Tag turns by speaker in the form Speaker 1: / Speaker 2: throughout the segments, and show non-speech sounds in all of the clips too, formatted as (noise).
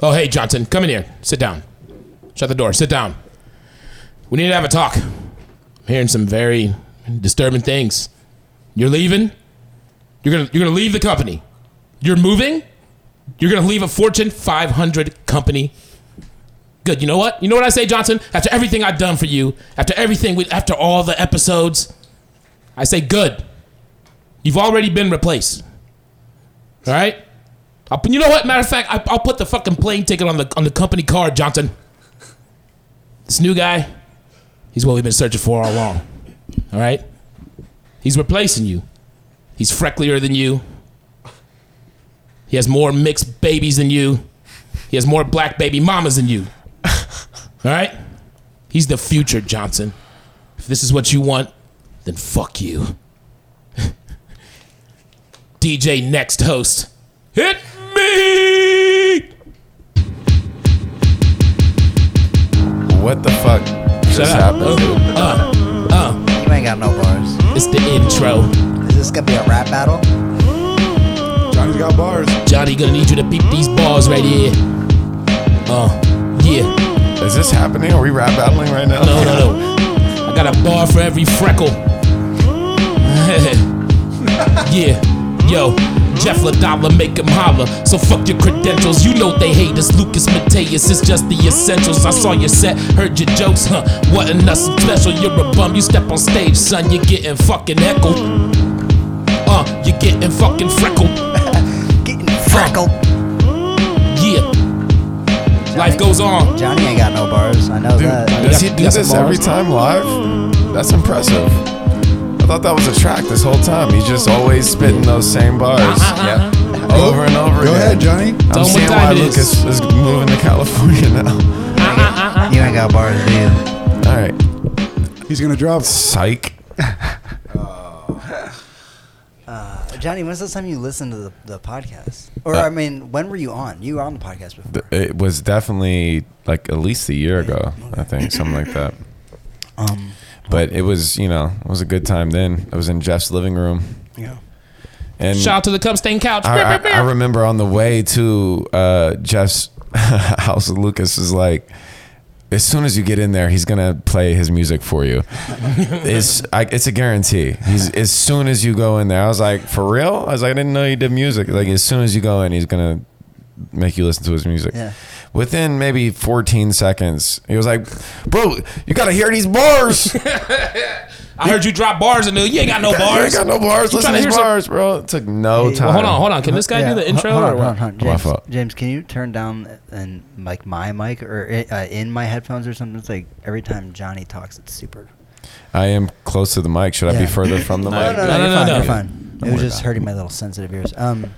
Speaker 1: Oh, hey, Johnson, come in here. Sit down. Shut the door. Sit down. We need to have a talk. I'm hearing some very disturbing things. You're leaving? You're gonna you're gonna leave the company. You're moving? You're gonna leave a Fortune 500 company. Good. You know what? You know what I say, Johnson? After everything I've done for you, after everything, we, after all the episodes, I say good. You've already been replaced. All right. I'll, you know what? Matter of fact, I, I'll put the fucking plane ticket on the on the company card, Johnson. This new guy, he's what we've been searching for all along. All right. He's replacing you. He's frecklier than you. He has more mixed babies than you. He has more black baby mamas than you. All right? He's the future, Johnson. If this is what you want, then fuck you. (laughs) DJ Next Host. Hit me!
Speaker 2: What the fuck just
Speaker 1: up.
Speaker 2: happened?
Speaker 3: You ain't got no bars.
Speaker 1: It's the intro.
Speaker 3: Is this gonna be a rap battle?
Speaker 2: Johnny's got bars.
Speaker 1: Johnny, gonna need you to peep these balls right here. Uh, yeah.
Speaker 2: Is this happening? Are we rap battling right now?
Speaker 1: No, Oh, no, no. I got a bar for every freckle. (laughs) yeah, yo. Jeff LaDolla, make him holler. So fuck your credentials. You know they hate us. Lucas Mateus, it's just the essentials. I saw your set, heard your jokes, huh? Wasn't nothing special. You're a bum. You step on stage, son. You're getting fucking heckled. Uh, you're getting fucking freckled.
Speaker 3: Getting freckled.
Speaker 1: Yeah. Life goes on.
Speaker 3: Johnny ain't got no bars. I know
Speaker 2: Dude,
Speaker 3: that.
Speaker 2: does he do
Speaker 1: Yeah.
Speaker 2: this every time live? That's impressive. I thought that was a track this whole time. He's just always spitting those same bars.
Speaker 1: Uh-uh-uh.
Speaker 2: Yeah. Over and over
Speaker 4: Go
Speaker 2: again.
Speaker 4: ahead, Johnny.
Speaker 2: I'm
Speaker 1: Uh-huh, Tell him
Speaker 2: seeing
Speaker 1: what time
Speaker 2: why
Speaker 1: it is.
Speaker 2: Lucas is moving to California (laughs) now.
Speaker 3: You ain't got bars, do you?
Speaker 2: All right.
Speaker 4: He's gonna drop.
Speaker 2: Psych.
Speaker 3: Johnny, when's the last time you listened to the, the podcast? Or I mean, when were you on? You were on the podcast before.
Speaker 2: Th- It was definitely like at least a year ago, I think, something like that.
Speaker 3: um,
Speaker 2: But it was, you know, it was a good time then. I was in Jeff's living room,
Speaker 3: yeah.
Speaker 2: and
Speaker 1: Shout out to the Cub Stain Couch.
Speaker 2: I, I, I remember on the way to uh, Jeff's (laughs) house, Lucas was like, as soon as you get in there, he's gonna play his music for
Speaker 3: (laughs)
Speaker 2: you. it's I, it's a guarantee. He's as soon as you go in there, I was like, for real? I was like, I didn't know you did music. Like as soon as you go in, he's gonna make you listen to his music.
Speaker 3: Yeah.
Speaker 2: Within maybe 14 seconds, he was like, "Bro, you gotta hear these
Speaker 3: (laughs)
Speaker 2: bars. (laughs) you
Speaker 1: I heard you drop bars in there. You ain't got no
Speaker 2: ain't
Speaker 1: bars.
Speaker 2: got no bars. Listen
Speaker 1: tryna
Speaker 2: to these
Speaker 1: hear some-
Speaker 2: bars, bro." It took no time.
Speaker 1: Well, hold on, hold on. Uh, Can this guy do the intro
Speaker 3: Hold on,
Speaker 1: or what?
Speaker 3: hold on, hold on.
Speaker 2: My
Speaker 3: James,
Speaker 2: fault.
Speaker 3: James, can you turn down and like my mic or i- uh, in my headphones or something? It's like every time Johnny talks, it's super.
Speaker 2: I am close to the mic. Should I be
Speaker 3: Yeah.
Speaker 2: further from the mic?
Speaker 3: (laughs) No, no,
Speaker 1: No,
Speaker 3: no,
Speaker 1: no, no, no.
Speaker 3: you're fine. You're fine. It was just hurting my little sensitive ears. Um,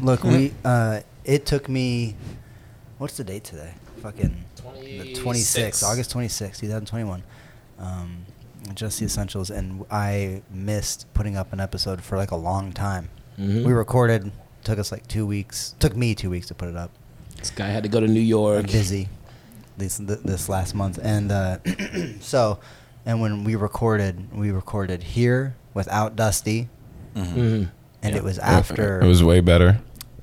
Speaker 3: look, (laughs) we. Uh, it took me. What's the date today? Fucking. The
Speaker 1: 26th.
Speaker 3: 26th, August 26th, 2021. Um, just the essentials, and I missed putting up an episode for like a long time.
Speaker 2: Mm-hmm.
Speaker 3: We recorded. Took us like two weeks. Took me two weeks to put it up.
Speaker 1: This guy had to go to New York.
Speaker 3: Busy. This th- this last month, and uh, (clears throat) so, and when we recorded, we recorded here without Dusty,
Speaker 1: Mhm.
Speaker 3: and it was
Speaker 2: Mm-hmm. Yeah,
Speaker 3: after.
Speaker 2: It was way better.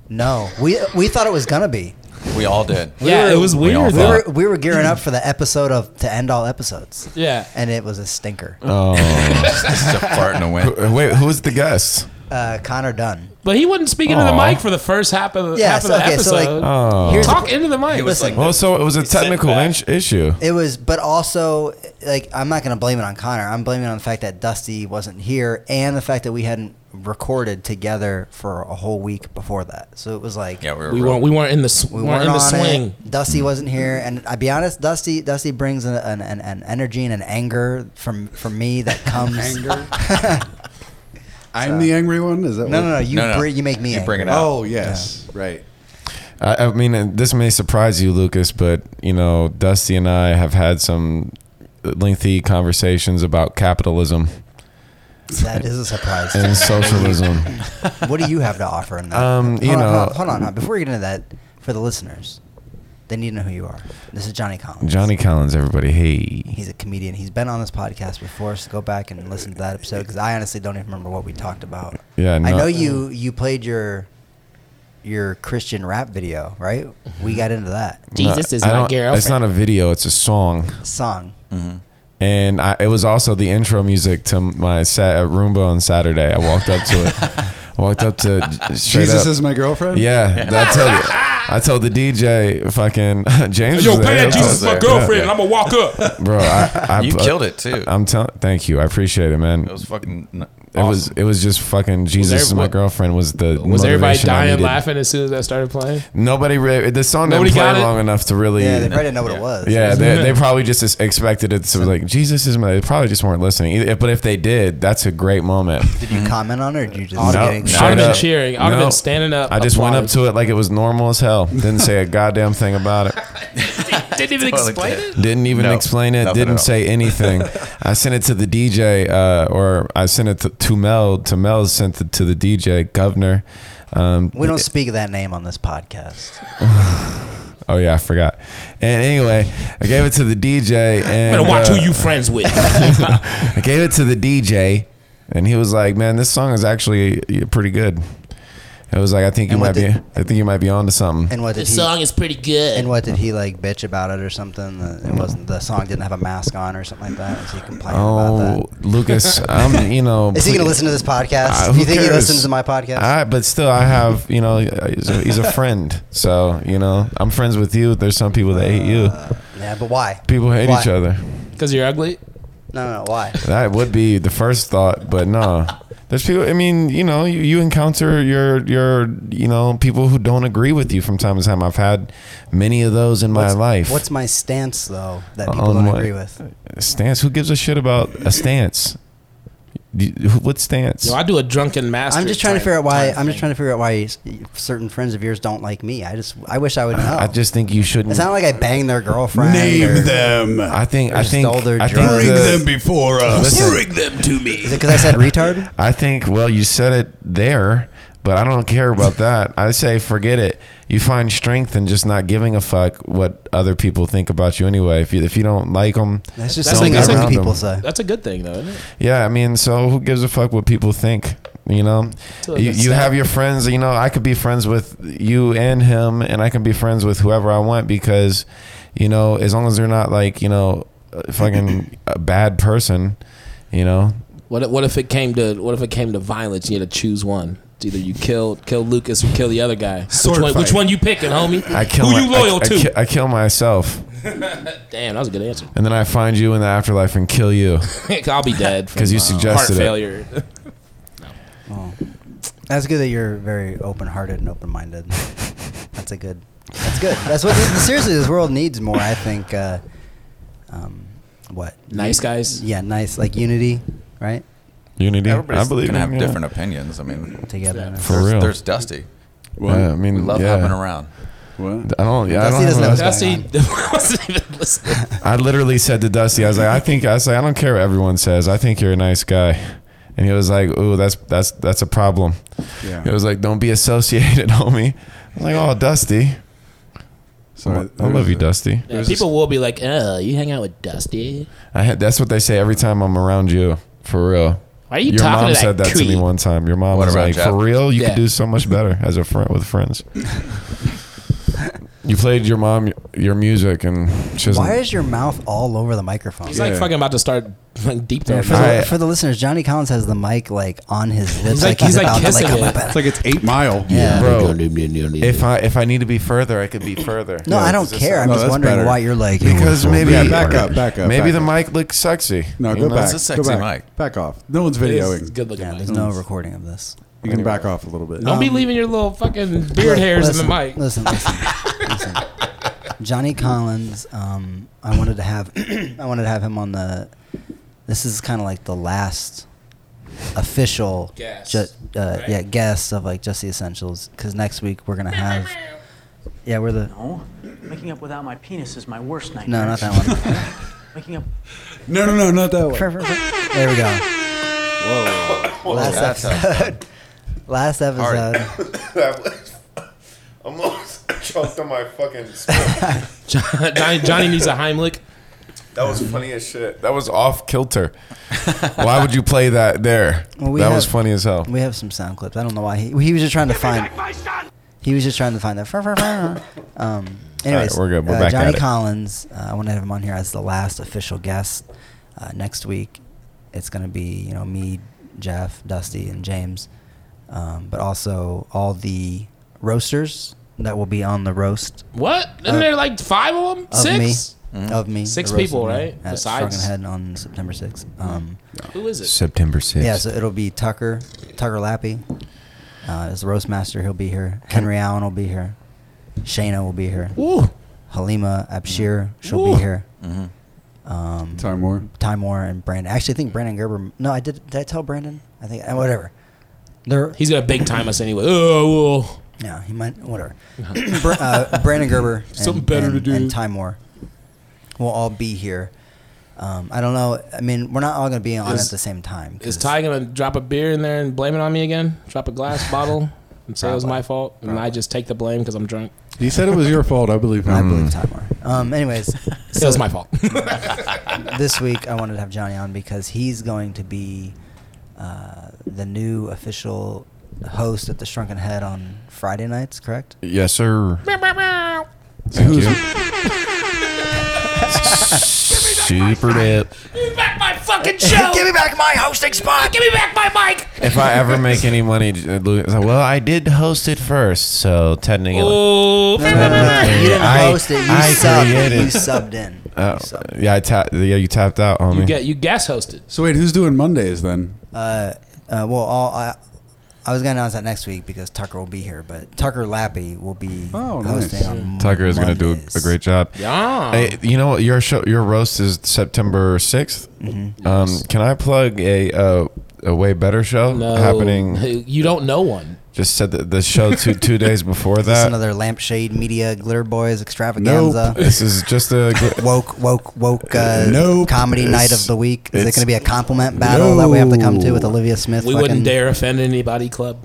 Speaker 3: no, we we thought it was
Speaker 2: (laughs)
Speaker 3: gonna be.
Speaker 5: We all did.
Speaker 4: (laughs)
Speaker 1: yeah,
Speaker 3: were-
Speaker 1: it was
Speaker 2: we all
Speaker 1: weird.
Speaker 3: We
Speaker 1: though.
Speaker 3: were we were gearing up for the episode of to end all episodes,
Speaker 1: yeah.
Speaker 3: and it was a stinker.
Speaker 2: Oh.
Speaker 5: This is a fart in a
Speaker 4: (laughs)
Speaker 5: wind.
Speaker 2: Uh, Wait, who was the guest?
Speaker 3: Uh, Connor Dunn.
Speaker 1: But he wasn't speaking to the
Speaker 2: Aw.
Speaker 1: mic for the first half of,
Speaker 3: Yeah,
Speaker 1: half
Speaker 3: so-
Speaker 1: of the
Speaker 3: okay, so,
Speaker 1: episode.
Speaker 3: like,
Speaker 2: Oh.
Speaker 3: Here's
Speaker 1: Talk into the mic.
Speaker 5: It was
Speaker 3: Listen.
Speaker 5: like
Speaker 2: Well, so it was a
Speaker 5: It's set
Speaker 2: technical
Speaker 5: back.
Speaker 2: in- issue.
Speaker 3: It was, but also, like, I'm not going to blame it on Connor. I'm blaming it on the fact that Dusty wasn't here and the fact that we hadn't recorded together for a whole week before that. So it was like,
Speaker 5: yeah, we were.
Speaker 1: we
Speaker 5: real-
Speaker 1: weren't we weren't in the s- we
Speaker 3: we
Speaker 1: weren't
Speaker 3: weren't
Speaker 1: in the
Speaker 3: on
Speaker 1: swing.
Speaker 3: it. Dusty wasn't here, and I'll be honest, Dusty Dusty brings an, an, an, an energy and an anger from from me
Speaker 4: (laughs)
Speaker 3: that comes. anger?
Speaker 4: I'm the angry one. Is
Speaker 3: (laughs)
Speaker 4: that
Speaker 3: No,
Speaker 4: what-
Speaker 3: no, no. You
Speaker 5: No, no.
Speaker 3: bri- you make me.
Speaker 5: You bring
Speaker 3: angry.
Speaker 5: it up.
Speaker 4: Oh yes, right.
Speaker 2: I, I mean, uh, this may surprise you, Lucas, but you know, Dusty and I have had some lengthy conversations about capitalism
Speaker 3: That is a surprise. (laughs)
Speaker 2: and socialism.
Speaker 3: what do you have to offer in that?
Speaker 2: Um, you
Speaker 3: hold on, hold
Speaker 2: know-
Speaker 3: on, hold on, hold on. Before we get into that, for the listeners, they need to know who you are. This is Johnny Collins.
Speaker 2: Johnny Collins, everybody. Hey.
Speaker 3: He's a comedian. He's been on this podcast before, so go back and listen to that episode because I honestly don't even remember what we talked about.
Speaker 2: Yeah,
Speaker 3: I
Speaker 2: no-
Speaker 3: know you you played your your Christian rap video, right? We got into that
Speaker 2: No, I don't- It's not a video. It's a song.
Speaker 3: song.
Speaker 2: Mm-hmm. And I, it was also the intro music to my set at Roomba on Saturday. I walked up to it.
Speaker 3: (laughs)
Speaker 2: I walked up to straight
Speaker 6: Jesus
Speaker 2: up-
Speaker 6: is my girlfriend.
Speaker 2: Yeah, I told I told the DJ fucking (laughs) James.
Speaker 4: Yo,
Speaker 2: was
Speaker 4: play
Speaker 2: there.
Speaker 4: that Jesus is my
Speaker 5: Yeah.
Speaker 4: girlfriend. and I'm gonna walk up.
Speaker 2: bro. I, I,
Speaker 5: You killed it, too.
Speaker 2: I'm telling. Thank you. I appreciate it, man.
Speaker 5: It was fucking. n-
Speaker 2: It was it was just fucking Jesus
Speaker 4: there-
Speaker 2: is my
Speaker 4: what-
Speaker 2: girlfriend was the
Speaker 4: (laughs) Was everybody
Speaker 2: motivation I
Speaker 4: dying
Speaker 2: needed.
Speaker 4: laughing as soon as I started playing?
Speaker 2: Nobody really the song
Speaker 4: Nobody
Speaker 2: didn't
Speaker 4: got
Speaker 2: play
Speaker 4: it?
Speaker 2: long enough to really
Speaker 3: Yeah, they probably didn't know what
Speaker 5: Yeah.
Speaker 3: it was.
Speaker 2: Yeah, they,
Speaker 4: (laughs)
Speaker 2: they probably just as- expected it to be like Jesus is my. They probably just weren't listening. Either- But if they did, that's a great moment.
Speaker 3: Did you comment on it, or did you just
Speaker 2: No,
Speaker 3: getting
Speaker 2: straight
Speaker 4: I would've been
Speaker 2: up.
Speaker 4: cheering. I would've been standing up,
Speaker 2: I just went up
Speaker 4: applauding.
Speaker 2: to it like it was normal as hell. Didn't say
Speaker 4: (laughs)
Speaker 2: a goddamn thing about it.
Speaker 4: Didn't even
Speaker 5: Totally
Speaker 4: explain
Speaker 5: did.
Speaker 4: it.
Speaker 2: Didn't even
Speaker 5: No,
Speaker 2: explain it.
Speaker 5: nothing at
Speaker 2: Didn't
Speaker 5: all. (laughs)
Speaker 2: say anything. I sent it to the DJ, uh, or I sent it to, to Mel. To Mel sent it to the DJ Governor. Um,
Speaker 3: We don't speak that name on this podcast.
Speaker 2: oh yeah, I forgot. And anyway, I gave it to the DJ. And
Speaker 4: I'm gonna watch
Speaker 2: uh,
Speaker 4: who you friends with.
Speaker 3: (laughs)
Speaker 2: I gave it to the DJ, and he was like, "Man, this song is actually pretty good." It was like, "I think you
Speaker 3: And
Speaker 2: might
Speaker 3: what
Speaker 2: be,
Speaker 3: did-
Speaker 2: I think you might be onto something."
Speaker 3: And what did
Speaker 4: This
Speaker 3: he?
Speaker 4: song is pretty good.
Speaker 3: And what did he like bitch about it or something? That It wasn't the song didn't have a mask on or something like that. Was he complaining
Speaker 2: Oh,
Speaker 3: about
Speaker 2: Lucas, I'm, you know,
Speaker 3: that? (laughs) Is he gonna listen to this podcast?
Speaker 2: Uh,
Speaker 3: Do
Speaker 2: who
Speaker 3: you think he
Speaker 2: cares?
Speaker 3: listens to my podcast?
Speaker 2: I, but still, I have, you know, he's a, he's a friend. So, you know, I'm friends with you. There's some people that hate you.
Speaker 3: yeah, but why?
Speaker 2: People hate
Speaker 3: Why?
Speaker 2: each other.
Speaker 4: Because you're ugly.
Speaker 3: No, no, no, why?
Speaker 2: That would be the first thought, but no. There's people. I mean, you know, you, you encounter your your you know people who don't agree with you from time to time. I've had many of those in (laughs) my
Speaker 3: What's-
Speaker 2: life.
Speaker 3: What's my stance though that people
Speaker 2: On
Speaker 3: don't
Speaker 2: what?
Speaker 3: agree with?
Speaker 2: stance? Who gives a shit about a stance? Do you- who- What stance?
Speaker 4: Yo, I do a drunken master.
Speaker 3: I'm just trying to
Speaker 4: type-
Speaker 3: figure out why.
Speaker 4: type
Speaker 3: I'm just
Speaker 4: thing.
Speaker 3: trying to figure out why s- certain friends of yours don't like me. I just I wish I would know.
Speaker 2: I just think you shouldn't.
Speaker 3: it's not like I banged their girlfriend. or-
Speaker 6: Name them.
Speaker 2: I think. I
Speaker 3: Just
Speaker 2: think.
Speaker 3: all their
Speaker 2: I think,
Speaker 3: drugs.
Speaker 6: Bring
Speaker 2: the-
Speaker 6: them before us.
Speaker 2: Listen.
Speaker 6: Bring them to me.
Speaker 3: Is it because I said
Speaker 2: (laughs)
Speaker 3: retard?
Speaker 2: I think. Well, you said it there, but I don't care about that. I say forget it. You find strength in just not giving a fuck what other people think about you anyway. If you if you don't like them,
Speaker 3: That's just
Speaker 4: That's
Speaker 3: something
Speaker 4: like-
Speaker 3: that
Speaker 4: that's
Speaker 3: some
Speaker 2: like-
Speaker 3: people say.
Speaker 4: That's a good thing, though, isn't it?
Speaker 2: Yeah, I mean, so who gives a fuck what people think? You know,
Speaker 4: To a
Speaker 2: you, you
Speaker 4: extent.
Speaker 2: have your friends. You know, I could be friends with you and him, and I can be friends with whoever I want because, you know, as long as they're not like you know, a
Speaker 4: (laughs)
Speaker 2: fucking a bad person, you know.
Speaker 4: What if, what if it came to what if it came to violence? You had to choose one. It's either you kill kill Lucas or kill the other guy. which,
Speaker 6: Sword
Speaker 4: one, which
Speaker 6: fight.
Speaker 4: one you picking, homie?
Speaker 2: (laughs) I kill.
Speaker 4: Who
Speaker 2: my-
Speaker 4: you loyal
Speaker 2: I, I
Speaker 4: to?
Speaker 2: ki- I kill myself,
Speaker 4: Damn, that was a good answer. (laughs)
Speaker 2: and then I find you in the afterlife and kill you
Speaker 4: I'll be
Speaker 2: (laughs)
Speaker 4: dead from uh,
Speaker 2: because you
Speaker 4: heart
Speaker 2: suggested it.
Speaker 4: failure. (laughs)
Speaker 3: Oh. That's good that you're very open-hearted and open-minded. That's a good. That's good. That's what seriously this world needs more. I think. Uh, um, what?
Speaker 4: nice guys.
Speaker 3: Yeah, nice like unity, right?
Speaker 2: Unity. I
Speaker 5: Everybody's
Speaker 2: believe
Speaker 5: gonna
Speaker 2: in
Speaker 5: have
Speaker 2: you, yeah.
Speaker 5: different opinions. I mean,
Speaker 3: Together.
Speaker 2: For
Speaker 5: there's,
Speaker 2: real.
Speaker 5: there's Dusty.
Speaker 2: Yeah, I mean,
Speaker 5: We love
Speaker 2: yeah.
Speaker 5: hopping around.
Speaker 6: What?
Speaker 2: I don't. Yeah, I
Speaker 3: Dusty
Speaker 2: don't have
Speaker 3: doesn't
Speaker 2: a-
Speaker 3: know what's
Speaker 4: That's
Speaker 3: going
Speaker 4: (laughs) wasn't even listening.
Speaker 2: I literally said to Dusty, I was like, I think I was like, I don't care what everyone says. I think you're a nice guy. And he was like, Ooh, that's that's that's a problem. It
Speaker 6: Yeah.
Speaker 2: was like, Don't be associated, (laughs) homie. I was like, Oh, Dusty.
Speaker 6: So
Speaker 2: I love you, Dusty.
Speaker 4: Yeah, people will be like, "Oh, you hang out with Dusty?
Speaker 2: I had, that's what they say every time I'm around you. For real.
Speaker 4: Why are you
Speaker 2: Your
Speaker 4: talking
Speaker 2: mom
Speaker 4: to that
Speaker 2: said that to me
Speaker 4: creep?"
Speaker 2: one time. Your mom
Speaker 5: What
Speaker 2: was
Speaker 5: about
Speaker 2: like,
Speaker 5: Jeff?
Speaker 2: For real, you
Speaker 4: Yeah.
Speaker 2: could do so much better as a friend with
Speaker 4: (laughs)
Speaker 2: friends. you played your mom your music and she was
Speaker 3: Why is your mouth all over the microphone?
Speaker 4: He's like
Speaker 6: Yeah.
Speaker 4: fucking about to start like deep
Speaker 3: For
Speaker 4: throat.
Speaker 3: the,
Speaker 2: I-
Speaker 3: for the listeners, Johnny Collins has the mic like on his lips.
Speaker 4: like- he's like
Speaker 3: about to,
Speaker 4: kissing
Speaker 3: come
Speaker 4: it.
Speaker 3: up at
Speaker 6: It's like it's eight mile.
Speaker 3: Yeah.
Speaker 2: Bro,
Speaker 4: if
Speaker 2: if I if I need to be further, I could be further.
Speaker 3: No,
Speaker 2: Yeah,
Speaker 3: I
Speaker 2: does
Speaker 3: don't
Speaker 2: this
Speaker 3: care. I'm
Speaker 6: No,
Speaker 3: just
Speaker 6: that's
Speaker 3: wondering
Speaker 6: better.
Speaker 3: why you're like
Speaker 2: Because maybe
Speaker 6: Yeah, back up, back up.
Speaker 2: maybe
Speaker 6: back
Speaker 2: the
Speaker 6: up.
Speaker 2: mic looks sexy.
Speaker 6: No,
Speaker 2: you
Speaker 6: go
Speaker 2: know? (laughs)
Speaker 6: back.
Speaker 5: a
Speaker 6: go
Speaker 5: sexy
Speaker 6: back.
Speaker 5: mic.
Speaker 6: Back off. No one's videoing.
Speaker 4: good looking.
Speaker 3: Yeah,
Speaker 4: mic.
Speaker 3: there's no recording of this.
Speaker 6: You can back off a little bit.
Speaker 4: Don't be
Speaker 3: Um,
Speaker 4: leaving your little fucking beard hairs in the mic.
Speaker 3: Listen, listen, listen.
Speaker 4: (laughs)
Speaker 3: Johnny Collins. Um, I wanted to have, (clears throat) I wanted to have him on the. This is kind of like the last official
Speaker 4: Guest,
Speaker 3: ju- uh,
Speaker 4: right?
Speaker 3: yeah guest of like just the essentials because next week we're gonna have. Yeah, we're the
Speaker 7: No. Waking up without my penis is my worst nightmare.
Speaker 3: no, not that one.
Speaker 7: Waking up.
Speaker 6: No, no, no, not that one.
Speaker 3: there we go. Last episode. (laughs) Last episode.
Speaker 2: Almost choked on my fucking.
Speaker 4: Johnny, Johnny needs a Heimlich.
Speaker 2: That was funny as shit. That was off
Speaker 4: (laughs)
Speaker 2: kilter. Why would you play that there?
Speaker 3: Well, we
Speaker 2: that
Speaker 3: have-
Speaker 2: was funny as hell.
Speaker 3: We have some sound clips. I don't know why he, he was just trying to find. He was just trying to find that. fur, fur, fur. Um, anyways,
Speaker 2: we're good. We're
Speaker 3: uh,
Speaker 2: back
Speaker 3: Johnny
Speaker 2: at it.
Speaker 3: Collins. Uh, I want to have him on here as the last official guest uh, next week. It's going to be you know me, Jeff, Dusty, and James, um, but also all the roasters that will be on the roast
Speaker 4: What? Isn't
Speaker 3: Uh,
Speaker 4: there like five of them?
Speaker 3: of
Speaker 4: Six?
Speaker 3: me. Of me,
Speaker 4: Six
Speaker 3: the roast
Speaker 4: people,
Speaker 3: of me
Speaker 4: right?
Speaker 3: At
Speaker 4: Besides-
Speaker 3: Besides Head on September 6th. Um,
Speaker 4: Who is it?
Speaker 2: September 6th.
Speaker 3: yeah, so it'll be Tucker, Tucker Lappy, uh, is the roast master. He'll be here. Henry Allen will be here. Shayna will be here.
Speaker 4: Ooh.
Speaker 3: Halima Abshir, she'll
Speaker 4: Ooh.
Speaker 3: be here. Um,
Speaker 6: Time more.
Speaker 3: Ty Moore and Brandon. Actually, I think Brandon Gerber. No, I did. Did I tell Brandon? I think uh, whatever. They're
Speaker 4: He's gonna big time us anyway. Oh, well.
Speaker 3: yeah. He might whatever. (coughs) Br- uh, Brandon Gerber. And,
Speaker 4: Uh-huh. (coughs) Something better to
Speaker 3: and-
Speaker 4: do.
Speaker 3: And Ty Moore will all be here. Um, I don't know. I mean, we're not all going to be on
Speaker 4: Is-
Speaker 3: at the same time.
Speaker 4: Is
Speaker 3: 'cause-
Speaker 4: Ty gonna drop a beer in there and blame it on me again? Drop a (laughs) glass bottle and say it was
Speaker 3: Probably.
Speaker 4: my fault, and I just take the blame because I'm drunk.
Speaker 6: He said it was your fault. I believe him.
Speaker 3: I
Speaker 4: Mm.
Speaker 3: believe Ty Moore. Um, anyways,
Speaker 4: it was my fault. (laughs)
Speaker 3: this week I wanted to have Johnny on because he's going to be uh, the new official host at the Shrunken Head on Friday nights, correct?
Speaker 2: Yes, sir.
Speaker 6: Who's-
Speaker 2: Super dip.
Speaker 4: Give back my fucking show.
Speaker 3: Give me back my hosting spot.
Speaker 4: Give me back my mic.
Speaker 2: If I ever make any money, uh, Lou- well, I did host it first, so technically.
Speaker 4: Oh,
Speaker 3: You didn't
Speaker 2: I-
Speaker 3: host it. You
Speaker 2: I
Speaker 3: subbed.
Speaker 2: created-
Speaker 3: You subbed in.
Speaker 2: Oh,
Speaker 3: You subbed.
Speaker 2: yeah, I ta- yeah, you tapped out, homie.
Speaker 4: you get you guest hosted.
Speaker 6: So wait, who's doing Mondays then?
Speaker 3: Uh, uh, well, all, I, I was going to announce that next week because Tucker will be here, but Tucker Lappy will be
Speaker 6: Oh, nice.
Speaker 3: hosting on
Speaker 2: Tucker is going to do
Speaker 3: Mondays.
Speaker 2: a great job.
Speaker 4: Yeah.
Speaker 2: Hey, you know what? Your show, your roast is September 6th Um, can I plug a uh, a way better show
Speaker 4: No,
Speaker 2: happening?
Speaker 4: You don't know one.
Speaker 2: Just said that the show two two days before
Speaker 3: It's
Speaker 2: that.
Speaker 3: another lampshade media glitter boys extravaganza.
Speaker 2: This is just a
Speaker 3: (laughs) woke woke woke uh,
Speaker 6: Nope.
Speaker 3: comedy night of
Speaker 2: It's-
Speaker 3: the week. Is it
Speaker 2: it's-
Speaker 3: going to be a compliment battle that we have to come to with Olivia Smith?
Speaker 4: We
Speaker 3: fucking-
Speaker 4: wouldn't dare offend anybody. Club.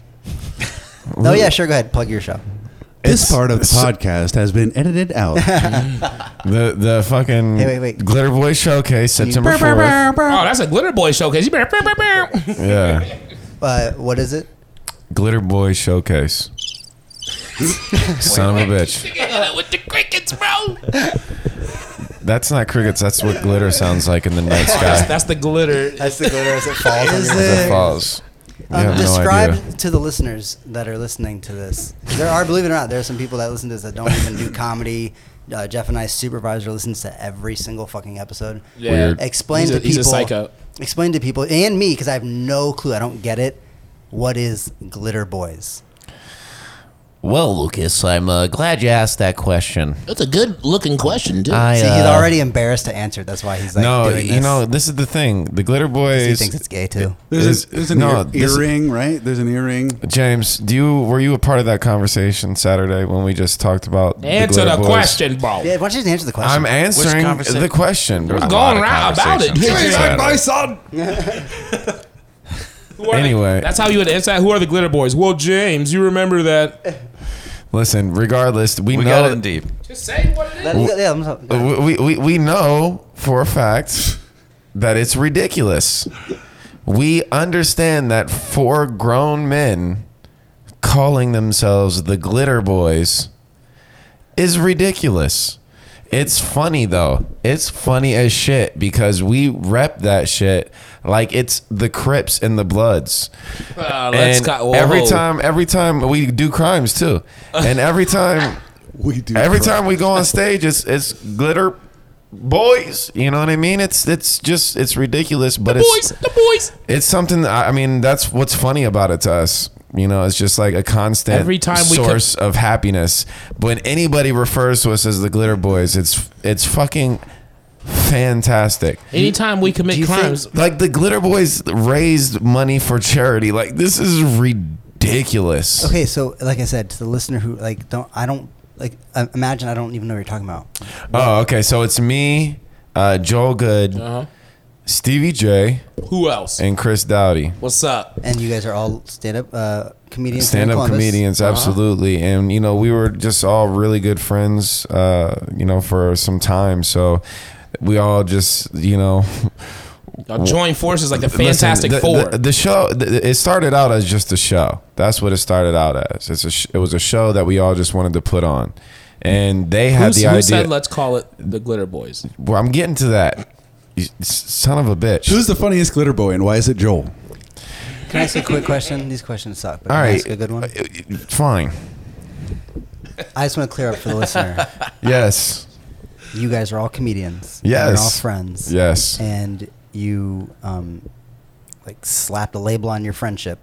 Speaker 3: Oh yeah, sure. Go ahead, plug your show.
Speaker 6: This part of the
Speaker 2: it's-
Speaker 6: podcast has been edited out.
Speaker 2: the the fucking
Speaker 3: Hey, wait, wait.
Speaker 2: Glitter Boy Showcase September
Speaker 3: Brr, brr,
Speaker 2: fourth.
Speaker 4: Oh, that's a glitter boy showcase. You better.
Speaker 2: Yeah,
Speaker 3: Uh, what is it?
Speaker 2: Glitter Boy
Speaker 3: (laughs)
Speaker 2: Showcase. Son of a bitch.
Speaker 4: with the crickets, bro.
Speaker 2: That's not crickets. That's what glitter sounds like in the night
Speaker 4: That's,
Speaker 2: sky.
Speaker 4: that's the glitter.
Speaker 3: That's the glitter as it falls.
Speaker 2: As it falls. You have no
Speaker 3: describe
Speaker 2: idea.
Speaker 3: to the listeners that are listening to this. There are, believe it or not, there are some people that listen to this that don't even do comedy. Uh, Jeff and I, supervisor, listens to every single fucking episode.
Speaker 4: Yeah.
Speaker 2: Weird.
Speaker 3: Explain
Speaker 4: He's a-
Speaker 3: to people.
Speaker 4: he's a psycho.
Speaker 3: Explain to people and me because I have no clue. I don't get it. What is glitter boys?
Speaker 8: Well, Lucas, I'm uh, glad you asked that question.
Speaker 4: That's a good looking question too.
Speaker 8: I,
Speaker 3: See, he's
Speaker 8: uh,
Speaker 3: already embarrassed to answer. That's why he's like,
Speaker 2: no,
Speaker 3: doing
Speaker 2: you
Speaker 3: this.
Speaker 2: know this is the thing. The glitter
Speaker 3: he
Speaker 2: boys.
Speaker 3: thinks it's gay too.
Speaker 6: (laughs) There's,
Speaker 2: Is-
Speaker 6: a, there's an
Speaker 2: no,
Speaker 6: ear-
Speaker 2: this-
Speaker 6: earring, right? There's an earring.
Speaker 2: James, do you were you a part of that conversation Saturday when we just talked about the
Speaker 4: Answer
Speaker 2: glitter
Speaker 4: the
Speaker 2: boys?
Speaker 4: question, bro.
Speaker 3: Yeah, why don't you just answer the question?
Speaker 2: I'm answering
Speaker 5: conversa-
Speaker 2: the question. bro.
Speaker 5: A lot
Speaker 4: Going
Speaker 5: of
Speaker 4: right about it.
Speaker 5: conversations.
Speaker 4: Give me
Speaker 2: back my
Speaker 4: son.
Speaker 2: Anyway.
Speaker 4: that's how you would answer. Who are the glitter boys? Well, James, you remember that.
Speaker 2: Listen, regardless, we,
Speaker 5: We
Speaker 2: know
Speaker 5: got in deep.
Speaker 4: Just say what it is.
Speaker 3: Let- yeah, I'm sorry.
Speaker 2: we, we, we know for a fact that it's ridiculous. We understand that four grown men calling themselves the glitter boys is ridiculous. It's funny though. It's funny as shit because we rep that shit like it's the Crips and the Bloods.
Speaker 4: Uh, let's
Speaker 2: and
Speaker 4: cut- whoa,
Speaker 2: every
Speaker 4: whoa.
Speaker 2: time, every time we do crimes too, and every time
Speaker 6: We do.
Speaker 2: Every
Speaker 6: cry.
Speaker 2: time we go on stage, it's it's glitter boys. You know what I mean? It's it's just it's ridiculous, but it's
Speaker 4: boys, the boys.
Speaker 2: it's something. That, I I mean, that's what's funny about it to us. You know, it's just like a constant
Speaker 4: Every time we co-
Speaker 2: source of happiness. When anybody refers to us as the glitter boys, it's it's fucking fantastic.
Speaker 4: Anytime we commit
Speaker 3: you think-
Speaker 4: crimes,
Speaker 2: Like the glitter boys raised money for charity. Like this is ridiculous.
Speaker 4: (laughs)
Speaker 3: Okay, so like I said to the listener who like don't I don't like uh, imagine I don't even know what you're talking about.
Speaker 2: Oh, okay. So it's me, uh, Joel Good,
Speaker 4: Uh-huh.
Speaker 2: Stevie J,
Speaker 4: who else?
Speaker 2: and Chris Dowdy.
Speaker 4: What's up?
Speaker 3: And you guys are all stand up uh, comedians. here in
Speaker 2: Stand up
Speaker 3: Columbus.
Speaker 2: comedians,
Speaker 4: Uh-huh.
Speaker 2: absolutely. And, you know, we were just all really good friends, uh, you know, (laughs) for some time. So we all just, you know,
Speaker 4: Y'all join forces like the
Speaker 2: Listen,
Speaker 4: Fantastic
Speaker 2: the,
Speaker 4: Four.
Speaker 2: The, the show the, it started out as just a show. That's what it started out as. It's a sh- it was a show that we all just wanted to put on, and they had
Speaker 4: Who's-
Speaker 2: the
Speaker 4: who
Speaker 2: idea.
Speaker 4: said let's call it the Glitter Boys?
Speaker 2: well, I'm getting to that. You s- son of a bitch.
Speaker 6: Who's the funniest glitter boy and why is it Joel?
Speaker 3: Can I ask a quick question? These questions suck. But
Speaker 2: all
Speaker 3: can I
Speaker 2: right, Uh,
Speaker 3: ask a good one.
Speaker 2: Fine.
Speaker 3: I just want to clear up for the listener.
Speaker 2: (laughs) Yes.
Speaker 3: (laughs) You guys are all comedians.
Speaker 2: Yes.
Speaker 3: You're all friends.
Speaker 2: Yes.
Speaker 3: And you um, like slapped a label on your
Speaker 4: (laughs)
Speaker 3: friendship.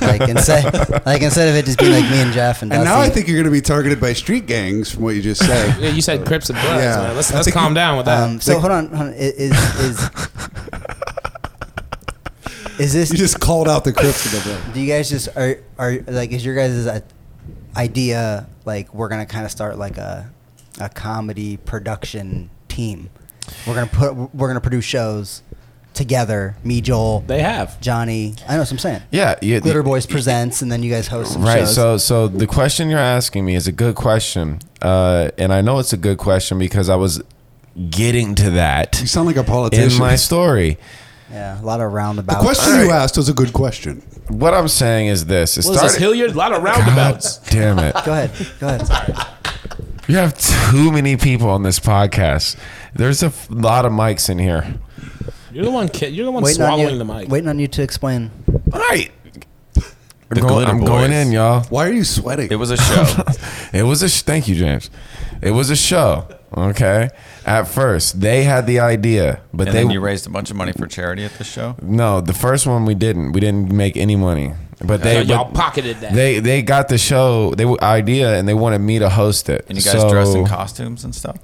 Speaker 3: like instead, like instead of it just being like me and Jeff and,
Speaker 6: And now I
Speaker 3: Dusty,
Speaker 6: think you're going to be targeted by street gangs from what you just
Speaker 4: Yeah,
Speaker 6: said.
Speaker 4: you said Crips and Bloods.
Speaker 6: (laughs) Yeah.
Speaker 4: man. Let's,
Speaker 6: I
Speaker 4: let's
Speaker 6: think-
Speaker 4: calm down with that.
Speaker 3: Um, so hold on, hold on. I- Is is is this?
Speaker 6: you just called out the Crips of the
Speaker 3: do you guys just are are like? Is your guys' i- idea like we're gonna kind of start like a a comedy production team? We're gonna put we're gonna produce shows together. Me, Joel,
Speaker 4: they have.
Speaker 3: Johnny. I know what I'm saying.
Speaker 2: Yeah. You,
Speaker 3: Glitter Boys presents, and then you guys host some
Speaker 2: Right.
Speaker 3: shows.
Speaker 2: So, so the question you're asking me is a good question, uh, and I know it's a good question because I was getting to that
Speaker 6: You sound like a politician.
Speaker 2: in my
Speaker 6: (laughs)
Speaker 2: story.
Speaker 3: yeah, a lot of
Speaker 6: the
Speaker 3: roundabouts.
Speaker 6: question
Speaker 2: All
Speaker 6: you
Speaker 2: right.
Speaker 6: asked was a good question.
Speaker 2: What I'm saying is this: it
Speaker 4: What is this,
Speaker 2: started.
Speaker 4: Hilliard? A lot of
Speaker 2: God
Speaker 4: roundabouts.
Speaker 2: damn
Speaker 3: (laughs)
Speaker 2: it!
Speaker 3: Go ahead. Go
Speaker 4: (laughs)
Speaker 3: ahead.
Speaker 2: You have too many people on this podcast. There's a f- lot of mics in here.
Speaker 4: You're the one. Kid, you're the one
Speaker 3: on
Speaker 4: swallowing
Speaker 3: you,
Speaker 4: the mic.
Speaker 3: Waiting on you to explain.
Speaker 2: All right.
Speaker 5: The
Speaker 2: Going-
Speaker 5: Glitter
Speaker 2: I'm going
Speaker 5: Boys.
Speaker 2: in, y'all.
Speaker 6: Why are you sweating?
Speaker 5: It was
Speaker 2: (laughs)
Speaker 5: a show.
Speaker 2: It was a sh- thank you, James. It was a show. Okay. At first, they had the idea, but
Speaker 5: and
Speaker 2: they
Speaker 5: then you raised a bunch of money for charity at the show.
Speaker 2: No, the first one we didn't. We didn't make any money. But
Speaker 4: So
Speaker 2: they
Speaker 4: y'all
Speaker 2: but
Speaker 4: pocketed that.
Speaker 2: they they got the show they were idea and they wanted me to host it.
Speaker 5: And you guys
Speaker 2: So-
Speaker 5: dressed in costumes and stuff.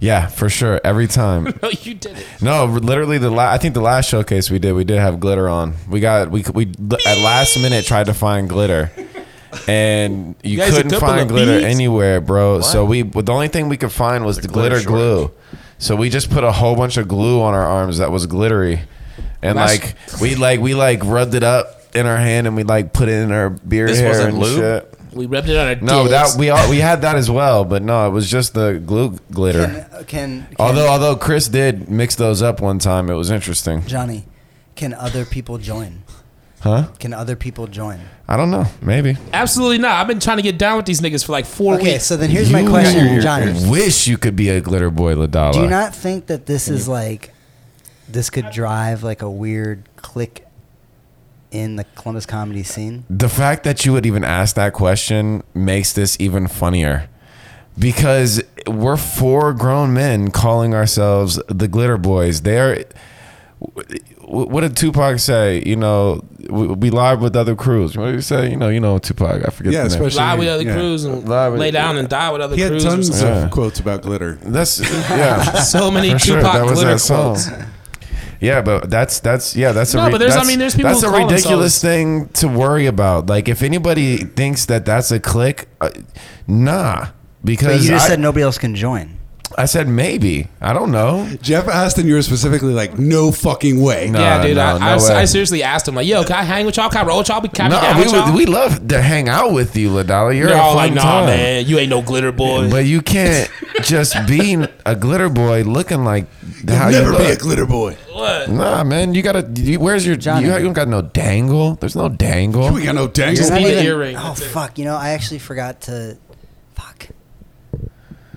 Speaker 2: Yeah, for sure. Every time.
Speaker 4: no, (laughs) you did it.
Speaker 2: no, literally the la- I think the last showcase we did, we did have glitter on. We got we we at last minute tried to find glitter. And you,
Speaker 4: guys a
Speaker 2: couldn't
Speaker 4: couple of
Speaker 2: find glitter
Speaker 4: bees?
Speaker 2: anywhere, bro. So we the only thing we could find was the,
Speaker 5: glitter
Speaker 2: glitter, glue. So we just put a whole bunch of glue on our arms that was glittery. And
Speaker 4: That's-
Speaker 2: like we like we like rubbed it up in our hand and we like put it in our beard
Speaker 5: This
Speaker 2: hair
Speaker 5: wasn't
Speaker 2: and
Speaker 5: lube?
Speaker 2: shit.
Speaker 4: We rubbed it on our
Speaker 2: No,
Speaker 4: dicks.
Speaker 2: that we all, we had that as well, but no, it was just the glue glitter.
Speaker 3: Can, uh, can, can
Speaker 2: Although although Chris did mix those up one time, it was interesting.
Speaker 3: Johnny, can other people join?
Speaker 2: Huh?
Speaker 3: Can other people join?
Speaker 2: I don't know. Maybe.
Speaker 4: Absolutely not. I've been trying to get down with these niggas for like four
Speaker 3: Okay,
Speaker 4: weeks.
Speaker 2: Uh,
Speaker 3: so then here's my question, Johnny.
Speaker 2: Wish you could be a glitter boy, Ladala.
Speaker 3: Do you not think that this is
Speaker 2: Mm-hmm.
Speaker 3: like this could drive like a weird click in the Columbus comedy scene?
Speaker 2: the fact that you would even ask that question makes this even funnier because we're four grown men calling ourselves the glitter boys they're wh- what did tupac say you know we, we live with other crews what did he say you know you know tupac i forget
Speaker 6: Yeah,
Speaker 2: the name.
Speaker 6: especially-
Speaker 4: Lie with other
Speaker 6: Yeah.
Speaker 4: crews and
Speaker 2: Lie with-
Speaker 4: lay down and die with other
Speaker 6: He had
Speaker 4: crews.
Speaker 6: tons of
Speaker 2: Yeah.
Speaker 6: quotes about glitter.
Speaker 2: that's
Speaker 6: (laughs)
Speaker 2: yeah
Speaker 4: so many
Speaker 2: For sure,
Speaker 4: Tupac
Speaker 2: that was
Speaker 4: glitter
Speaker 2: that song.
Speaker 4: quotes.
Speaker 2: Yeah, but that's that's yeah, that's a
Speaker 4: No,
Speaker 2: re-
Speaker 4: but there's- I
Speaker 2: that's,
Speaker 4: mean, there's people
Speaker 2: that's
Speaker 4: who
Speaker 2: a
Speaker 4: call
Speaker 2: ridiculous
Speaker 4: themselves-
Speaker 2: thing to worry about. Like if anybody thinks that that's a click, uh, nah,
Speaker 3: But
Speaker 2: because
Speaker 3: you just
Speaker 2: I,
Speaker 3: said nobody else can join.
Speaker 2: I said maybe. I don't know.
Speaker 6: Jeff Aston, you were specifically like, no fucking way.
Speaker 2: No.
Speaker 4: yeah, dude. I,
Speaker 2: no
Speaker 4: I,
Speaker 2: way.
Speaker 4: I seriously asked him like, "Yo, can I hang with y'all? Can I roll with y'all? Can I be
Speaker 2: No,
Speaker 4: down with y'all?"
Speaker 2: we, we love to hang out with you, Ladala. You're
Speaker 4: They're
Speaker 2: a fun
Speaker 4: all like, "Nah,
Speaker 2: time.
Speaker 4: man, you ain't no glitter boy."
Speaker 2: But you
Speaker 4: (laughs)
Speaker 2: can't just be a glitter boy looking like how you
Speaker 6: Never be a
Speaker 2: look.
Speaker 6: glitter boy.
Speaker 4: what?
Speaker 2: Nah, man, you gotta. You, where's your?
Speaker 3: Johnny.
Speaker 2: You, you don't got no dangle. There's no dangle.
Speaker 6: We got no dangle.
Speaker 4: Just
Speaker 3: You're not
Speaker 4: be the
Speaker 3: even-
Speaker 4: earring,
Speaker 3: Oh
Speaker 4: that's it.
Speaker 3: fuck! You know, I actually forgot to. Fuck.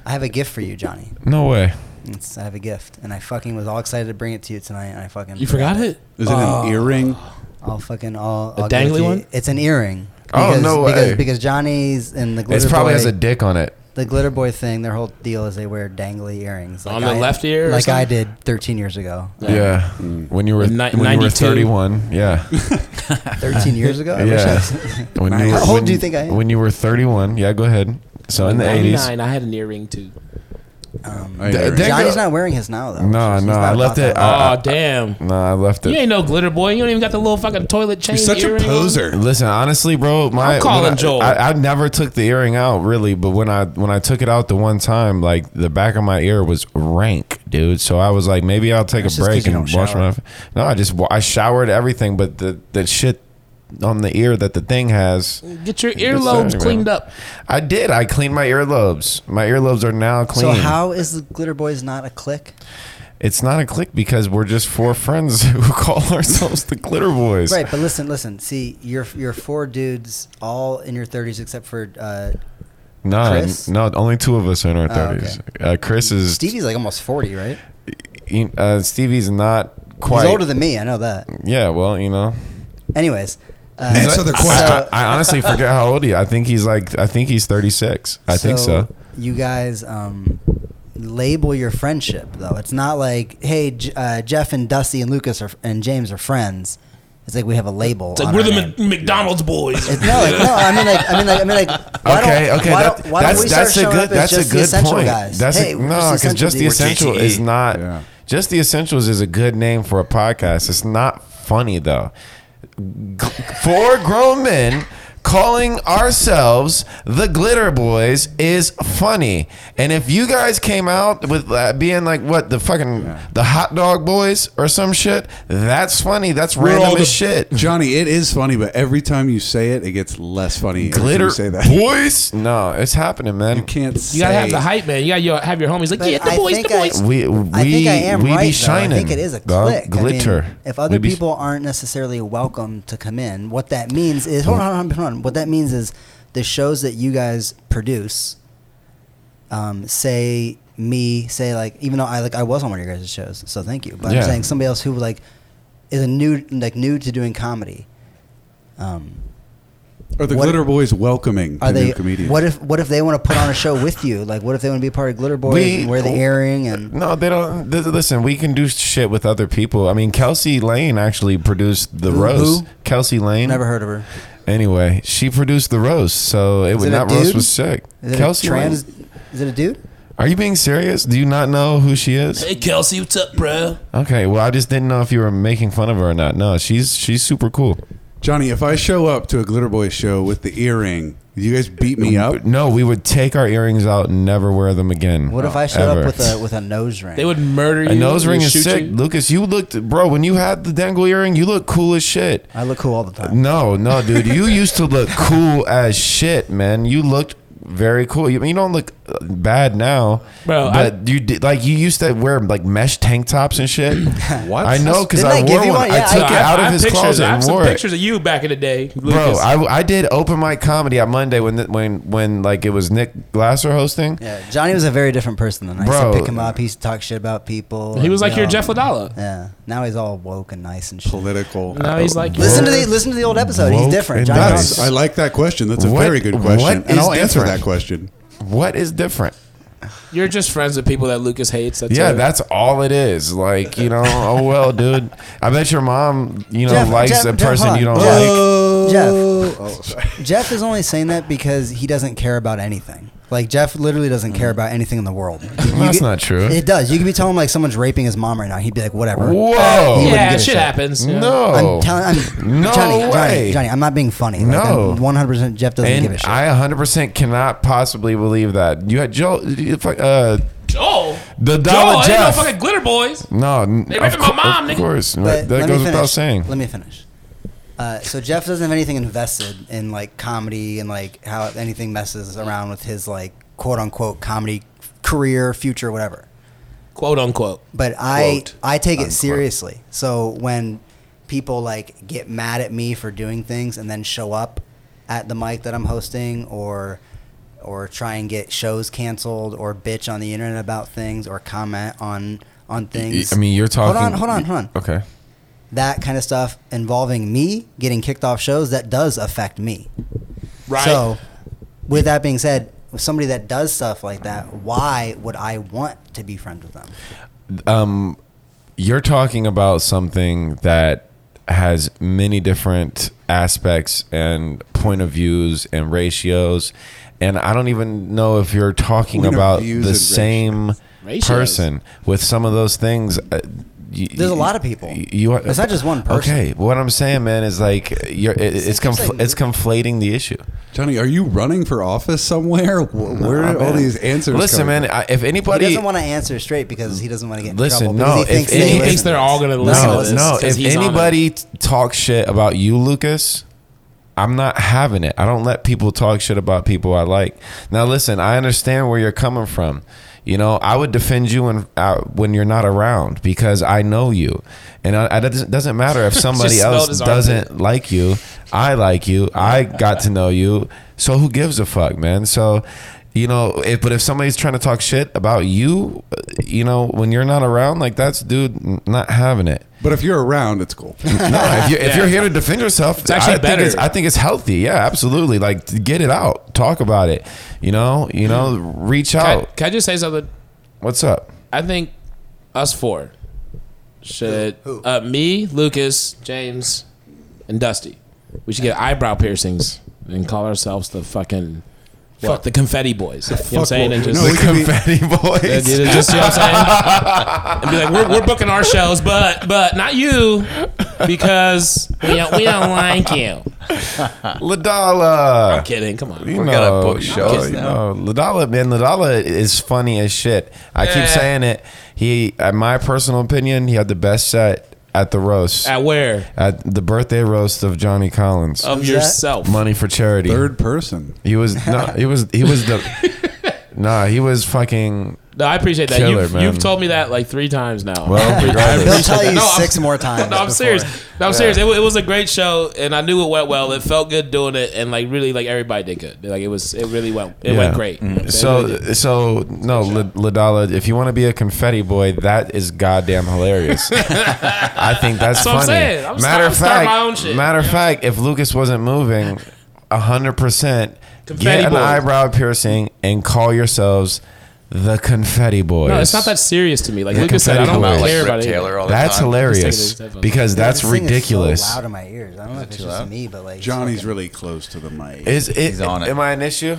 Speaker 3: I have a gift for you, Johnny.
Speaker 2: No way.
Speaker 3: It's, I have a gift, and I fucking was all excited to bring it to you tonight, and I fucking
Speaker 4: You forgot it?
Speaker 6: Is it an earring?
Speaker 3: I'll fucking all.
Speaker 4: A
Speaker 3: I'll give it
Speaker 4: dangly
Speaker 3: to you.
Speaker 4: one?
Speaker 3: It's an earring.
Speaker 2: Oh, no way.
Speaker 3: Because, because Johnny's and the glitter
Speaker 2: It probably
Speaker 3: boy,
Speaker 2: has a dick on it.
Speaker 3: the glitter boy thing. Their whole deal is they wear dangly earrings
Speaker 4: On the left ear or
Speaker 3: like I
Speaker 4: something?
Speaker 3: did 13 years ago.
Speaker 2: Yeah.
Speaker 3: Mm.
Speaker 2: When you were
Speaker 4: Ni-
Speaker 2: when you were
Speaker 4: 92.
Speaker 2: 31.
Speaker 3: (laughs)
Speaker 2: Yeah. (laughs)
Speaker 3: 13 years ago. I wish I
Speaker 2: yeah.
Speaker 3: was-
Speaker 2: When
Speaker 6: Nice.
Speaker 2: were-
Speaker 3: How old
Speaker 2: when-
Speaker 3: do you think I am?
Speaker 2: When you were 31. Yeah, go ahead. So in the 80s.
Speaker 4: 99, I had an earring too.
Speaker 6: An earring.
Speaker 2: Dang
Speaker 3: Johnny's
Speaker 2: it.
Speaker 3: not wearing his now though.
Speaker 2: No,
Speaker 3: He's
Speaker 2: no,
Speaker 3: not
Speaker 2: I
Speaker 3: about
Speaker 2: left
Speaker 3: that
Speaker 2: it.
Speaker 3: life.
Speaker 2: I-
Speaker 4: oh damn!
Speaker 2: No, I left
Speaker 4: You
Speaker 2: it.
Speaker 4: ain't no glitter boy. You don't even got the little fucking toilet chain.
Speaker 6: You're such a
Speaker 4: earring on.
Speaker 6: poser.
Speaker 2: Listen, honestly, bro, my
Speaker 4: I'm calling
Speaker 2: when I,
Speaker 4: Joel.
Speaker 2: I, I never took the earring out really, but when I when I took it out the one time, like the back of my ear was rank, dude. So I was like, maybe I'll take
Speaker 3: That's
Speaker 2: a
Speaker 3: just 'cause
Speaker 2: break
Speaker 3: you
Speaker 2: and
Speaker 3: don't
Speaker 2: wash
Speaker 3: shower.
Speaker 2: my. No, I just wa- I showered everything, but the the shit on the ear that the thing has.
Speaker 4: Get your
Speaker 2: Yes,
Speaker 4: earlobes
Speaker 2: sir,
Speaker 4: cleaned
Speaker 2: man.
Speaker 4: up.
Speaker 2: I did. I cleaned my earlobes. My earlobes are now clean.
Speaker 3: So how is the glitter boys not a click?
Speaker 2: It's not a click because we're just four friends (laughs) who call ourselves the Glitter Boys.
Speaker 3: (laughs) Right, but listen, listen. See, you're you're four dudes, all in your thirties, except for uh,
Speaker 2: No,
Speaker 3: Chris?
Speaker 2: no, only two of us are in our
Speaker 3: Oh, okay.
Speaker 2: thirties. uh, Chris is
Speaker 3: Stevie's like almost forty, right?
Speaker 2: he- uh, Stevie's not quite
Speaker 3: He's older than me. I know that.
Speaker 2: Yeah, well, you know.
Speaker 3: Anyways, uh,
Speaker 6: Answer the question.
Speaker 2: I, I honestly forget how old he. I think he's like. I think he's thirty six. (laughs) I think so.
Speaker 3: You guys um, label your friendship though. It's not like, hey, J- uh, Jeff and Dusty and Lucas are, and James are friends. It's like we have a label.
Speaker 4: It's like
Speaker 3: on
Speaker 4: we're
Speaker 3: our
Speaker 4: the
Speaker 3: name.
Speaker 4: Mc- McDonald's boys.
Speaker 3: It's- no, like, no. I mean, like, I mean, like, I mean, like. Why
Speaker 2: okay,
Speaker 3: don't,
Speaker 2: okay.
Speaker 3: Why
Speaker 2: that-
Speaker 3: don't, why
Speaker 2: that's
Speaker 3: don't we start
Speaker 2: that's a
Speaker 3: showing
Speaker 2: good.
Speaker 3: up as
Speaker 2: That's
Speaker 3: just
Speaker 2: a
Speaker 3: the
Speaker 2: good
Speaker 3: essential
Speaker 2: point.
Speaker 3: Guys.
Speaker 2: That's
Speaker 3: hey,
Speaker 2: a,
Speaker 3: we're
Speaker 2: no, because just the
Speaker 3: dudes.
Speaker 2: essential is
Speaker 5: TTE.
Speaker 2: not.
Speaker 6: Yeah.
Speaker 2: Just the essentials is a good name for a podcast. It's not funny though. G- Four grown men calling ourselves the Glitter Boys is funny. And if you guys came out with uh, being like what the fucking the hot dog boys or some shit, that's funny. That's
Speaker 4: all
Speaker 2: random
Speaker 4: the-
Speaker 2: as shit.
Speaker 6: Johnny, it is funny, but every time you say it, it gets less funny. every time
Speaker 2: Glitter
Speaker 6: you say that.
Speaker 2: boys? No, it's happening, man.
Speaker 6: You can't.
Speaker 4: You gotta
Speaker 6: say-
Speaker 4: have the hype, man. You gotta your, have your homies like,
Speaker 3: But
Speaker 4: yeah, the
Speaker 3: I
Speaker 4: boys, the
Speaker 3: think I-
Speaker 4: boys.
Speaker 2: we we
Speaker 3: I think I am
Speaker 2: we
Speaker 3: right.
Speaker 2: be
Speaker 3: though.
Speaker 2: shining.
Speaker 3: I think it is a
Speaker 2: dog.
Speaker 3: click. I mean,
Speaker 2: Glitter.
Speaker 3: if other
Speaker 2: We be-
Speaker 3: people aren't necessarily welcome to come in, what that means is hold on, hold on, hold on. What that means is the shows that you guys produce, um, say me, say like even though I like I was on one of your guys' shows, so thank you. But
Speaker 2: Yeah.
Speaker 3: I'm saying somebody else who like is a new like new to doing comedy. Um,
Speaker 6: Are the
Speaker 3: what-
Speaker 6: Glitter Boys welcoming
Speaker 3: are
Speaker 6: to
Speaker 3: they?
Speaker 6: new comedians?
Speaker 3: What if what if they want to put on a show with you? Like what if they want to be part of Glitter Boys
Speaker 2: We-
Speaker 3: and wear the earring and
Speaker 2: No, they don't. th- Listen, we can do shit with other people. I mean, Kelsey Lane actually produced the
Speaker 3: Who-
Speaker 2: roast.
Speaker 3: who?
Speaker 2: Kelsey Lane.
Speaker 3: never heard of her.
Speaker 2: Anyway, she produced the roast, so it was
Speaker 3: it a
Speaker 2: that roast
Speaker 3: dude?
Speaker 2: was sick.
Speaker 3: Is it
Speaker 2: Kelsey
Speaker 3: a trans?
Speaker 2: Lane.
Speaker 3: Is it a dude?
Speaker 2: Are you being serious? Do you not know who she is?
Speaker 4: Hey, Kelsey, what's up, bro?
Speaker 2: Okay, well, I just didn't know if you were making fun of her or not. No, she's she's super cool.
Speaker 6: Johnny, if I show up to a Glitter Boys show with the earring, you guys beat me up.
Speaker 2: No, we would take our earrings out and never wear them again.
Speaker 3: What if I showed
Speaker 2: Oh, Ever.
Speaker 3: up with a with a nose ring?
Speaker 4: They would murder you.
Speaker 2: A nose
Speaker 4: they would
Speaker 2: ring is
Speaker 4: shoot
Speaker 2: sick,
Speaker 4: you.
Speaker 2: Lucas. You looked, bro. When you had the dangle earring, you looked cool as shit.
Speaker 3: I look cool all the time.
Speaker 2: No, no, dude. You used to look cool as shit, man. You looked very cool. You, you don't look uh, bad now,
Speaker 4: Bro,
Speaker 2: But you did like you used to wear like mesh tank tops and
Speaker 4: (clears throat)
Speaker 2: shit.
Speaker 6: What?
Speaker 2: I know because
Speaker 3: Didn't
Speaker 2: I
Speaker 3: I give
Speaker 2: wore
Speaker 3: you
Speaker 2: one.
Speaker 3: one?
Speaker 2: I
Speaker 3: Yeah,
Speaker 2: took
Speaker 4: No,
Speaker 2: it
Speaker 4: I-
Speaker 2: out
Speaker 4: I
Speaker 2: of
Speaker 4: have
Speaker 2: his
Speaker 4: pictures.
Speaker 2: closet
Speaker 4: I have
Speaker 2: and
Speaker 4: some
Speaker 2: wore it.
Speaker 4: pictures of you back in the day,
Speaker 2: Bro,
Speaker 4: Lucas.
Speaker 2: I, I did open mic comedy on Monday when when when like it was Nick Glasser hosting.
Speaker 3: Yeah, Johnny was a very different person than I used
Speaker 2: Bro.
Speaker 3: to pick him up. He used to talk shit about people.
Speaker 4: he
Speaker 3: and,
Speaker 4: was like
Speaker 3: you
Speaker 4: your
Speaker 3: know,
Speaker 4: Jeff Ladala.
Speaker 3: Yeah. Now he's all woke and nice and shit.
Speaker 6: Political.
Speaker 4: Now he's like,
Speaker 3: Listen to
Speaker 4: your-
Speaker 3: the listen to the old episode.
Speaker 2: Woke
Speaker 3: He's different.
Speaker 2: and
Speaker 3: Johnny
Speaker 2: nice.
Speaker 6: That's,
Speaker 3: John's-
Speaker 6: I like that question. That's a
Speaker 2: What-
Speaker 6: very good
Speaker 2: what
Speaker 6: question,
Speaker 2: is
Speaker 6: and I'll answer
Speaker 2: different?
Speaker 6: that question.
Speaker 2: What is different?
Speaker 4: You're just friends with people that Lucas hates. That's
Speaker 2: Yeah,
Speaker 4: it.
Speaker 2: that's all it is. Like, you know, oh well, dude. I bet your mom, you know,
Speaker 3: Jeff,
Speaker 2: likes
Speaker 3: Jeff,
Speaker 2: a
Speaker 3: Jeff,
Speaker 2: person
Speaker 3: hold
Speaker 2: you don't
Speaker 3: on.
Speaker 2: like. Oh,
Speaker 3: Jeff. Jeff is only saying that because he doesn't care about anything. Like Jeff literally doesn't care about anything in the world.
Speaker 2: Mm. That's not true.
Speaker 3: It does. You could be telling him like someone's raping his mom right now. He'd be like, whatever.
Speaker 2: Whoa.
Speaker 3: wouldn't
Speaker 4: yeah,
Speaker 3: give a
Speaker 4: shit
Speaker 3: shit.
Speaker 4: happens. yeah.
Speaker 2: No.
Speaker 3: I'm telling. I'm
Speaker 2: Oh. No
Speaker 3: Johnny, Johnny,
Speaker 2: way.
Speaker 3: Johnny, I'm not being funny.
Speaker 2: No.
Speaker 3: one hundred percent. Jeff doesn't give a
Speaker 2: and
Speaker 3: shit.
Speaker 2: I 100% cannot possibly believe that. You had Joe, you fuck- uh,
Speaker 4: Joel.
Speaker 2: the
Speaker 4: Joel,
Speaker 2: dollar
Speaker 4: I ain't no
Speaker 2: Jeff.
Speaker 4: fucking glitter boys.
Speaker 2: no, n-
Speaker 4: They
Speaker 2: of,
Speaker 4: raping my
Speaker 2: cour-
Speaker 4: mom,
Speaker 2: of
Speaker 4: nigga.
Speaker 2: course. that
Speaker 3: But let
Speaker 2: goes
Speaker 3: me
Speaker 2: without
Speaker 3: finish.
Speaker 2: saying.
Speaker 3: Let me finish. Uh, so Jeff doesn't have anything invested in like comedy and like how anything messes around with his like quote unquote comedy career, future, whatever.
Speaker 4: Quote unquote.
Speaker 3: But I
Speaker 6: Quote,
Speaker 3: I take it seriously. So when people like get mad at me for doing things and then show up at the mic that I'm hosting or or try and get shows canceled or bitch on the internet about things or comment on on things.
Speaker 2: I mean, you're talking.
Speaker 3: Hold on, hold on, hold on
Speaker 2: Okay.
Speaker 3: that kind of stuff involving me getting kicked off shows that does affect me.
Speaker 4: Right.
Speaker 3: So, with that being said, with somebody that does stuff like that, why would I want to be friends with them?
Speaker 2: um, you're talking about something that has many different aspects and point of views and ratios and i don't even know if you're talking
Speaker 6: Point of
Speaker 2: about
Speaker 6: views
Speaker 2: the
Speaker 6: and
Speaker 2: same
Speaker 4: Ratios.
Speaker 2: person with some of those things uh, y-
Speaker 3: There's a
Speaker 2: y-
Speaker 3: lot of people.
Speaker 2: y- You,
Speaker 3: It's not just one person.
Speaker 2: Okay, what I'm saying, man, is like you're, it, it's confl- it's conflating the issue.
Speaker 6: Johnny, are you running for office somewhere? Wh- Where are all
Speaker 2: Man.
Speaker 6: these answers?
Speaker 2: Listen,
Speaker 6: coming
Speaker 2: man, I, if
Speaker 3: He
Speaker 2: anybody
Speaker 3: doesn't want to answer straight because he doesn't want to get in
Speaker 2: Listen,
Speaker 3: trouble.
Speaker 2: no, if
Speaker 3: because he thinks,
Speaker 2: any-
Speaker 3: they
Speaker 4: he
Speaker 2: listen.
Speaker 4: thinks they're all gonna listen
Speaker 2: no,
Speaker 4: to this.
Speaker 2: no.
Speaker 4: 'cause
Speaker 2: If
Speaker 4: he's on it.
Speaker 2: anybody t- talks shit about you, Lucas, I'm not having it. I don't let people talk shit about people I like. Now listen, I understand where you're coming from. You know, I would defend you when uh, when you're not around because I know you, and I, I, it doesn't matter
Speaker 4: (laughs)
Speaker 2: if somebody
Speaker 4: smelled
Speaker 2: else
Speaker 4: his armpit.
Speaker 2: doesn't like you. I like you. I got to know you. So who gives a fuck, man? So, you know, if, but if somebody's trying to talk shit about you, uh, you know, when you're not around, like that's dude n- not having it.
Speaker 6: But if you're around, it's cool.
Speaker 2: No, if you're, if you're here to defend yourself, it's
Speaker 4: actually
Speaker 2: I think
Speaker 4: better.
Speaker 2: It's, I think it's healthy. Yeah, absolutely. Like t- get it out, talk about it. You know, you know, reach
Speaker 4: Can, I,
Speaker 2: out.
Speaker 4: can I just say something?
Speaker 2: What's up?
Speaker 4: I think us four should Uh, me, Lucas, James, and Dusty. We should get eyebrow piercings and call ourselves the fucking fuck the confetti boys. You know what I'm saying? And just
Speaker 6: No,
Speaker 2: The
Speaker 6: it could be- (laughs)
Speaker 2: confetti
Speaker 4: Yeah,
Speaker 2: boys.
Speaker 4: yeah, just, you know what
Speaker 2: (laughs)
Speaker 4: I'm saying? And be like, we're, we're booking our shows, but but not you because we don't, we don't like you.
Speaker 2: Ladala.
Speaker 4: I'm kidding. Come on.
Speaker 2: You
Speaker 5: We're
Speaker 2: know,
Speaker 5: gonna book shows
Speaker 2: you
Speaker 5: now.
Speaker 2: know, Ladala, man, Ladala is funny as shit. I
Speaker 4: Yeah.
Speaker 2: keep saying it. He, in my personal opinion, he had the best set at the roast, at,
Speaker 4: At where?
Speaker 2: the birthday roast of Johnny Collins.
Speaker 4: Of
Speaker 3: Who's that?
Speaker 4: yourself.
Speaker 2: Money for charity.
Speaker 6: Third person.
Speaker 2: He was no, he was he was
Speaker 6: (laughs)
Speaker 2: the nah, he was fucking.
Speaker 4: No, I appreciate that.
Speaker 2: Killer,
Speaker 4: you've,
Speaker 2: man.
Speaker 4: you've told me that like three times now.
Speaker 2: Well,
Speaker 3: He'll
Speaker 2: regardless,
Speaker 3: tell you
Speaker 4: No, I'm-
Speaker 3: six more (laughs) times.
Speaker 4: No, I'm
Speaker 3: before.
Speaker 4: serious. No, I'm serious. It, wa- it was a great show, and I knew it went well. It felt good doing it, and like really, like everybody did good. Like it was, it really went, it went
Speaker 2: Yeah. Mm.
Speaker 4: great.
Speaker 3: Mm-hmm.
Speaker 4: It really
Speaker 2: So
Speaker 4: did.
Speaker 2: so no, L- Ladala. If you want to be a confetti boy, that is goddamn
Speaker 4: (laughs)
Speaker 2: hilarious. I think that's
Speaker 4: That's what I'm
Speaker 2: funny.
Speaker 4: saying. I'm
Speaker 2: matter of
Speaker 4: sta- I'm
Speaker 2: fact,
Speaker 4: starting my own shit,
Speaker 2: matter of
Speaker 4: you know?
Speaker 2: fact, if Lucas wasn't moving, hundred percent, get
Speaker 4: Confetti
Speaker 2: an
Speaker 4: boys.
Speaker 2: eyebrow piercing and call yourselves the confetti boys.
Speaker 4: no, it's not that serious to me. Like
Speaker 2: Yeah,
Speaker 4: Lucas said, I
Speaker 2: confetti
Speaker 4: don't
Speaker 2: boys.
Speaker 5: Like
Speaker 4: care
Speaker 5: Rip
Speaker 4: about
Speaker 5: Taylor
Speaker 4: it.
Speaker 5: all the
Speaker 2: That's
Speaker 5: time.
Speaker 4: Just
Speaker 2: hilarious
Speaker 4: taking his
Speaker 2: because
Speaker 3: Dude,
Speaker 2: that's
Speaker 3: this thing is so
Speaker 2: ridiculous.
Speaker 3: loud in my ears. I don't know if it's just me, but like it's
Speaker 6: Johnny's
Speaker 3: fucking-
Speaker 6: really close to the mic.
Speaker 2: Is it?
Speaker 5: He's on it.
Speaker 2: Am I an issue?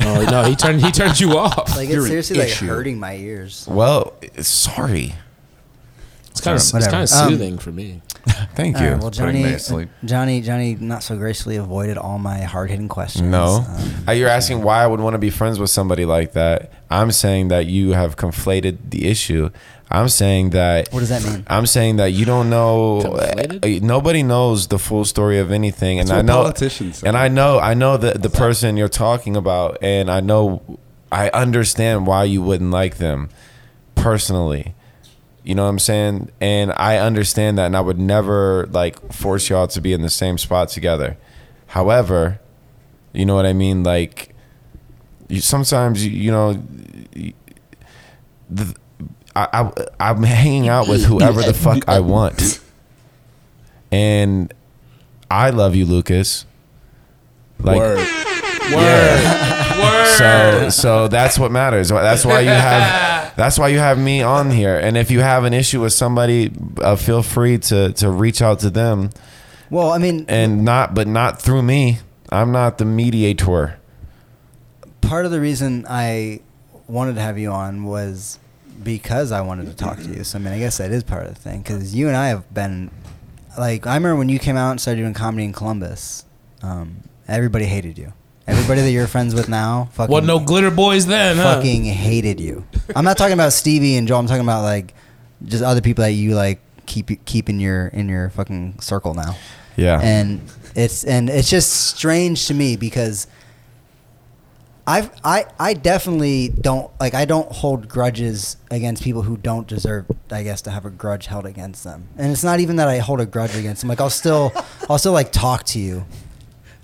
Speaker 4: Oh, (laughs) no, he turned, he turned you off.
Speaker 3: like
Speaker 6: You're
Speaker 3: it's
Speaker 6: an
Speaker 3: seriously like
Speaker 6: issue.
Speaker 3: hurting my ears.
Speaker 2: Well, sorry.
Speaker 4: It's kind of, it's
Speaker 3: Whatever.
Speaker 4: kind of
Speaker 3: Um,
Speaker 4: soothing for me.
Speaker 2: Thank
Speaker 3: All
Speaker 2: you.
Speaker 3: right, well,
Speaker 5: putting me
Speaker 3: Johnny,
Speaker 5: to sleep.
Speaker 3: Johnny, Johnny, not so gracefully avoided all my hard hitting questions.
Speaker 2: no,
Speaker 3: Um,
Speaker 2: Uh, you're asking why I would want to be friends with somebody like that. I'm saying that you have conflated the issue. I'm saying that.
Speaker 3: What does that mean?
Speaker 2: I'm saying that you don't know.
Speaker 4: Conflated?
Speaker 2: uh, Nobody knows the full story of anything, and
Speaker 6: That's
Speaker 2: I
Speaker 6: what
Speaker 2: know
Speaker 6: politicians say.
Speaker 2: And I know, I know the the person you're talking about, and I know, I understand why you wouldn't like them, personally. You know what I'm saying? And I understand that, and I would never like force y'all to be in the same spot together. However, you know what I mean? Like, you, sometimes, you, you know, the, I, I, I'm hanging out
Speaker 6: (laughs)
Speaker 2: with whoever the fuck I want. And I love you, Lucas. Like, (laughs)
Speaker 4: Word.
Speaker 2: so so that's what matters. That's why you
Speaker 4: (laughs)
Speaker 2: have that's why you have me on here. And if you have an issue with somebody, uh, feel free to to reach out to them
Speaker 3: Well, I mean,
Speaker 2: and not but not through me. I'm not the mediator.
Speaker 3: part of the reason I wanted to have you on was because I wanted to talk to you. So I mean, I guess that is part of the thing because you and I have been like I remember when you came out and started doing comedy in Columbus. Um, everybody hated you. Everybody that you're friends with now, fucking,
Speaker 4: Wasn't no glitter boys then, huh?
Speaker 3: fucking hated you. I'm not talking about Stevie and Joel. I'm talking about like just other people that you like keep keep in your in your fucking circle now
Speaker 2: Yeah.
Speaker 3: and it's and it's just strange to me because I've I I definitely don't like I don't hold grudges against people who don't deserve I guess to have a grudge held against them. And it's not even that I hold a grudge against them. Like I'll still (laughs) I'll still like talk to you.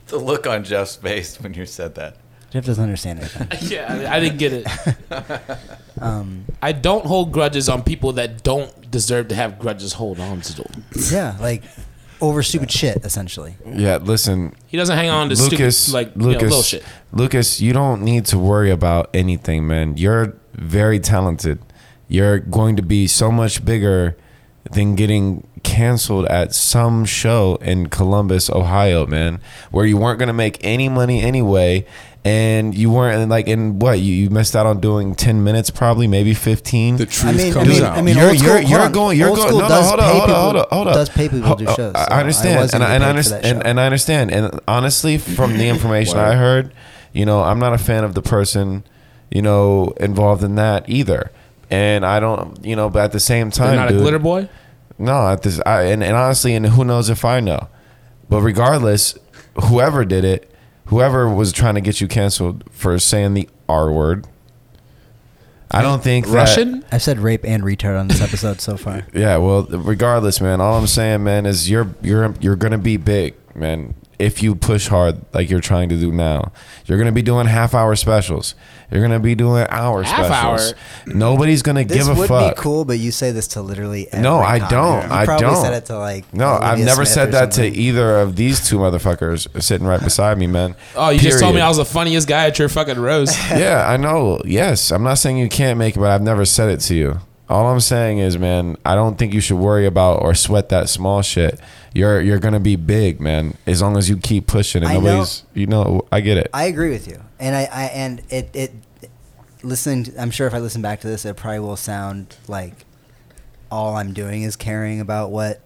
Speaker 5: The look on Jeff's face when you said that.
Speaker 3: Jeff doesn't understand anything.
Speaker 2: (laughs)
Speaker 4: Yeah, I, I didn't get it. I don't hold grudges on people that don't deserve to have grudges hold on to. Them.
Speaker 3: yeah, like over stupid shit essentially.
Speaker 2: yeah, listen,
Speaker 4: He doesn't hang on to
Speaker 2: Lucas,
Speaker 4: stupid like you know,
Speaker 2: Lucas,
Speaker 4: little shit.
Speaker 2: Lucas, you don't need to worry about anything, man. You're very talented. You're going to be so much bigger than getting canceled at some show in Columbus, Ohio, man, where you weren't going to make any money anyway. And you weren't and like in what you, you missed out on doing ten minutes probably maybe fifteen.
Speaker 6: the truth
Speaker 3: I mean, I
Speaker 6: comes
Speaker 3: mean,
Speaker 6: out.
Speaker 3: I mean,
Speaker 2: you're,
Speaker 3: old school-
Speaker 2: you're,
Speaker 3: hold
Speaker 2: you're
Speaker 3: on.
Speaker 2: going, you're
Speaker 3: Old
Speaker 2: going.
Speaker 3: school
Speaker 2: No, no,
Speaker 3: does
Speaker 2: hold
Speaker 3: pay
Speaker 2: up, hold
Speaker 3: people-
Speaker 2: up, hold up, hold up.
Speaker 3: does pay people to do
Speaker 2: Ho- uh,
Speaker 3: shows,
Speaker 2: I-
Speaker 3: so
Speaker 2: I
Speaker 3: I
Speaker 2: understand,
Speaker 3: was
Speaker 2: and
Speaker 3: gonna
Speaker 2: I, and I
Speaker 3: pay for that
Speaker 2: understand, and,
Speaker 3: show.
Speaker 2: and I understand. And honestly, from the information I heard, you know, I'm not a fan of the person, you know, involved in that either. And I don't, you know, but at the same
Speaker 4: You're
Speaker 2: time,
Speaker 4: not
Speaker 2: dude,
Speaker 4: a glitter boy.
Speaker 2: no, at this, I, and, and honestly, and who knows if I know. But regardless, whoever did it, whoever was trying to get you canceled for saying the R word. I don't think that-
Speaker 4: Russian?
Speaker 3: I've said rape and retard on this episode
Speaker 2: (laughs)
Speaker 3: so far.
Speaker 2: yeah, well, regardless, man. All I'm saying, man, is you're you're you're gonna be big, man. If you push hard like you're trying to do now, you're gonna be doing half hour specials. You're gonna be doing hour
Speaker 4: Half
Speaker 2: specials. Nobody's gonna
Speaker 3: This
Speaker 2: give a
Speaker 3: would
Speaker 2: fuck.
Speaker 3: be cool, but you say this to literally. Every
Speaker 2: No, I
Speaker 3: comic.
Speaker 2: don't.
Speaker 3: You
Speaker 2: I
Speaker 3: probably
Speaker 2: don't.
Speaker 3: said it to like.
Speaker 2: No, I've
Speaker 3: Olivia
Speaker 2: never
Speaker 3: Smith
Speaker 2: said
Speaker 3: or
Speaker 2: that
Speaker 3: something.
Speaker 2: to either of these two motherfuckers sitting right beside me, man.
Speaker 4: Oh, you just told me
Speaker 2: Period.
Speaker 4: I was the funniest guy at your fucking roast.
Speaker 2: (laughs) yeah, I know. Yes, I'm not saying you can't make it, but I've never said it to you. All I'm saying is, man, I don't think you should worry about or sweat that small shit. You're you're gonna be big, man, as long as you keep pushing. And
Speaker 3: I know-
Speaker 2: nobody's, you know, I get it.
Speaker 3: I agree with you, and I, I and it it listening. To, I'm sure if I listen back to this, it probably will sound like all I'm doing is caring about what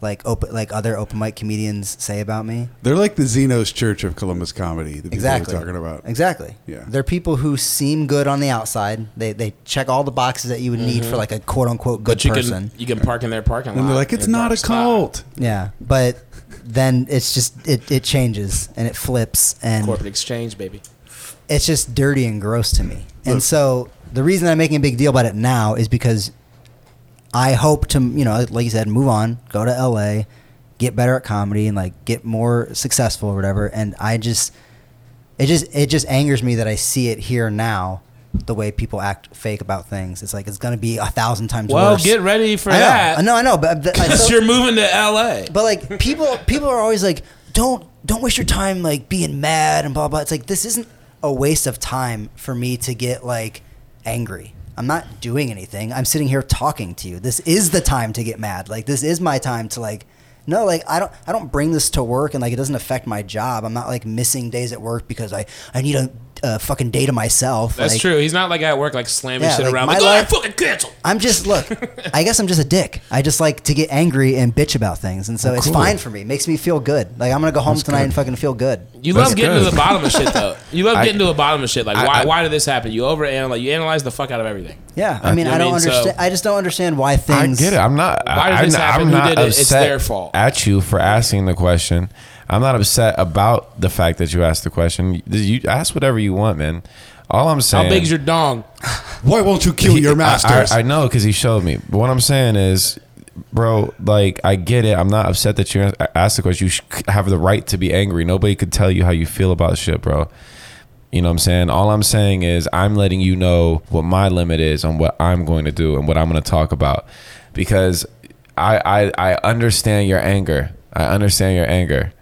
Speaker 3: like open like other open mic comedians say about me.
Speaker 6: They're like the Zeno's Church of Columbus comedy. The people
Speaker 3: Exactly.
Speaker 6: We're talking about.
Speaker 3: Exactly.
Speaker 6: Yeah.
Speaker 3: They're people who seem good on the outside. They they check all the boxes that you would need for like a quote unquote good
Speaker 4: But you
Speaker 3: person.
Speaker 4: can you can park in their parking lot.
Speaker 6: And they're like, it's
Speaker 4: in
Speaker 6: not
Speaker 4: dark
Speaker 6: a
Speaker 4: spot."
Speaker 6: cult.
Speaker 3: Yeah. But then it's just it, it changes and it flips and
Speaker 4: Corporate exchange, baby.
Speaker 3: it's just dirty and gross to me. And so the reason I'm making a big deal about it now is because I hope to, you know, like you said, move on, go to LA, get better at comedy and like get more successful or whatever. And I just, it just, it just angers me that I see it here now, the way people act fake about things. It's like, it's going to be a thousand times
Speaker 4: Well,
Speaker 3: worse.
Speaker 4: get ready for
Speaker 3: I know,
Speaker 4: that.
Speaker 3: I know, I know, but,
Speaker 4: (laughs)
Speaker 3: but I
Speaker 4: Because
Speaker 3: still-
Speaker 4: you're moving to LA.
Speaker 3: but like people, people are always like, don't don't waste your time like being mad and blah blah. It's like this isn't a waste of time for me to get like angry. I'm not doing anything. I'm sitting here talking to you. This is the time to get mad. Like this is my time to like no like I don't I don't bring this to work and like it doesn't affect my job. I'm not like missing days at work because I I need a, a fucking day to myself.
Speaker 4: That's
Speaker 3: Like,
Speaker 4: true. He's not like at work, like slamming
Speaker 3: Yeah,
Speaker 4: shit
Speaker 3: like,
Speaker 4: around.
Speaker 3: my
Speaker 4: Like, oh,
Speaker 3: life-
Speaker 4: I'm fucking canceled.
Speaker 3: I'm
Speaker 2: (laughs)
Speaker 3: just look. I guess I'm just a dick. I just like to get angry and bitch about things, and so it's fine for me. It makes me feel good. Like I'm gonna go home tonight and fucking feel good.
Speaker 4: You
Speaker 2: That's
Speaker 4: love getting to
Speaker 2: good.
Speaker 4: the bottom of shit, though. You
Speaker 3: (laughs)
Speaker 4: love
Speaker 2: I-
Speaker 4: getting to the bottom of shit. Like,
Speaker 2: I-
Speaker 4: why,
Speaker 2: I-
Speaker 4: why did this happen? You overanalyze. You analyze the fuck out of everything.
Speaker 3: Yeah, I mean,
Speaker 4: I
Speaker 3: I, don't
Speaker 4: mean, so-
Speaker 3: understand. I just don't understand why things.
Speaker 2: I get it. I'm not.
Speaker 4: Why did
Speaker 2: I,
Speaker 4: this
Speaker 2: I'm,
Speaker 4: happen?
Speaker 2: I'm
Speaker 4: Who
Speaker 2: not
Speaker 4: did it? It's
Speaker 2: upset
Speaker 4: their fault.
Speaker 2: at you for asking the question. I'm not upset about the fact that you asked the question. You ask whatever you want, man. All I'm saying.
Speaker 4: How big's your dong?
Speaker 6: Why won't you kill
Speaker 2: He-
Speaker 6: your
Speaker 2: I-
Speaker 6: masters?
Speaker 2: I, I know because he showed me. But what I'm saying is, bro, like I get it. I'm not upset that you asked the question. You sh- have the right to be angry. Nobody could tell you how you feel about shit, bro. You know what I'm saying? All I'm saying is I'm letting you know what my limit is on what I'm going to do and what I'm going to talk about because I I, I understand your anger. I understand your anger.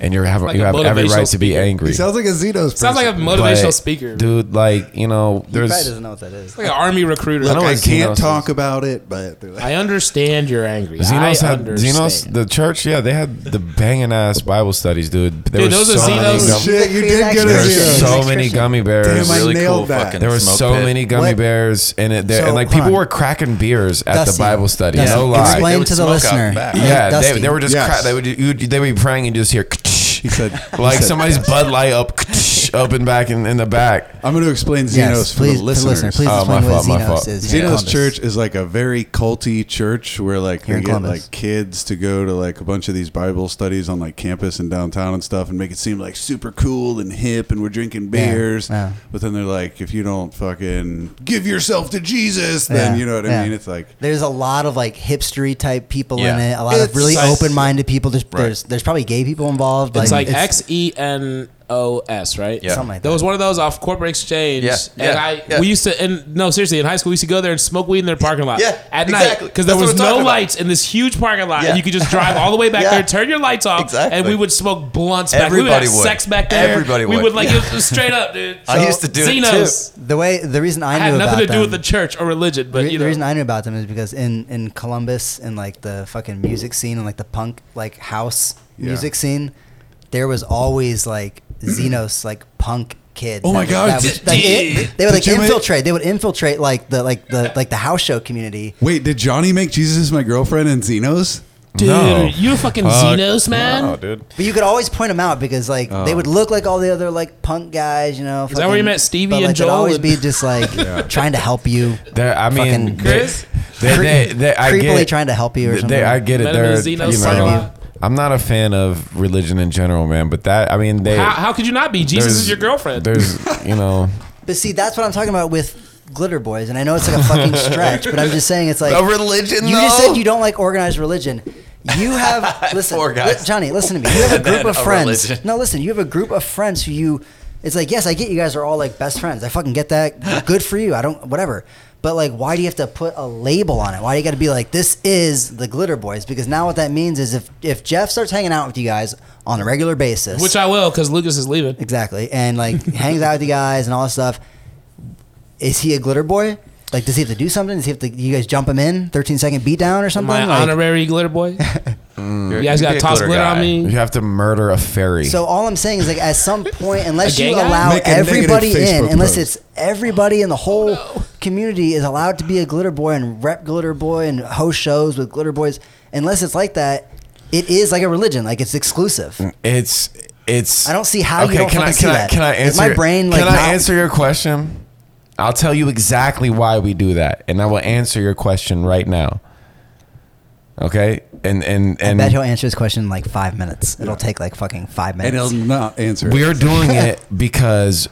Speaker 2: And you have
Speaker 4: Like
Speaker 2: you
Speaker 4: a
Speaker 2: have every
Speaker 4: motivational
Speaker 2: right to be
Speaker 4: speaker.
Speaker 2: angry.
Speaker 6: he sounds like a Zeno's.
Speaker 4: Sounds like a
Speaker 6: person.
Speaker 4: motivational
Speaker 2: But,
Speaker 4: speaker,
Speaker 2: dude. Like you know,
Speaker 3: He probably
Speaker 2: there's
Speaker 3: doesn't know what that is.
Speaker 4: like an army recruiter.
Speaker 6: Look,
Speaker 2: know
Speaker 6: I
Speaker 2: what Zeno's
Speaker 6: can't
Speaker 2: is.
Speaker 6: talk about it, but they're like,
Speaker 4: I understand you're angry.
Speaker 2: Xenos
Speaker 4: I
Speaker 2: had
Speaker 4: understand.
Speaker 2: Xenos the church. Yeah, they had the banging ass Bible studies, dude. There
Speaker 4: Dude,
Speaker 2: were
Speaker 4: those are
Speaker 2: so many,
Speaker 4: Xenos-
Speaker 2: gum-
Speaker 6: Shit, you did
Speaker 3: You're
Speaker 6: get
Speaker 2: there were
Speaker 6: it, Xenos.
Speaker 2: so many gummy bears.
Speaker 6: Damn, I
Speaker 5: really
Speaker 6: nailed
Speaker 5: cool
Speaker 6: that.
Speaker 5: fucking
Speaker 2: there were
Speaker 5: smoke
Speaker 2: so
Speaker 5: pit.
Speaker 2: many gummy
Speaker 3: What?
Speaker 2: bears in it. There,
Speaker 3: So,
Speaker 2: and like
Speaker 3: hold
Speaker 2: people
Speaker 3: on.
Speaker 2: were cracking beers at
Speaker 3: Dusty,
Speaker 2: the Bible study.
Speaker 3: Dusty,
Speaker 2: No lie.
Speaker 3: Explain
Speaker 5: would
Speaker 3: to the
Speaker 5: smoke out
Speaker 3: listener.
Speaker 5: back.
Speaker 2: yeah, they,
Speaker 3: Dusty.
Speaker 2: they were just
Speaker 6: Yes.
Speaker 2: cra- they would you, would- they would be praying and just hear
Speaker 6: he said,
Speaker 2: (laughs) like
Speaker 6: he said,
Speaker 2: somebody's Bud Light up (laughs) up and back in, in the back.
Speaker 6: I'm going to explain Xenos
Speaker 3: Yes,
Speaker 6: for
Speaker 3: please,
Speaker 6: the
Speaker 3: to the
Speaker 6: listeners.
Speaker 3: listener, please
Speaker 2: Oh,
Speaker 3: explain
Speaker 2: my
Speaker 3: what
Speaker 2: fault, my
Speaker 3: Xenos
Speaker 2: fault.
Speaker 3: is. here in
Speaker 6: Xenos
Speaker 3: Columbus.
Speaker 6: Church is like a very culty church where like
Speaker 3: Here
Speaker 6: they
Speaker 3: in
Speaker 6: get
Speaker 3: Columbus.
Speaker 6: like kids to go to like a bunch of these Bible studies on like campus and downtown and stuff and make it seem like super cool and hip and we're drinking
Speaker 3: Yeah,
Speaker 6: beers.
Speaker 3: yeah.
Speaker 6: But then they're like, if you don't fucking give yourself to Jesus, then
Speaker 3: Yeah,
Speaker 6: you know what
Speaker 3: yeah.
Speaker 6: I mean? It's like
Speaker 3: There's a lot of like hipstery type people in it.
Speaker 5: Yeah.
Speaker 3: A lot of
Speaker 6: It's
Speaker 3: really
Speaker 6: like-
Speaker 3: open-minded people. There's, there's there's probably gay people involved.
Speaker 4: It's like X E N O S, right?
Speaker 5: Yeah.
Speaker 3: Something like
Speaker 4: There was one of those off corporate exchange,
Speaker 5: Yeah,
Speaker 4: and
Speaker 5: yeah,
Speaker 4: I
Speaker 5: yeah.
Speaker 4: we used to. And no, seriously, in high school we used to go there and smoke weed in their parking lot.
Speaker 5: Yeah,
Speaker 4: at night
Speaker 5: exactly.
Speaker 4: because there
Speaker 5: That's what
Speaker 4: was
Speaker 5: I'm talking
Speaker 4: no
Speaker 5: about.
Speaker 4: lights in this huge parking lot,
Speaker 5: Yeah.
Speaker 4: and you could just drive all the way back
Speaker 5: (laughs) Yeah.
Speaker 4: there, turn your lights off, and
Speaker 5: Exactly.
Speaker 4: we would smoke blunts. Back. we would
Speaker 5: Everybody
Speaker 4: have
Speaker 5: would.
Speaker 4: sex back there.
Speaker 5: Everybody
Speaker 4: We
Speaker 5: would.
Speaker 4: would like it was straight up, dude.
Speaker 5: I used to do it,
Speaker 4: Xenos.
Speaker 3: the way the reason I
Speaker 4: I
Speaker 3: knew
Speaker 4: had
Speaker 3: about
Speaker 4: nothing to do
Speaker 3: them-
Speaker 4: with the church or religion, but
Speaker 3: the,
Speaker 4: you
Speaker 3: the
Speaker 4: know,
Speaker 3: reason I knew about them is because in in Columbus in like the fucking music scene and like the punk like house
Speaker 6: Yeah.
Speaker 3: music scene, there was always like Xenos like punk kids.
Speaker 6: Oh my
Speaker 3: that-
Speaker 6: God,
Speaker 3: that was-
Speaker 6: did-
Speaker 3: like, it- they would
Speaker 6: (laughs) did
Speaker 3: like
Speaker 6: you make-
Speaker 3: infiltrate. they would infiltrate like the like the like the house show community.
Speaker 6: Wait, did Johnny make Jesus my girlfriend and Xenos?
Speaker 4: dude,
Speaker 2: No.
Speaker 4: you fucking
Speaker 2: Fuck.
Speaker 4: Xenos, man.
Speaker 2: No, dude.
Speaker 3: But you could always point them out because like
Speaker 2: Oh.
Speaker 3: they would look like all the other like punk guys, you know. Is
Speaker 4: that where you met Stevie
Speaker 3: but,
Speaker 4: and
Speaker 3: like, They'd
Speaker 4: Joel
Speaker 3: always
Speaker 4: and-
Speaker 3: be just
Speaker 4: (laughs)
Speaker 3: like trying to help you,
Speaker 2: They're, I mean,
Speaker 3: Fucking
Speaker 2: they-
Speaker 4: Chris?
Speaker 2: They, they, they, I
Speaker 3: creepily
Speaker 2: get it.
Speaker 3: trying to help you or
Speaker 2: They-
Speaker 3: something.
Speaker 2: I get it.
Speaker 4: Let him
Speaker 2: They're
Speaker 4: in Xenos
Speaker 2: you know,
Speaker 4: parking lot.
Speaker 2: I'm not a fan of religion in general, man. But that, I mean, they.
Speaker 4: How, how could you not be? Jesus
Speaker 2: there's-
Speaker 4: is your girlfriend.
Speaker 2: There's, you
Speaker 4: (laughs)
Speaker 2: know,
Speaker 3: But see, that's what I'm talking about with glitter boys, and I know it's like a
Speaker 2: (laughs)
Speaker 3: fucking stretch, but I'm just saying it's like
Speaker 8: A religion,
Speaker 3: You just
Speaker 8: though?
Speaker 3: said you don't like organized religion. You have listen,
Speaker 5: Poor guys.
Speaker 3: li- Johnny. Listen to me. You have a group
Speaker 5: Then
Speaker 3: of
Speaker 5: a
Speaker 3: friends.
Speaker 5: religion.
Speaker 3: No, listen. You have a group of friends who you. It's like yes, I get you guys are all like best friends. I fucking get that. Good for you. I don't whatever. But like, why do you have to put a label on it? Why do you got to be like this is the glitter boys? Because now what that means is if if Jeff starts hanging out with you guys on a regular basis,
Speaker 4: Which I will, because Lucas is leaving.
Speaker 3: Exactly. And
Speaker 6: (laughs)
Speaker 3: like hangs out with the guys and all that stuff. Is he a glitter boy? Like, does he have to do something? Does he have to, you guys jump him in 13 second beatdown or something?
Speaker 4: My
Speaker 3: Like-
Speaker 4: honorary glitter boy. you
Speaker 5: you'd be
Speaker 4: guys got to
Speaker 5: a
Speaker 4: toss
Speaker 5: glitter
Speaker 4: glitter on
Speaker 5: guy.
Speaker 4: me.
Speaker 2: you have to murder a fairy.
Speaker 3: so all I'm saying is like, at some point, unless
Speaker 4: A
Speaker 3: you
Speaker 4: gay guy?
Speaker 3: allow
Speaker 6: Make a negative
Speaker 3: everybody in,
Speaker 6: Facebook
Speaker 3: unless
Speaker 6: post.
Speaker 3: it's everybody in the whole
Speaker 4: Oh,
Speaker 3: community is allowed to be a glitter boy and rep glitter boy and host shows with glitter boys, unless it's like that, it is like a religion. Like it's exclusive.
Speaker 6: Mm-hmm.
Speaker 2: it's, it's.
Speaker 3: I don't see how you don't
Speaker 2: can I, can
Speaker 3: fucking see
Speaker 2: I,
Speaker 3: that.
Speaker 2: Can I
Speaker 3: Is
Speaker 2: answer?
Speaker 3: my
Speaker 2: your-
Speaker 3: brain, like,
Speaker 2: can I
Speaker 3: not-
Speaker 2: answer your question? I'll tell you exactly why we do that, and I will answer your question right now. Okay, and and
Speaker 3: I
Speaker 2: and
Speaker 3: bet he'll answer his question in like five minutes. It'll take like fucking five minutes.
Speaker 6: and he'll not answer.
Speaker 2: We're doing it because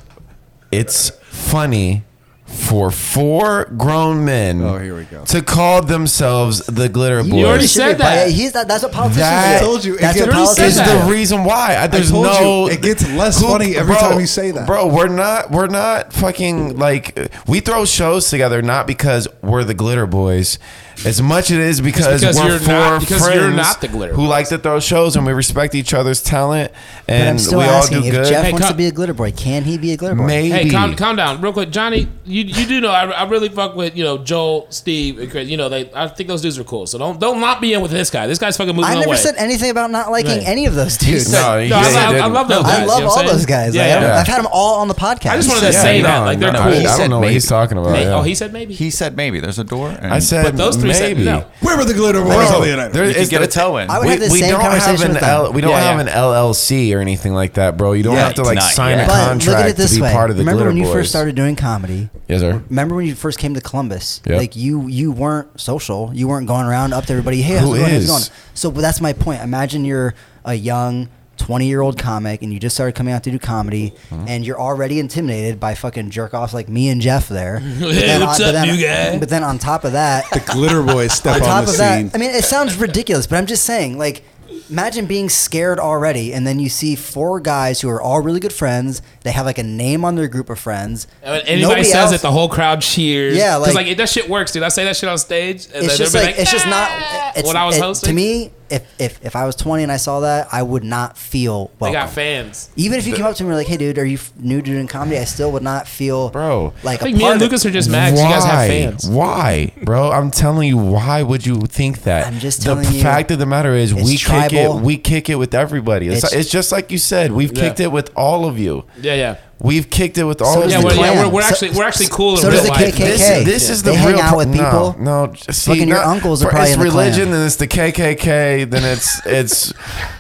Speaker 2: it's funny for four grown men
Speaker 6: Oh, here we go.
Speaker 2: to call themselves the glitter boys.
Speaker 4: already
Speaker 3: Should
Speaker 4: said
Speaker 3: be, but
Speaker 4: that.
Speaker 3: He's that, that's what politicians
Speaker 2: That-
Speaker 3: do.
Speaker 6: I told you, it
Speaker 3: That's what
Speaker 6: gets- You already said
Speaker 3: politicians
Speaker 2: is
Speaker 4: that.
Speaker 2: the reason why. I, there's
Speaker 6: told
Speaker 2: no.
Speaker 6: you, it gets less funny every time you say that.
Speaker 2: bro. We're not. We're not fucking like we throw shows together not because we're the glitter boys, as much it is because,
Speaker 4: because
Speaker 2: we're
Speaker 4: you're
Speaker 2: four
Speaker 4: not- because
Speaker 2: friends
Speaker 4: you're not the glitter
Speaker 2: who
Speaker 4: boys.
Speaker 2: like to throw shows and we respect each other's talent
Speaker 3: But I'm
Speaker 2: and
Speaker 3: still
Speaker 2: we all
Speaker 3: asking
Speaker 2: do
Speaker 3: if
Speaker 2: good.
Speaker 3: Jeff
Speaker 4: Hey,
Speaker 3: wants
Speaker 4: come-
Speaker 3: to be a glitter boy, can he be a glitter boy?
Speaker 2: Maybe.
Speaker 4: Hey, calm, calm down, real quick, Johnny. You you do know I, I really fuck with you know Joel, Steve, and Chris. You know they I think those dudes are cool. So don't don't not be in with this guy. This guy's fucking moving
Speaker 3: I never
Speaker 4: away.
Speaker 3: said anything about not liking
Speaker 4: Right.
Speaker 3: any of those dudes.
Speaker 2: said-
Speaker 4: no,
Speaker 2: No, he-
Speaker 4: I,
Speaker 2: yeah, he
Speaker 4: love- I
Speaker 2: didn't.
Speaker 4: love those. guys,
Speaker 3: I love
Speaker 4: you know what
Speaker 3: all
Speaker 4: I'm saying?
Speaker 3: those guys.
Speaker 4: Yeah,
Speaker 3: Like,
Speaker 4: yeah.
Speaker 3: I've, I've had them all on the podcast.
Speaker 4: I just wanted to
Speaker 2: Yeah,
Speaker 4: say that.
Speaker 2: no,
Speaker 4: Like they're
Speaker 2: no,
Speaker 4: cool.
Speaker 2: I, I
Speaker 5: said
Speaker 2: don't know what
Speaker 5: maybe.
Speaker 2: he's talking about.
Speaker 4: Hey,
Speaker 2: yeah.
Speaker 4: oh, he said maybe.
Speaker 5: He said maybe there's a door. And
Speaker 2: I said,
Speaker 4: but those three
Speaker 2: maybe.
Speaker 4: said no.
Speaker 6: Where were the glitter boys
Speaker 2: Bro,
Speaker 6: on the internet?
Speaker 2: there
Speaker 5: you
Speaker 2: is
Speaker 5: could get
Speaker 2: the-
Speaker 5: a toe in.
Speaker 3: I would
Speaker 2: we,
Speaker 3: have the
Speaker 2: we
Speaker 3: same
Speaker 2: don't have
Speaker 3: conversation
Speaker 2: an
Speaker 3: with them.
Speaker 2: L, we don't
Speaker 4: Yeah,
Speaker 2: have
Speaker 4: yeah.
Speaker 2: an LLC or anything like that, bro. You don't
Speaker 5: Yeah,
Speaker 2: have to
Speaker 5: it's
Speaker 2: like
Speaker 5: not
Speaker 2: sign
Speaker 5: yet.
Speaker 2: a
Speaker 3: but look at
Speaker 2: contract
Speaker 3: it this
Speaker 2: to be
Speaker 3: way.
Speaker 2: part of the
Speaker 3: Remember
Speaker 2: Glitter
Speaker 3: when you
Speaker 2: Boys.
Speaker 3: first started doing comedy?
Speaker 2: Yes, sir.
Speaker 3: Remember when you first came to Columbus?
Speaker 2: Yep.
Speaker 3: Like you, you weren't social. You weren't going around up to everybody. Hey, how's
Speaker 2: Who
Speaker 3: it going? How's it
Speaker 2: is?
Speaker 3: going? So but that's my point. Imagine you're a young. 20 year old comic, and you just started coming out to do comedy, and you're already intimidated by fucking jerk offs like me and Jeff there. But then
Speaker 4: what's
Speaker 3: on- but
Speaker 4: up,
Speaker 3: then-
Speaker 4: new guy?
Speaker 3: But then on top of that,
Speaker 6: the glitter boys
Speaker 3: (laughs)
Speaker 6: step
Speaker 3: on
Speaker 6: on,
Speaker 3: top
Speaker 6: the
Speaker 3: of that,
Speaker 6: scene.
Speaker 3: I mean, it sounds ridiculous, but I'm just saying, like, imagine being scared already, and then you see four guys who are all really good friends. They have like a name on their group of friends.
Speaker 4: And when Anybody
Speaker 3: Nobody
Speaker 4: says
Speaker 3: else-
Speaker 4: it, the whole crowd cheers.
Speaker 3: Yeah,
Speaker 4: 'Cause,
Speaker 3: like-
Speaker 4: like that shit works, dude. I say that shit on stage. And
Speaker 3: It's
Speaker 4: then
Speaker 3: just
Speaker 4: they'll
Speaker 3: like,
Speaker 4: be
Speaker 3: it's just not.
Speaker 4: "Ah!"
Speaker 3: It's,
Speaker 4: when I was
Speaker 3: it-
Speaker 4: hosting
Speaker 3: to me, if, if if I was 20 and I saw that, I would not feel
Speaker 4: they
Speaker 3: welcome.
Speaker 4: got fans.
Speaker 3: Even if you came up to me and were like, "Hey, dude, are you f- new to doing comedy?" I still would not feel,
Speaker 2: Bro.
Speaker 3: Like
Speaker 4: I think
Speaker 3: a
Speaker 4: me
Speaker 3: part
Speaker 4: and
Speaker 3: of-
Speaker 4: Lucas are just mad. 'cause You guys have fans.
Speaker 2: Why, bro? I'm telling you, why would you think that?
Speaker 3: I'm just
Speaker 2: the
Speaker 3: telling you,
Speaker 2: fact of the matter is,
Speaker 3: it's
Speaker 2: we
Speaker 3: tribal.
Speaker 2: kick it. We kick it with everybody. It's,
Speaker 3: It's-
Speaker 2: it's, just like you said. We've
Speaker 4: Yeah.
Speaker 2: kicked it with all of you.
Speaker 4: Yeah, yeah.
Speaker 2: We've kicked it with all of
Speaker 3: does
Speaker 4: Yeah,
Speaker 2: you.
Speaker 3: the
Speaker 4: we're, yeah,
Speaker 3: clan.
Speaker 4: we're, we're
Speaker 3: So-
Speaker 4: actually we're actually cool in
Speaker 3: so does
Speaker 4: real
Speaker 3: the
Speaker 4: life.
Speaker 3: KKK.
Speaker 2: This, this is the
Speaker 3: They hang
Speaker 2: real
Speaker 3: out
Speaker 2: pro-
Speaker 3: with people.
Speaker 2: No, no see,
Speaker 3: Fucking your
Speaker 2: not-
Speaker 3: uncles are
Speaker 2: for-
Speaker 3: probably
Speaker 2: it's
Speaker 3: in the Klan.
Speaker 2: religion, then it's the KKK, then it's it's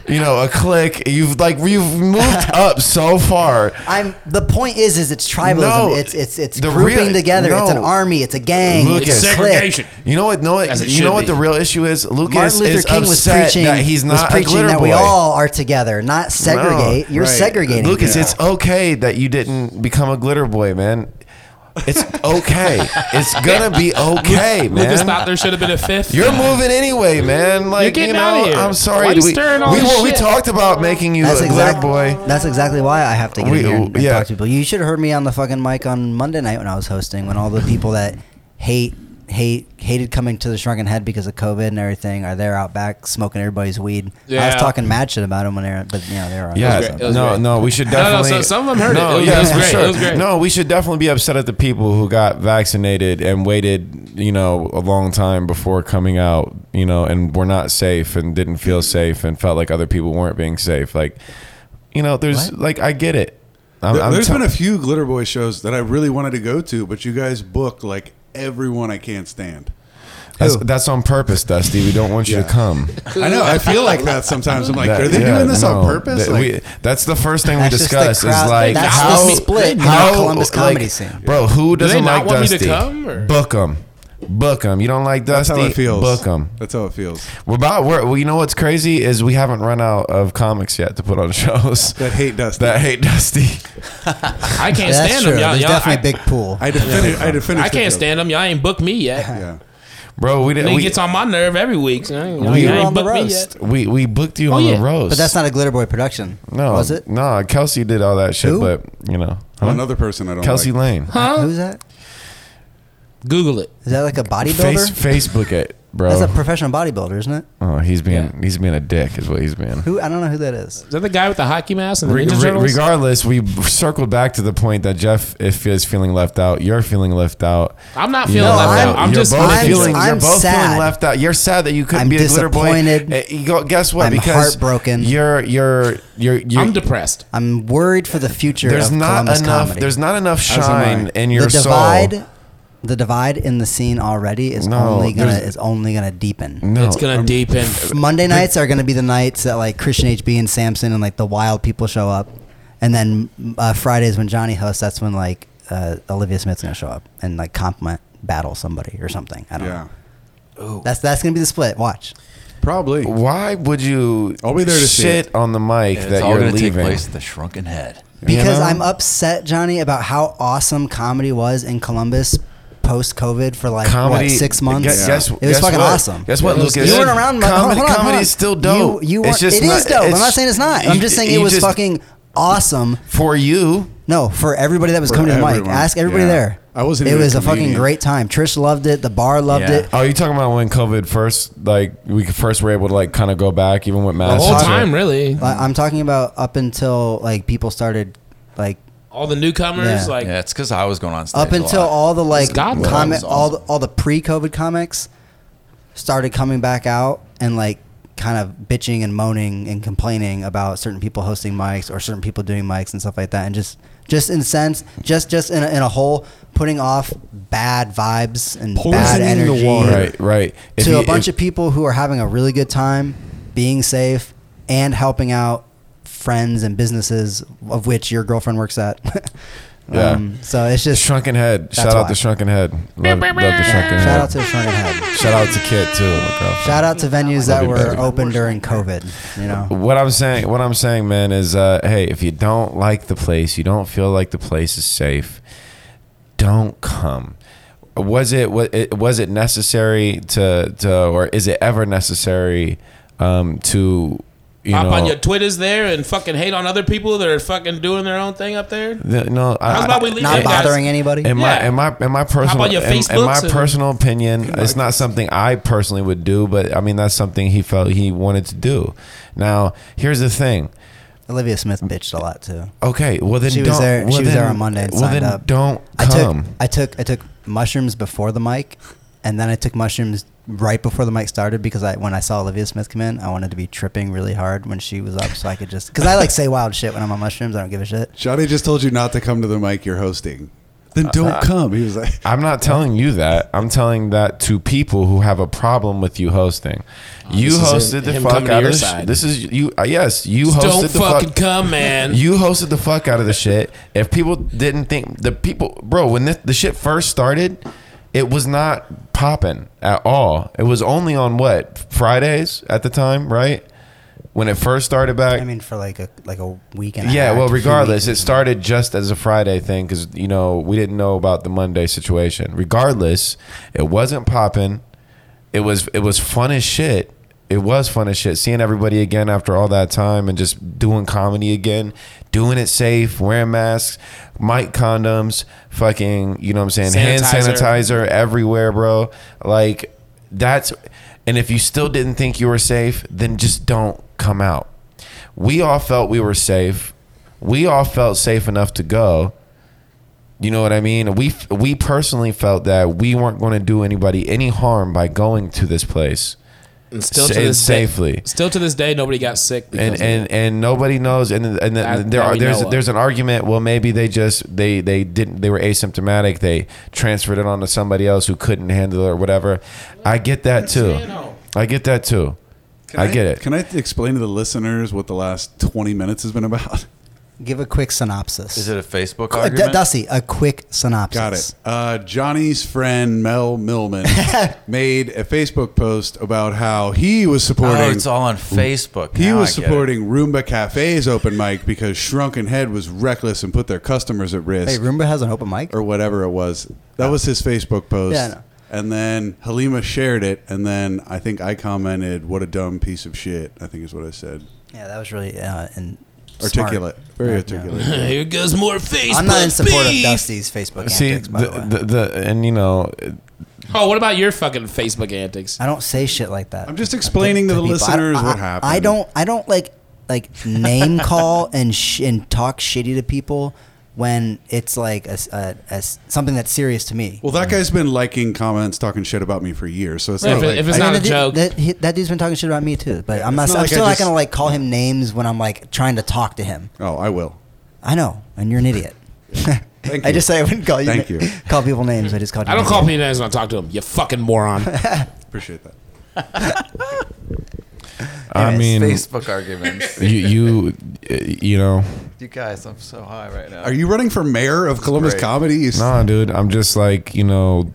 Speaker 2: you know a clique. You've like you've
Speaker 3: (laughs)
Speaker 2: moved up so far.
Speaker 3: I'm. The point is, is it's tribalism.
Speaker 2: No,
Speaker 3: it's it's it's
Speaker 2: the
Speaker 3: grouping
Speaker 2: real-
Speaker 3: together. It's an
Speaker 2: no.
Speaker 3: army. It's a gang.
Speaker 2: Lucas.
Speaker 3: it's a clique.
Speaker 4: Segregation.
Speaker 2: You know what? No,
Speaker 4: As it
Speaker 2: you know
Speaker 4: should
Speaker 2: what
Speaker 4: be.
Speaker 2: the real issue is. Lucas
Speaker 3: Martin
Speaker 2: is
Speaker 3: Luther King was
Speaker 2: upset
Speaker 3: preaching
Speaker 2: that he's
Speaker 3: was
Speaker 2: not a
Speaker 3: preaching
Speaker 2: glitter
Speaker 3: that we
Speaker 2: boy.
Speaker 3: all are together, not segregate.
Speaker 2: No,
Speaker 3: You're
Speaker 6: right.
Speaker 3: segregating.
Speaker 2: Lucas,
Speaker 3: people.
Speaker 2: it's okay that you didn't become a glitter boy, man. It's okay.
Speaker 4: (laughs)
Speaker 2: it's gonna be okay, man.
Speaker 4: Lucas thought there should have been a fifth.
Speaker 2: You're moving anyway, man. Like
Speaker 4: getting
Speaker 2: you know,
Speaker 4: outta here.
Speaker 2: I'm sorry.
Speaker 4: Why you
Speaker 2: we,
Speaker 4: stirring all
Speaker 2: we,
Speaker 4: this
Speaker 2: well, we
Speaker 4: shit?
Speaker 2: talked about making you
Speaker 3: That's
Speaker 2: a
Speaker 3: exactly,
Speaker 2: glitter boy.
Speaker 3: that's exactly why I have to get
Speaker 2: We-
Speaker 3: in here and, and
Speaker 2: yeah.
Speaker 3: talk to people. You should have heard me on the fucking mic on Monday night when I was hosting, when all the people that hate, hate, hated coming to the Shrunken Head because of COVID and everything are there out back smoking everybody's weed. I was
Speaker 4: Yeah.
Speaker 3: talking mad shit about them when they're, but you know they're on.
Speaker 2: Yeah,
Speaker 4: great. It was
Speaker 2: no,
Speaker 4: great.
Speaker 2: no, we should
Speaker 4: No, no,
Speaker 2: definitely.
Speaker 4: so- some of them heard it. It was- it was great. It was great.
Speaker 2: No, we should definitely be upset at the people who got vaccinated and waited, you know, a long time before coming out, you know, and were not safe and didn't feel safe and felt like other people weren't being safe. Like, you know, there's like I get it. I'm,
Speaker 6: There-
Speaker 2: I'm
Speaker 6: There's
Speaker 2: t-
Speaker 6: been a few glitter boy shows that I really wanted to go to, but you guys booked like everyone I can't stand.
Speaker 2: that's, that's on purpose, Dusty. We don't want you to
Speaker 6: Yeah. (laughs)
Speaker 2: come.
Speaker 6: I know. I feel like that sometimes. I'm like,
Speaker 2: That-
Speaker 6: are they
Speaker 2: yeah,
Speaker 6: doing this on
Speaker 2: no.
Speaker 6: purpose?
Speaker 2: That-
Speaker 6: like,
Speaker 2: we- that's the first thing we
Speaker 3: That's just the
Speaker 2: discuss is
Speaker 3: crowd-
Speaker 2: like
Speaker 3: that's
Speaker 4: the
Speaker 2: how
Speaker 4: split in
Speaker 3: our Columbus comedy
Speaker 2: like,
Speaker 3: scene.
Speaker 2: bro. Who
Speaker 4: they
Speaker 2: doesn't like
Speaker 4: not want me to
Speaker 2: Dusty?
Speaker 4: come, or-
Speaker 2: Book them. Book them. You don't like
Speaker 6: That's
Speaker 2: Dusty?
Speaker 6: how it feels.
Speaker 2: Book them.
Speaker 6: That's how it feels.
Speaker 2: We're about. We're, well, you know what's crazy is we haven't run out of comics yet to put on (laughs) shows
Speaker 6: That hate Dusty.
Speaker 2: that hate Dusty.
Speaker 4: I can't
Speaker 3: That's
Speaker 4: stand
Speaker 3: true.
Speaker 4: them. Y'all,
Speaker 3: There's
Speaker 4: y'all,
Speaker 3: definitely
Speaker 4: I,
Speaker 3: a big pool.
Speaker 6: I had to finish. I had to finish.
Speaker 4: I
Speaker 6: the
Speaker 4: can't
Speaker 6: joke.
Speaker 4: stand them. Y'all ain't booked
Speaker 3: (laughs)
Speaker 4: me yet.
Speaker 6: Yeah.
Speaker 2: Bro, we
Speaker 4: They
Speaker 2: didn't. We,
Speaker 4: gets on my nerve every week. so Y'all,
Speaker 2: We
Speaker 4: y'all
Speaker 2: were
Speaker 4: ain't
Speaker 3: on the
Speaker 4: booked me
Speaker 3: roast.
Speaker 4: yet.
Speaker 2: we we booked you
Speaker 4: Oh,
Speaker 2: on
Speaker 4: yeah.
Speaker 2: the roast.
Speaker 3: But that's not a Glitter Boy production.
Speaker 2: No,
Speaker 3: Was it?
Speaker 2: No, Kelsey did all that shit,
Speaker 3: Who?
Speaker 2: but you know,
Speaker 6: Oh,
Speaker 2: Huh?
Speaker 6: Another person I don't
Speaker 2: Kelsey
Speaker 6: like.
Speaker 2: Lane.
Speaker 4: Huh?
Speaker 3: Who's that?
Speaker 4: Google it.
Speaker 3: Is that like a bodybuilder?
Speaker 2: Face, Facebook it, bro.
Speaker 3: That's a professional bodybuilder, isn't it?
Speaker 2: oh, he's being
Speaker 4: Yeah.
Speaker 2: he's being a dick, is what he's being.
Speaker 3: Who I don't know who that is.
Speaker 4: Is that the guy with the hockey mask and the
Speaker 2: Re-
Speaker 4: Ninja
Speaker 2: re-
Speaker 4: Turtles?
Speaker 2: regardless, we circled back to the point that Jeff if is feeling left out. You're feeling left out.
Speaker 4: I'm not feeling
Speaker 3: No,
Speaker 4: left
Speaker 3: I'm-
Speaker 4: out. I'm
Speaker 2: you're
Speaker 4: just
Speaker 2: both
Speaker 3: I'm-
Speaker 2: feeling.
Speaker 3: I'm
Speaker 2: you're both feeling
Speaker 3: sad.
Speaker 2: left out. You're sad that you couldn't
Speaker 3: I'm
Speaker 2: be a glitter boy.
Speaker 3: disappointed.
Speaker 2: Eh, you go- guess what?
Speaker 3: I'm
Speaker 2: because
Speaker 3: heartbroken.
Speaker 2: You're you're you're. you're
Speaker 4: I'm depressed.
Speaker 3: I'm worried for the future.
Speaker 2: there's
Speaker 3: of
Speaker 2: not
Speaker 3: Columbus
Speaker 2: enough.
Speaker 3: Comedy.
Speaker 2: There's not enough
Speaker 6: am
Speaker 2: shine
Speaker 6: I.
Speaker 2: in your
Speaker 3: the divide.
Speaker 2: soul.
Speaker 3: The divide in the scene already is
Speaker 2: No,
Speaker 3: only gonna
Speaker 2: there's-
Speaker 3: is only gonna deepen.
Speaker 2: No,
Speaker 4: It's gonna deepen.
Speaker 3: Monday nights are gonna be the nights that like Christian HB and Samson and like the wild people show up, and then uh, Fridays when Johnny hosts, that's when like uh, Olivia Smith's gonna show up and like compliment battle somebody or something. I don't
Speaker 6: Yeah.
Speaker 3: know. That's that's gonna be the split. Watch.
Speaker 6: Probably.
Speaker 2: Why would you
Speaker 6: I'll be there to see
Speaker 2: shit
Speaker 6: it.
Speaker 2: on the mic
Speaker 5: And
Speaker 2: that
Speaker 5: it's all
Speaker 2: you're
Speaker 5: going to take
Speaker 2: leaving?
Speaker 5: place at the Shrunken Head.
Speaker 3: because
Speaker 2: know?
Speaker 3: I'm upset, Johnny, about how awesome comedy was in Columbus post COVID for like
Speaker 2: Comedy
Speaker 3: what, six months.
Speaker 2: Guess, guess,
Speaker 3: it was
Speaker 2: guess
Speaker 3: fucking
Speaker 2: what?
Speaker 3: awesome.
Speaker 2: Guess what,
Speaker 4: It was
Speaker 2: Lucas?
Speaker 3: You
Speaker 4: good.
Speaker 3: weren't around. my-
Speaker 2: Comedy,
Speaker 3: hold on, hold on.
Speaker 2: comedy is still dope.
Speaker 3: You, you
Speaker 2: it's
Speaker 3: weren't,
Speaker 2: just
Speaker 3: it is
Speaker 2: not,
Speaker 3: dope. I'm not saying it's not. I'm
Speaker 2: you-
Speaker 3: just saying
Speaker 2: you
Speaker 3: it was
Speaker 2: just-
Speaker 3: fucking awesome.
Speaker 2: for you.
Speaker 3: No, for everybody that was
Speaker 6: For
Speaker 3: coming to the mic,
Speaker 6: everyone.
Speaker 3: ask everybody
Speaker 6: Yeah.
Speaker 3: there.
Speaker 6: I wasn't
Speaker 3: It
Speaker 6: even a
Speaker 3: was a fucking
Speaker 6: comedian.
Speaker 3: great time. Trish loved it. The bar loved
Speaker 5: Yeah.
Speaker 3: it.
Speaker 2: Oh, you talking about when COVID first, like we first were able to like kind of go back, even with
Speaker 4: The
Speaker 2: masks.
Speaker 4: whole
Speaker 2: and shit?
Speaker 4: time, really.
Speaker 3: I- I'm talking about up until like people started like
Speaker 4: All the newcomers,
Speaker 3: Yeah.
Speaker 4: like
Speaker 5: Yeah, it's because I was going on stage.
Speaker 3: up
Speaker 5: a
Speaker 3: until
Speaker 5: lot.
Speaker 3: all the like
Speaker 4: Scott was
Speaker 3: comic,
Speaker 5: awesome.
Speaker 3: all the, all the pre-COVID comics started coming back out and like kind of bitching and moaning and complaining about certain people hosting mics or certain people doing mics and stuff like that, and just just in sense, just just in a, in a whole putting off bad vibes and bad
Speaker 6: Poisoning the
Speaker 3: energy
Speaker 6: water.
Speaker 2: Right, right. If
Speaker 3: to
Speaker 2: you-
Speaker 3: a bunch
Speaker 2: if-
Speaker 3: of people who are having a really good time, being safe, and helping out friends and businesses of which your girlfriend works at. (laughs)
Speaker 2: Yeah.
Speaker 3: Um, so it's just
Speaker 2: Shrunken Head.
Speaker 3: That's
Speaker 2: Shout out
Speaker 3: why.
Speaker 2: to Shrunken Head. Love, love the Shrunken
Speaker 3: Shout out
Speaker 2: Head.
Speaker 3: to Shrunken Head.
Speaker 2: Shout out to Kit too, my girl.
Speaker 3: Shout out to venues
Speaker 2: Love
Speaker 3: that
Speaker 2: you,
Speaker 3: were
Speaker 2: baby.
Speaker 3: open during COVID. You know,
Speaker 2: What I'm saying, what I'm saying, man, is uh, hey, if you don't like the place, you don't feel like the place is safe, don't come. Was it was it, was it necessary to to or is it ever necessary um, to you
Speaker 4: pop
Speaker 2: know?
Speaker 4: on your Twitters there and fucking hate on other people that are fucking doing their own thing up there.
Speaker 2: the- no, I,
Speaker 4: How about we leave
Speaker 3: not
Speaker 4: it, guys?
Speaker 3: bothering anybody.
Speaker 2: In
Speaker 4: Yeah.
Speaker 2: my in my in my personal
Speaker 4: on your
Speaker 2: in, in my
Speaker 4: Facebooks and-
Speaker 2: personal opinion, it's not something I personally would do, but I mean that's something he felt he wanted to do. Now, here's the thing.
Speaker 3: Olivia Smith bitched a lot too.
Speaker 2: Okay, well then
Speaker 3: She
Speaker 2: don't,
Speaker 3: was there.
Speaker 2: well
Speaker 3: she was
Speaker 2: then-
Speaker 3: there on Monday. And
Speaker 2: well
Speaker 3: signed
Speaker 2: then
Speaker 3: up.
Speaker 2: don't
Speaker 3: I took.
Speaker 2: come.
Speaker 3: I took. I took mushrooms before the mic, and then I took mushrooms right before the mic started because I when I saw Olivia Smith come in, I wanted to be tripping really hard when she was up, so I could just because I like say wild shit when I'm on mushrooms. I don't give a shit.
Speaker 6: Johnny just told you not to come to the mic you're hosting.
Speaker 2: Uh-huh.
Speaker 6: Then don't come. He was like,
Speaker 2: I'm not telling you that. I'm telling that to people who have a problem with you hosting. you
Speaker 4: this is
Speaker 2: hosted
Speaker 4: him-
Speaker 2: the
Speaker 4: him
Speaker 2: fuck
Speaker 4: coming to
Speaker 2: out
Speaker 4: your
Speaker 2: of the sh-
Speaker 4: side.
Speaker 2: this is you. Uh, yes, you hosted
Speaker 4: Don't
Speaker 2: the
Speaker 4: fucking
Speaker 2: fuck.
Speaker 4: come,
Speaker 2: (laughs)
Speaker 4: man.
Speaker 2: You hosted the fuck out of the shit. If people didn't think the people, bro, when this, the shit first started, it was not popping at all. It was only on what Fridays at the time, right? When it first started back.
Speaker 3: I mean, for like a like a week and a
Speaker 2: Yeah,
Speaker 3: half,
Speaker 2: well,
Speaker 3: two
Speaker 2: regardless,
Speaker 3: weeks.
Speaker 2: it started just as a Friday thing because you know we didn't know about the Monday situation. Regardless, it wasn't popping. It was it was fun as shit. It was fun as shit. Seeing everybody again after all that time and just doing comedy again, doing it safe, wearing masks, mic condoms, fucking, you know what I'm saying, hand
Speaker 4: Sanitizer.
Speaker 2: sanitizer everywhere, bro. Like that's and if you still didn't think you were safe, then just don't come out. We all felt we were safe. We all felt safe enough to go. You know what I mean? We we personally felt that we weren't going to do anybody any harm by going to this place.
Speaker 4: And still to
Speaker 2: and
Speaker 4: this Day,
Speaker 2: safely.
Speaker 4: still to this day, nobody got sick. because
Speaker 2: And
Speaker 4: of
Speaker 2: and, and nobody knows. And and the,
Speaker 4: That-
Speaker 2: there
Speaker 4: that
Speaker 2: are
Speaker 4: we
Speaker 2: there's
Speaker 4: know of.
Speaker 2: there's an argument. Well, maybe they just they they didn't they were asymptomatic. They transferred it on to somebody else who couldn't handle it or whatever. I get that too. I get that too. I get it.
Speaker 6: Can I explain to the listeners what the last 20 minutes has been about?
Speaker 3: Give a quick synopsis.
Speaker 5: Is it a Facebook
Speaker 3: Qu-
Speaker 5: argument?
Speaker 3: D- Dusty, a quick synopsis.
Speaker 6: Got it. Uh, Johnny's friend
Speaker 3: (laughs)
Speaker 6: Mel Millman made a Facebook post about how he was supporting.
Speaker 5: Oh, it's all on Facebook.
Speaker 6: He
Speaker 5: Now
Speaker 6: was
Speaker 5: I get it.
Speaker 6: supporting Roomba Cafe's open mic because Shrunken Head was reckless and put their customers at risk.
Speaker 3: Hey, Roomba has an open mic.
Speaker 6: or whatever it was. That was his Facebook post.
Speaker 3: Yeah, I know.
Speaker 6: And then Halima shared it, and then I think I commented, "What a dumb piece of shit." I think is what I said.
Speaker 3: Yeah, that was really uh, and
Speaker 6: Articulate, very
Speaker 3: Yeah.
Speaker 6: articulate.
Speaker 4: Here goes more Facebook.
Speaker 3: I'm not in support of
Speaker 4: beef.
Speaker 3: Dusty's Facebook
Speaker 2: See,
Speaker 3: antics. By the, way.
Speaker 2: the, the, the, and you know,
Speaker 4: Oh, what about your fucking Facebook antics?
Speaker 3: I don't say shit like that.
Speaker 6: I'm just explaining to the
Speaker 3: people. I-
Speaker 6: listeners
Speaker 3: I-
Speaker 6: what
Speaker 3: I-
Speaker 6: happened.
Speaker 3: I don't. I don't like like name (laughs) call and sh- and talk shitty to people when it's like a s- a- a s- something that's serious to me.
Speaker 6: Well, that guy's been liking comments, talking shit about me for years, so it's
Speaker 4: Right,
Speaker 6: not
Speaker 4: but
Speaker 6: like
Speaker 4: if it's
Speaker 3: I
Speaker 4: not
Speaker 3: mean,
Speaker 4: a
Speaker 3: that,
Speaker 4: joke.
Speaker 3: That, he- that dude's been talking shit about me too, but I'm not.
Speaker 6: it's not
Speaker 3: I'm
Speaker 6: like I
Speaker 3: still not
Speaker 6: just-
Speaker 3: gonna like call him names when I'm like trying to talk to him.
Speaker 6: oh, I will.
Speaker 3: I know, and you're an idiot.
Speaker 6: Thank
Speaker 3: I
Speaker 6: you.
Speaker 3: just say I wouldn't call you.
Speaker 6: Thank
Speaker 3: na-
Speaker 6: you.
Speaker 3: (laughs) Call people names. I just called. You
Speaker 4: I don't
Speaker 3: an
Speaker 4: call
Speaker 3: idiot.
Speaker 4: people names when I talk to them. You fucking moron.
Speaker 3: (laughs)
Speaker 6: Appreciate that.
Speaker 2: I mean,
Speaker 5: Facebook arguments. (laughs)
Speaker 2: you, you, (laughs) you know,
Speaker 5: you guys, I'm so high right now.
Speaker 6: Are you running for mayor of Columbus
Speaker 5: great.
Speaker 6: Comedy? You s-
Speaker 2: nah, dude, I'm just like, you know,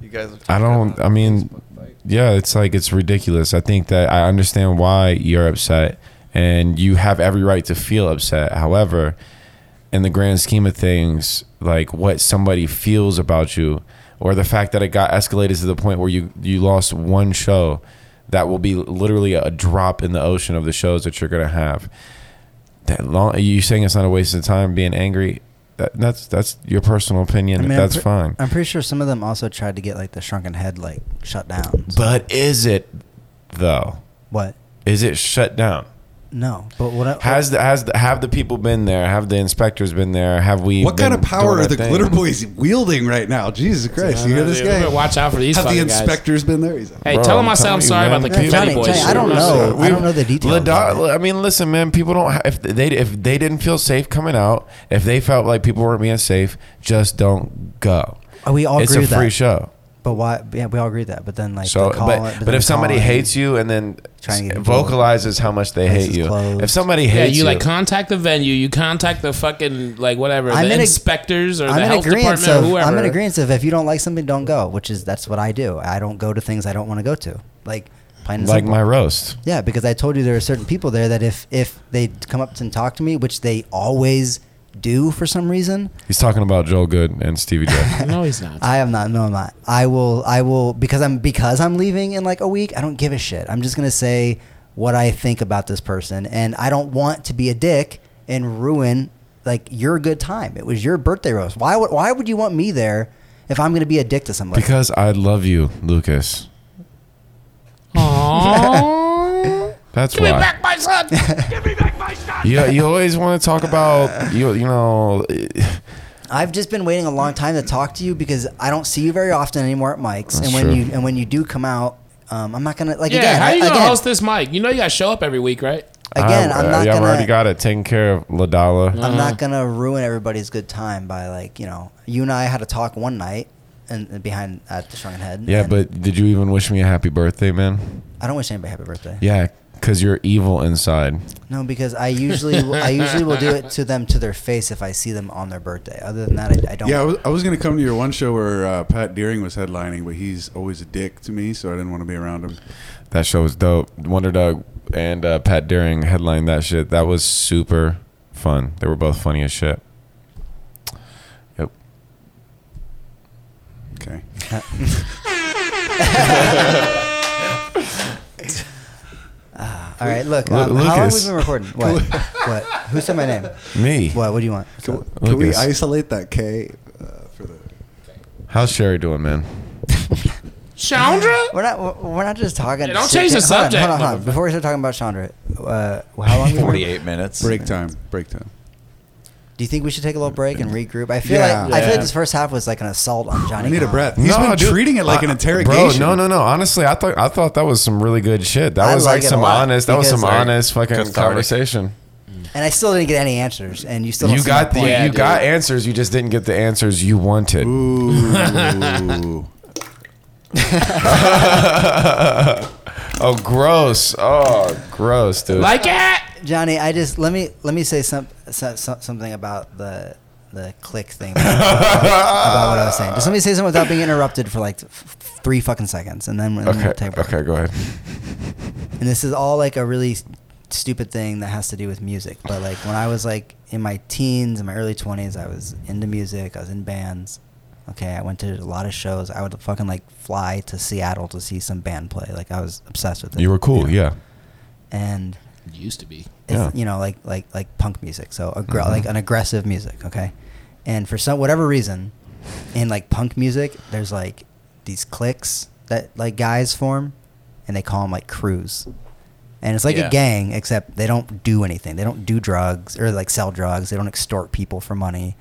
Speaker 5: You guys. Are
Speaker 2: I don't. I mean, yeah, it's like it's ridiculous. I think that I understand why you're upset, and you have every right to feel upset. However, in the grand scheme of things, like what somebody feels about you, or the fact that it got escalated to the point where you you lost one show, that will be literally a drop in the ocean of the shows that you're gonna have. That long, you saying it's not a waste of time being angry. That, that's that's your personal opinion.
Speaker 3: I mean,
Speaker 2: that's
Speaker 3: I'm pre-
Speaker 2: fine.
Speaker 3: I'm pretty sure some of them also tried to get like the shrunken head like shut down.
Speaker 2: But is it though?
Speaker 3: What?
Speaker 2: Is it shut down?
Speaker 3: No. But what? I,
Speaker 2: Has the, has the, have the people been there? Have the inspectors been there? Have we?
Speaker 6: What kind
Speaker 2: been
Speaker 6: of power
Speaker 2: doing our
Speaker 6: are the
Speaker 2: thing?
Speaker 6: glitter boys wielding right now? Jesus Christ! You hear this
Speaker 4: Dude, we better
Speaker 6: guy?
Speaker 4: Watch out for these
Speaker 6: Have the
Speaker 4: fucking guys.
Speaker 6: inspectors been there? He's
Speaker 4: Hey,
Speaker 2: Bro,
Speaker 4: tell
Speaker 2: I'm
Speaker 4: them I said
Speaker 2: telling
Speaker 4: I'm
Speaker 2: you,
Speaker 4: sorry
Speaker 2: man.
Speaker 4: about the
Speaker 2: Yeah,
Speaker 4: confetti
Speaker 3: Johnny,
Speaker 4: boys.
Speaker 3: Johnny, I don't know. I don't know the details
Speaker 2: Lado-
Speaker 3: on
Speaker 2: I mean, listen, man. People don't. ha- If they if they didn't feel safe coming out, if they felt like people weren't being safe, just don't go.
Speaker 3: Uh, we all
Speaker 2: it's a
Speaker 3: agree with that.
Speaker 2: free show.
Speaker 3: But why? Yeah, we all agree with that. But then like
Speaker 2: So,
Speaker 3: the call,
Speaker 2: but
Speaker 3: then
Speaker 2: but,
Speaker 3: the
Speaker 2: if somebody
Speaker 3: call-
Speaker 2: hates you and then
Speaker 3: Trying to get people-
Speaker 2: vocalizes how much they
Speaker 3: Places
Speaker 2: hate you,
Speaker 3: closed.
Speaker 2: if somebody
Speaker 4: Yeah,
Speaker 2: hates
Speaker 4: you like contact the venue. You contact the fucking like whatever
Speaker 3: I'm
Speaker 4: the
Speaker 3: in ag-
Speaker 4: inspectors or
Speaker 3: I'm
Speaker 4: the
Speaker 3: in
Speaker 4: health
Speaker 3: agreement
Speaker 4: department or
Speaker 3: of
Speaker 4: whoever.
Speaker 3: I'm in agreement of if you don't like something, don't go. Which is that's what I do. I don't go to things I don't want to go to. Like plain and
Speaker 2: like
Speaker 3: simple.
Speaker 2: my roast.
Speaker 3: Yeah, because I told you there are certain people there that if if they come up and talk to me, which they always do for some reason,
Speaker 2: He's talking about Joel Good and Stevie
Speaker 3: (laughs)
Speaker 2: J.
Speaker 4: No, he's not.
Speaker 3: I am not. No, I'm not. I will. I will because I'm because I'm leaving in like a week. I don't give a shit. I'm just gonna say what I think about this person, and I don't want to be a dick and ruin like your good time. It was your birthday roast. Why would Why would you want me there if I'm gonna be a dick to somebody?
Speaker 2: because I love you, Lucas.
Speaker 4: Aww.
Speaker 2: That's
Speaker 4: Give me
Speaker 2: why.
Speaker 4: back my son. Give me back my son.
Speaker 2: You, you always want to talk about you you know
Speaker 3: I've just been waiting a long time to talk to you because I don't see you very often anymore at Mike's,
Speaker 2: That's
Speaker 3: and when
Speaker 2: true.
Speaker 3: you and when you do come out. Um, I'm not gonna like
Speaker 4: Yeah,
Speaker 3: again.
Speaker 4: how
Speaker 3: I-
Speaker 4: you gonna
Speaker 3: again,
Speaker 4: host this mic? You know you gotta show up every week, right?
Speaker 3: again I'm,
Speaker 2: uh,
Speaker 3: not
Speaker 2: yeah, I've
Speaker 3: gonna.
Speaker 2: already got Uh-huh. it taken care of Ladala.
Speaker 3: I'm not gonna ruin everybody's good time by like you know you and I had a talk one night and and behind at the Shrunken Head.
Speaker 2: yeah,
Speaker 3: and
Speaker 2: but did you even wish me a happy birthday, man?
Speaker 3: I don't wish anybody happy birthday.
Speaker 2: Yeah, cuz you're evil inside.
Speaker 3: No, because I usually I usually will do it to them to their face if I see them on their birthday. Other than that, I, I don't.
Speaker 6: Yeah, I was, I was going to come to your one show where uh, Pat Deering was headlining, but he's always a dick to me, so I didn't want to be around him.
Speaker 2: That show was dope. Wonder Dog and uh, Pat Deering headlined that shit. That was super fun. They were both funny as shit. Yep.
Speaker 6: Okay.
Speaker 3: All right, look.
Speaker 2: Lu-
Speaker 3: Um, how long have we
Speaker 2: Lucas. (laughs)
Speaker 3: been recording? What? what? Who said my name?
Speaker 2: Me.
Speaker 3: What? What do you want?
Speaker 6: Can,
Speaker 2: can we
Speaker 6: we
Speaker 2: Lucas.
Speaker 6: isolate that K for the?
Speaker 2: How's Sherry doing, man?
Speaker 4: Chandra?
Speaker 3: We're not. we're- We're not just talking.
Speaker 4: Yeah, don't
Speaker 3: shit.
Speaker 4: change the
Speaker 3: Hold on,
Speaker 4: subject,
Speaker 3: Hold on, hold on. Before we start talking about Chandra, uh, how long? have we been-
Speaker 5: Forty-eight minutes.
Speaker 6: Break time. Break time.
Speaker 3: Do you think we should take a little break and regroup? I feel
Speaker 6: Yeah.
Speaker 3: like I feel
Speaker 4: Yeah.
Speaker 3: like this first half was like an assault on Johnny.
Speaker 6: I need a
Speaker 3: Kahn.
Speaker 6: breath. He's been
Speaker 2: dude.
Speaker 6: treating it like an
Speaker 2: Uh,
Speaker 6: interrogation.
Speaker 2: Bro, no, no, no. Honestly, I thought I thought that was some really good shit. That
Speaker 3: I
Speaker 2: was
Speaker 3: like
Speaker 2: like,
Speaker 3: it a
Speaker 2: some
Speaker 3: lot
Speaker 2: honest. That was
Speaker 3: because-
Speaker 2: some honest fucking
Speaker 5: Cathartic.
Speaker 2: conversation.
Speaker 3: And I still didn't get any answers, and you still don't
Speaker 2: You
Speaker 3: see my
Speaker 2: got the
Speaker 3: point.
Speaker 4: Yeah,
Speaker 2: you
Speaker 4: dude.
Speaker 2: got answers. You just didn't get the answers you wanted.
Speaker 6: Ooh.
Speaker 2: Oh, gross. Oh, gross, dude. (laughs)
Speaker 4: Like it?
Speaker 3: Johnny, I just let me let me say some, so, so, something about the the click
Speaker 2: (laughs)
Speaker 3: thing that I was talking about, about what I was saying. Just let me say something without being interrupted for like f- f- three fucking seconds, and then, and then
Speaker 2: Okay.
Speaker 3: we'll take a break.
Speaker 2: Okay. Go ahead.
Speaker 3: and this is all like a really stupid thing that has to do with music but like when i was like in my teens in my early 20s i was into music i was in bands okay i went to a lot of shows i would fucking like fly to seattle to see some band play like i was obsessed with it
Speaker 2: You were cool. Yeah.
Speaker 3: and
Speaker 4: used to be.
Speaker 3: it's,
Speaker 2: Yeah.
Speaker 3: you know like like like punk music so aggr- like an aggressive music okay and for some whatever reason in like punk music there's like these cliques that like guys form and they call them like crews and it's like
Speaker 5: Yeah.
Speaker 3: a gang except they don't do anything they don't do drugs or like sell drugs they don't extort people for money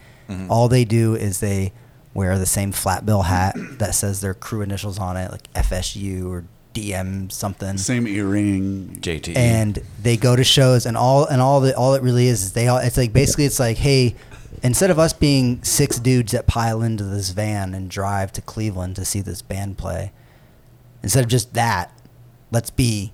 Speaker 3: all they do is they wear the same flat bill hat that says their crew initials on it like fsu or dm something
Speaker 6: Same earring.
Speaker 5: JT.
Speaker 3: and they go to shows and all and all the all it really is is they all it's like basically it's like hey instead of us being six dudes that pile into this van and drive to cleveland to see this band play instead of just that let's be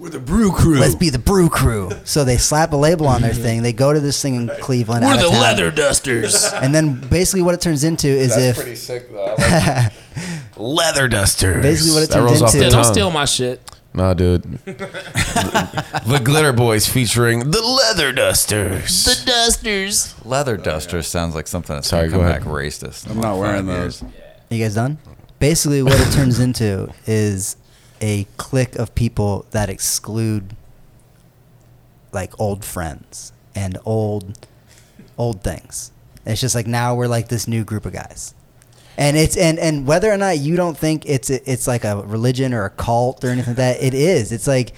Speaker 6: We're the brew crew.
Speaker 3: let's be the brew crew so they slap a label on their thing they go to this thing in cleveland out
Speaker 4: We're
Speaker 3: of
Speaker 4: the
Speaker 3: town.
Speaker 4: leather dusters.
Speaker 5: (laughs)
Speaker 3: (laughs) and then basically what it turns into is if
Speaker 2: sick though. I like- Leather dusters.
Speaker 3: Basically what it
Speaker 2: That
Speaker 3: turns
Speaker 2: rolls off
Speaker 3: into-
Speaker 2: the
Speaker 4: Yeah, don't
Speaker 2: tongue.
Speaker 4: steal my shit.
Speaker 2: No, dude. the, the Glitter Boys featuring the Leather Dusters.
Speaker 4: dusters.
Speaker 5: Leather dusters sounds like something that's
Speaker 2: Sorry,
Speaker 5: gonna come
Speaker 2: go
Speaker 5: back
Speaker 2: ahead.
Speaker 5: racist. in
Speaker 6: I'm not
Speaker 5: like
Speaker 6: wearing
Speaker 5: five
Speaker 6: those.
Speaker 5: years.
Speaker 3: Are you guys done? Basically, what
Speaker 2: (laughs)
Speaker 3: it turns into is a clique of people that exclude like old friends and old old things. It's just like now we're like this new group of guys. And it's and and whether or not you don't think it's it's like a religion or a cult or anything like that, it is. It's like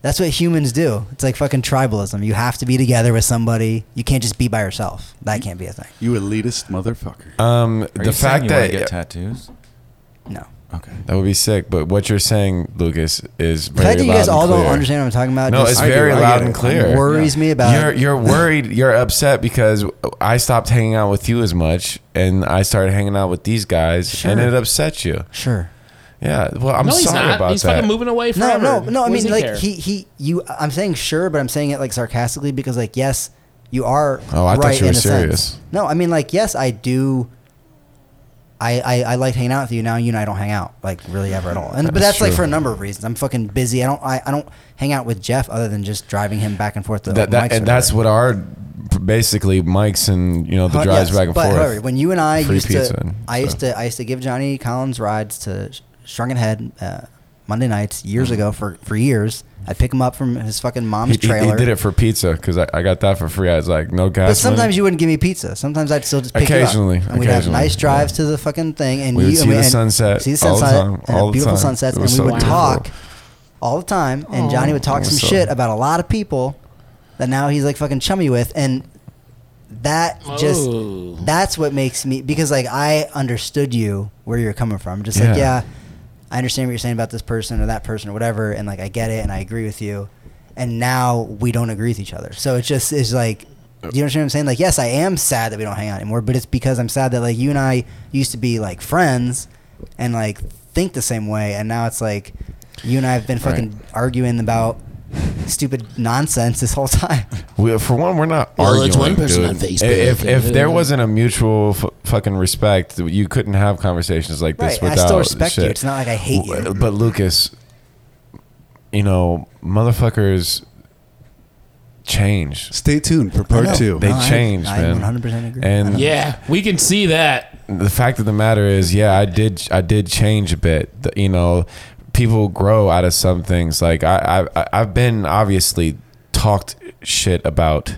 Speaker 3: that's what humans do. It's like fucking tribalism. You have to be together with somebody. You can't just be by yourself. That can't be a thing.
Speaker 6: You elitist motherfucker.
Speaker 2: Um,
Speaker 5: Are
Speaker 2: the
Speaker 5: you saying
Speaker 2: fact
Speaker 5: you wanna
Speaker 2: that
Speaker 5: get tattoos.
Speaker 3: No.
Speaker 5: Okay.
Speaker 2: that would be sick, but what you're saying, Lucas, is
Speaker 3: The
Speaker 2: very
Speaker 3: fact that you guys
Speaker 2: loud and
Speaker 3: all don't
Speaker 2: clear.
Speaker 3: understand what I'm talking about.
Speaker 2: No,
Speaker 3: just-
Speaker 2: it's
Speaker 6: I do,
Speaker 2: very
Speaker 6: I
Speaker 2: loud
Speaker 6: get
Speaker 2: and
Speaker 6: it.
Speaker 2: clear.
Speaker 3: worries me about
Speaker 2: You're you're
Speaker 3: (laughs)
Speaker 2: worried. You're upset because I stopped hanging out with you as much, and I started hanging out with these guys, and
Speaker 3: Sure.
Speaker 2: it upset you.
Speaker 3: sure.
Speaker 2: Yeah. Well, I'm
Speaker 4: no, he's
Speaker 2: sorry
Speaker 4: not.
Speaker 2: about
Speaker 4: he's
Speaker 2: that.
Speaker 4: fucking moving
Speaker 3: No,
Speaker 4: away forever.
Speaker 3: no, no. I
Speaker 4: What does
Speaker 3: mean, like
Speaker 4: care?
Speaker 3: he he you. I'm saying sure, but I'm saying it like sarcastically because like yes, you are.
Speaker 2: Oh, I thought
Speaker 3: right
Speaker 2: you were
Speaker 3: in a sense.
Speaker 2: serious.
Speaker 3: No, I mean like yes, I do. I, I, I like hanging out with you now. You and I don't hang out like really ever at all. And but
Speaker 2: That's
Speaker 3: that's like
Speaker 2: true.
Speaker 3: for a number of reasons. I'm fucking busy. I don't I, I don't hang out with Jeff other than just driving him back and forth. To
Speaker 2: that,
Speaker 3: open
Speaker 2: that
Speaker 3: mics or
Speaker 2: and that's
Speaker 3: whatever.
Speaker 2: what our basically mics and you know the
Speaker 3: Huh,
Speaker 2: drives
Speaker 3: yes,
Speaker 2: back and
Speaker 3: but
Speaker 2: forth.
Speaker 3: however, when you and I
Speaker 2: Free
Speaker 3: used
Speaker 2: pizza
Speaker 3: to,
Speaker 2: and
Speaker 3: I used
Speaker 2: stuff.
Speaker 3: to, I used to give Johnny Collins rides to Sh- Shrunken Head uh, Monday nights years ago for for years. I'd pick him up from his fucking
Speaker 2: He,
Speaker 3: mom's
Speaker 2: Mm-hmm. he- he
Speaker 3: trailer.
Speaker 2: did it for pizza because I, I got that for free. I was like, no gas.
Speaker 3: but sometimes
Speaker 2: money.
Speaker 3: you wouldn't give me pizza. Sometimes I'd still just pick
Speaker 2: Occasionally,
Speaker 3: you up. And we'd have
Speaker 2: occasionally,
Speaker 3: nice drives
Speaker 2: yeah.
Speaker 3: to the fucking thing, and
Speaker 2: We would
Speaker 3: you,
Speaker 2: see
Speaker 3: and
Speaker 2: the
Speaker 3: and
Speaker 2: sunset
Speaker 3: see the
Speaker 2: all the
Speaker 3: sunset,
Speaker 2: time,
Speaker 3: and
Speaker 2: all the
Speaker 3: beautiful
Speaker 2: time.
Speaker 3: sunsets,
Speaker 2: It
Speaker 3: and we
Speaker 2: was so
Speaker 3: would
Speaker 2: beautiful.
Speaker 3: talk all the time. And Johnny would talk
Speaker 2: It
Speaker 3: some
Speaker 2: was so-
Speaker 3: shit about a lot of people that now he's like fucking chummy with, and that just
Speaker 4: Oh.
Speaker 3: that's what makes me because like I understood you where you're coming from. Just like
Speaker 2: Yeah.
Speaker 3: yeah, I understand what you're saying about this person or that person or whatever, and like I get it and I agree with you. And now we don't agree with each other. So it just is like, do you understand what I'm saying? Like yes, I am sad that we don't hang out anymore, but it's because I'm sad that like you and I used to be like friends and like think the same way, and now it's like you and I have been fucking arguing about stupid nonsense this whole time.
Speaker 2: We, for one, we're not
Speaker 4: Well,
Speaker 2: arguing.
Speaker 4: it's one person
Speaker 2: dude.
Speaker 4: on Facebook.
Speaker 2: If if there
Speaker 4: Yeah.
Speaker 2: wasn't a mutual f- fucking respect, you couldn't have conversations like this
Speaker 3: (laughs) Right, and I
Speaker 2: without.
Speaker 3: still respect you.
Speaker 2: shit.
Speaker 3: It's not like I hate you.
Speaker 2: W- But Lucas, you know, motherfuckers change.
Speaker 6: Stay tuned for
Speaker 3: I
Speaker 6: part
Speaker 3: know.
Speaker 6: two.
Speaker 2: They
Speaker 3: No, I-
Speaker 2: change,
Speaker 3: I
Speaker 2: man.
Speaker 3: 100% agree.
Speaker 2: And
Speaker 4: yeah, we can see that.
Speaker 2: the fact of the matter is, yeah, I did, I did change a bit. The- you know, people grow out of some things. Like I, I, I- I've been obviously talked shit about.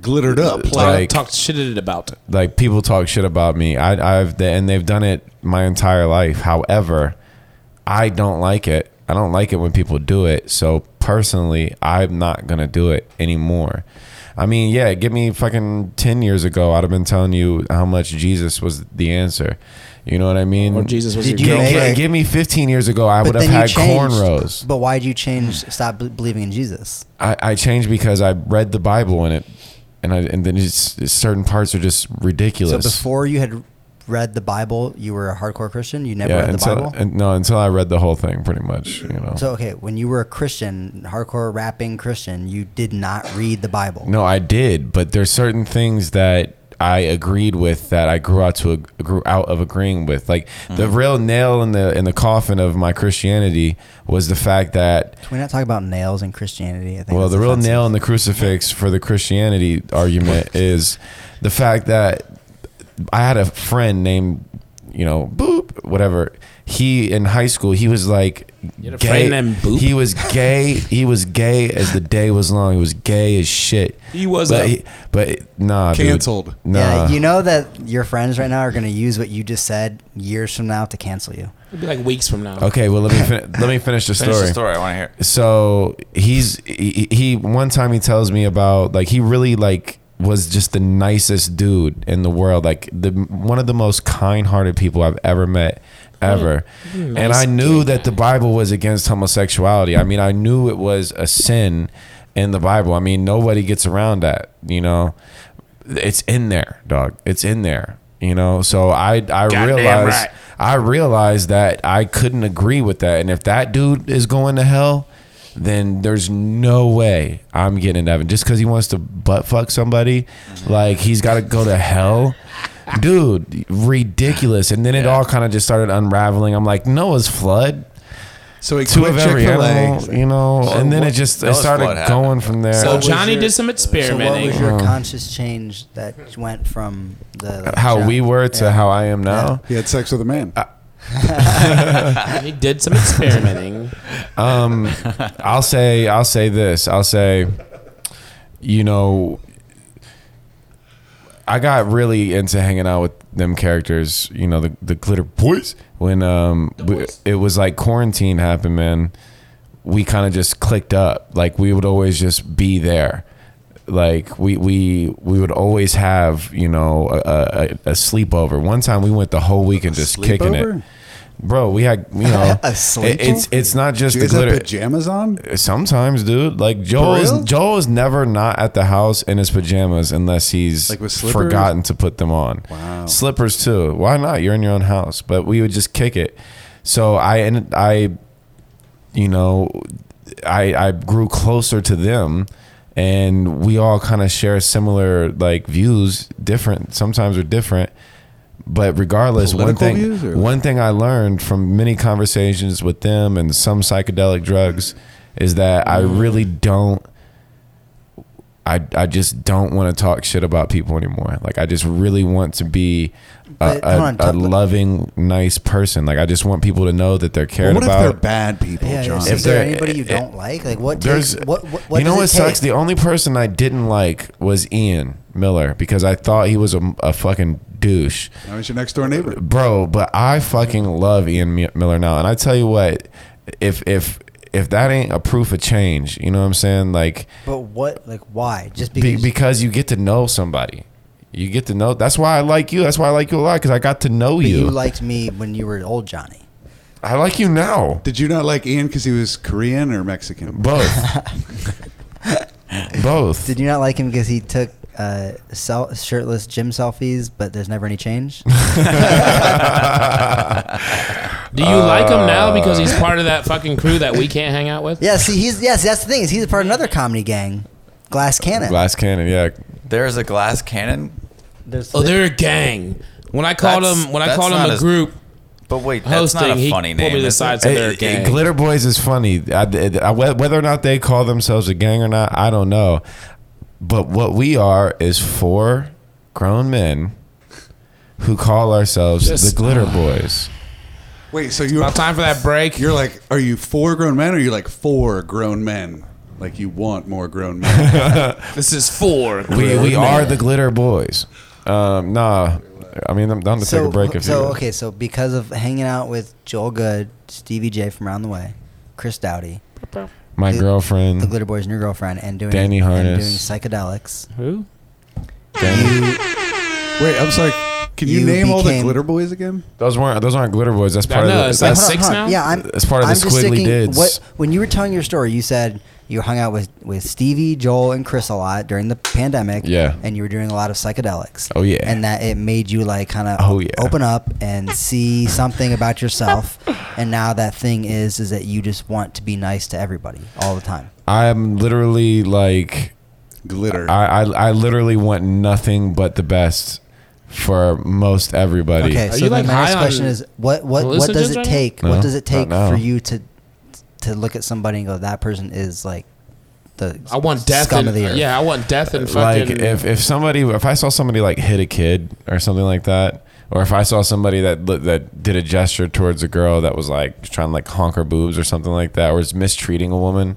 Speaker 6: Glittered up.
Speaker 2: Like-
Speaker 4: Like, talk shit about it.
Speaker 2: Like people talk shit about me. I, I've, and they've done it my entire life. However, I don't like it. I don't like it when people do it. So personally, I'm not gonna do it anymore. I mean, yeah, give me fucking ten years ago, I'd have been telling you how much Jesus was the answer. You know what I mean?
Speaker 4: Or Jesus was
Speaker 3: Did
Speaker 4: your
Speaker 3: you
Speaker 2: Give,
Speaker 4: girlfriend.
Speaker 3: make-
Speaker 2: give- give me 15 years ago, I would have
Speaker 3: then
Speaker 2: had
Speaker 3: you changed.
Speaker 2: cornrows.
Speaker 3: But why did you change? Stop be- believing in Jesus.
Speaker 2: I, I changed because I read the Bible and it, and I and then it's, certain parts are just
Speaker 3: So
Speaker 2: ridiculous.
Speaker 3: before you had read the Bible, you were a hardcore Christian. You never
Speaker 2: yeah,
Speaker 3: read the
Speaker 2: until
Speaker 3: Bible.
Speaker 2: and, no, until I read the whole thing, pretty much. You know.
Speaker 3: so okay, when you were a Christian, hardcore rapping Christian, you did not read the Bible.
Speaker 2: No, I did, but there's certain things that I agreed with that I grew out to grew out of agreeing with. Like the
Speaker 3: Mm-hmm.
Speaker 2: real nail in the in the coffin of my Christianity was the fact that
Speaker 3: Can we not talk about nails and Christianity? I think
Speaker 2: well,
Speaker 3: that's
Speaker 2: the real
Speaker 3: offensive.
Speaker 2: nail in the crucifix for the Christianity argument is the fact that I had a friend named, you know, Boop, whatever. He in high school, he was like
Speaker 4: You had a
Speaker 2: gay.
Speaker 4: friend named Boop?
Speaker 2: He was gay. He was gay as the day was long. He was gay as shit.
Speaker 4: He was
Speaker 2: but
Speaker 4: a-
Speaker 2: he, but nah, dude.
Speaker 6: Canceled.
Speaker 2: Nah,
Speaker 3: Yeah, you know that your friends right now are going to use what you just said years from now to cancel you.
Speaker 4: It'd be like weeks from now.
Speaker 2: Okay, well let me fin- let me finish the
Speaker 5: Finish
Speaker 2: story.
Speaker 5: the story. I want to hear. it.
Speaker 2: so he's he, he one time he tells me about like he really like was just the nicest dude in the world like the one of the most kind-hearted people i've ever met ever and i knew that the bible was against homosexuality i mean i knew it was a sin in the bible i mean nobody gets around that you know it's in there dog it's in there you know so i i
Speaker 4: Goddamn
Speaker 2: realized
Speaker 4: right.
Speaker 2: I realized that I couldn't agree with that. And if that dude is going to hell, then there's no way I'm getting into heaven. Just because he wants to butt fuck somebody, like he's got to go to hell. Dude, ridiculous. And then it all kind of just started unraveling. I'm like, Noah's flood,
Speaker 6: So he
Speaker 2: two
Speaker 6: quit
Speaker 2: of every
Speaker 6: Chick-fil-A.
Speaker 2: animal, you know. and then it just it
Speaker 5: Noah's
Speaker 2: started
Speaker 5: flood happened.
Speaker 2: going from there.
Speaker 4: So
Speaker 3: What was
Speaker 4: Johnny
Speaker 3: your-
Speaker 4: did some
Speaker 3: So what
Speaker 4: experimenting.
Speaker 3: was
Speaker 2: Um,
Speaker 3: your conscious change that went from the
Speaker 2: how
Speaker 3: John-
Speaker 2: we were to
Speaker 3: Yeah.
Speaker 2: how I am now.
Speaker 3: Yeah.
Speaker 6: He had sex with a man.
Speaker 4: he did some (laughs) experimenting.
Speaker 2: I'll say I'll say this. I'll say you know I got really into hanging out with them characters, you know, the the glitter boys when um we- it was like quarantine happened, man. We kind of just clicked up. Like we would always just be there. Like we we we would always have, you know, a, a, a sleepover. One time we went the whole week and just kicking
Speaker 6: sleepover?
Speaker 2: it. Bro, we had, you know,
Speaker 3: A
Speaker 2: it, it's it's not just
Speaker 6: Do
Speaker 2: the
Speaker 6: you guys have
Speaker 2: glitter. Uh,
Speaker 6: pajamas on?
Speaker 2: Sometimes, dude. Like
Speaker 6: For
Speaker 2: Joel
Speaker 6: real?
Speaker 2: is Joel is never not at the house in his pajamas unless he's
Speaker 6: Like with slippers?
Speaker 2: forgotten to put them on.
Speaker 6: Wow.
Speaker 2: Slippers too. Why not? You're in your own house. But we would just kick it. So I and I you know, I I grew closer to them and we all kind of share similar like views, different sometimes are different. But regardless, one
Speaker 6: Political
Speaker 2: thing
Speaker 6: views or-
Speaker 2: one thing I learned from many conversations with them and some psychedelic drugs is that I
Speaker 3: Mm.
Speaker 2: really don't I, I just don't want to talk shit about people anymore. Like I just really want to be a,
Speaker 3: But hold on,
Speaker 2: a, a
Speaker 3: talk-
Speaker 2: loving, nice person. Like I just want people to know that they're cared
Speaker 6: Well, what if
Speaker 2: about.
Speaker 6: they're bad people,
Speaker 3: Yeah,
Speaker 6: John?
Speaker 3: is, is there
Speaker 2: they're-
Speaker 3: anybody you
Speaker 2: it-
Speaker 3: don't like? Like what?
Speaker 2: eh, There's,
Speaker 3: takes, what, what, what
Speaker 2: you know what
Speaker 3: does it
Speaker 2: sucks?
Speaker 3: take?
Speaker 2: The only person I didn't like was Ian Miller because I thought he was a, a fucking douche,
Speaker 6: I was your next door neighbor.
Speaker 2: bro. But I fucking love Ian Mi- Miller now, and I tell you what, if if if that ain't a proof of change, you know what I'm saying? Like
Speaker 3: But what? Like why? Just
Speaker 2: be,
Speaker 3: because?
Speaker 2: because you get to know somebody, you get to know. That's why I like you. That's why I like you a lot because I got to know
Speaker 3: but
Speaker 2: you.
Speaker 3: you liked me when you were old Johnny.
Speaker 2: I like you now.
Speaker 6: Did you not like Ian because he was Korean or Mexican?
Speaker 2: Both.
Speaker 3: (laughs)
Speaker 2: Both.
Speaker 3: Did you not like him because he took uh, sel- shirtless gym selfies? But there's never
Speaker 2: (laughs)
Speaker 3: any change. (laughs)
Speaker 4: Do you like him now because he's part of that fucking crew that we can't hang out with?
Speaker 3: yeah. See, he's yes. That's the thing is he's a part of another comedy gang, Glass Cannon.
Speaker 2: Glass cannon. Yeah.
Speaker 5: There's a glass cannon.
Speaker 3: There's
Speaker 4: Oh, they're a gang. When I called
Speaker 5: That's-
Speaker 4: him, when I
Speaker 5: that's
Speaker 4: called
Speaker 5: not
Speaker 4: him a
Speaker 5: as-
Speaker 4: group,
Speaker 5: But wait, that's
Speaker 4: Hosting,
Speaker 5: not a
Speaker 4: he
Speaker 5: funny
Speaker 4: pulled me
Speaker 5: name.
Speaker 4: to the
Speaker 5: is it?
Speaker 4: side, said they're a gang.
Speaker 2: Glitter Boys is funny. I, I- whether or not they call themselves a gang or not, I don't know. But what we are is four grown men who call ourselves
Speaker 4: Just-
Speaker 2: the
Speaker 4: (sighs)
Speaker 2: Glitter Boys.
Speaker 6: Wait, so you
Speaker 4: about time for that break.
Speaker 6: You're like, are you four grown men or you like four grown men? Like you want more grown men?
Speaker 4: This is four.
Speaker 2: We
Speaker 4: grown
Speaker 2: we
Speaker 4: men.
Speaker 2: are the Glitter Boys. Um, nah, I mean I'm down to take a break if
Speaker 3: so
Speaker 2: you.
Speaker 3: okay, so because of hanging out with Joel Good, Stevie J from around the way, Chris Dowdy,
Speaker 2: My
Speaker 3: the-
Speaker 2: girlfriend.
Speaker 3: the Glitter Boy's new girlfriend, and doing
Speaker 2: Hmm. Danny
Speaker 3: and
Speaker 2: Harness.
Speaker 3: doing psychedelics.
Speaker 4: Who?
Speaker 6: Wait, I'm sorry. Can Can you,
Speaker 3: You
Speaker 6: name all the
Speaker 3: became-
Speaker 6: glitter boys again?
Speaker 2: Those weren't those aren't glitter boys. That's part
Speaker 4: know,
Speaker 2: of
Speaker 4: it's
Speaker 2: the,
Speaker 4: like-
Speaker 2: that's
Speaker 4: Hold on, six
Speaker 3: hold
Speaker 4: now?
Speaker 3: on. Yeah, I'm.
Speaker 2: uh, As part of the
Speaker 3: I'm just
Speaker 2: squiggly
Speaker 3: thinking,
Speaker 2: dids.
Speaker 3: What, when you were telling your story, you said you hung out with with Stevie, Joel, and Chris a lot during the pandemic.
Speaker 2: Yeah.
Speaker 3: and you were doing a lot of psychedelics.
Speaker 2: Oh, yeah.
Speaker 3: and that it made you like kind of
Speaker 2: Oh, yeah.
Speaker 3: open up and see something about yourself. and now that thing is is that you just want to be nice to everybody all the time.
Speaker 2: I'm literally like
Speaker 6: Glitter.
Speaker 2: I, I I literally want nothing but the best for most everybody.
Speaker 3: Okay,
Speaker 4: you,
Speaker 3: so
Speaker 4: like,
Speaker 3: then my next
Speaker 4: high
Speaker 3: question
Speaker 4: on
Speaker 3: is what what what
Speaker 4: hallucinogens
Speaker 3: does it
Speaker 4: right now?
Speaker 3: take?
Speaker 2: No,
Speaker 3: what does it take
Speaker 2: not now.
Speaker 3: for you to to look at somebody and go that person is like the
Speaker 4: I want death.
Speaker 3: scum
Speaker 4: and,
Speaker 3: of the earth.
Speaker 4: Yeah, I want death and
Speaker 2: Like
Speaker 4: fucking.
Speaker 2: if, if somebody if I saw somebody like hit a kid or something like that, or if I saw somebody that li- that did a gesture towards a girl that was like trying to like honk her boobs or something like that, or is mistreating a woman,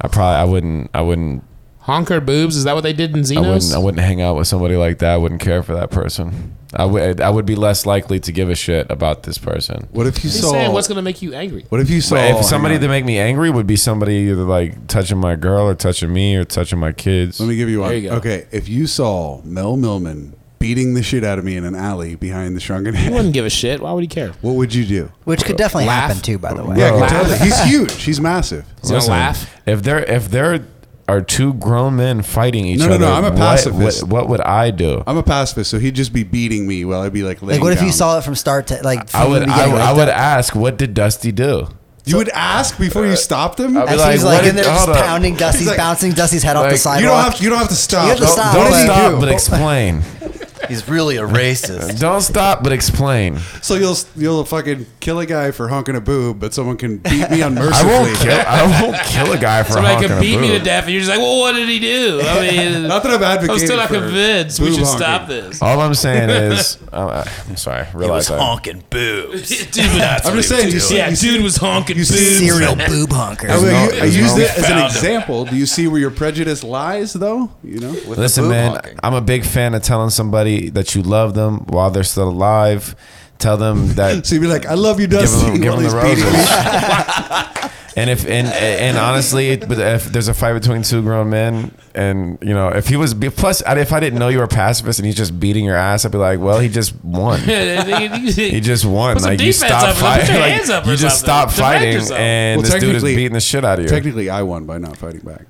Speaker 2: I probably I wouldn't I wouldn't
Speaker 4: honker boobs. Is that what they did in
Speaker 2: I wouldn't
Speaker 4: Xenos?
Speaker 2: I wouldn't hang out with somebody like that. I wouldn't care for that person. I would I would be less likely to give a shit about this person.
Speaker 6: what if you
Speaker 4: He's
Speaker 6: saw?
Speaker 4: saying what's gonna make you angry.
Speaker 6: what if you saw?
Speaker 2: But
Speaker 6: hang
Speaker 2: if somebody
Speaker 6: on.
Speaker 2: to make me angry would be somebody either like touching my girl or touching me or touching my kids.
Speaker 6: Let me give you one.
Speaker 4: There you go.
Speaker 6: Okay, if you saw Mel Millman beating the shit out of me in an alley behind the Shrunken
Speaker 4: He
Speaker 6: Head,
Speaker 4: wouldn't give a shit. Why would he care?
Speaker 6: what would you do?
Speaker 3: Which could definitely
Speaker 4: Laugh.
Speaker 3: happen too, by the way.
Speaker 6: Yeah, I
Speaker 2: Bro.
Speaker 6: can tell that. he's huge. He's massive.
Speaker 4: He's gonna laugh.
Speaker 2: If there if there are two grown men fighting each
Speaker 6: No, no,
Speaker 2: other,
Speaker 6: no, I'm a
Speaker 2: what-
Speaker 6: pacifist.
Speaker 2: What, what, would I do?
Speaker 6: I'm a pacifist, so he'd just be beating me while I'd be like laying
Speaker 3: Like, what if you
Speaker 6: down.
Speaker 3: saw it from start to like? From
Speaker 2: I would
Speaker 3: The
Speaker 2: I,
Speaker 3: beginning,
Speaker 2: would-
Speaker 3: like
Speaker 2: I
Speaker 3: the-
Speaker 2: would ask, what did Dusty do?
Speaker 6: You would ask before you stopped him.
Speaker 2: I'd be
Speaker 3: As
Speaker 2: like,
Speaker 3: he's
Speaker 2: what
Speaker 3: like
Speaker 2: if-
Speaker 3: in there just
Speaker 2: hold up. (laughs)
Speaker 3: pounding Dusty's,
Speaker 6: like-
Speaker 3: bouncing Dusty's head off the
Speaker 2: Like,
Speaker 3: sidewalk.
Speaker 6: you don't have to. You don't have to stop.
Speaker 3: You have to
Speaker 6: Don't-
Speaker 3: stop.
Speaker 6: don't
Speaker 2: Don't
Speaker 3: What did he
Speaker 2: stop,
Speaker 6: do?
Speaker 2: but explain.
Speaker 5: He's really
Speaker 2: (laughs)
Speaker 5: a racist.
Speaker 2: Don't stop, but explain.
Speaker 6: So you'll you'll fucking kill a guy for honking a boob, but someone can
Speaker 2: (laughs)
Speaker 6: beat me
Speaker 2: I won't
Speaker 6: unmercifully.
Speaker 2: kill. I won't kill a guy for
Speaker 4: Somebody
Speaker 2: honking
Speaker 4: could
Speaker 2: a
Speaker 4: beat me to
Speaker 2: boob.
Speaker 4: death, and you're just like, well, what did he do? I (laughs) mean,
Speaker 6: Not that I'm
Speaker 4: I'm
Speaker 6: advocating.
Speaker 4: still not
Speaker 6: for
Speaker 4: convinced. We
Speaker 6: boob
Speaker 4: should
Speaker 6: honking.
Speaker 4: stop this.
Speaker 2: All I'm saying is, I'm, I'm sorry. I
Speaker 5: He was
Speaker 2: Realize that.
Speaker 5: honking boobs.
Speaker 4: Dude was-
Speaker 6: I'm just saying. You see,
Speaker 4: yeah,
Speaker 6: you see,
Speaker 4: dude was (laughs) honking boobs.
Speaker 5: (laughs)
Speaker 3: Serial boob honker.
Speaker 6: I, mean,
Speaker 2: no-
Speaker 6: you- I
Speaker 2: there's
Speaker 6: used
Speaker 2: no-
Speaker 6: it as an
Speaker 5: Found him.
Speaker 6: example. Do you see where your prejudice lies, though? You know.
Speaker 5: With the
Speaker 2: Listen,
Speaker 5: boob
Speaker 2: man,
Speaker 5: honking.
Speaker 2: I'm a big fan of telling somebody that you love them while they're still alive. Tell them that.
Speaker 6: So you'd be like, "I love you,
Speaker 2: give
Speaker 6: Dusty."
Speaker 2: them, give
Speaker 6: while
Speaker 2: them the
Speaker 6: he's beating me.
Speaker 2: roses. (laughs) and if and and honestly, but if there's a fight between two grown men, and you know, if he was be- plus, I- if I didn't know you were a pacifist and he's just beating your ass, I'd be like, well, he just
Speaker 4: (laughs)
Speaker 2: won. He just won.
Speaker 4: Put some
Speaker 2: like you
Speaker 4: defense
Speaker 2: stop
Speaker 4: up, put your
Speaker 2: fighting. Like,
Speaker 4: hands up or
Speaker 2: you just
Speaker 4: something.
Speaker 2: stop
Speaker 4: Defend
Speaker 2: fighting,
Speaker 4: yourself.
Speaker 2: and
Speaker 6: Well,
Speaker 2: this dude is
Speaker 6: technically-
Speaker 2: beating the shit out of you.
Speaker 6: Technically, I won by not fighting back.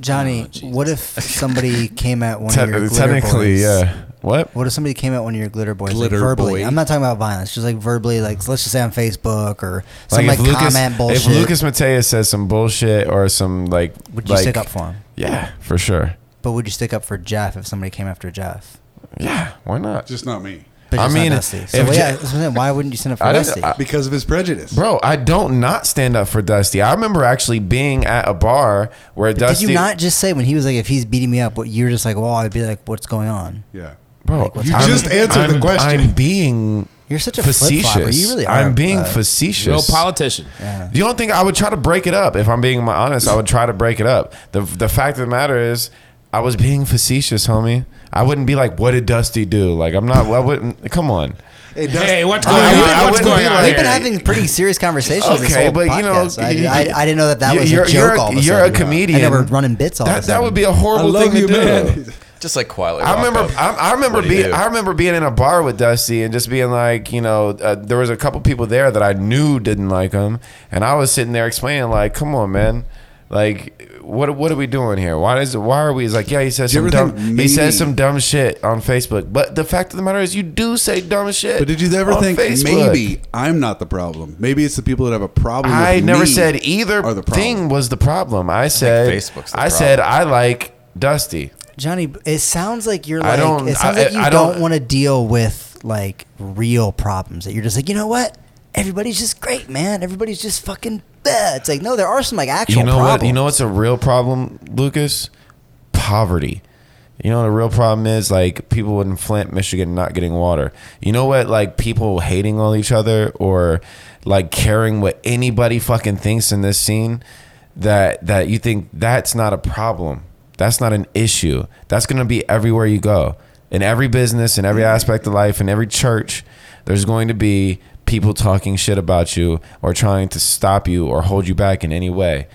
Speaker 3: Johnny, what if somebody came at one
Speaker 2: Oh, Te-
Speaker 3: of your glitter
Speaker 2: technically,
Speaker 3: boys?
Speaker 2: yeah. What?
Speaker 3: What if somebody came at one of your glitter boys like,
Speaker 6: Glitter
Speaker 3: verbally?
Speaker 6: boy.
Speaker 3: I'm not talking about violence, just like verbally, like let's just say on Facebook or some
Speaker 2: Like,
Speaker 3: like,
Speaker 2: if Lucas,
Speaker 3: comment
Speaker 2: if
Speaker 3: bullshit.
Speaker 2: Lucas Mateus says some bullshit or some like,
Speaker 3: would you
Speaker 2: like-
Speaker 3: stick up for him?
Speaker 2: Yeah, for sure.
Speaker 3: But would you stick up for Jeff if somebody came after Jeff?
Speaker 2: Yeah, why not?
Speaker 6: Just not me,
Speaker 3: But
Speaker 2: I
Speaker 3: just not
Speaker 2: mean,
Speaker 3: Dusty. So
Speaker 2: if
Speaker 3: well,
Speaker 2: Je-
Speaker 3: yeah, that's what I'm saying. why wouldn't you stand up for
Speaker 2: I don't-
Speaker 3: Dusty?
Speaker 2: I-
Speaker 6: because of his prejudice.
Speaker 2: Bro, I don't not stand up for Dusty. I remember actually being at a bar where Dusty.
Speaker 3: Did you not just say when he was like, if he's beating me up, what you're just like, well, I'd be like, what's going on?
Speaker 6: Yeah.
Speaker 2: Bro,
Speaker 6: You just answered the question.
Speaker 2: I'm being
Speaker 3: You're such a flip flopper.
Speaker 2: facetious.
Speaker 3: You really are.
Speaker 2: I'm being
Speaker 3: uh,
Speaker 4: Real
Speaker 2: facetious.
Speaker 4: politician.
Speaker 2: You don't think I would try to break it up? If I'm being my honest, I would try to break it up. The the fact of the matter is, I was being facetious, homie. I wouldn't be like, "What did Dusty do?" Like I'm not. I wouldn't. Come on.
Speaker 4: Hey, what's
Speaker 2: I
Speaker 4: going
Speaker 2: mean,
Speaker 4: on?
Speaker 2: I
Speaker 4: What's
Speaker 2: wouldn't
Speaker 4: going
Speaker 2: be
Speaker 4: on
Speaker 2: like-
Speaker 3: We've been
Speaker 4: here?
Speaker 3: having pretty serious conversations. this
Speaker 2: Okay,
Speaker 3: whole
Speaker 2: but, you know,
Speaker 3: podcast. I, I, I didn't know that that
Speaker 2: you-
Speaker 3: was a
Speaker 2: you're-
Speaker 3: joke.
Speaker 2: you're a-
Speaker 3: all of a
Speaker 2: you're a
Speaker 3: sudden.
Speaker 2: comedian.
Speaker 3: I know we're running bits all
Speaker 2: That
Speaker 3: the
Speaker 2: that
Speaker 3: time.
Speaker 2: would be a horrible thing to do.
Speaker 4: (laughs)
Speaker 5: Just like Quietly.
Speaker 2: I remember,
Speaker 5: Walked Up.
Speaker 2: I, I remember
Speaker 5: What do you
Speaker 2: being,
Speaker 5: do?
Speaker 2: I remember being in a bar with Dusty and just being like, you know, uh, there was a couple people there that I knew didn't like him, and I was sitting there explaining, like, come on, man, like, what what are we doing here? Why is why are we? He's like, yeah, he says
Speaker 6: Do
Speaker 2: some
Speaker 6: you ever
Speaker 2: dumb,
Speaker 6: think
Speaker 2: he
Speaker 6: maybe-
Speaker 2: says some dumb shit on Facebook, but the fact of the matter is, you do say dumb shit.
Speaker 6: But did you ever
Speaker 2: on
Speaker 6: think
Speaker 2: Facebook.
Speaker 6: maybe I'm not the problem? Maybe it's the people that have a problem. With
Speaker 2: I never
Speaker 6: me
Speaker 2: said either
Speaker 6: are the problem.
Speaker 2: thing was the problem. I said
Speaker 5: Facebook's the
Speaker 2: I
Speaker 5: problem.
Speaker 2: said I like Dusty.
Speaker 3: Johnny, it sounds like you're
Speaker 2: I
Speaker 3: like
Speaker 2: don't-
Speaker 3: it sounds
Speaker 2: I-
Speaker 3: like you
Speaker 2: I don't-
Speaker 3: don't, want to deal with like real problems. That you're just like, you know what? Everybody's just great, man. Everybody's just fucking. bleh." It's like no, there are some like actual
Speaker 2: you know
Speaker 3: problems.
Speaker 2: what you know what's a real problem lucas poverty you know what a real problem is like people in flint michigan not getting water you know what like people hating on each other or like caring what anybody fucking thinks in this scene that that you think that's not a problem that's not an issue that's gonna be everywhere you go in every business in every aspect of life in every church there's going to be people talking shit about you or trying to stop you or hold you back in any way.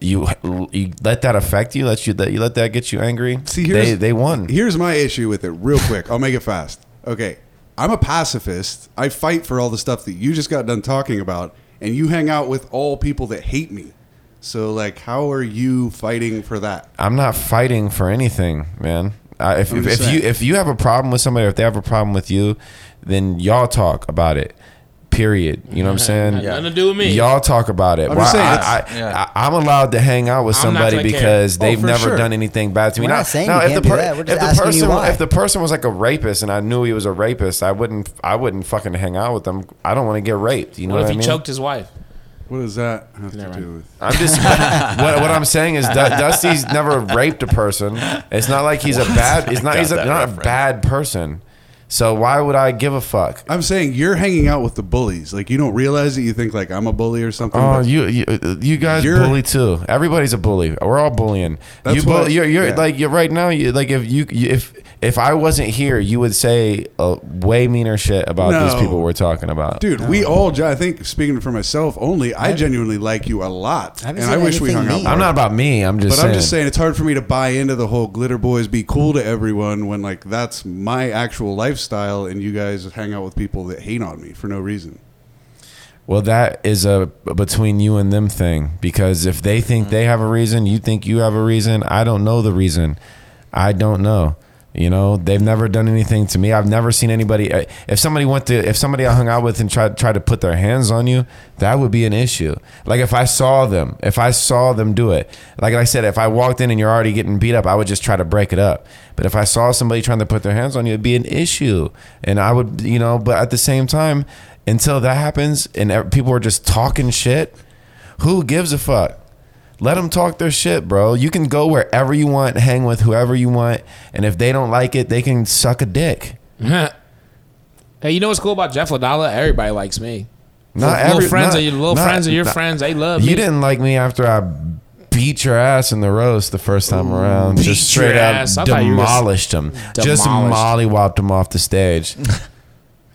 Speaker 2: You, you let that affect you. Let you that you let that get you angry.
Speaker 6: See,
Speaker 2: they
Speaker 6: here's,
Speaker 2: they won.
Speaker 6: Here's my issue with it, real quick. I'll make it fast. okay, I'm a pacifist. I fight for all the stuff that you just got done talking about, and you hang out with all people that hate me. So, like, how are you fighting for that?
Speaker 2: I'm not fighting for anything, man. I if, if,
Speaker 6: I'm just
Speaker 2: if you
Speaker 6: saying.
Speaker 2: if you have a problem with somebody, or if they have a problem with you, then y'all talk about it. Period. You know what I'm saying?
Speaker 4: Nothing to do with me.
Speaker 2: Y'all talk about it.
Speaker 6: I'm
Speaker 2: Why-
Speaker 6: just saying,
Speaker 2: I,
Speaker 6: it's-
Speaker 2: I, I, am allowed to hang out with
Speaker 4: I'm not
Speaker 2: somebody
Speaker 4: gonna care.
Speaker 2: because
Speaker 4: Oh,
Speaker 2: they've
Speaker 6: for
Speaker 2: never
Speaker 6: sure.
Speaker 2: done anything bad to me.
Speaker 3: We're
Speaker 2: Now-
Speaker 3: not saying
Speaker 2: now,
Speaker 3: you
Speaker 2: if
Speaker 3: can't
Speaker 2: the
Speaker 3: do that. We're just
Speaker 2: if the
Speaker 3: asking you
Speaker 2: person,
Speaker 3: why.
Speaker 2: if the person was like a rapist and I knew he was a rapist, I wouldn't, I wouldn't fucking hang out with them. I don't want to get raped. You know
Speaker 4: What
Speaker 2: what,
Speaker 4: if
Speaker 2: I
Speaker 4: he
Speaker 2: mean?
Speaker 4: choked his wife?
Speaker 6: What does that have to
Speaker 4: Never
Speaker 6: do
Speaker 4: mind.
Speaker 6: with?
Speaker 2: I'm
Speaker 6: (laughs)
Speaker 2: just what, what I'm saying is Du- Dusty's never raped a person. It's not like he's a bad. He's not. He's a,
Speaker 5: got that
Speaker 2: not a
Speaker 5: reference.
Speaker 2: bad person. So why would I give a fuck?
Speaker 6: I'm saying you're hanging out with the bullies. Like, you don't realize it. You think, like, I'm a bully or something.
Speaker 2: Oh,
Speaker 6: but-
Speaker 2: you you, you guys
Speaker 6: You're-
Speaker 2: bully too. Everybody's a bully. We're all bullying.
Speaker 6: That's
Speaker 2: you bull-
Speaker 6: what-
Speaker 2: you're, you're
Speaker 6: yeah.
Speaker 2: like you're right now. You like if you, you if if I wasn't here, you would say uh, way meaner shit about these
Speaker 6: No.
Speaker 2: people we're talking about.
Speaker 6: Dude, we all, ge- I think, speaking for myself only, I genuinely like you a lot.
Speaker 3: I
Speaker 6: and
Speaker 3: haven't
Speaker 6: I
Speaker 3: seen
Speaker 6: wish we
Speaker 3: anything
Speaker 6: hung out.
Speaker 3: mean.
Speaker 6: more.
Speaker 2: I'm not about me. I'm just.
Speaker 6: But
Speaker 2: saying.
Speaker 6: I'm just saying it's hard for me to buy into the whole glitter boys be cool
Speaker 3: Mm.
Speaker 6: to everyone when like that's my actual lifestyle and you guys hang out with people that hate on me for no reason.
Speaker 2: Well, that is a between you and them thing because if they think they have a reason, you think you have a reason. I don't know the reason. I don't know. You know, they've never done anything to me. I've never seen anybody. I- If somebody went to, if somebody I hung out with and tried tried to put their hands on you, that would be an issue. Like if I saw them, if I saw them do it, like I said, if I walked in and you're already getting beat up, I would just try to break it up. But if I saw somebody trying to put their hands on you, it'd be an issue, and I would, you know. But at the same time, until that happens and ev- people are just talking shit, who gives a fuck? Let them talk their shit, bro. You can go wherever you want, hang with whoever you want, and if they don't like it, they can suck a dick.
Speaker 4: hey, you know what's cool about Jeff Ladala? Everybody likes me.
Speaker 2: Not
Speaker 4: little
Speaker 2: every-
Speaker 4: friends
Speaker 2: not-
Speaker 4: are your little
Speaker 2: not-
Speaker 4: friends are your
Speaker 2: not-
Speaker 4: friends. They love
Speaker 2: You
Speaker 4: me.
Speaker 2: didn't like me after I beat your ass in the roast the first time around.
Speaker 4: Beat
Speaker 2: Just straight
Speaker 4: your
Speaker 2: up
Speaker 4: ass. I thought you was
Speaker 2: demolished him. Just
Speaker 4: demolished.
Speaker 2: mollywopped him off the
Speaker 4: (laughs)
Speaker 2: stage.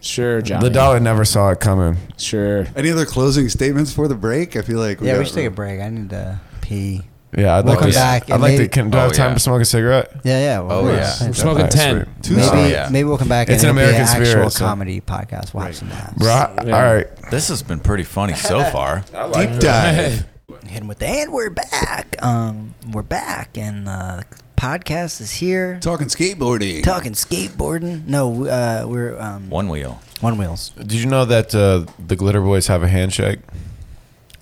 Speaker 4: Sure, Johnny.
Speaker 2: the dollar never saw it coming.
Speaker 4: Sure.
Speaker 6: Any other closing statements for the break? I feel like
Speaker 3: yeah, we
Speaker 6: got-
Speaker 3: should take a break. I need to pee.
Speaker 2: Yeah, I'd like
Speaker 3: Welcome
Speaker 2: to.
Speaker 3: back,
Speaker 2: I'd
Speaker 3: and
Speaker 2: like to.
Speaker 3: maybe-
Speaker 2: Can, do I
Speaker 5: Oh,
Speaker 2: have time
Speaker 5: yeah.
Speaker 2: to smoke a cigarette?
Speaker 3: Yeah, yeah. well,
Speaker 5: Oh,
Speaker 3: we're
Speaker 5: yeah.
Speaker 3: fine.
Speaker 4: We're smoking
Speaker 2: Alright,
Speaker 4: 10.
Speaker 2: sweet.
Speaker 6: Two
Speaker 3: Maybe
Speaker 5: Oh, yeah.
Speaker 3: maybe we'll come back.
Speaker 2: It's
Speaker 3: and
Speaker 2: an
Speaker 3: it'll be
Speaker 2: American
Speaker 3: actual
Speaker 2: spirit, so-
Speaker 3: comedy podcast. Watch some laughs.
Speaker 2: Bro, I- all right.
Speaker 5: This has been pretty funny so
Speaker 2: (laughs)
Speaker 5: far.
Speaker 3: (laughs)
Speaker 6: deep dive.
Speaker 3: Hit him with the and we're back. Um, we're back, and uh, podcast is here.
Speaker 6: Talking skateboarding.
Speaker 3: Talking skateboarding. No, uh, we're um,
Speaker 5: One wheel.
Speaker 3: one wheels.
Speaker 2: Did you know that uh, the Glitter Boys have a handshake?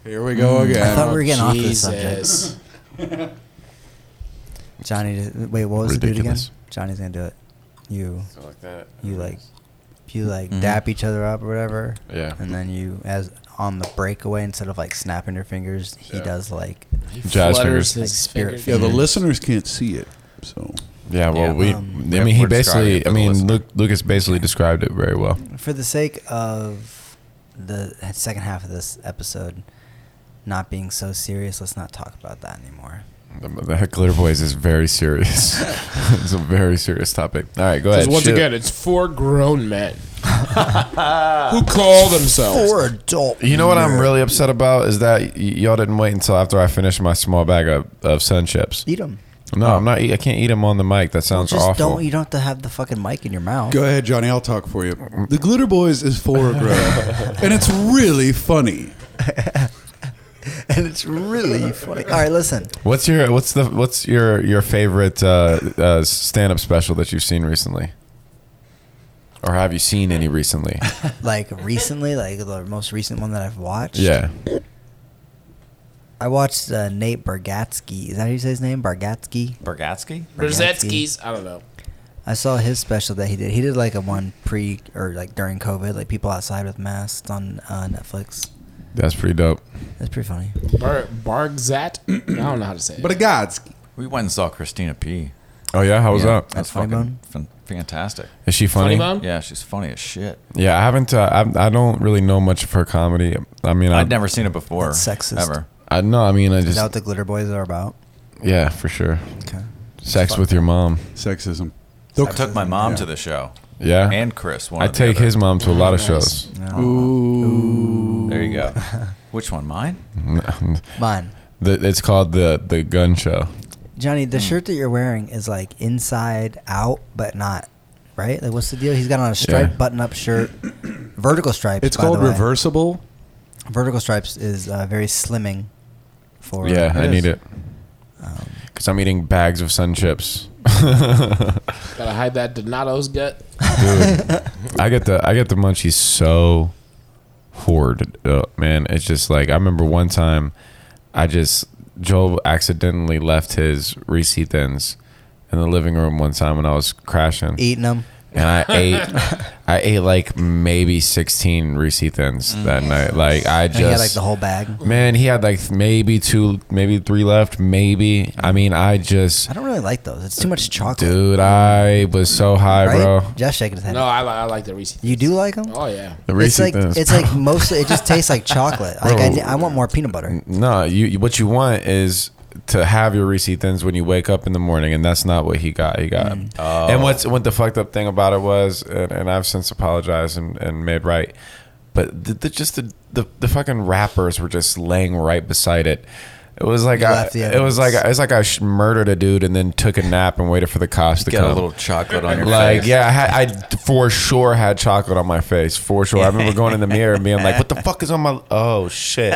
Speaker 6: Here we go
Speaker 3: Mm, I thought
Speaker 6: again.
Speaker 3: we were getting off this subject.
Speaker 4: Jesus.
Speaker 3: Johnny, did- wait, what was
Speaker 2: Ridiculous.
Speaker 3: the dude again? Johnny's gonna do it. You,
Speaker 2: Like that.
Speaker 3: you like, you like dap each other up or whatever,
Speaker 2: Yeah.
Speaker 3: and then you as on the breakaway instead of like snapping your fingers, he does like
Speaker 2: Jazz
Speaker 4: Flutters
Speaker 2: fingers.
Speaker 4: his
Speaker 3: Spirit
Speaker 6: Yeah,
Speaker 4: finger.
Speaker 6: the listeners can't see it.
Speaker 3: (laughs)
Speaker 6: So
Speaker 2: Yeah. Well,
Speaker 5: Yeah.
Speaker 2: we.
Speaker 3: Um,
Speaker 2: I
Speaker 5: yeah,
Speaker 2: mean, he
Speaker 5: we're describing it
Speaker 2: basically.
Speaker 5: for
Speaker 2: I
Speaker 5: the
Speaker 2: mean,
Speaker 5: listener.
Speaker 2: Luke, Lucas basically described it very well.
Speaker 3: for the sake of the second half of this episode not being so serious. Let's not talk about that anymore.
Speaker 2: The, the Glitter Boys is very serious. it's a very serious topic. All right, go ahead.
Speaker 4: Because once
Speaker 2: shoot.
Speaker 4: again, it's four grown men who call themselves.
Speaker 3: adult.
Speaker 2: You know what I'm really upset about is that y- y'all didn't wait until after I finished my small bag of, of sun chips.
Speaker 3: Eat them.
Speaker 2: No, I'm not. eat- I can't eat them on the mic. That sounds
Speaker 3: Just
Speaker 2: awful.
Speaker 3: don't. You don't have to have the fucking mic in your mouth.
Speaker 6: go ahead, Johnny. I'll talk for you. The Glitter Boys is
Speaker 3: (laughs)
Speaker 6: for a grow, and it's really funny.
Speaker 3: and it's (laughs) really funny. All right, listen.
Speaker 2: What's your what's the what's your your favorite uh, uh, stand up special that you've seen recently, or have you seen any
Speaker 5: (laughs)
Speaker 2: recently?
Speaker 3: Like recently, like the most recent one that I've watched.
Speaker 2: yeah,
Speaker 3: I watched uh, Nate Bargatsky. Is that how you say his name? Bargatsky.
Speaker 5: Bergatsky?
Speaker 4: Brzezinski's. I don't know.
Speaker 3: I saw his special that he did. He did like a one pre or like during COVID, like people outside with masks on uh, Netflix.
Speaker 2: that's pretty dope.
Speaker 3: That's pretty funny.
Speaker 4: Bar- Bargzat? I don't know how to say it.
Speaker 6: But a God's
Speaker 5: We went and saw Christina P.
Speaker 2: Oh yeah, how was
Speaker 5: Yeah,
Speaker 2: that?
Speaker 3: That's
Speaker 5: That's
Speaker 3: Funny
Speaker 5: fucking fan- fantastic.
Speaker 2: Is she funny?
Speaker 4: Funny Bone?
Speaker 5: Yeah, she's funny as shit.
Speaker 2: Yeah, I haven't. Uh, I I don't really know much of her comedy. I mean, I
Speaker 5: I'd never seen it before.
Speaker 3: That's sexist.
Speaker 5: Ever.
Speaker 2: I no. I mean, I
Speaker 3: Is that
Speaker 2: just
Speaker 3: what the Glitter Boys are about?
Speaker 2: yeah, for sure.
Speaker 3: Okay.
Speaker 2: Sex with your mom.
Speaker 6: sexism.
Speaker 5: I took my mom to the show.
Speaker 2: Yeah,
Speaker 5: And Chris. One
Speaker 2: I
Speaker 5: or the
Speaker 2: take
Speaker 5: other.
Speaker 2: his mom to a lot of shows.
Speaker 5: There you go.
Speaker 3: (laughs)
Speaker 5: Which one? Mine?
Speaker 3: Mine.
Speaker 2: The, it's called the the gun show.
Speaker 3: Johnny, the shirt that you're wearing is like inside out, but not. right? Like, what's the deal? He's got on a striped
Speaker 2: Yeah.
Speaker 3: button-up shirt, vertical stripes.
Speaker 6: It's
Speaker 3: by
Speaker 6: called
Speaker 3: the way.
Speaker 6: reversible.
Speaker 3: Vertical stripes is uh, very slimming. For
Speaker 2: Yeah, I
Speaker 6: It
Speaker 2: need
Speaker 6: is.
Speaker 2: it.
Speaker 5: Um,
Speaker 2: Because I'm eating bags of sun chips.
Speaker 4: Gotta hide that Donato's gut.
Speaker 2: Dude, I get the I get the munchies so hoarded up, man. It's just like I remember one time, I just Joel accidentally left his Reese thins in the living room one time when I was crashing,
Speaker 3: eating them.
Speaker 2: and I
Speaker 3: (laughs)
Speaker 2: ate I ate like maybe sixteen Reese thins that night. Like I just
Speaker 3: Mm. And he had like the whole bag.
Speaker 2: man, he had like maybe two, maybe three left, maybe. I mean, I just
Speaker 3: I don't really like those. It's too much chocolate.
Speaker 2: dude, I was so high,
Speaker 3: right?
Speaker 2: bro.
Speaker 3: Josh shaking his head.
Speaker 4: No, I, li- I like the Reese.
Speaker 3: You do like them?
Speaker 4: Oh yeah.
Speaker 2: The Reese's
Speaker 3: It's like
Speaker 2: Thins,
Speaker 3: it's
Speaker 2: bro.
Speaker 3: like mostly it just tastes like chocolate. Like I,
Speaker 2: Bro. Mm.
Speaker 3: di- I want more peanut butter.
Speaker 2: No, you you- what you want is to have your Reese thins when you wake up in the morning, and that's not what he got. He got,
Speaker 3: Mm.
Speaker 2: and what's what the fucked up thing about it was, and, and I've since apologized and, and made right, but the, the, just the, the the fucking wrappers were just laying right beside it. It was like
Speaker 3: You
Speaker 2: I,
Speaker 3: left the
Speaker 2: it was like
Speaker 3: evidence.
Speaker 2: it's like I sh- murdered a dude and then took a nap and waited for the cops to
Speaker 5: Got
Speaker 2: come.
Speaker 5: a little chocolate on your
Speaker 2: Like,
Speaker 5: face.
Speaker 2: yeah, I, had, I d- for sure had chocolate on my face. For sure. I remember going in the mirror and being like, what the fuck is on my. Oh, shit.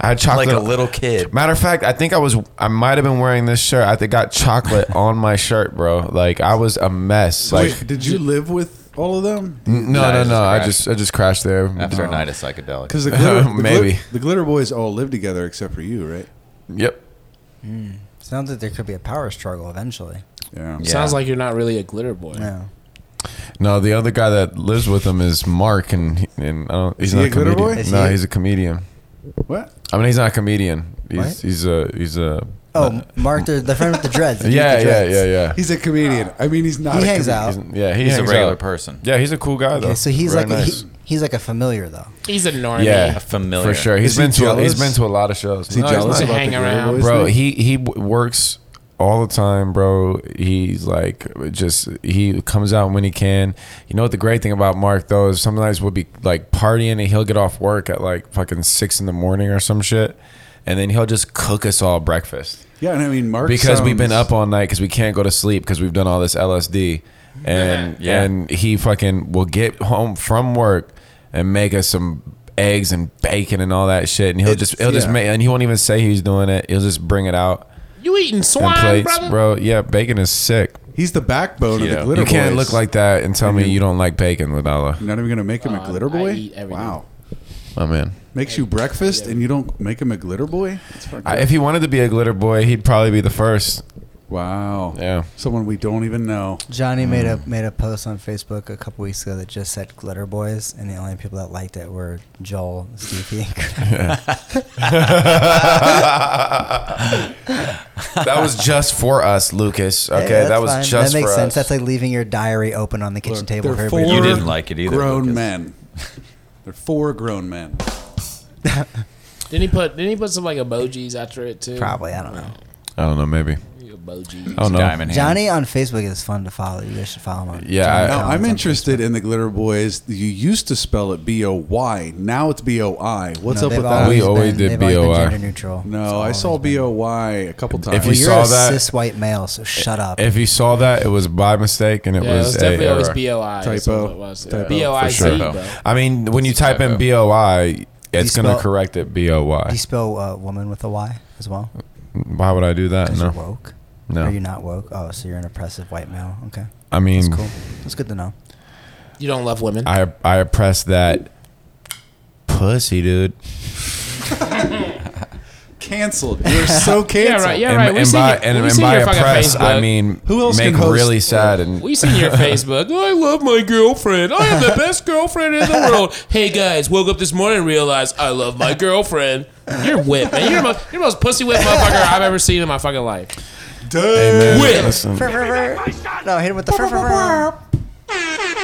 Speaker 2: I had chocolate.
Speaker 5: Like a little kid.
Speaker 2: Matter of fact, I think I was. I might have been wearing this shirt. I think got chocolate on my shirt, bro. Like, I was a mess. Like,
Speaker 6: Wait, did you live with all of them?
Speaker 2: n- no,
Speaker 5: No,
Speaker 2: no,
Speaker 5: it's
Speaker 6: (laughs)
Speaker 2: no. I
Speaker 5: just Uh-huh.
Speaker 2: just, I just crashed there.
Speaker 5: After a
Speaker 2: No.
Speaker 5: night of psychedelics.
Speaker 6: Because the
Speaker 2: (laughs)
Speaker 6: glitter, the glit-
Speaker 2: Maybe.
Speaker 6: the glitter boys all live together except for you, right?
Speaker 2: Yep.
Speaker 3: Sounds like there could be a power struggle eventually.
Speaker 6: Yeah.
Speaker 5: Yeah.
Speaker 4: Sounds like you're not really a glitter boy.
Speaker 3: Yeah.
Speaker 2: No, the other guy that lives with him is Mark, and he- and I don't, he's
Speaker 6: he
Speaker 2: not
Speaker 6: a glitter
Speaker 2: comedian.
Speaker 6: boy?
Speaker 3: Is
Speaker 2: No,
Speaker 3: he-
Speaker 2: he's a comedian.
Speaker 6: What?
Speaker 2: I mean, he's not a comedian. He's
Speaker 3: What?
Speaker 2: he's a he's a.
Speaker 3: Oh, Mark, the, the friend with the dreads. the
Speaker 2: (laughs)
Speaker 3: dude
Speaker 2: yeah,
Speaker 3: with the
Speaker 2: yeah,
Speaker 3: dreads.
Speaker 2: yeah, yeah.
Speaker 6: He's a comedian. I mean, he's not.
Speaker 3: He
Speaker 6: a
Speaker 3: hangs
Speaker 6: comedian.
Speaker 3: out.
Speaker 2: He's- yeah, he
Speaker 5: He's a
Speaker 2: hangs
Speaker 5: regular
Speaker 2: out.
Speaker 5: person.
Speaker 2: Yeah, he's a cool guy though.
Speaker 3: Okay, so he's
Speaker 2: Very
Speaker 3: like a,
Speaker 2: nice.
Speaker 3: he, he's like a familiar though.
Speaker 4: He's a normie.
Speaker 2: yeah,
Speaker 5: A familiar.
Speaker 2: for sure.
Speaker 6: Is
Speaker 2: He's
Speaker 6: he
Speaker 2: been to a, he's
Speaker 6: jealous?
Speaker 2: been to a lot of shows.
Speaker 6: Is he
Speaker 2: No, he's not.
Speaker 6: jealous
Speaker 4: He's
Speaker 6: about
Speaker 4: hang
Speaker 6: the glitter
Speaker 4: around.
Speaker 6: boys?
Speaker 2: bro?
Speaker 6: thing?
Speaker 2: He he w- works all the time, bro. He's like just he comes out when he can. You know what the great thing about Mark though is sometimes we'll be like partying and he'll get off work at like fucking six in the morning or some shit, and then he'll just cook us all breakfast.
Speaker 6: Yeah, and I mean, Mark.
Speaker 2: because we've been
Speaker 6: sounds-
Speaker 2: up all night because we can't go to sleep because we've done all this LSD, (laughs) and
Speaker 5: Yeah.
Speaker 2: and he fucking will get home from work and make us some eggs and bacon and all that shit, and he'll just
Speaker 6: It's-
Speaker 2: he'll just
Speaker 6: yeah.
Speaker 2: make and he won't even say he's doing it. He'll just bring it out
Speaker 4: You eating
Speaker 2: in
Speaker 4: swine,
Speaker 2: plates,
Speaker 4: brother?
Speaker 2: bro. Yeah, bacon is sick.
Speaker 6: He's the backbone of
Speaker 5: Keto.
Speaker 6: the glitter
Speaker 2: you can't
Speaker 6: boys.
Speaker 2: look like that and tell me you don't like bacon, Ladala.
Speaker 6: You're not even gonna make him a
Speaker 4: Uh,
Speaker 6: glitter
Speaker 4: I
Speaker 6: boy.
Speaker 4: eat everything.
Speaker 6: Wow.
Speaker 2: My man.
Speaker 6: Makes you breakfast and you don't make him a glitter boy. That's fucking-
Speaker 2: I, if he wanted to be a glitter boy, he'd probably be the first.
Speaker 6: wow.
Speaker 2: Yeah.
Speaker 6: Someone we don't even know.
Speaker 3: Johnny made
Speaker 2: Mm.
Speaker 3: a made a post on Facebook a couple weeks ago that just said glitter boys, and the only people that liked it were Joel, Stevie.
Speaker 2: That was just for us, Lucas. Okay, that was just
Speaker 3: that makes
Speaker 2: for
Speaker 3: sense.
Speaker 2: us.
Speaker 3: That's like leaving your diary open on the kitchen
Speaker 6: Look,
Speaker 3: table for
Speaker 6: they're
Speaker 3: everybody.
Speaker 5: You
Speaker 6: four
Speaker 5: didn't like it either,
Speaker 6: Grown
Speaker 5: Lucas.
Speaker 6: men. They're four grown men.
Speaker 4: Didn't he put Didn't he put some like emojis after it too?
Speaker 3: Probably, I don't know.
Speaker 2: I don't know, maybe.
Speaker 4: Emojis.
Speaker 2: I don't know.
Speaker 5: Diamond hand.
Speaker 3: Johnny on Facebook is fun to follow. You guys should follow him. On
Speaker 2: Yeah, I-
Speaker 3: Johnny
Speaker 6: Now,
Speaker 3: Collins
Speaker 6: I'm
Speaker 3: on
Speaker 6: interested in the glitter boys. You used to spell it B O Y. Now it's B O I. What's
Speaker 3: No,
Speaker 6: up
Speaker 3: they've
Speaker 6: with that?
Speaker 2: We always
Speaker 3: been-
Speaker 2: did
Speaker 3: they've always been
Speaker 2: BOI.
Speaker 3: Gender neutral. It's
Speaker 6: no, I
Speaker 3: always
Speaker 6: saw
Speaker 3: been-
Speaker 6: B O Y a couple times.
Speaker 2: you
Speaker 3: Well, you're
Speaker 2: saw
Speaker 3: a
Speaker 2: that-
Speaker 3: cis white male, so shut up.
Speaker 2: If you saw that, it was by mistake, and it
Speaker 4: Yeah, it
Speaker 2: was,
Speaker 4: was definitely
Speaker 2: a
Speaker 4: always
Speaker 2: error.
Speaker 4: BOI. is
Speaker 6: Typo.
Speaker 4: what it was.
Speaker 6: Typo,
Speaker 4: BOIC,
Speaker 2: sure.
Speaker 4: bro.
Speaker 2: I mean, when you type in
Speaker 5: Typo.
Speaker 2: boi, it's
Speaker 3: you
Speaker 2: gonna
Speaker 3: spell-
Speaker 2: correct it
Speaker 3: Do
Speaker 2: boi.
Speaker 3: you spell uh, woman with a Y as well?
Speaker 2: Why would I do that?
Speaker 3: Because you're
Speaker 2: No,
Speaker 3: woke. Are you
Speaker 2: no.
Speaker 3: not woke? Oh, so you're an oppressive white male. Okay,
Speaker 2: I mean,
Speaker 3: cool. That's good to know.
Speaker 4: You don't love women.
Speaker 2: I I oppress that pussy, dude.
Speaker 6: Canceled.
Speaker 2: (laughs)
Speaker 6: You're so
Speaker 4: yeah,
Speaker 6: canceled.
Speaker 4: right. Yeah,
Speaker 2: and
Speaker 4: right. We
Speaker 2: and
Speaker 4: see
Speaker 2: by
Speaker 4: you-
Speaker 2: and,
Speaker 4: we
Speaker 2: and
Speaker 4: see
Speaker 2: by
Speaker 4: your fucking
Speaker 2: oppress, I
Speaker 4: Facebook.
Speaker 2: mean
Speaker 6: Who else
Speaker 2: make
Speaker 6: can host-
Speaker 2: really sad and
Speaker 4: We see your Facebook. I love my girlfriend. I am
Speaker 3: (laughs)
Speaker 4: the best girlfriend in the world. Hey guys, woke up this morning and realized I love my girlfriend. You're whipped, man. You're the most, you're the most pussy whipped motherfucker I've ever seen in my fucking life.
Speaker 2: Amen.
Speaker 4: Win.
Speaker 2: Listen,
Speaker 3: Fur, fur, fur. No, hit him with the fur, fur, fur.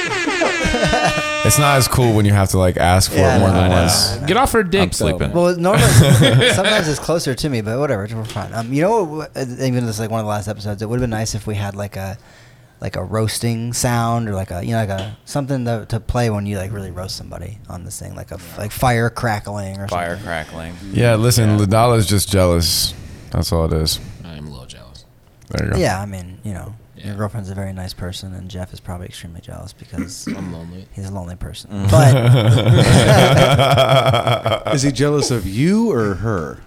Speaker 2: it's not as cool when you have to like ask for
Speaker 3: Yeah,
Speaker 2: it more
Speaker 3: no,
Speaker 2: than
Speaker 5: I know.
Speaker 2: once.
Speaker 4: Get off her dick.
Speaker 5: I'm sleeping.
Speaker 3: Well, normally
Speaker 2: (laughs)
Speaker 3: sometimes it's closer to me, but whatever, we're fine. Um, you know, what, uh, even this like one of the last episodes, it would have been nice if we had like a like a roasting sound or like a you know like a something to, to play when you like really roast somebody on this thing, like a like fire crackling or
Speaker 5: Fire
Speaker 3: something.
Speaker 5: crackling.
Speaker 2: Yeah, listen, Ladala's just jealous. That's all it is.
Speaker 4: I'm a little jealous.
Speaker 2: There you go.
Speaker 3: Yeah, I mean, you know,
Speaker 4: Yeah.
Speaker 3: Your girlfriend's a very nice person, and Jeff is probably extremely jealous because
Speaker 4: (clears throat) I'm lonely.
Speaker 3: he's a lonely person.
Speaker 2: (laughs)
Speaker 3: But
Speaker 6: Is he jealous of you or her?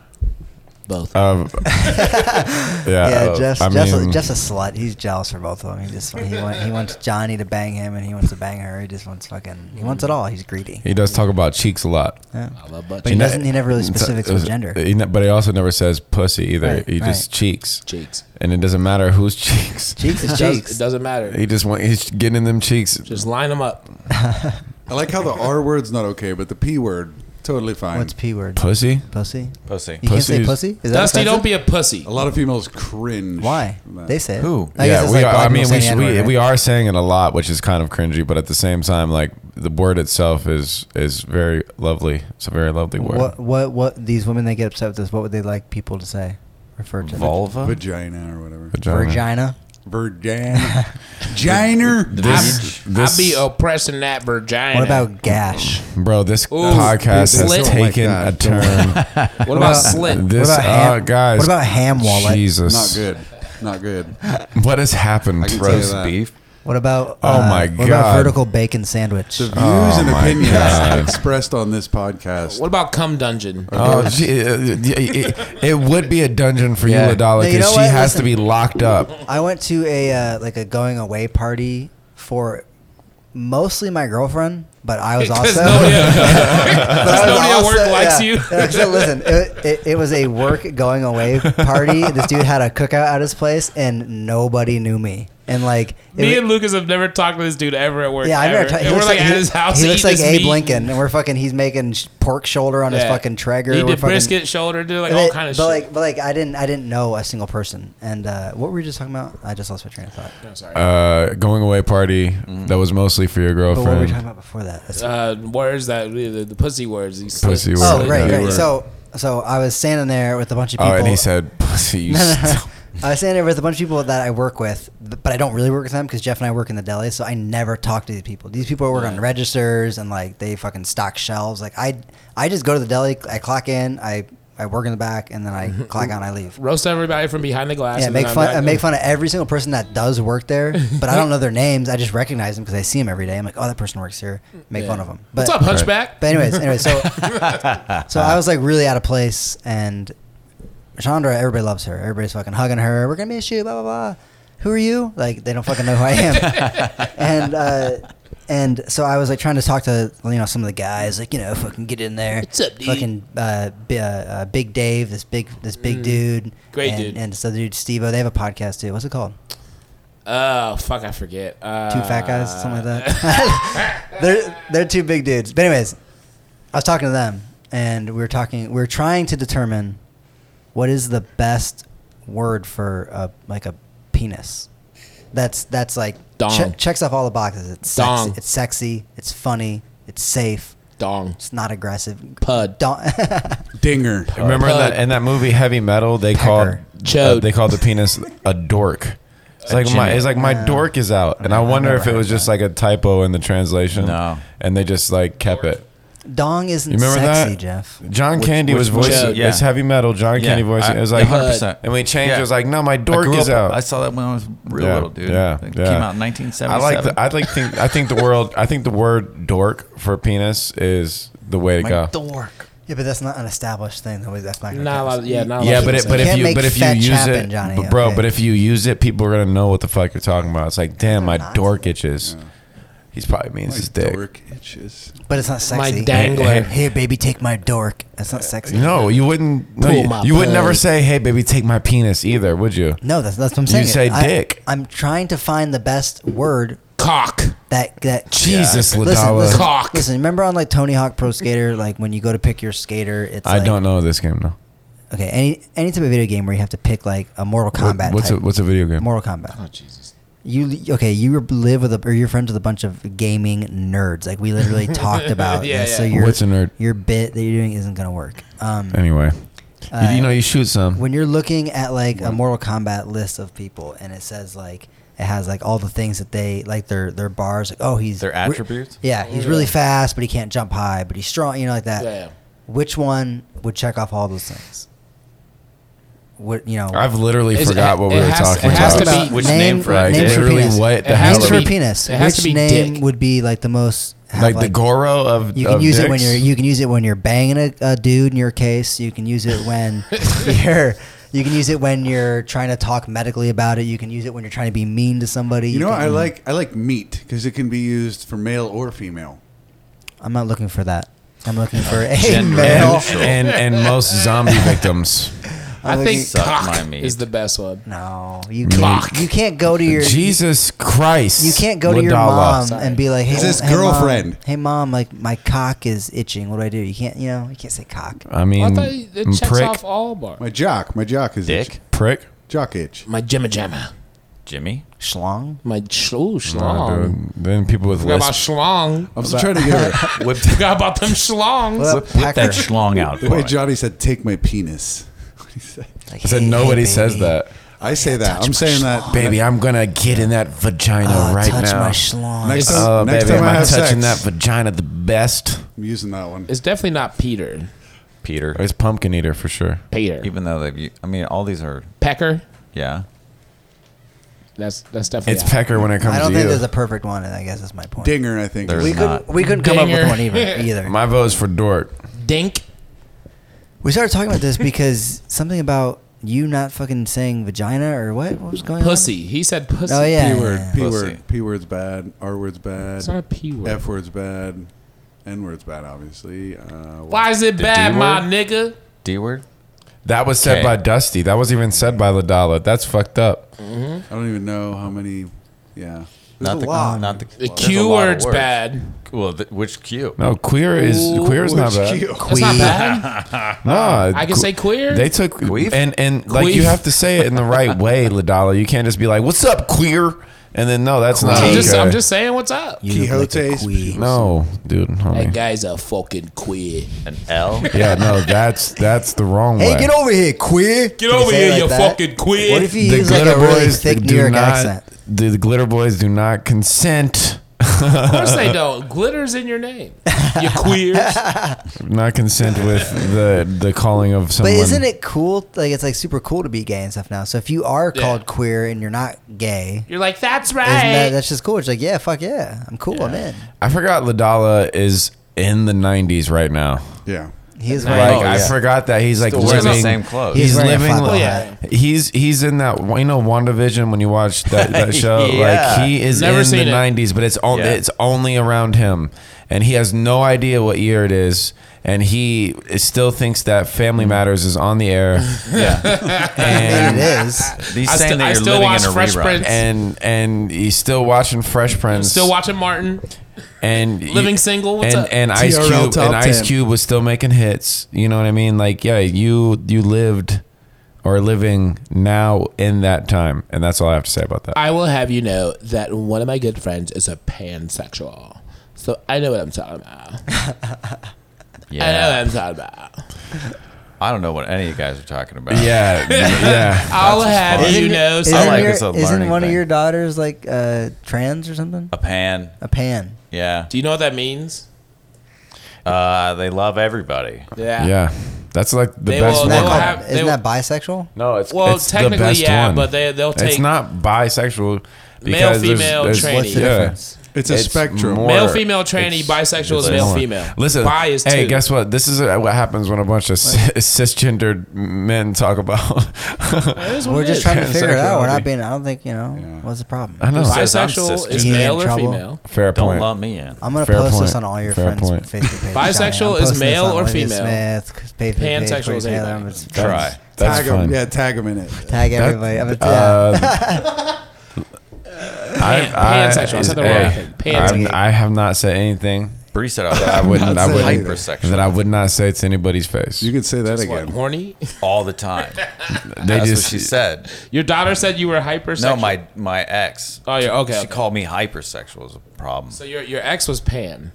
Speaker 4: Both.
Speaker 2: Um, yeah,
Speaker 3: yeah,
Speaker 2: uh,
Speaker 3: Jeff's,
Speaker 2: I
Speaker 3: Jeff's,
Speaker 2: mean,
Speaker 3: a, Jeff's a slut. He's jealous for both of them. He just he, want, he wants Johnny to bang him, and he wants to bang her. He just wants fucking. He wants it all. He's greedy.
Speaker 2: he does talk about cheeks a lot.
Speaker 3: Yeah.
Speaker 4: I love butt
Speaker 3: But he doesn't. He never really specifics with gender.
Speaker 2: He ne- but he also never says pussy either.
Speaker 3: Right,
Speaker 2: he just
Speaker 3: right.
Speaker 2: cheeks,
Speaker 4: cheeks.
Speaker 2: and it doesn't matter whose (laughs) cheeks.
Speaker 3: Cheeks
Speaker 4: It,
Speaker 3: is
Speaker 4: does,
Speaker 3: cheeks.
Speaker 4: it doesn't matter.
Speaker 2: He just want he's getting them cheeks.
Speaker 4: Just line them up.
Speaker 6: I like how the R word's not okay, but the P word totally fine.
Speaker 3: What's p word?
Speaker 2: Pussy.
Speaker 3: Pussy.
Speaker 5: Pussy.
Speaker 3: You can't say
Speaker 2: Pussy's-
Speaker 3: pussy. Is that
Speaker 4: Dusty,
Speaker 3: offensive?
Speaker 4: don't be a pussy.
Speaker 6: a lot of females cringe.
Speaker 3: Why? They say it.
Speaker 5: Who?
Speaker 3: I guess it's
Speaker 2: we
Speaker 3: like
Speaker 2: are, I
Speaker 3: black
Speaker 2: mean,
Speaker 3: people
Speaker 2: we,
Speaker 3: saying
Speaker 2: should,
Speaker 3: N-word,
Speaker 2: we,
Speaker 3: right?
Speaker 2: we are saying it a lot, which is kind of cringy, but at the same time, like the word itself is is very lovely. It's a very lovely word.
Speaker 3: What what what these women they get upset with this? What would they like people to say? Refer to
Speaker 5: Vulva.
Speaker 6: vagina or whatever.
Speaker 2: Vagina.
Speaker 3: vagina.
Speaker 6: Virgin. Giner.
Speaker 2: This,
Speaker 4: I
Speaker 2: this,
Speaker 4: be oppressing that vagina.
Speaker 3: What about gash?
Speaker 2: bro, this
Speaker 4: Ooh,
Speaker 2: podcast
Speaker 4: slit.
Speaker 2: has
Speaker 4: Oh my
Speaker 2: taken a
Speaker 6: God.
Speaker 2: turn.
Speaker 4: (laughs) what about
Speaker 3: about-
Speaker 4: slit?
Speaker 2: This,
Speaker 3: about
Speaker 2: uh,
Speaker 3: ham-
Speaker 2: guys.
Speaker 3: what about ham wallet?
Speaker 2: Jesus,
Speaker 6: Not good. Not good.
Speaker 2: What has happened,
Speaker 6: I can
Speaker 2: bro?
Speaker 6: tell you that.
Speaker 5: Beef.
Speaker 3: What about
Speaker 2: Oh
Speaker 3: uh,
Speaker 2: my
Speaker 3: What about
Speaker 2: God.
Speaker 3: vertical bacon sandwich?
Speaker 6: The views
Speaker 2: (laughs) Oh
Speaker 6: and
Speaker 2: my
Speaker 6: opinions
Speaker 2: God.
Speaker 6: (laughs) expressed on this podcast.
Speaker 4: What about cum dungeon?
Speaker 2: Oh, gee, uh, it, it would be a dungeon for
Speaker 5: Yeah.
Speaker 2: you, Adala,
Speaker 3: No, you
Speaker 2: because
Speaker 3: know
Speaker 2: she
Speaker 3: what?
Speaker 2: has to be
Speaker 3: Listen.
Speaker 2: locked up.
Speaker 3: I went to a uh, like a going away party for mostly my girlfriend, but I
Speaker 4: (laughs)
Speaker 3: was also. (laughs)
Speaker 4: Because nobody,
Speaker 3: but I was
Speaker 4: nobody at work
Speaker 3: also-
Speaker 4: likes
Speaker 3: yeah.
Speaker 4: you.
Speaker 3: (laughs) Yeah, so listen, it, it, it was a work going away party. This dude had a cookout at his place, and nobody knew me. And like, it
Speaker 4: Me
Speaker 3: was-
Speaker 4: and Lucas have never talked to this dude ever at work.
Speaker 3: Yeah, I
Speaker 4: ever.
Speaker 3: never. T-
Speaker 4: And we're like, at his house.
Speaker 3: He looks like
Speaker 4: eating his
Speaker 3: Abe
Speaker 4: meat.
Speaker 3: Lincoln, and we're fucking. He's making sh- pork shoulder on his
Speaker 4: Yeah.
Speaker 3: fucking Traeger.
Speaker 4: He
Speaker 3: we're
Speaker 4: did
Speaker 3: fucking-
Speaker 4: brisket shoulder, did like
Speaker 3: but,
Speaker 4: all kind of
Speaker 3: but
Speaker 4: shit.
Speaker 3: like, but like, I didn't, I didn't know a single person. And uh, what were we just talking about? I just lost my train of thought.
Speaker 2: Uh, going away party
Speaker 4: Mm-hmm.
Speaker 2: that was mostly for your
Speaker 3: But what were we
Speaker 2: girlfriend.
Speaker 3: talking about before that? That's-
Speaker 4: uh, words that the, the pussy words. He said.
Speaker 2: Pussy
Speaker 3: oh,
Speaker 2: word,
Speaker 3: right,
Speaker 2: yeah.
Speaker 3: right. So, so I was standing there with a bunch of people.
Speaker 2: Oh, and he
Speaker 3: (laughs)
Speaker 2: said, "Pussy, you
Speaker 3: No, no, no.
Speaker 2: st-
Speaker 3: I was standing there with a bunch of people that I work with, b- but I don't really work with them because Jeff and I work in the deli, so I never talk to these people. These people work on registers and like they fucking stock shelves. Like I, I just go to the deli, I clock in, I, I work in the back, and then I
Speaker 4: (laughs)
Speaker 3: clock out and I leave.
Speaker 4: Roast everybody from behind the glass.
Speaker 3: Yeah,
Speaker 4: and then
Speaker 3: make
Speaker 4: I'm
Speaker 3: fun.
Speaker 4: back-
Speaker 3: I make fun of every single person that does work there,
Speaker 4: (laughs)
Speaker 3: but I don't know their names. I just recognize them because I see them every day. I'm like, oh, that person works here. Make fun of them. But,
Speaker 4: What's up, hunchback?
Speaker 3: But anyways, anyway,
Speaker 4: (laughs)
Speaker 3: so (laughs) so I was like really out of place, and Chandra, everybody loves her. Everybody's fucking hugging her. We're gonna miss you. Blah blah blah. Who are you? Like they don't fucking know who I
Speaker 4: (laughs)
Speaker 3: am. and uh, and so I was like trying to talk to you know some of the guys, like you know fucking get in there.
Speaker 4: What's up, dude?
Speaker 3: Fucking uh, B- uh, uh, big Dave, this big this big dude.
Speaker 4: Mm. Great
Speaker 3: and,
Speaker 4: dude.
Speaker 3: And this other dude Stevo. They have a podcast too. What's it called?
Speaker 4: Oh fuck, I forget. Uh,
Speaker 3: two fat guys, something like that. (laughs) they're they're two big dudes. But anyways, I was talking to them, and we were talking. We were trying to determine what is the best word for a, like a penis. That's that's like
Speaker 4: Dong.
Speaker 3: checks off all the boxes. It's sexy.
Speaker 4: Dong.
Speaker 3: It's sexy. It's funny. It's safe.
Speaker 4: Dong.
Speaker 3: It's not aggressive.
Speaker 4: Pud.
Speaker 3: Dong. (laughs)
Speaker 6: Dinger.
Speaker 2: (laughs) Remember in
Speaker 4: Pug.
Speaker 2: that in that movie Heavy Metal, they called
Speaker 4: Chode.
Speaker 2: uh, they called the penis a dork. It's like my it's like my dork is out, and I wonder if it was just like a typo in the translation.
Speaker 5: No.
Speaker 2: and they just like kept it.
Speaker 3: Dong isn't
Speaker 2: You remember
Speaker 3: sexy,
Speaker 2: that?
Speaker 3: Jeff.
Speaker 2: John
Speaker 5: Which-
Speaker 2: Candy
Speaker 5: which
Speaker 2: was
Speaker 5: movie?
Speaker 2: voicing.
Speaker 5: Yeah.
Speaker 2: It's heavy metal. John
Speaker 5: Yeah.
Speaker 2: Candy voicing.
Speaker 5: I-
Speaker 2: It was like,
Speaker 4: 100%.
Speaker 2: and we changed.
Speaker 5: Yeah.
Speaker 2: It was like, no, my
Speaker 5: I
Speaker 2: dork
Speaker 5: grew
Speaker 2: is
Speaker 5: up-
Speaker 2: out.
Speaker 5: I saw that when I was real
Speaker 2: Yeah,
Speaker 5: little, dude.
Speaker 2: yeah,
Speaker 5: it came
Speaker 2: yeah.
Speaker 5: out in 1977.
Speaker 2: I like (laughs) the I like think I think the world I think the word dork for penis is the way to
Speaker 5: My
Speaker 2: go.
Speaker 5: dork.
Speaker 3: Yeah, but that's not an established thing. That was that's not. gonna
Speaker 4: Not a
Speaker 3: pass.
Speaker 4: lot. Of, yeah, not a lot.
Speaker 2: yeah,
Speaker 4: of
Speaker 2: but it,
Speaker 4: people
Speaker 2: but
Speaker 4: say
Speaker 2: if
Speaker 3: Can't
Speaker 2: you
Speaker 3: make
Speaker 2: but if you
Speaker 3: fetch
Speaker 2: use
Speaker 3: happen,
Speaker 2: it,
Speaker 3: Johnny,
Speaker 2: but bro,
Speaker 3: okay.
Speaker 2: but if you use it, people are gonna know what the fuck you're talking about. It's like, damn, my dork itches. He's probably means his dick.
Speaker 6: Dork itches.
Speaker 3: But it's not
Speaker 4: My
Speaker 3: sexy.
Speaker 4: dangler.
Speaker 3: Here, baby, take my dork. That's not sexy.
Speaker 2: No, you wouldn't. No,
Speaker 4: Pull
Speaker 2: you,
Speaker 4: my
Speaker 2: you would
Speaker 4: plug.
Speaker 2: never say, "Hey, baby, take my penis," either, would you?
Speaker 3: No, that's that's what I'm
Speaker 2: You
Speaker 3: saying.
Speaker 2: say
Speaker 3: I-
Speaker 2: dick.
Speaker 3: I'm trying to find the best word
Speaker 4: Cock.
Speaker 3: that that.
Speaker 2: Jesus,
Speaker 3: Listen,
Speaker 2: Ladawa.
Speaker 3: listen,
Speaker 4: Cock.
Speaker 3: listen. Remember on like Tony Hawk Pro Skater, like when you go to pick your skater, it's
Speaker 2: I
Speaker 3: like-
Speaker 2: don't know this game no.
Speaker 3: Okay, any any type of video game where you have to pick like a Mortal
Speaker 2: What-
Speaker 3: Kombat.
Speaker 2: what's a,
Speaker 3: type.
Speaker 2: what's a video game?
Speaker 3: Mortal Kombat? Oh Jesus. You okay? You live with a or you're friends with a bunch of gaming nerds. Like we
Speaker 4: (laughs)
Speaker 3: literally talked about.
Speaker 4: Yeah,
Speaker 3: this, So
Speaker 4: yeah.
Speaker 3: your
Speaker 2: What's a nerd?
Speaker 3: Your bit that you're doing isn't gonna work. Um,
Speaker 2: Anyway,
Speaker 3: uh,
Speaker 2: you, you know you shoot some.
Speaker 3: when you're looking at like a Mortal Kombat list of people, and it says like it has like all the things that they like their their bars. Like, oh, he's
Speaker 5: Their
Speaker 3: re-
Speaker 5: attributes?
Speaker 3: Yeah, he's really fast, but he can't jump high, but he's strong. You know, like that.
Speaker 4: Yeah.
Speaker 3: Which one would check off all those things? what you know.
Speaker 2: I've literally
Speaker 4: It's-
Speaker 2: forgot what we
Speaker 4: it
Speaker 2: were
Speaker 4: has-
Speaker 2: talking
Speaker 4: it has
Speaker 2: about.
Speaker 4: to
Speaker 3: Talk
Speaker 4: be-
Speaker 3: about
Speaker 5: Which name for
Speaker 2: like
Speaker 5: it?
Speaker 3: name for
Speaker 2: literally
Speaker 3: penis.
Speaker 2: what the
Speaker 4: It
Speaker 2: hell?
Speaker 4: has
Speaker 3: Names
Speaker 4: to
Speaker 3: for
Speaker 4: be-
Speaker 3: penis.
Speaker 4: it has
Speaker 3: Which
Speaker 4: to be
Speaker 3: name
Speaker 4: dick.
Speaker 3: would be like the most have,
Speaker 2: like, the Goro of
Speaker 3: You can
Speaker 2: of
Speaker 3: use it when
Speaker 2: dicks?
Speaker 3: you're you can use it when you're banging a, a dude in your case. You can use it when you're you can use it when you're trying to talk medically about it. You can use it when you're trying to be mean to somebody.
Speaker 6: You know,
Speaker 3: can-
Speaker 6: I like I like meat because it can be used for male or female.
Speaker 3: I'm not looking for that. I'm looking for a (laughs)
Speaker 5: Gender
Speaker 3: male.
Speaker 5: neutral.
Speaker 2: and and most zombie (laughs) victims.
Speaker 4: I think
Speaker 5: Suck my
Speaker 4: cock
Speaker 5: meat.
Speaker 4: is the best one.
Speaker 3: No, you
Speaker 2: Cock.
Speaker 3: can't. You can't go to your
Speaker 2: Jesus Christ!
Speaker 3: You can't go to your
Speaker 2: Wadala.
Speaker 3: mom
Speaker 4: Sorry.
Speaker 3: and be like, "Hey,
Speaker 6: It's his
Speaker 3: hey, Mom.
Speaker 6: girlfriend.
Speaker 3: Hey, mom, like my cock is itching. What do I do?" You can't, you know, you can't say cock.
Speaker 2: I
Speaker 4: I
Speaker 2: mean,
Speaker 4: thought it checks
Speaker 2: prick,
Speaker 4: off all bar.
Speaker 6: My jock, my jock is
Speaker 5: Dick?
Speaker 6: itch.
Speaker 2: prick.
Speaker 6: Jock itch.
Speaker 4: My jimma jamma. (laughs)
Speaker 5: Jimmy?
Speaker 3: Schlong.
Speaker 4: My sh- ooh,
Speaker 2: Nah,
Speaker 4: schlong.
Speaker 2: dude. Then people with
Speaker 4: Forgot about
Speaker 2: lisp.
Speaker 4: schlong. (laughs)
Speaker 6: I'm still trying to get it.
Speaker 5: (laughs) Whip,
Speaker 4: Forgot about them schlongs.
Speaker 3: Well,
Speaker 5: whip that schlong out. for me.
Speaker 6: Wait, Johnny said, "Take my penis." (laughs) What'd he say?
Speaker 3: Like,
Speaker 2: I said
Speaker 3: "Hey, hey,
Speaker 2: nobody says
Speaker 3: baby.
Speaker 2: that.
Speaker 6: I say that. I'm saying that,
Speaker 2: Baby, I'm gonna get in that vagina
Speaker 3: Oh,
Speaker 2: right
Speaker 3: touch
Speaker 2: now.
Speaker 3: my schlong.
Speaker 6: Next time,
Speaker 2: oh,
Speaker 6: next
Speaker 2: baby,
Speaker 6: time
Speaker 2: am
Speaker 6: I
Speaker 2: I
Speaker 6: have
Speaker 2: touching
Speaker 6: sex,
Speaker 2: that vagina the best?
Speaker 6: I'm using that one.
Speaker 4: It's definitely not Peter.
Speaker 5: Peter.
Speaker 2: It's pumpkin eater for sure.
Speaker 4: Peter.
Speaker 5: Even though they've, I mean, all these are,
Speaker 4: Pecker.
Speaker 5: yeah.
Speaker 4: That's that's definitely.
Speaker 2: It's pecker when it comes
Speaker 3: I don't
Speaker 2: to
Speaker 3: think
Speaker 2: you.
Speaker 3: there's a perfect one. I guess that's my point.
Speaker 6: Dinger, I think.
Speaker 5: There's
Speaker 3: we
Speaker 6: is-
Speaker 3: could
Speaker 5: not.
Speaker 3: we couldn't come up
Speaker 4: Dinger.
Speaker 3: with one either. either.
Speaker 2: my vote's for Dort.
Speaker 4: Dink.
Speaker 3: We started talking about this because something about you not fucking saying vagina or what? What was going
Speaker 4: Pussy. He said pussy.
Speaker 3: on? Oh yeah.
Speaker 6: P word, P
Speaker 5: Pussy.
Speaker 6: word, P word's bad. R word's bad.
Speaker 4: It's not a P word.
Speaker 6: F word's bad. N word's bad, obviously. Uh,
Speaker 4: Why is it
Speaker 5: The
Speaker 4: bad,
Speaker 5: D
Speaker 4: my
Speaker 5: word?
Speaker 4: nigga?
Speaker 5: D word?
Speaker 2: That was said
Speaker 5: Okay.
Speaker 2: by Dusty. That was even said by Ladala. That's fucked up.
Speaker 6: I don't even know how many. Yeah, there's
Speaker 5: Not
Speaker 6: a
Speaker 5: the,
Speaker 6: lot.
Speaker 5: not the,
Speaker 4: The
Speaker 5: there's a
Speaker 4: Q
Speaker 5: lot of
Speaker 4: word's
Speaker 5: words.
Speaker 4: bad.
Speaker 5: Well, th- which Q?
Speaker 2: No, queer is
Speaker 4: Ooh,
Speaker 2: queer is not
Speaker 6: Which
Speaker 2: bad.
Speaker 6: Q?
Speaker 4: That's not bad.
Speaker 2: (laughs) No,
Speaker 4: I can say queer.
Speaker 2: They took
Speaker 5: Queef?
Speaker 2: and and like
Speaker 4: Queef.
Speaker 2: you have to say it in the
Speaker 4: (laughs)
Speaker 2: right way, Ladala. You can't just be like, "What's up, queer?" And then no, that's not.
Speaker 4: I'm,
Speaker 2: okay.
Speaker 4: just, I'm just saying what's up.
Speaker 3: You look like a
Speaker 6: Quixote's
Speaker 3: queen.
Speaker 2: no, dude.
Speaker 4: That
Speaker 2: Homie.
Speaker 4: guy's a fucking queer.
Speaker 5: An
Speaker 4: (laughs)
Speaker 5: L?
Speaker 2: Yeah, no, that's that's the wrong way.
Speaker 3: Hey, get over here, queer. Can you
Speaker 4: over
Speaker 3: say it
Speaker 4: here,
Speaker 3: like
Speaker 4: you
Speaker 3: that?
Speaker 4: fucking queer.
Speaker 3: What if he used like a really thick New York accent?
Speaker 2: The, the glitter boys do not consent.
Speaker 4: Of course (laughs) they don't. Glitter's in your name. You queers.
Speaker 2: Not consent with the the calling of
Speaker 3: But
Speaker 2: someone.
Speaker 3: isn't it cool? Like it's like super cool to be gay and stuff now. So if you are
Speaker 4: Yeah.
Speaker 3: called queer and you're not gay,
Speaker 4: You're like, that's right.
Speaker 3: isn't that that's just cool? It's like yeah, fuck yeah, I'm cool, I'm in.
Speaker 2: I forgot Ladala is in the '90s right now.
Speaker 6: Yeah,
Speaker 3: He is
Speaker 5: Nice.
Speaker 2: Like
Speaker 3: wearing.
Speaker 5: Oh,
Speaker 2: I
Speaker 5: yeah.
Speaker 2: forgot that he's like
Speaker 5: Still
Speaker 2: living
Speaker 5: wears the same clothes.
Speaker 2: He's,
Speaker 3: He's wearing a
Speaker 2: living.
Speaker 3: flat
Speaker 2: li-
Speaker 3: bottom
Speaker 4: hat.
Speaker 2: He's he's in that you know WandaVision when you watch that,
Speaker 5: (laughs)
Speaker 2: that show.
Speaker 5: Yeah.
Speaker 2: Like he is
Speaker 4: Never
Speaker 2: in
Speaker 4: seen
Speaker 2: the
Speaker 4: it.
Speaker 2: '90s, but it's on,
Speaker 5: Yeah.
Speaker 2: it's only around him, and he has no idea what year it is. And he is- still thinks that Family Matters is on the air,
Speaker 5: Yeah.
Speaker 2: (laughs)
Speaker 3: it
Speaker 2: and
Speaker 3: is.
Speaker 5: He's
Speaker 4: I
Speaker 5: saying
Speaker 4: still-
Speaker 5: that
Speaker 4: I
Speaker 5: you're
Speaker 4: still
Speaker 5: living
Speaker 4: watch
Speaker 5: in a
Speaker 4: Fresh
Speaker 5: rerun.
Speaker 4: Prince.
Speaker 2: and and he's still watching Fresh Prince.
Speaker 4: Still watching Martin.
Speaker 2: and
Speaker 4: Living single, what's
Speaker 2: and,
Speaker 4: up?
Speaker 2: and Ice
Speaker 6: TRL
Speaker 2: Cube
Speaker 6: top
Speaker 2: and Ice
Speaker 6: 10.
Speaker 2: Cube was still making hits. You know what I mean? Like, yeah, you you lived or are living now in that time, and that's all I have to say about that.
Speaker 4: I will have you know that one of my good friends is a pansexual. So I know what I'm talking about. I know what
Speaker 5: Yeah.
Speaker 4: I'm talking about.
Speaker 5: I don't know what any of you guys are talking about.
Speaker 4: (laughs)
Speaker 2: yeah, yeah.
Speaker 4: I'll
Speaker 5: That's
Speaker 4: have
Speaker 5: fine.
Speaker 4: you know.
Speaker 3: Isn't,
Speaker 4: So
Speaker 5: like
Speaker 3: your-
Speaker 5: it's a
Speaker 3: isn't
Speaker 5: learning
Speaker 3: one of
Speaker 5: thing.
Speaker 3: your daughters like uh, trans or something?
Speaker 5: A pan.
Speaker 3: A pan.
Speaker 5: Yeah.
Speaker 4: do you know what that means?
Speaker 5: Uh, they love everybody.
Speaker 4: Yeah.
Speaker 2: Yeah. That's like the
Speaker 4: They
Speaker 2: best
Speaker 4: will-
Speaker 3: Isn't, that,
Speaker 4: Oh, they
Speaker 2: one.
Speaker 4: will
Speaker 3: called-
Speaker 4: have- they
Speaker 3: isn't
Speaker 4: will-
Speaker 3: that bisexual?
Speaker 2: No, it's
Speaker 4: Well,
Speaker 2: it's
Speaker 4: technically,
Speaker 2: the best
Speaker 4: yeah,
Speaker 2: one.
Speaker 4: but they- they'll take-
Speaker 2: It's not bisexual. Because there's-
Speaker 4: female,
Speaker 2: there's,
Speaker 4: tranny.
Speaker 3: What's the
Speaker 2: yeah.
Speaker 3: difference?
Speaker 6: it's a
Speaker 2: It's
Speaker 6: spectrum.
Speaker 2: more-
Speaker 4: Male,
Speaker 2: Or
Speaker 4: female, tranny, bisexual is
Speaker 2: Listen.
Speaker 4: male, female.
Speaker 2: Listen,
Speaker 4: bi is two.
Speaker 2: hey, guess what? This is uh, what happens when a bunch of cis- (laughs) cisgendered men talk about.
Speaker 4: That is what
Speaker 3: We're
Speaker 4: it
Speaker 3: just
Speaker 4: is.
Speaker 3: trying to figure it out. We're
Speaker 2: Pansexuality.
Speaker 3: not being. I don't think you know. What's the problem?
Speaker 2: (laughs)
Speaker 4: (laughs)
Speaker 2: I know.
Speaker 5: Says I'm
Speaker 4: Bisexual is
Speaker 5: cis-
Speaker 4: male or
Speaker 3: Getting in trouble.
Speaker 4: female.
Speaker 2: Fair
Speaker 5: Don't
Speaker 2: point.
Speaker 5: lump me in.
Speaker 3: I'm gonna
Speaker 2: Fair
Speaker 3: post this
Speaker 2: point.
Speaker 3: on all your
Speaker 2: Fair
Speaker 3: friends'
Speaker 2: point.
Speaker 3: Facebook pages.
Speaker 4: (laughs) Bisexual
Speaker 3: Johnny. I'm
Speaker 4: is
Speaker 3: posting this
Speaker 4: male
Speaker 3: on
Speaker 4: or
Speaker 3: Olivia
Speaker 4: female?
Speaker 3: Smith, Facebook page,
Speaker 4: Pansexual is
Speaker 3: Olivia
Speaker 4: anybody.
Speaker 3: Smith.
Speaker 5: Try.
Speaker 2: That's
Speaker 6: tag
Speaker 2: fun.
Speaker 6: him. Yeah, tag him in it.
Speaker 3: Tag
Speaker 2: That-
Speaker 3: everybody. I'm a- yeah.
Speaker 2: Uh, I, I,
Speaker 4: pansexual. I said the
Speaker 2: hey,
Speaker 4: wrong thing. Pansexual.
Speaker 2: I'm- I have not said anything (laughs)
Speaker 5: Bree said I was
Speaker 2: I wouldn't, I
Speaker 6: Not saying
Speaker 2: wouldn't
Speaker 5: either.
Speaker 2: that I would not say to anybody's face.
Speaker 6: You could say that
Speaker 4: What,
Speaker 6: again.
Speaker 4: horny?
Speaker 5: all the time.
Speaker 2: they
Speaker 5: That's
Speaker 2: just
Speaker 5: what she said.
Speaker 4: Your daughter said you were hypersexual.
Speaker 5: No, my my ex.
Speaker 4: Oh, yeah, okay,
Speaker 5: She
Speaker 4: okay.
Speaker 5: called me hypersexual is a problem.
Speaker 4: So your your ex was pan.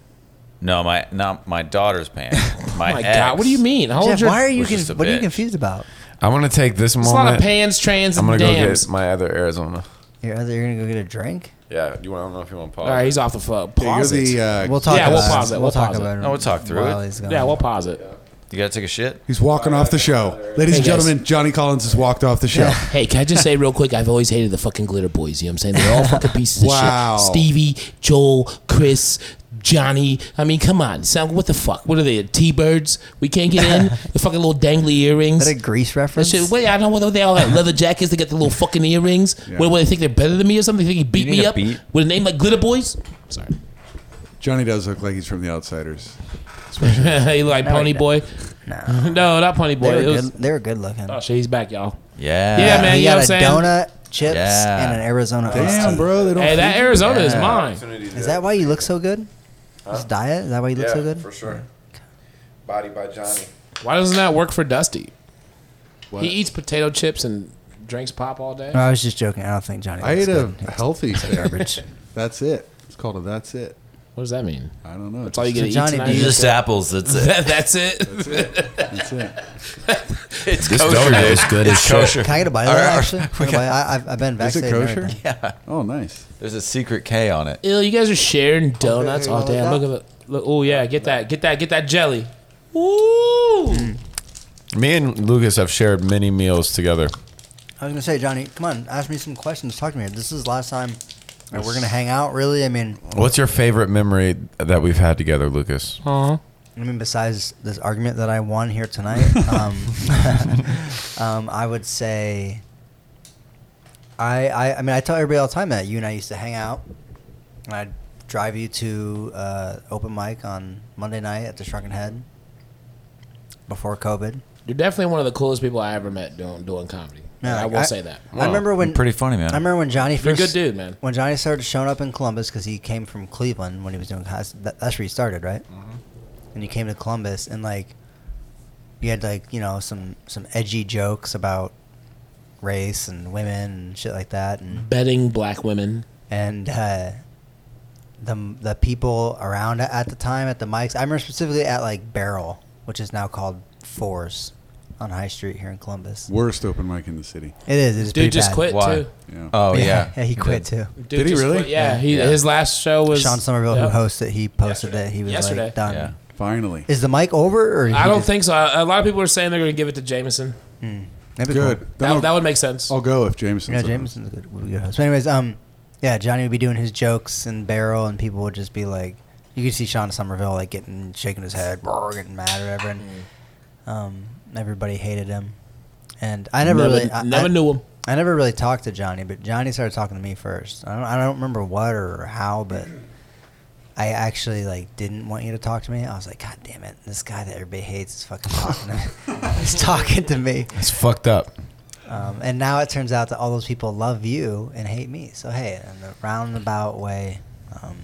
Speaker 5: no, my not my daughter's pan. My,
Speaker 4: (laughs) Oh my
Speaker 5: ex.
Speaker 4: God, what do you mean? How old's
Speaker 3: Jeff,
Speaker 4: your?
Speaker 3: why are you?
Speaker 5: was just
Speaker 3: Conf-
Speaker 5: a
Speaker 3: what are you
Speaker 5: bitch.
Speaker 3: confused about?
Speaker 2: I want to take this
Speaker 4: It's a lot of
Speaker 2: moment.
Speaker 4: pans, trans,
Speaker 2: I'm
Speaker 4: and
Speaker 2: gonna go
Speaker 4: dams.
Speaker 2: get my other Arizona.
Speaker 3: You're either you're gonna go get a drink.
Speaker 2: Yeah, you want? I don't know if you want to pause.
Speaker 4: All right, he's off the fuck.
Speaker 6: You're
Speaker 4: Pause it.
Speaker 6: the uh,
Speaker 3: We'll talk.
Speaker 4: Yeah,
Speaker 3: about
Speaker 4: we'll pause it, we'll
Speaker 3: talk
Speaker 4: pause it.
Speaker 3: about it.
Speaker 5: No, we'll talk through
Speaker 3: while
Speaker 5: it.
Speaker 3: he's gone.
Speaker 4: yeah, we'll pause it.
Speaker 5: You gotta take a shit.
Speaker 6: He's walking off the show. Ladies and
Speaker 4: Hey, guys.
Speaker 6: gentlemen, Johnny Collins has walked off the show.
Speaker 4: Hey, can I just say real quick? I've always hated the fucking glitter boys. You know what I'm saying? They're all fucking pieces
Speaker 6: Wow.
Speaker 4: of shit. Stevie, Joel, Chris, Johnny. I mean, come on. Sound what the fuck? What are they? T birds? We can't get in. the fucking little dangly earrings.
Speaker 3: Is that a grease
Speaker 4: That
Speaker 3: reference?
Speaker 4: shit, wait, I don't know what they all have. Leather jackets. They got the little fucking earrings. What, what, they think they're better than me or something? They think he beat
Speaker 5: need
Speaker 4: me
Speaker 5: a
Speaker 4: up
Speaker 5: beat.
Speaker 4: with a name like Glitter Boys? Sorry.
Speaker 6: (laughs) Johnny does look like he's from The Outsiders.
Speaker 4: you look like Pony Boy.
Speaker 3: no.
Speaker 4: No, not Pony
Speaker 3: They
Speaker 4: Boy.
Speaker 3: were,
Speaker 4: It was,
Speaker 3: good, they were good looking.
Speaker 4: oh, shit, he's back, y'all.
Speaker 5: Yeah.
Speaker 4: Yeah, man.
Speaker 3: he
Speaker 4: you
Speaker 3: got
Speaker 4: know what I'm
Speaker 3: a
Speaker 4: saying?
Speaker 3: donut, chips,
Speaker 5: Yeah.
Speaker 3: and an Arizona iced
Speaker 6: Damn,
Speaker 3: tea.
Speaker 6: bro, they don't.
Speaker 4: Hey, that
Speaker 6: feed-
Speaker 4: Arizona is
Speaker 5: Yeah.
Speaker 4: mine.
Speaker 3: Is that why you look so good? This diet? Is that why you look so good?
Speaker 2: sure. Body by Johnny.
Speaker 4: Why doesn't that work for Dusty? He eats potato chips and drinks pop all day.
Speaker 3: No, I was just joking. I don't think Johnny.
Speaker 6: I
Speaker 3: looks
Speaker 6: ate a
Speaker 3: good.
Speaker 6: healthy
Speaker 3: garbage.
Speaker 6: (laughs) That's it. It's called a that's it.
Speaker 4: What does that mean?
Speaker 6: I don't know.
Speaker 4: That's all you
Speaker 3: So
Speaker 4: get to
Speaker 3: Johnny, do
Speaker 4: eat
Speaker 5: It's
Speaker 4: tonight.
Speaker 3: you-
Speaker 5: Just apples. That's it.
Speaker 4: (laughs) That's it.
Speaker 6: (laughs) That's it.
Speaker 8: This
Speaker 5: It's kosher.
Speaker 8: donut is good as shit.
Speaker 5: kosher.
Speaker 3: Can I get a bite of
Speaker 5: All
Speaker 3: that,
Speaker 5: right,
Speaker 3: actually? Can I get a bite? I, I've, I've been
Speaker 6: Is it
Speaker 3: vaccinated. and
Speaker 6: kosher?
Speaker 3: everything.
Speaker 6: Oh, nice.
Speaker 5: There's a secret K on it.
Speaker 4: Ew, you guys are sharing donuts
Speaker 3: here, you
Speaker 4: all
Speaker 3: want
Speaker 4: day.
Speaker 3: that?
Speaker 4: Look at it. Look, oh yeah, get that, get that, get that jelly. Ooh.
Speaker 2: Me and Lucas have shared many meals together.
Speaker 3: I was gonna say, Johnny, come on, ask me some questions. Talk to me. This is the last time that we're gonna hang out. Really, I mean,
Speaker 2: What's your favorite memory that we've had together, Lucas?
Speaker 3: I mean, besides this argument that I won here tonight, um, (laughs) um, I would say, I, I, I mean, I tell everybody all the time that you and I used to hang out, and I'd drive you to uh, open mic on Monday night at the Shrunken Head before COVID.
Speaker 4: You're definitely one of the coolest people I ever met doing doing comedy. I will say that.
Speaker 3: I remember when
Speaker 5: Pretty funny, man.
Speaker 3: I remember when Johnny
Speaker 4: You're a
Speaker 3: first
Speaker 4: good dude, man.
Speaker 3: when Johnny started showing up in Columbus because he came from Cleveland when he was doing class, that, that's where he started, right? And he came to Columbus and like you had like you know some some edgy jokes about race and women and shit like that,
Speaker 4: Mm-hmm.
Speaker 3: and
Speaker 4: Betting black women.
Speaker 3: and uh, the the people around at the time at the mics. I remember specifically at like Barrel, which is now called Fours on High Street here in Columbus.
Speaker 6: Worst open mic in the city.
Speaker 3: It is. It's pretty
Speaker 4: Dude just
Speaker 3: bad.
Speaker 4: quit
Speaker 5: Why?
Speaker 4: too.
Speaker 6: Yeah.
Speaker 5: Oh yeah.
Speaker 3: (laughs) yeah, he quit too.
Speaker 4: Dude
Speaker 6: Did he
Speaker 4: just
Speaker 6: really?
Speaker 4: quit. Yeah, he,
Speaker 5: Yeah.
Speaker 4: his last show was
Speaker 3: Sean Somerville,
Speaker 4: Yep.
Speaker 3: who hosts it, he posted that he was
Speaker 4: Yesterday.
Speaker 3: like done. (laughs)
Speaker 5: Yeah.
Speaker 6: Finally.
Speaker 3: Is the mic over? Or he
Speaker 4: I don't
Speaker 3: just-
Speaker 4: think so. A a lot of people are saying they're going to give it to Jameson.
Speaker 3: That'd be
Speaker 6: Good.
Speaker 3: cool.
Speaker 6: Then
Speaker 4: That,
Speaker 6: I'll,
Speaker 4: that would make sense.
Speaker 6: I'll go if Jameson's.
Speaker 3: Yeah,
Speaker 6: up.
Speaker 3: Jameson's a good, would be a good host. But anyways, um, yeah, Johnny would be doing his jokes and barrel, and people would just be like, you could see Sean Somerville like getting shaking his head, brr, getting mad or whatever, and um, everybody hated him. And I never,
Speaker 4: Never-
Speaker 3: really, I,
Speaker 4: never
Speaker 3: I-
Speaker 4: knew him.
Speaker 3: I never really talked to Johnny, but Johnny started talking to me first. I don't, I don't remember what or how, but I actually like didn't want you to talk to me. I was like, God damn it, this guy that everybody hates is fucking talking to me. (laughs) He's talking to me.
Speaker 2: It's fucked up.
Speaker 3: Um, and now it turns out that all those people love you and hate me. So hey, in the roundabout way, um,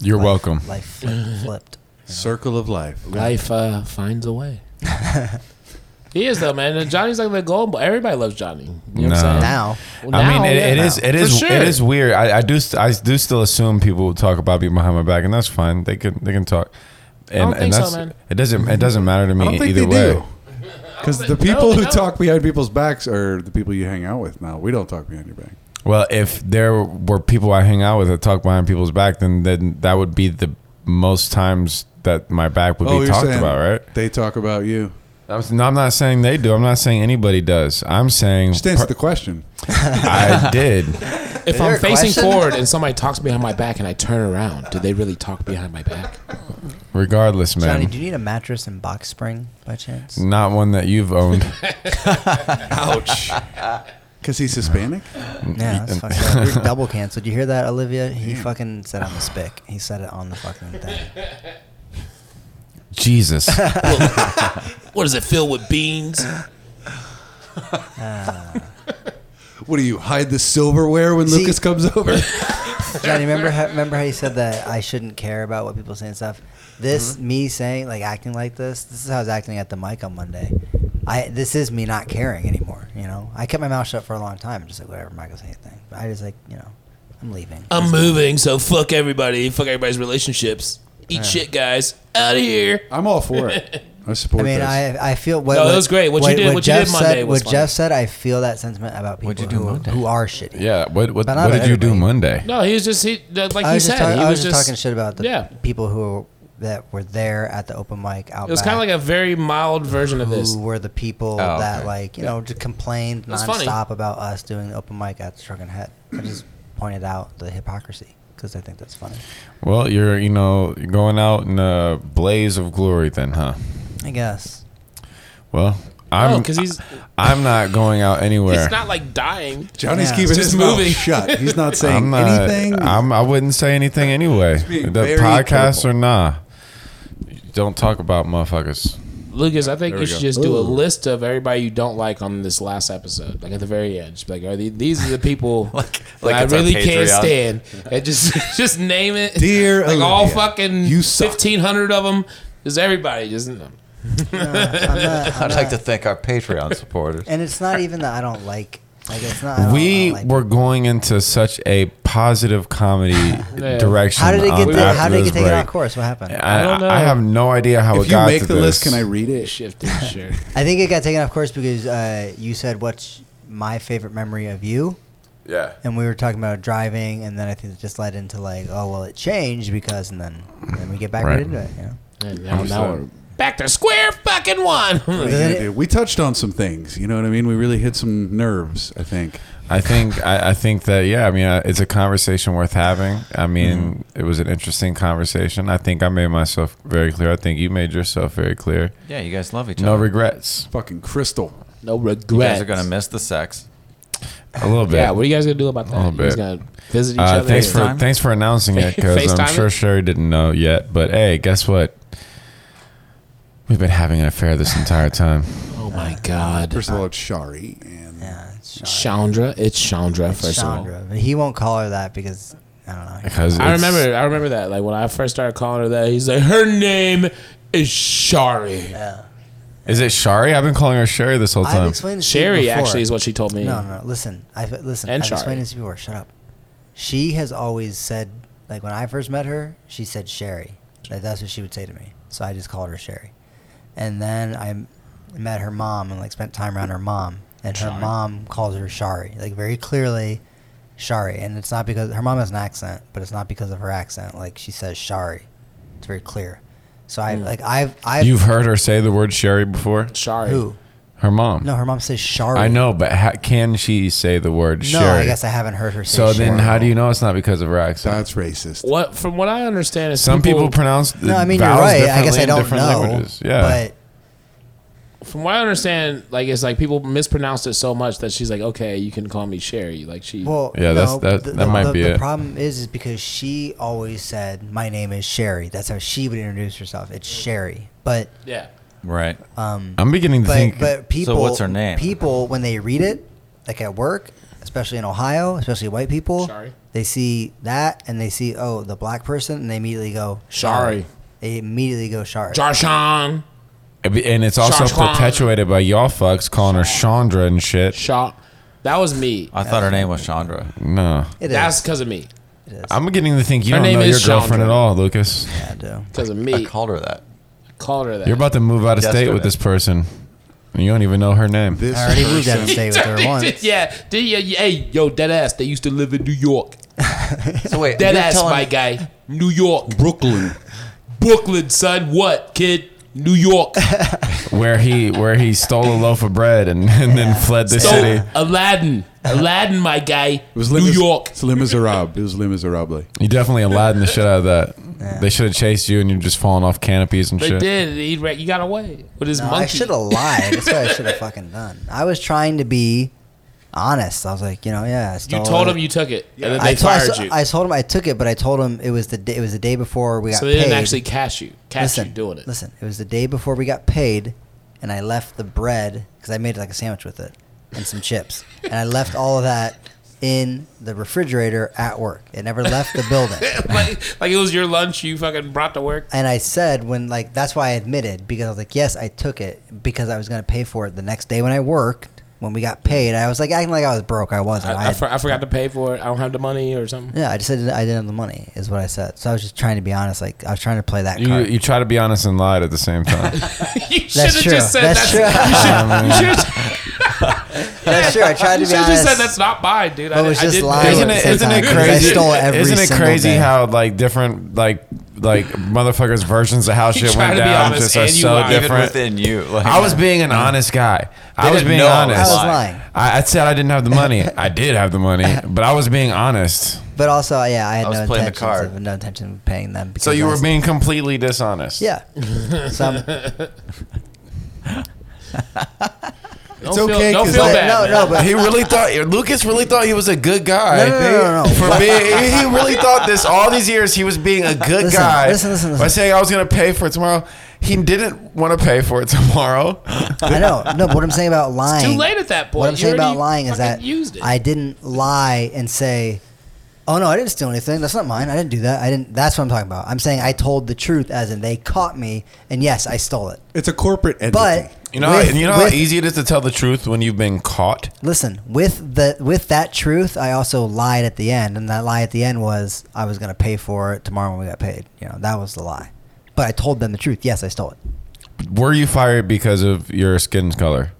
Speaker 2: You're
Speaker 3: life-
Speaker 2: welcome.
Speaker 3: Life flipped. flipped.
Speaker 6: Circle of life.
Speaker 4: Life uh, finds
Speaker 3: (laughs)
Speaker 4: a way. he is though, man. And Johnny's like the golden boy. Everybody loves Johnny. You know what
Speaker 2: Uh,
Speaker 4: I'm saying?
Speaker 3: Now,
Speaker 4: Well,
Speaker 2: I mean,
Speaker 4: now,
Speaker 2: it,
Speaker 4: yeah.
Speaker 2: it is it
Speaker 4: For
Speaker 2: is
Speaker 4: sure.
Speaker 2: it is weird. I, I do st- I do still assume people will talk about me behind my back, and that's fine. They can they can talk. And,
Speaker 4: don't think
Speaker 2: and
Speaker 4: so,
Speaker 2: that's,
Speaker 4: man.
Speaker 2: It doesn't it doesn't matter to me
Speaker 6: I don't think
Speaker 2: either
Speaker 6: they
Speaker 2: way.
Speaker 6: do. Because the
Speaker 4: think-
Speaker 6: people
Speaker 4: E- (laughs) no,
Speaker 6: who
Speaker 4: no.
Speaker 6: talk behind people's backs are the people you hang out with now. We don't talk behind your back.
Speaker 2: Well, if there were people I hang out with that talk behind people's back, then then that would be the most times that my back
Speaker 6: Oh,
Speaker 2: would be talked about, right?
Speaker 6: They talk about you.
Speaker 2: I'm, s- no, I'm not saying they do. I'm not saying anybody does. I'm saying
Speaker 6: Just answer the question. (laughs)
Speaker 2: I did.
Speaker 4: If
Speaker 3: there
Speaker 4: I'm
Speaker 3: a
Speaker 4: facing
Speaker 3: question?
Speaker 4: forward and somebody talks behind my back and I turn around, do they really talk behind my back?
Speaker 2: Regardless, man.
Speaker 3: Johnny, do you need a mattress and box spring by chance?
Speaker 2: not one that you've owned. (laughs)
Speaker 6: Ouch. Because he's Hispanic?
Speaker 2: Mm,
Speaker 3: Yeah, that's fucked
Speaker 2: (laughs)
Speaker 3: up. You're double canceled. You hear that, Olivia? He fucking said I'm a spick. He said it on the fucking thing.
Speaker 6: (laughs)
Speaker 2: Jesus.
Speaker 4: What does it fill with beans?
Speaker 6: What do you hide the silverware when
Speaker 3: See-
Speaker 6: Lucas comes over?
Speaker 3: Johnny, remember how, remember how you said that I shouldn't care about what people say and stuff? This
Speaker 4: Mm-hmm.
Speaker 3: me saying like acting like this. This is how I was acting at the mic on Monday. I this is me not caring anymore. You know, I kept my mouth shut for a long time, just like whatever Michael's anything. But I just like you know, I'm leaving.
Speaker 4: I'm moving, so fuck everybody. Fuck everybody's relationships. Eat shit, guys. Out of here.
Speaker 6: I'm all for it. I
Speaker 3: I
Speaker 6: support
Speaker 3: mean,
Speaker 6: this.
Speaker 3: I I feel what
Speaker 4: No, it was great. What you did- what you did Monday
Speaker 3: said,
Speaker 4: was
Speaker 3: what
Speaker 4: funny.
Speaker 3: Jeff said. I feel that sentiment about people
Speaker 5: What'd you do
Speaker 3: who,
Speaker 5: Monday?
Speaker 3: who are shitty.
Speaker 2: yeah. What what,
Speaker 3: But
Speaker 2: what
Speaker 3: not
Speaker 2: did you do
Speaker 3: everybody.
Speaker 2: Monday?
Speaker 4: No, he was just he like
Speaker 3: I
Speaker 4: he
Speaker 3: was,
Speaker 4: said
Speaker 3: just, talk-
Speaker 4: he
Speaker 3: I was
Speaker 4: was
Speaker 3: just talking shit about the
Speaker 4: yeah.
Speaker 3: people who that were there at the open mic out
Speaker 9: It was kind of like a very mild version of this.
Speaker 3: who were the people
Speaker 5: Oh,
Speaker 3: that
Speaker 5: okay.
Speaker 3: like you know just complained
Speaker 9: That's funny.
Speaker 3: nonstop about us doing the open mic at the Shrunken Head. I just pointed out the hypocrisy because I think that's funny.
Speaker 2: Well, you're you know you're going out in a blaze of glory, then, huh?
Speaker 3: I guess.
Speaker 2: Well, I'm
Speaker 9: Oh, 'cause he's-
Speaker 2: I'm not going out anywhere.
Speaker 9: It's not like dying.
Speaker 6: Johnny's
Speaker 3: Yeah.
Speaker 6: keeping
Speaker 9: Just
Speaker 6: his mouth
Speaker 9: moving.
Speaker 6: shut. He's not saying
Speaker 2: I'm not,
Speaker 6: anything.
Speaker 2: I'm, I wouldn't say anything anyway.
Speaker 6: being
Speaker 2: The
Speaker 6: very
Speaker 2: podcast
Speaker 6: careful.
Speaker 2: or nah, don't talk about motherfuckers.
Speaker 9: Lucas, I think
Speaker 2: There
Speaker 9: you
Speaker 2: we
Speaker 9: should
Speaker 2: go.
Speaker 9: just do a list of everybody you don't like on this last episode, like at the very end. Just be like, are these, these are the people
Speaker 5: Like-
Speaker 9: that
Speaker 5: like
Speaker 9: I
Speaker 5: it's our
Speaker 9: really
Speaker 5: Patreon.
Speaker 9: can't stand, and just (laughs) just name it.
Speaker 6: Dear
Speaker 9: like all
Speaker 6: Olivia,
Speaker 9: fucking
Speaker 6: you suck.
Speaker 9: fifteen hundred of them. Just everybody, just
Speaker 5: I'd like to thank our Patreon supporters.
Speaker 3: And it's not even that I don't like. Like it's not. I don't- I
Speaker 2: We
Speaker 3: don't like
Speaker 2: were going into such a positive
Speaker 3: (laughs)
Speaker 2: comedy direction.
Speaker 3: How did it
Speaker 2: on-
Speaker 3: get? The, how
Speaker 2: after
Speaker 3: did it
Speaker 2: this
Speaker 3: get taken
Speaker 2: break.
Speaker 3: off course? What happened?
Speaker 2: I,
Speaker 9: I don't know.
Speaker 2: I have no idea how
Speaker 6: if
Speaker 2: it
Speaker 6: you
Speaker 2: got
Speaker 6: make
Speaker 2: to
Speaker 6: the
Speaker 2: this.
Speaker 6: list, can I read it?
Speaker 9: shifted. Sure.
Speaker 3: I think it got taken off course because uh, you said what's my favorite memory of you,
Speaker 2: Yeah.
Speaker 3: and we were talking about driving, and then I think it just led into like, oh well, it changed because, and then then we get back right
Speaker 2: Right.
Speaker 3: into it. You know?
Speaker 9: And now, now
Speaker 2: Understand.
Speaker 9: we're back to square fucking one.
Speaker 3: Doesn't
Speaker 6: Yeah,
Speaker 3: it-
Speaker 6: dude, we touched on some things. You know what I mean? We really hit some nerves. I think.
Speaker 2: I think I, I think that yeah. I mean, uh, it's a conversation worth having. I mean,
Speaker 9: Mm-hmm.
Speaker 2: it was an interesting conversation. I think I made myself very clear. I think you made yourself very clear.
Speaker 5: Yeah, you guys love each
Speaker 2: No
Speaker 5: other.
Speaker 2: regrets.
Speaker 6: Fucking crystal.
Speaker 9: no
Speaker 5: you
Speaker 9: regrets.
Speaker 5: guys are gonna miss the sex.
Speaker 2: A little bit.
Speaker 9: yeah, what are you guys gonna do about that?
Speaker 2: A little
Speaker 9: You guys
Speaker 2: bit.
Speaker 9: gonna visit each
Speaker 2: Uh,
Speaker 9: other.
Speaker 2: thanks for
Speaker 5: FaceTime?
Speaker 2: thanks for announcing it because I'm
Speaker 9: FaceTime it?
Speaker 2: sure Sherry didn't know yet. But hey, guess what? We've been having an affair this entire time.
Speaker 9: oh my god,
Speaker 6: First of all, it's Shari, and
Speaker 3: Yeah, it's Sean.
Speaker 9: Chandra. It's Chandra. first of all.
Speaker 3: Chandra. But he won't call her that because I don't know.
Speaker 2: Because
Speaker 9: I
Speaker 2: it's-
Speaker 9: remember, I remember that. Like when I first started calling her that, he's like, her name is Shari.
Speaker 2: Is it Shari? I've been calling her Sherry this whole
Speaker 3: I've
Speaker 2: time.
Speaker 3: explained this to you
Speaker 9: Sherry
Speaker 3: before.
Speaker 9: actually is what she told me.
Speaker 3: No, no, no. Listen, I've listen.
Speaker 9: And
Speaker 3: I've
Speaker 9: Shari.
Speaker 3: explained this before. Shut up. She has always said, like when I first met her, she said Sherry. Like that's what she would say to me. So I just called her Sherry. And then I m- met her mom and like spent time around her mom. And her
Speaker 9: Shari.
Speaker 3: mom calls her Shari, like very clearly, Shari. And it's not because her mom has an accent, but it's not because of her accent. Like she says Shari. It's very clear. So
Speaker 2: Hmm.
Speaker 3: I like I've I've
Speaker 2: You've heard her say the word Sherry before.
Speaker 9: Shari.
Speaker 3: who
Speaker 2: Her mom.
Speaker 3: no her mom says Shari.
Speaker 2: I know, but ha- can she say the word
Speaker 3: No,
Speaker 2: Sherry?
Speaker 3: I guess I haven't heard her. Say
Speaker 2: so then,
Speaker 3: Sherry.
Speaker 2: how do you know it's not because of her accent?
Speaker 6: that's racist.
Speaker 4: Oh,
Speaker 9: What from what I understand is
Speaker 2: Some people, pronounce the
Speaker 3: No, I mean you're
Speaker 2: vowels
Speaker 3: right. I guess
Speaker 2: differently
Speaker 3: I
Speaker 2: in
Speaker 3: don't
Speaker 2: different
Speaker 3: know.
Speaker 2: languages. Yeah,
Speaker 9: from what I understand, like it's like people mispronounced it so much that she's like, okay, you can call me Sherry. Like she.
Speaker 3: But well,
Speaker 2: Yeah,
Speaker 3: no,
Speaker 2: that's- that-
Speaker 3: the,
Speaker 2: that
Speaker 3: the-
Speaker 2: might
Speaker 3: the-
Speaker 2: be
Speaker 3: the
Speaker 2: it.
Speaker 3: problem is, is because she always said, "My name is Sherry." That's how she would introduce herself. It's Sherry,
Speaker 2: (laughs)
Speaker 3: but
Speaker 9: yeah.
Speaker 5: Right.
Speaker 2: I'm beginning to
Speaker 3: but
Speaker 2: think.
Speaker 3: but people.
Speaker 5: what's her name?
Speaker 3: People when they read it, like at work, especially in Ohio, especially white people,
Speaker 9: Shari.
Speaker 3: they see that and they see oh the black person and they immediately go
Speaker 9: Shari.
Speaker 3: They immediately go Shari.
Speaker 9: Jarshan.
Speaker 2: and it's also
Speaker 9: Sean.
Speaker 2: perpetuated by y'all fucks calling her Chandra and shit.
Speaker 9: Shaw. That was me.
Speaker 5: I thought her name was Chandra.
Speaker 2: No,
Speaker 3: It is.
Speaker 9: That's because of me.
Speaker 2: I'm beginning to think you
Speaker 9: Her
Speaker 2: don't
Speaker 9: name
Speaker 2: know your
Speaker 9: is
Speaker 2: girlfriend
Speaker 9: Chandra.
Speaker 2: at all, Lucas.
Speaker 3: Yeah, I do.
Speaker 9: Because of
Speaker 5: I
Speaker 9: me.
Speaker 5: called her that.
Speaker 9: called her that.
Speaker 2: You're about to move out of state
Speaker 5: Yesterday.
Speaker 2: with this person, and you don't even know her name.
Speaker 6: This
Speaker 3: I already moved out of
Speaker 6: person-
Speaker 3: state with
Speaker 9: (laughs)
Speaker 3: her once.
Speaker 9: (laughs) yeah, did you- yeah, hey, yo, dead ass. They used to live in New York.
Speaker 5: So wait,
Speaker 9: Dead
Speaker 5: you're
Speaker 9: ass,
Speaker 5: telling-
Speaker 9: my guy. New York, Brooklyn, Brooklyn, son. What, kid?
Speaker 3: (laughs)
Speaker 9: New York.
Speaker 2: where he where he stole a loaf of bread and, (laughs) and then fled the
Speaker 9: So
Speaker 2: city.
Speaker 9: Aladdin, Aladdin, my guy.
Speaker 6: It was
Speaker 9: New
Speaker 6: Les Mis-
Speaker 9: York.
Speaker 6: It's Les Miserables. It was Les Miserables.
Speaker 2: You definitely Aladdin the shit out of that. They should have chased you, and you're just falling off canopies and
Speaker 9: They
Speaker 2: shit.
Speaker 9: did. He, ra- he got away with his
Speaker 3: No, I
Speaker 9: monkey.
Speaker 3: should have lied. That's what I
Speaker 9: (laughs)
Speaker 3: should have fucking done. I was trying to be honest. I was like, you know, yeah. I
Speaker 9: You
Speaker 3: stole
Speaker 9: told
Speaker 3: it.
Speaker 9: him you took it, and then they
Speaker 3: I told, I,
Speaker 9: fired
Speaker 3: so-
Speaker 9: you.
Speaker 3: I told him I took it, but I told him it was the day, it was the day before we got
Speaker 9: so they didn't
Speaker 3: paid.
Speaker 9: actually catch you. Catch
Speaker 3: listen,
Speaker 9: you doing it.
Speaker 3: Listen, it was the day before we got paid, and I left the bread because I made like a sandwich with it and some chips, and I left all of that in the refrigerator at work. It never left the
Speaker 9: (laughs)
Speaker 3: building.
Speaker 9: like, like it was your lunch. You fucking brought to work.
Speaker 3: And I said when like that's why I admitted because I was like, yes, I took it because I was gonna pay for it the next day when I worked. When we got paid, I was like acting like I was broke. I wasn't.
Speaker 9: I, I,
Speaker 3: had-
Speaker 9: for, I forgot to pay for it. I don't have the money or something. (laughs)
Speaker 3: yeah, I just said that I didn't have the money, is what I said. So I was just trying to be honest. Like I was trying to play that
Speaker 2: You,
Speaker 3: card.
Speaker 2: you try to be honest and lied at the same time.
Speaker 9: you should
Speaker 3: that's
Speaker 9: have
Speaker 3: true.
Speaker 9: just said
Speaker 3: that's,
Speaker 9: that's.
Speaker 3: true.
Speaker 2: (laughs)
Speaker 9: (laughs) You should have
Speaker 3: (laughs) that's true. I tried to
Speaker 9: you
Speaker 3: be
Speaker 9: should've
Speaker 3: honest.
Speaker 9: just said that's not mine, dude.
Speaker 3: But it was
Speaker 9: I,
Speaker 3: just
Speaker 9: I didn't
Speaker 3: lying.
Speaker 9: do
Speaker 2: isn't
Speaker 9: it.
Speaker 2: it,
Speaker 3: same
Speaker 2: isn't
Speaker 3: time,
Speaker 2: it
Speaker 3: 'cause I
Speaker 2: crazy?
Speaker 3: stole every
Speaker 2: isn't it
Speaker 3: single
Speaker 2: crazy
Speaker 3: day.
Speaker 2: how like different like like motherfuckers' versions of how shit
Speaker 4: tried
Speaker 2: went
Speaker 4: to be
Speaker 2: down
Speaker 4: honest
Speaker 2: just are
Speaker 4: and you
Speaker 2: so
Speaker 4: lied. Even
Speaker 5: Even
Speaker 2: different.
Speaker 5: within you. Like,
Speaker 2: I
Speaker 5: (laughs)
Speaker 2: was being an honest guy. I
Speaker 5: They
Speaker 2: was
Speaker 5: didn't
Speaker 2: being
Speaker 5: know I
Speaker 2: honest.
Speaker 5: was
Speaker 3: I was lying.
Speaker 2: I, I said I didn't have the money. I did have the
Speaker 3: (laughs)
Speaker 2: money, but I was being honest.
Speaker 3: But also, yeah, I had
Speaker 5: I was
Speaker 3: no
Speaker 5: playing the
Speaker 3: intention
Speaker 5: card.
Speaker 3: of no intention of paying them. Because
Speaker 2: So you
Speaker 3: I
Speaker 2: were
Speaker 3: was-
Speaker 2: being completely dishonest.
Speaker 3: yeah. so I'm-
Speaker 4: Don't
Speaker 6: It's
Speaker 4: feel,
Speaker 6: okay,
Speaker 4: Don't
Speaker 6: 'cause
Speaker 4: feel
Speaker 6: I-
Speaker 4: bad.
Speaker 3: no,
Speaker 4: man.
Speaker 3: no, but
Speaker 2: He really thought Lucas really thought he was a good guy.
Speaker 3: No, no, no, no, no.
Speaker 2: For being, he really thought this all these years he was being a good
Speaker 3: Listen,
Speaker 2: guy.
Speaker 3: listen, listen, listen.
Speaker 2: By saying I was going to pay for it tomorrow, he didn't want to pay for it (laughs) tomorrow.
Speaker 3: I know. No, but what I'm saying about lying.
Speaker 4: Too late at that point.
Speaker 3: What I'm
Speaker 4: You
Speaker 3: saying about
Speaker 4: already
Speaker 3: lying is
Speaker 4: fucking
Speaker 3: that
Speaker 4: used it.
Speaker 3: I didn't lie and say, "Oh no, I didn't steal anything. That's not mine. I didn't do that. I didn't." That's what I'm talking about. I'm saying I told the truth, as in they caught me, and yes, I stole it.
Speaker 6: It's a corporate entity.
Speaker 3: But
Speaker 2: You know,
Speaker 3: with-
Speaker 2: you know
Speaker 3: with-
Speaker 2: how easy it is to tell the truth when you've been caught.
Speaker 3: Listen, with the with that truth, I also lied at the end, and that lie at the end was I was going to pay for it tomorrow when we got paid. You know, that was the lie. But I told them the truth. Yes, I stole it.
Speaker 2: Were you fired because of your skin color?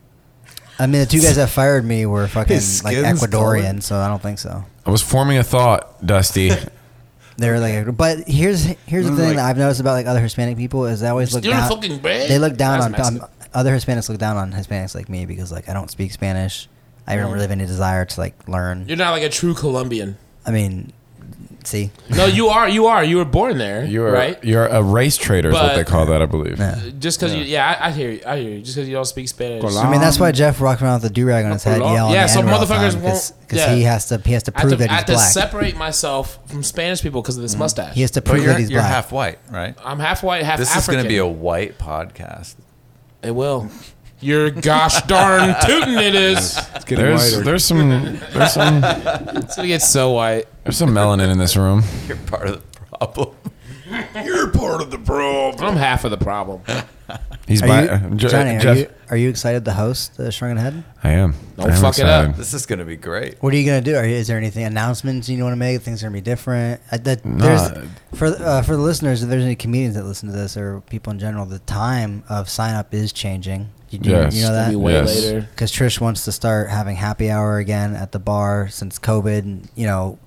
Speaker 3: I mean, the two guys that fired me were fucking
Speaker 6: His
Speaker 3: like
Speaker 6: skin's
Speaker 3: Ecuadorian, so I don't think so.
Speaker 2: I was forming a thought, Dusty.
Speaker 3: (laughs) They're like, but here's here's the
Speaker 6: Mm,
Speaker 3: thing
Speaker 6: like-
Speaker 3: that I've noticed about like other Hispanic people is they always look
Speaker 4: Stealing
Speaker 3: down.
Speaker 4: fucking bread?
Speaker 3: They look down
Speaker 4: That's
Speaker 3: on,
Speaker 4: Mexican.
Speaker 3: on other Hispanics. Look down on Hispanics like me because like I don't speak Spanish. I don't really have any desire to like learn.
Speaker 4: Mm. You're not like a true Colombian.
Speaker 3: I mean, see,
Speaker 4: No, you are. You are. You were born there.
Speaker 2: You're
Speaker 4: right.
Speaker 2: you're a race trader is what
Speaker 4: But-
Speaker 2: they call that, I believe.
Speaker 4: Just because you, yeah, I, I hear you. I hear you. Just because you don't speak Spanish.
Speaker 6: Colombian.
Speaker 3: I mean that's why Jeff walks around with a do rag on his head,
Speaker 4: Hello?
Speaker 3: yelling.
Speaker 4: Yeah,
Speaker 3: the
Speaker 4: so
Speaker 3: N-word all the
Speaker 4: motherfuckers
Speaker 3: time because
Speaker 4: won't-
Speaker 3: 'cause
Speaker 4: yeah.
Speaker 3: he has to he has to
Speaker 4: I have
Speaker 3: prove
Speaker 4: to,
Speaker 3: that
Speaker 4: I
Speaker 3: he's
Speaker 4: have to
Speaker 3: black.
Speaker 4: separate myself from Spanish people because of this mustache.
Speaker 3: he has to
Speaker 5: But
Speaker 3: prove
Speaker 5: you're,
Speaker 3: that he's
Speaker 5: you're
Speaker 3: black.
Speaker 5: half white, right?
Speaker 4: I'm half white, half
Speaker 5: This is
Speaker 4: African.
Speaker 5: going to be a white podcast. (laughs)
Speaker 4: It will. You're gosh darn tootin' it is.
Speaker 6: it's getting
Speaker 2: There's
Speaker 6: wider.
Speaker 2: there's some there's some
Speaker 4: It's gonna get so white.
Speaker 2: there's some melanin in this room.
Speaker 5: You're part of the problem. (laughs)
Speaker 6: You're part of the problem.
Speaker 4: I'm half of the problem.
Speaker 2: He's
Speaker 3: Are
Speaker 2: bi-
Speaker 3: you-
Speaker 2: uh, Je-
Speaker 3: Johnny, are
Speaker 2: Jeff-
Speaker 3: you, are you excited to host the Shrunken Head?
Speaker 2: I am.
Speaker 4: Don't
Speaker 2: I am
Speaker 4: fuck it up.
Speaker 2: excited.
Speaker 5: This is going to be great.
Speaker 3: What are you gonna do? Are you, is there anything announcements you want to make? Things are gonna be different. I, that, there's, for uh, for the listeners, if there's any comedians that listen to this or people in general, the time of sign up is changing. You, do,
Speaker 2: Yes.
Speaker 3: you know
Speaker 4: It'll be
Speaker 3: that
Speaker 4: way
Speaker 2: Yes.
Speaker 4: later.
Speaker 3: because Trish wants to start having happy hour again at the bar since COVID. And, you know,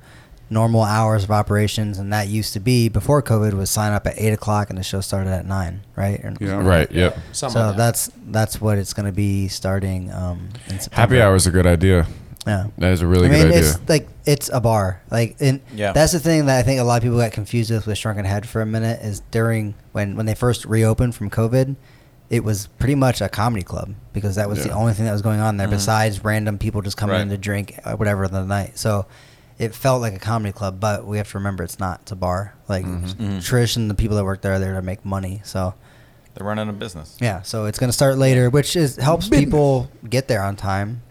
Speaker 3: normal hours of operations, and that used to be before COVID was sign up at eight o'clock and the show started at nine, right? Or-
Speaker 6: Yeah.
Speaker 2: Right. Yep.
Speaker 3: So
Speaker 4: Something like that.
Speaker 3: that's that's what it's gonna be starting. Um, in September.
Speaker 2: Happy hour is a good idea.
Speaker 3: Yeah.
Speaker 2: That is a really
Speaker 3: I mean,
Speaker 2: good idea.
Speaker 3: it's like it's a bar. Like, and
Speaker 5: Yeah.
Speaker 3: that's the thing that I think a lot of people got confused with with Shrunken Head for a minute is during when when they first reopened from COVID, it was pretty much a comedy club because that was the
Speaker 2: Yeah.
Speaker 3: only thing that was going on there besides random people just coming in
Speaker 5: Mm-hmm. Right.
Speaker 3: to drink uh, whatever of the night. So it felt like a comedy club, but we have to remember it's not. It's a bar. Like
Speaker 5: Mm-hmm.
Speaker 3: Trish and the people that work there are there to make money. So
Speaker 5: They're running a business.
Speaker 3: yeah, so it's gonna start later, which is helps people get there on time.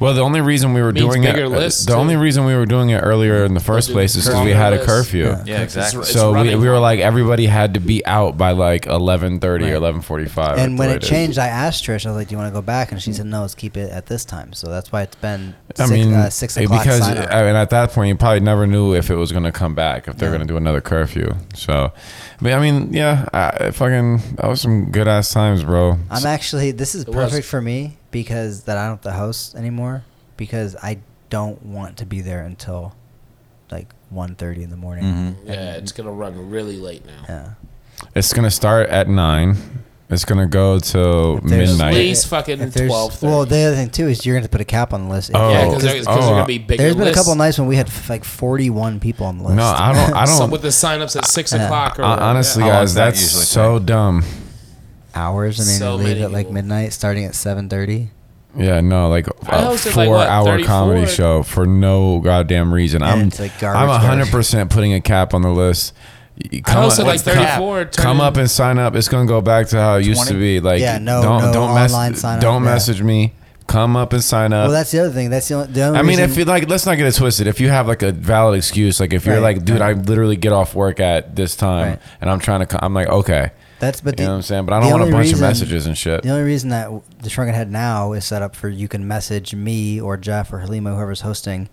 Speaker 2: Well, the only reason we were
Speaker 4: Means
Speaker 2: doing it,
Speaker 4: bigger
Speaker 2: uh,
Speaker 4: lists,
Speaker 2: the
Speaker 4: too.
Speaker 2: only reason we were doing it earlier in the first
Speaker 4: Longer
Speaker 2: place is because we had a
Speaker 4: lists.
Speaker 2: curfew.
Speaker 3: Yeah.
Speaker 5: Yeah, exactly.
Speaker 4: It's
Speaker 2: So we,
Speaker 4: running.
Speaker 2: we were like everybody had to be out by like eleven thirty or eleven forty five.
Speaker 3: And when it changed, I asked Trish. I was like, "Do you want to go back?" And she said, "No, let's keep it at this time." So that's why it's been six,
Speaker 2: I mean,
Speaker 3: uh, six
Speaker 2: eh,
Speaker 3: o'clock.
Speaker 2: because
Speaker 3: sign up.
Speaker 2: I mean, at that point, you probably never knew if it was going to come back, if they're
Speaker 3: Yeah.
Speaker 2: going to do another curfew. So, but I mean, yeah, I, I fucking, that was some good ass times, bro.
Speaker 3: I'm actually this is
Speaker 4: It
Speaker 3: perfect
Speaker 4: was.
Speaker 3: for me because that I don't have to host anymore because I don't want to be there until like 1.30 in the morning.
Speaker 2: Mm-hmm.
Speaker 4: yeah, it's gonna run really late now.
Speaker 3: Yeah,
Speaker 2: It's going to start at nine. It's going to go till
Speaker 3: there's-
Speaker 4: At
Speaker 2: midnight.
Speaker 4: least fucking
Speaker 3: If there's-
Speaker 4: twelve.
Speaker 3: Well, the other thing too is you're going to put a cap on the list.
Speaker 2: Oh,
Speaker 4: yeah, because there's
Speaker 2: oh,
Speaker 4: gonna be bigger.
Speaker 3: there's been a
Speaker 4: lists.
Speaker 3: couple nights when we had f- like 41 people on the list.
Speaker 2: No, I don't,
Speaker 3: (laughs)
Speaker 2: I
Speaker 4: Some
Speaker 2: don't,
Speaker 4: with the signups at six
Speaker 3: Yeah.
Speaker 4: o'clock. Or
Speaker 2: hon- honestly,
Speaker 4: Oh,
Speaker 5: How long
Speaker 2: guys,
Speaker 5: does that
Speaker 2: that's
Speaker 5: usually
Speaker 2: so dumb.
Speaker 3: hours. I mean,
Speaker 4: So
Speaker 3: we leave
Speaker 4: many
Speaker 3: at like
Speaker 4: people.
Speaker 3: midnight, starting at 7:30.
Speaker 2: Yeah, no, like
Speaker 4: I
Speaker 2: a
Speaker 4: hosted, like, what,
Speaker 2: four hour
Speaker 4: 34?
Speaker 2: comedy show for no goddamn reason.
Speaker 3: And
Speaker 2: I'm
Speaker 3: it's, like, garbage,
Speaker 2: I'm
Speaker 3: garbage.
Speaker 2: hundred percent putting a cap on the list. You
Speaker 4: I hosted, like, 34,
Speaker 2: Come, come
Speaker 4: turn-
Speaker 2: up and sign up. It's gonna go back to how it used to
Speaker 5: 20?
Speaker 2: be. Like,
Speaker 3: Yeah, no-
Speaker 2: don't
Speaker 3: no
Speaker 2: don't
Speaker 3: online
Speaker 2: mess,
Speaker 3: sign up,
Speaker 2: don't
Speaker 3: yeah.
Speaker 2: message me. Come up and sign up.
Speaker 3: Well, that's the other thing. That's the only. The only
Speaker 2: I mean,
Speaker 3: reason-
Speaker 2: if you like, let's not get it twisted. If you have like a valid excuse, like if you're
Speaker 3: Right,
Speaker 2: like, dude,
Speaker 3: right.
Speaker 2: I literally get off work at this time,
Speaker 3: Right.
Speaker 2: and I'm trying to, co- I'm like, okay,
Speaker 3: That's but
Speaker 2: you
Speaker 3: the,
Speaker 2: know what I'm saying, but I
Speaker 3: the
Speaker 2: don't want a
Speaker 3: only
Speaker 2: bunch of
Speaker 3: reason-
Speaker 2: messages and shit.
Speaker 3: The only reason that w- the Shrunken Head now is set up for you can message me or Jeff or Halima, whoever's hosting,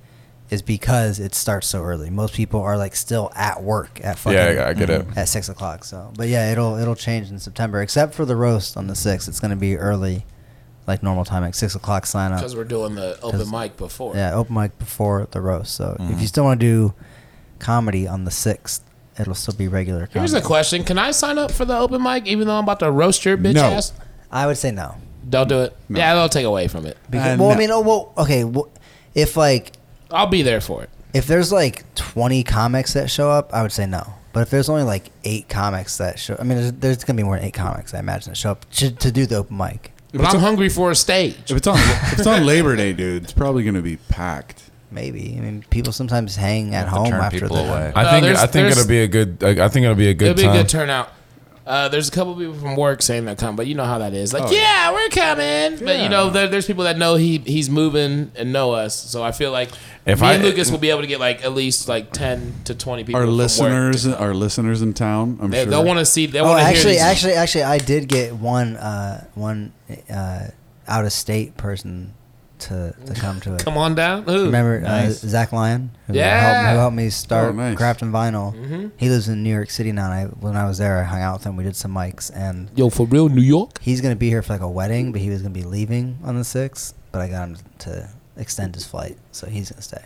Speaker 3: is because it starts so early. Most people are like still at work at fucking Mm-hmm.
Speaker 2: Yeah, I get it.
Speaker 3: at six o'clock. So, but yeah, it'll it'll change in September, except for the roast on the sixth. It's gonna be early, like normal time, like six o'clock sign up.
Speaker 4: because we're doing the
Speaker 3: Because-
Speaker 4: open mic before.
Speaker 2: Mm-hmm.
Speaker 3: Yeah, open mic before the roast. So if you still want to do comedy on the sixth, it'll still be regular.
Speaker 4: Here's a
Speaker 3: comedy.
Speaker 4: question: Can I sign up for the open mic even though I'm about to roast your bitch
Speaker 6: No.
Speaker 4: ass?
Speaker 3: I would say no.
Speaker 4: Don't do it. Yeah, that'll take away from it.
Speaker 3: Because,
Speaker 6: Uh,
Speaker 3: well, I
Speaker 6: no.
Speaker 3: mean, oh, well, okay. Well, if like
Speaker 4: I'll be there for it.
Speaker 3: if there's like 20 comics that show up, I would say no. But if there's only like eight comics that show, I mean, there's, there's gonna be more than eight comics, I imagine, that show up to, to do the open mic.
Speaker 4: But I'm hungry for a stage.
Speaker 6: If it's on if it's on Labor Day, dude, it's probably going to be packed.
Speaker 3: Maybe. I mean, people sometimes hang at
Speaker 5: To
Speaker 3: home
Speaker 5: turn
Speaker 3: after
Speaker 5: people
Speaker 3: the
Speaker 5: away.
Speaker 2: I
Speaker 4: No,
Speaker 2: think
Speaker 4: there's-
Speaker 2: I think
Speaker 4: there's-
Speaker 2: it'll be a good. I I think it'll be a good
Speaker 4: It'll be
Speaker 2: time.
Speaker 4: a good turnout. Uh, there's a couple people from work saying they'll come, but you know how that is.
Speaker 3: Oh,
Speaker 4: Like, yeah, we're coming, but you know, there, there's people that know he he's moving and know us. So I feel like
Speaker 2: If
Speaker 4: if me
Speaker 2: I-
Speaker 4: and Lucas will be able to get like at least like ten to twenty people.
Speaker 6: Our
Speaker 4: from work.
Speaker 6: listeners, our listeners in town, I'm
Speaker 4: they,
Speaker 6: sure
Speaker 4: they'll want to see. They
Speaker 3: Oh,
Speaker 4: want to
Speaker 3: actually,
Speaker 4: hear these-
Speaker 3: actually, actually, I did get one uh, one uh, out of state person to to come to it.
Speaker 4: (laughs) Come on down. Ooh.
Speaker 3: Remember uh, Zach Lyon, who, helped,
Speaker 4: Yeah. Mm-hmm.
Speaker 3: who helped me start
Speaker 6: Oh, nice.
Speaker 3: Craft and Vinyl. He lives in New York City now. And I, when I was there, I hung out with him. We did some mics, and
Speaker 4: Yo, for real, New York.
Speaker 3: he's gonna be here for like a wedding, but he was gonna be leaving on the sixth. But I got him to extend his flight, so he's gonna stay.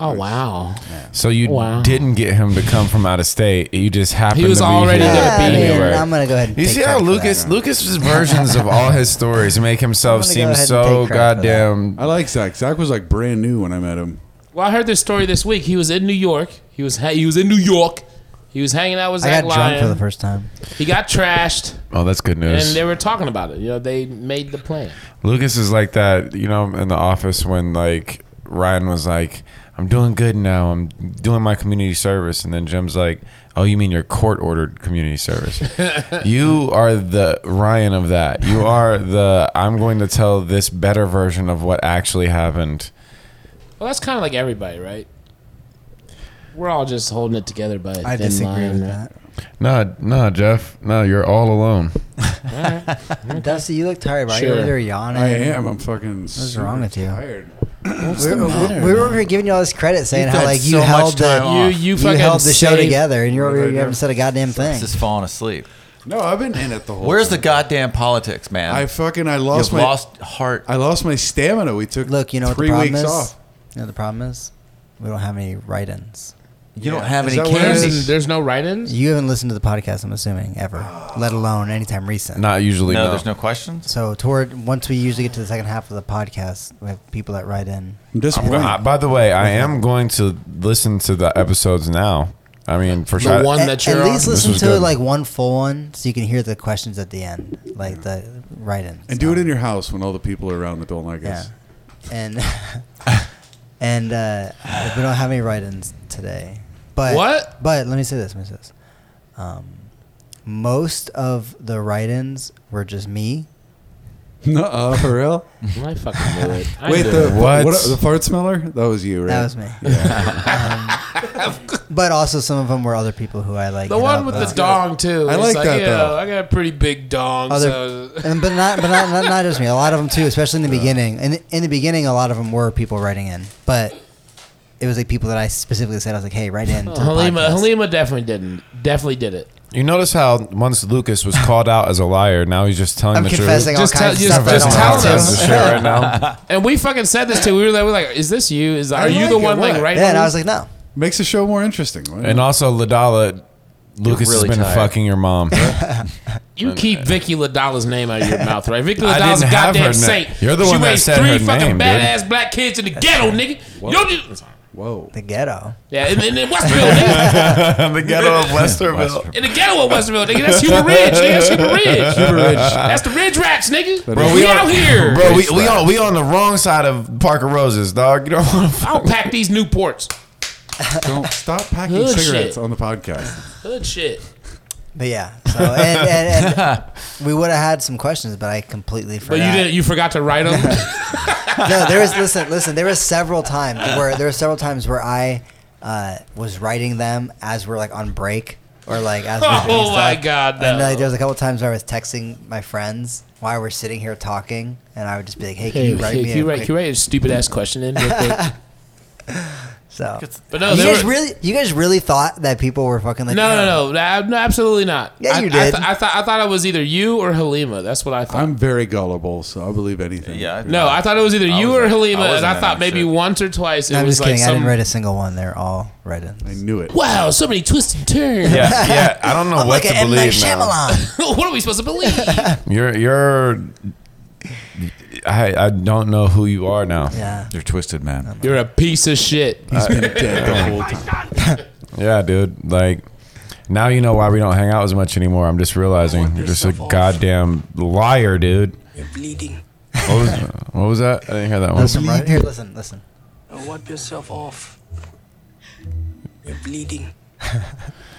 Speaker 4: Oh wow.
Speaker 2: So you
Speaker 4: Wow.
Speaker 2: didn't get him to come from out of state. You just happened.
Speaker 4: was
Speaker 2: to be
Speaker 4: already
Speaker 2: here.
Speaker 4: gonna Yeah, be
Speaker 3: I mean,
Speaker 4: here.
Speaker 3: I'm gonna go ahead. And
Speaker 2: You
Speaker 3: take
Speaker 2: see how
Speaker 3: credit for that.
Speaker 2: Lucas Lucas's versions of all his stories make himself
Speaker 3: I'm gonna go
Speaker 2: seem
Speaker 3: ahead and
Speaker 2: so
Speaker 3: take credit for that.
Speaker 2: goddamn.
Speaker 6: I like Zach. Zach was like brand new when I met him.
Speaker 4: Well, I heard this story this week. He was in New York. He was ha- he was in New York. He was hanging out with
Speaker 3: I
Speaker 4: Zach
Speaker 3: got drunk for
Speaker 4: Lyon.
Speaker 3: the first time.
Speaker 4: he got trashed,
Speaker 2: Oh, that's good
Speaker 4: and
Speaker 2: news.
Speaker 4: they were talking about it. You know, they made the plan.
Speaker 2: Lucas is like that, you know, in the office when like Ryan was like, "I'm doing good now. I'm doing my community service," and then Jim's like, "Oh, you mean your court-ordered community service? you are the Ryan of that. You are the I'm going to tell this better version of what actually happened."
Speaker 4: Well, that's kind of like everybody, right? We're all just holding it together by a
Speaker 3: I
Speaker 4: thin
Speaker 3: disagree
Speaker 4: line.
Speaker 3: with
Speaker 4: right?
Speaker 3: that.
Speaker 2: No, no, Jeff. No, you're all alone.
Speaker 3: Dusty, you look tired, right? You're
Speaker 4: Sure.
Speaker 3: over there yawning.
Speaker 6: I am. I'm fucking.
Speaker 3: What's
Speaker 6: super
Speaker 3: wrong with you?
Speaker 6: Tired.
Speaker 3: We were, we- we were over here giving you all this credit, saying how
Speaker 5: had
Speaker 3: like you
Speaker 5: so much
Speaker 3: held
Speaker 5: time
Speaker 3: the
Speaker 5: off.
Speaker 4: You
Speaker 5: Off.
Speaker 4: you
Speaker 3: you,
Speaker 4: fucking
Speaker 3: held the show
Speaker 4: saved-
Speaker 3: together, and you're over here you
Speaker 6: Yeah.
Speaker 3: haven't said a goddamn thing.
Speaker 5: Just falling asleep.
Speaker 6: No, I've been in it the whole.
Speaker 5: Where's the
Speaker 6: time.
Speaker 5: goddamn politics, man?
Speaker 6: I fucking I lost
Speaker 5: You've
Speaker 6: my
Speaker 5: lost heart.
Speaker 6: I lost my stamina. We took
Speaker 3: Look, you know what the
Speaker 6: three
Speaker 3: problem
Speaker 6: weeks
Speaker 3: is.
Speaker 6: off.
Speaker 3: You know what the problem is we don't have any write-ins.
Speaker 5: you don't
Speaker 6: Yeah.
Speaker 5: have
Speaker 6: Is
Speaker 5: any
Speaker 6: that what it
Speaker 5: candy.
Speaker 6: is?
Speaker 4: There's, there's no write-ins.
Speaker 3: You haven't listened to the podcast, I'm assuming, ever, let alone anytime recent.
Speaker 2: Not usually.
Speaker 5: No,
Speaker 2: No,
Speaker 5: there's no questions.
Speaker 3: So toward once we usually get to the second half of the podcast, we have people that write in.
Speaker 6: I'm
Speaker 2: I'm
Speaker 6: disappointed.
Speaker 2: go- I- by the way, I am going to listen to the episodes now. I mean, for sure.
Speaker 4: one-
Speaker 3: At, at
Speaker 4: that you're
Speaker 3: least
Speaker 4: on.
Speaker 2: This
Speaker 3: listen
Speaker 2: was
Speaker 3: to
Speaker 2: good.
Speaker 3: like one full one, so you can hear the questions at the end, like the write-ins. Um,
Speaker 6: and do it in your house when all the people are around that don't like
Speaker 3: Yeah.
Speaker 6: us.
Speaker 3: And (laughs) and uh, we don't have any write-ins today. But
Speaker 4: What?
Speaker 3: But let me say this. Let me say this. Um, most of the write-ins were just me.
Speaker 6: (laughs) Nuh-uh, for real?
Speaker 4: I fucking knew it. I
Speaker 6: Wait,
Speaker 4: knew
Speaker 6: the
Speaker 4: it.
Speaker 2: What?
Speaker 6: what? the fart smeller? That was you, right?
Speaker 3: That was me. (laughs)
Speaker 4: (laughs)
Speaker 3: um, but also some of them were other people who I like.
Speaker 4: the
Speaker 3: hit
Speaker 4: one
Speaker 3: up
Speaker 4: with the
Speaker 3: about.
Speaker 4: dong too.
Speaker 6: I
Speaker 4: It's
Speaker 6: like that,
Speaker 4: yeah,
Speaker 6: though.
Speaker 4: I got a pretty big dong.
Speaker 3: Other,
Speaker 4: so
Speaker 3: (laughs) and, but not, but not, not, not just me. A lot of them too, especially in the beginning. In, the- in the beginning, a lot of them were people writing in, but it was like people that I specifically said, "I was like, hey, write in." To the
Speaker 4: Halima
Speaker 3: podcast.
Speaker 4: Halima definitely didn't. Definitely did it.
Speaker 2: you notice how once Lucas was called out as a liar, now he's just telling
Speaker 3: I'm
Speaker 2: the
Speaker 3: confessing
Speaker 2: truth.
Speaker 3: all
Speaker 4: Just
Speaker 3: kinds
Speaker 4: tell-
Speaker 3: of stuff.
Speaker 4: just
Speaker 3: I don't want
Speaker 4: tell
Speaker 3: to.
Speaker 4: us.
Speaker 2: That's the shit right now.
Speaker 4: And we fucking said this too. We were like, we were like is this you? Is
Speaker 6: I
Speaker 4: are you
Speaker 6: like
Speaker 4: the
Speaker 6: it,
Speaker 4: one like
Speaker 6: what?
Speaker 4: right?
Speaker 3: Yeah, and I was like, no.
Speaker 6: Makes the show more interesting.
Speaker 2: (laughs)
Speaker 6: right?
Speaker 2: And also, Ladala, Lucas
Speaker 5: really
Speaker 2: has been
Speaker 5: tired.
Speaker 2: fucking your
Speaker 4: (laughs)
Speaker 2: mom.
Speaker 4: You keep Vicky LaDala's name out of your mouth, right? Vicky
Speaker 2: I
Speaker 4: LaDala's a
Speaker 2: didn't have her
Speaker 4: goddamn
Speaker 2: na-
Speaker 4: saint.
Speaker 2: You're the
Speaker 4: she
Speaker 2: one that
Speaker 4: raised
Speaker 2: said
Speaker 4: three
Speaker 2: her name,
Speaker 4: fucking
Speaker 2: dude.
Speaker 4: badass black kids in the ghetto, nigga. Yo, dude-
Speaker 6: Whoa.
Speaker 3: The ghetto.
Speaker 4: yeah, in, in, in Westville, nigga.
Speaker 2: the ghetto
Speaker 5: (laughs)
Speaker 2: of Westerville.
Speaker 4: In the ghetto of Westville, nigga. That's Huber Ridge, nigga. That's Huber Ridge. That's the Ridge Rats, nigga. we, out
Speaker 2: (laughs)
Speaker 4: here.
Speaker 2: Bro, we, we, on, we on the wrong side of Parker Roses, dog. You don't want to.
Speaker 4: (laughs) I'll pack these Newports.
Speaker 6: Don't stop packing
Speaker 4: Good
Speaker 6: cigarettes
Speaker 4: shit.
Speaker 6: on the podcast.
Speaker 4: Good shit.
Speaker 3: But yeah, so and, and, and
Speaker 4: (laughs)
Speaker 3: we would have had some questions, but I completely
Speaker 4: But
Speaker 3: forgot.
Speaker 4: you didn't. You forgot to write them.
Speaker 3: No, there was listen, listen. There was several times where there were several times where I uh, was writing them as we're like on break or like as we're doing
Speaker 4: Oh, my
Speaker 3: stuff.
Speaker 4: God,
Speaker 3: And
Speaker 4: no.
Speaker 3: like, there was a couple times where I was texting my friends while we're sitting here talking, and I would just be like, "Hey, can you write me?"
Speaker 4: can you
Speaker 3: a
Speaker 4: write,
Speaker 3: quick-
Speaker 4: can you write a stupid ass question in? Real quick?
Speaker 3: So,
Speaker 4: But no,
Speaker 3: you
Speaker 4: they
Speaker 3: guys
Speaker 4: were-
Speaker 3: really, you guys really thought that people were fucking like,
Speaker 4: No,
Speaker 3: "Oh,
Speaker 4: no, no, no, no, absolutely not.
Speaker 3: Yeah,
Speaker 4: I,
Speaker 3: you
Speaker 4: I
Speaker 3: did.
Speaker 4: th- I thought I thought it was either you or Halima. That's what I thought.
Speaker 6: I'm very gullible, so I'll believe anything.
Speaker 5: Yeah. I-
Speaker 4: no, I thought it was either
Speaker 5: I
Speaker 4: you
Speaker 5: was-
Speaker 4: or
Speaker 5: I
Speaker 4: Halima,
Speaker 5: wasn't
Speaker 4: and I
Speaker 5: in that
Speaker 4: thought maybe
Speaker 5: shit.
Speaker 4: once or twice it
Speaker 3: I'm
Speaker 4: was
Speaker 3: just kidding.
Speaker 4: like
Speaker 3: I
Speaker 4: some.
Speaker 3: didn't write a single one. They're all write-ins.
Speaker 6: I knew it.
Speaker 4: wow, so many twists and turns.
Speaker 2: (laughs) Yeah, yeah. I don't know
Speaker 3: I'm
Speaker 2: what
Speaker 3: like
Speaker 2: to
Speaker 3: an Oh, M. Night
Speaker 2: believe now.
Speaker 3: Shyamalan.
Speaker 4: (laughs) what are we supposed to believe?
Speaker 2: You're you're. I I don't know who you are now.
Speaker 3: yeah.
Speaker 5: You're twisted, man.
Speaker 4: You're a piece of shit.
Speaker 6: He's been dead the whole time.
Speaker 2: Yeah, dude. Like now you know why we don't hang out as much anymore. I'm just realizing you're just a goddamn liar, dude.
Speaker 10: bleeding.
Speaker 2: What
Speaker 4: (laughs)
Speaker 2: was, what was that? I didn't hear that one.
Speaker 3: Listen, right here. Listen, listen.
Speaker 10: Now wipe yourself off. You're bleeding.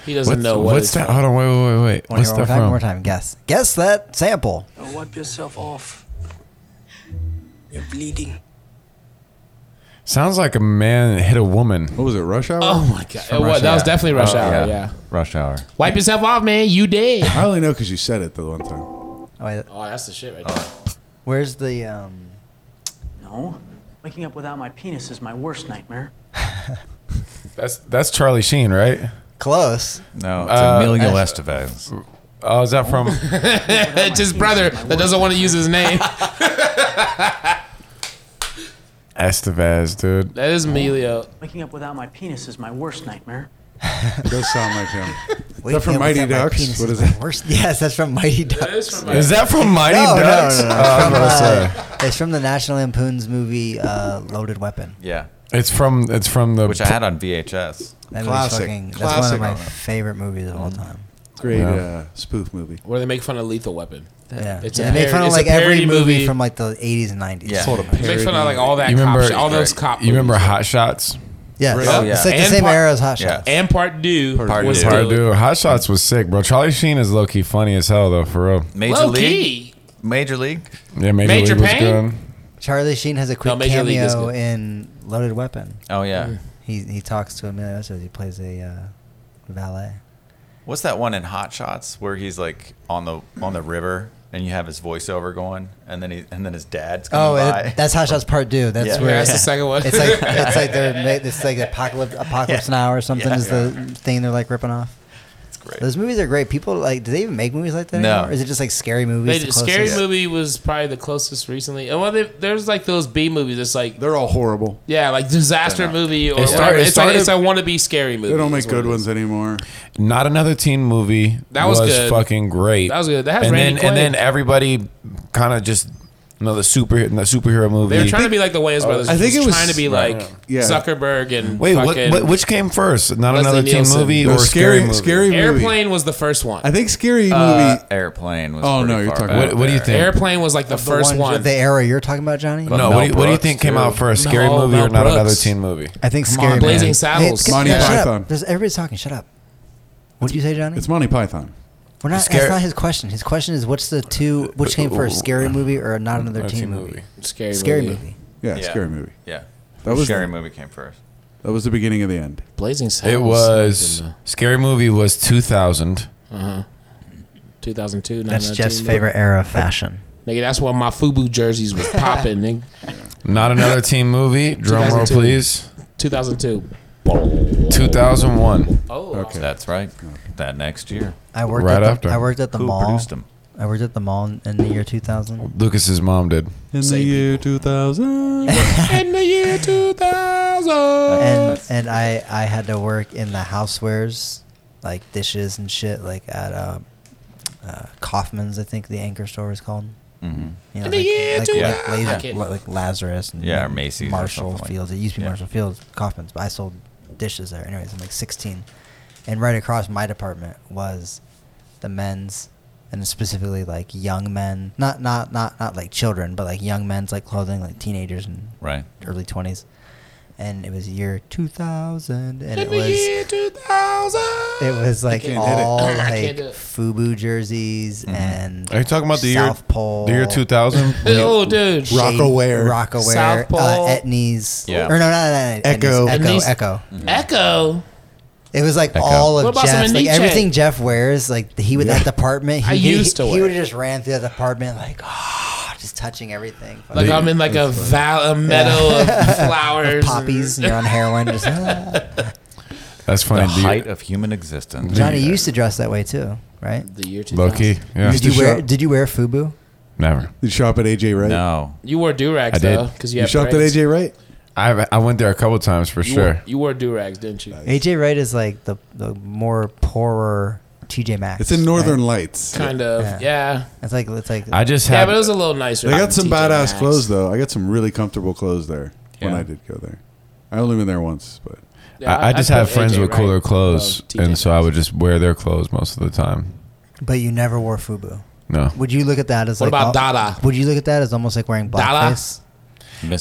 Speaker 4: He doesn't know what
Speaker 2: what's
Speaker 4: it's
Speaker 2: that?
Speaker 4: from.
Speaker 2: Hold on, wait, wait, wait, wait.
Speaker 3: One
Speaker 2: What's
Speaker 3: more
Speaker 2: that
Speaker 3: time. One
Speaker 2: from?
Speaker 3: more time. Guess. Guess that sample.
Speaker 10: Now wipe yourself off. You're bleeding.
Speaker 2: Sounds like a man hit a woman.
Speaker 6: What was it, Rush Hour?
Speaker 4: Oh my god, It
Speaker 5: Rush
Speaker 4: was- that was
Speaker 5: Hour.
Speaker 4: definitely rush
Speaker 5: Oh,
Speaker 4: hour. Yeah.
Speaker 5: Rush hour.
Speaker 4: wipe yourself off, man. You dead. (laughs)
Speaker 6: I only know because you said it the one time.
Speaker 3: Oh, wait,
Speaker 4: Oh, that's the shit right there.
Speaker 3: where's the um?
Speaker 7: No. Waking up without my penis is my worst nightmare.
Speaker 2: That's that's Charlie Sheen, right?
Speaker 3: Close.
Speaker 5: No, it's
Speaker 2: Uh,
Speaker 5: Emilio Estevez.
Speaker 2: Oh, is that
Speaker 4: (laughs)
Speaker 2: from?
Speaker 4: It's his brother that doesn't want to use his name.
Speaker 2: Estevez, dude.
Speaker 4: (laughs) That is Emilio.
Speaker 7: Waking up without my penis is my worst nightmare.
Speaker 6: It does sound like him.
Speaker 3: Wait,
Speaker 6: from
Speaker 3: yeah,
Speaker 6: Mighty
Speaker 3: without my
Speaker 6: Ducks?
Speaker 3: penis
Speaker 6: What is
Speaker 3: my
Speaker 6: it?
Speaker 3: worst- (laughs) Yes, that's from Mighty Ducks.
Speaker 4: That is from
Speaker 2: Is that from Mighty
Speaker 3: No, no,
Speaker 2: Ducks?
Speaker 3: no, no,
Speaker 2: Oh, I was
Speaker 3: from,
Speaker 2: about to say.
Speaker 3: uh, It's from the National Lampoon's movie uh, Loaded Weapon.
Speaker 5: Yeah,
Speaker 2: It's from it's from the
Speaker 5: which I had on VHS.
Speaker 3: That movie's
Speaker 6: Classic.
Speaker 3: fucking- that's
Speaker 6: Classic. Mm-hmm.
Speaker 3: one of my favorite movies of all time.
Speaker 6: Great
Speaker 2: Yeah.
Speaker 6: uh, spoof movie.
Speaker 4: where they make fun of Lethal Weapon.
Speaker 3: Yeah,
Speaker 4: It's
Speaker 3: they
Speaker 4: a
Speaker 3: make
Speaker 4: parody-
Speaker 3: fun of
Speaker 4: it's a
Speaker 3: like every
Speaker 4: parody
Speaker 3: movie,
Speaker 4: movie.
Speaker 3: from like the 80s and 90s.
Speaker 5: Yeah.
Speaker 6: Sort of
Speaker 4: They make fun of like all that
Speaker 2: You
Speaker 4: cop
Speaker 2: remember-
Speaker 4: shit, all those cop.
Speaker 2: You remember
Speaker 4: movies.
Speaker 2: Hot Shots?
Speaker 3: yeah.
Speaker 6: Really? Oh,
Speaker 5: yeah.
Speaker 3: It's like the
Speaker 4: And
Speaker 3: same
Speaker 4: part-
Speaker 3: era as Hot
Speaker 5: Yeah.
Speaker 3: Shots.
Speaker 4: and Part Due.
Speaker 5: Part
Speaker 4: was
Speaker 5: Deux.
Speaker 4: still-
Speaker 2: Part dude, Hot Shots was sick, bro. Charlie Sheen is low key funny as hell though, for real.
Speaker 5: Major
Speaker 4: Low
Speaker 5: League.
Speaker 4: key.
Speaker 5: Major League.
Speaker 2: Yeah, Major,
Speaker 4: Major
Speaker 2: League was
Speaker 4: Payne?
Speaker 2: good.
Speaker 3: Charlie Sheen has a quick
Speaker 4: Major League is
Speaker 3: cameo
Speaker 4: good.
Speaker 3: in Loaded Weapon.
Speaker 5: Oh yeah.
Speaker 3: He he talks to Emilio Estevez. He plays a uh, valet.
Speaker 5: What's that one in Hot Shots where he's like on the on the river and you have his voiceover going and then he and then his dad's
Speaker 3: Oh,
Speaker 5: coming by.
Speaker 3: it, that's Hot Shots Part Two. That's
Speaker 5: Yeah.
Speaker 4: Yeah,
Speaker 3: where
Speaker 4: that's the second one. (laughs)
Speaker 3: it's like it's like they're ma- it's like apocalypse apocalypse now or something
Speaker 5: Yeah.
Speaker 3: is the thing they're like ripping off.
Speaker 5: It's great.
Speaker 3: Those movies are great. People like do they even make movies like that?
Speaker 5: No.
Speaker 3: anymore? Or is it just like scary
Speaker 4: They
Speaker 3: movies?
Speaker 4: did-
Speaker 3: the
Speaker 4: scary
Speaker 3: closest?
Speaker 4: movie was probably the closest recently. And well, they, there's like those B movies. It's like
Speaker 6: They're all horrible.
Speaker 4: yeah, like disaster movie or
Speaker 2: It started-
Speaker 4: whatever.
Speaker 2: it
Speaker 4: It's, like,
Speaker 2: started-
Speaker 4: it's a want to be scary movie.
Speaker 6: They don't
Speaker 4: is
Speaker 6: make
Speaker 4: what
Speaker 6: good
Speaker 4: it is.
Speaker 6: ones anymore.
Speaker 2: Not another teen movie.
Speaker 4: That was good.
Speaker 2: fucking great.
Speaker 4: That was good. That has
Speaker 2: and
Speaker 4: Randy
Speaker 2: then and
Speaker 4: Quaid.
Speaker 2: then everybody kind of just you know the super the superhero movie.
Speaker 4: They were trying to be like the Wayans brothers.
Speaker 6: I think
Speaker 4: Just
Speaker 6: it was-
Speaker 4: trying to be like
Speaker 6: Yeah.
Speaker 4: Zuckerberg and
Speaker 2: Wait, what,
Speaker 4: fucking
Speaker 2: what, which came first? Not
Speaker 4: Leslie
Speaker 2: another teen
Speaker 4: Nielsen.
Speaker 2: movie
Speaker 6: No,
Speaker 2: or scary movie?
Speaker 6: scary movie.
Speaker 4: Airplane was the first one.
Speaker 6: I think scary movie.
Speaker 5: Uh, airplane was.
Speaker 6: Oh,
Speaker 5: pretty
Speaker 6: no, you're
Speaker 5: far
Speaker 6: talking
Speaker 5: out
Speaker 2: What, what do you
Speaker 5: there.
Speaker 2: think?
Speaker 4: Airplane was like the,
Speaker 3: The
Speaker 4: first one.
Speaker 3: The era you're talking about, Johnny.
Speaker 5: But
Speaker 2: no,
Speaker 5: Mel
Speaker 2: what, do you, what do you
Speaker 5: Brooks,
Speaker 2: think came
Speaker 5: too.
Speaker 2: out first? Scary
Speaker 4: No,
Speaker 2: movie
Speaker 4: Mel
Speaker 2: or not
Speaker 4: Brooks.
Speaker 2: another teen movie?
Speaker 3: I think
Speaker 6: Come
Speaker 3: scary.
Speaker 6: on,
Speaker 3: movie.
Speaker 4: Blazing
Speaker 3: Hey,
Speaker 4: Saddles.
Speaker 3: it's-
Speaker 6: Monty
Speaker 3: yeah, Shut
Speaker 6: Python.
Speaker 3: up. There's everybody's talking. Shut up. What did you say, Johnny?
Speaker 6: it's Monty Python.
Speaker 3: We're not.
Speaker 2: Scary-
Speaker 3: That's not his question. His question is, what's the two? Which came first, scary movie or not another teen movie?
Speaker 4: scary,
Speaker 3: Scary
Speaker 4: movie.
Speaker 3: movie.
Speaker 6: Yeah,
Speaker 5: Yeah.
Speaker 6: scary movie.
Speaker 5: Yeah.
Speaker 6: That was-
Speaker 5: scary movie came first.
Speaker 6: That was the beginning of the end.
Speaker 4: Blazing Saddles.
Speaker 2: It was scary movie was two thousand.
Speaker 4: 2002.
Speaker 3: That's
Speaker 4: 9/11
Speaker 3: Jeff's
Speaker 4: movie.
Speaker 3: favorite era of fashion.
Speaker 4: Nigga, that's when my FUBU jerseys (laughs) was popping. nigga.
Speaker 2: Not
Speaker 4: (coughs)
Speaker 2: another teen movie. Drum roll,
Speaker 4: 2002.
Speaker 2: please.
Speaker 4: 2002.
Speaker 2: Two thousand one.
Speaker 4: Oh,
Speaker 6: Okay.
Speaker 5: That's right. That next year.
Speaker 3: I worked
Speaker 2: Right
Speaker 3: at the,
Speaker 2: after.
Speaker 3: I worked at the
Speaker 5: Who
Speaker 3: mall.
Speaker 5: produced them?
Speaker 3: I worked at the mall in- in the year 2000.
Speaker 2: Lucas's mom did.
Speaker 6: In the
Speaker 4: Same
Speaker 6: year (laughs) 2000.
Speaker 4: in the year 2000.
Speaker 3: And and I I had to work in the housewares, like dishes and shit, like at uh, uh, Kaufman's. I think the anchor store is called. Mm-hmm. You know,
Speaker 4: In the
Speaker 3: like,
Speaker 4: year
Speaker 3: like,
Speaker 4: 2000.
Speaker 3: like, Lazar-
Speaker 4: Yeah.
Speaker 3: like- like Lazarus and
Speaker 5: Yeah, or Macy's or
Speaker 3: Marshall
Speaker 5: something like-
Speaker 3: Fields. it used to be
Speaker 5: Yeah.
Speaker 3: Marshall Fields, Kaufman's, but I sold dishes there. Anyways, I'm like 16, and right across my department was the men's and specifically like young men, not not not not like children, but like young men's like clothing, like teenagers and
Speaker 5: Right.
Speaker 3: early 20s and it was year 2000 and it
Speaker 4: in the
Speaker 3: was
Speaker 4: year 2000.
Speaker 3: it was like
Speaker 6: can't hit it.
Speaker 3: all
Speaker 4: I
Speaker 3: like
Speaker 4: can't do it.
Speaker 3: fubu jerseys and
Speaker 2: Are you talking about the
Speaker 3: South
Speaker 2: year
Speaker 3: Pole
Speaker 2: the year two
Speaker 4: (laughs)
Speaker 2: thousand?
Speaker 4: Oh, dude.
Speaker 3: shade-
Speaker 6: Rockaware.
Speaker 3: Rockaware,
Speaker 4: South Pole.
Speaker 3: uh, Etnies,
Speaker 5: Yeah.
Speaker 3: or no, no, no, no
Speaker 6: Echo.
Speaker 3: Etnies,
Speaker 4: Etnies.
Speaker 3: Echo, Echo.
Speaker 4: Echo.
Speaker 3: It was like
Speaker 2: Echo.
Speaker 3: all
Speaker 4: What
Speaker 3: of
Speaker 4: about some
Speaker 3: Jeff's, like
Speaker 4: Aniche?
Speaker 3: everything Jeff wears, like he would that department. He,
Speaker 4: I used to
Speaker 3: he,
Speaker 4: wear
Speaker 3: would
Speaker 4: it.
Speaker 3: have just ran through that department like, oh,
Speaker 11: just touching everything.
Speaker 4: Like I'm in like a, val- a meadow
Speaker 3: (laughs)
Speaker 4: of flowers,
Speaker 3: poppies and you're on heroin.
Speaker 4: (laughs)
Speaker 3: Just, ah.
Speaker 2: That's funny.
Speaker 5: The
Speaker 2: Do you-
Speaker 5: height of human existence.
Speaker 3: Johnny you used to dress that way too, right?
Speaker 4: The year 2000.
Speaker 2: Loki. Yeah.
Speaker 3: Did you
Speaker 6: to
Speaker 3: wear
Speaker 6: shop.
Speaker 3: Did you wear FUBU?
Speaker 2: Never.
Speaker 6: You shop at AJ Wright.
Speaker 5: No.
Speaker 4: You wore do rags
Speaker 2: I did.
Speaker 4: though, because you,
Speaker 6: You
Speaker 4: had
Speaker 6: shopped
Speaker 4: braids.
Speaker 6: at AJ Wright.
Speaker 2: I I went there a couple times for
Speaker 4: You
Speaker 2: sure.
Speaker 4: Wore, you wore do rags, didn't you?
Speaker 3: AJ Wright is like the the more poorer TJ Maxx.
Speaker 6: It's in Northern Lights.
Speaker 4: Kind of.
Speaker 3: Yeah.
Speaker 4: Yeah.
Speaker 3: right? It's like it's like
Speaker 2: I just
Speaker 4: Yeah,
Speaker 2: had
Speaker 4: but it was a little nicer.
Speaker 6: They
Speaker 4: than
Speaker 6: got some
Speaker 4: TJ
Speaker 6: badass
Speaker 4: Maxx.
Speaker 6: clothes though. I got some really comfortable clothes there when
Speaker 5: Yeah.
Speaker 6: I did go there. I only been there once, but
Speaker 4: Yeah,
Speaker 2: I, I just
Speaker 4: put
Speaker 2: have friends
Speaker 4: AJ
Speaker 2: with
Speaker 4: Wright
Speaker 2: cooler
Speaker 4: above
Speaker 2: clothes,
Speaker 4: TJ
Speaker 2: and so I
Speaker 4: Maxx.
Speaker 2: would just wear their clothes most of the time.
Speaker 3: but you never wore FUBU.
Speaker 2: No,
Speaker 3: Would you look at that as
Speaker 4: What
Speaker 3: like
Speaker 4: about
Speaker 3: al-
Speaker 4: Dada?
Speaker 3: Would you look at that as almost like wearing
Speaker 4: Dada?
Speaker 3: blackface?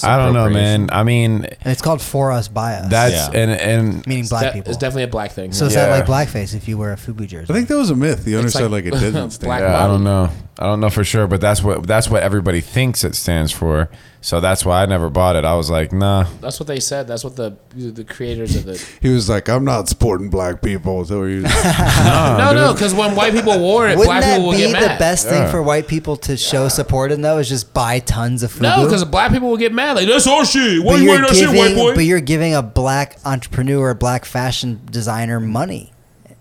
Speaker 2: I don't know,
Speaker 5: (laughs)
Speaker 2: man. I mean,
Speaker 3: And it's called for us by us.
Speaker 2: that's
Speaker 5: Yeah.
Speaker 2: and and
Speaker 3: meaning black
Speaker 4: That-
Speaker 3: people.
Speaker 4: It's definitely a black thing.
Speaker 3: so
Speaker 4: yeah.
Speaker 3: is that
Speaker 2: Yeah.
Speaker 3: like blackface if you wear a FUBU jersey?
Speaker 6: I think that was a myth. The owner
Speaker 4: It's
Speaker 6: said
Speaker 4: like
Speaker 6: like it
Speaker 4: (laughs)
Speaker 6: didn't
Speaker 4: black-
Speaker 6: stand.
Speaker 2: yeah, I don't know. I don't know for sure, but that's what that's what everybody thinks it stands for. So that's why I never bought it. I was like, nah.
Speaker 4: that's what they said. That's what the the creators
Speaker 2: (laughs)
Speaker 4: of the
Speaker 6: He was like, "I'm not supporting black people." So he
Speaker 3: (laughs)
Speaker 6: was-
Speaker 2: Oh,
Speaker 4: no no because when white people wore it,
Speaker 3: Wouldn't
Speaker 4: black
Speaker 3: that
Speaker 4: people would
Speaker 3: be
Speaker 4: get
Speaker 3: the
Speaker 4: mad.
Speaker 3: best thing
Speaker 2: Yeah.
Speaker 3: for white people to show support in though? Is just buy tons of FUBU.
Speaker 4: No, because black people will get mad. Like that's our shit. Why
Speaker 3: but
Speaker 4: you
Speaker 3: you're
Speaker 4: wearing our shit,
Speaker 3: giving,
Speaker 4: white boy?
Speaker 3: but you're giving a black entrepreneur, a black fashion designer money,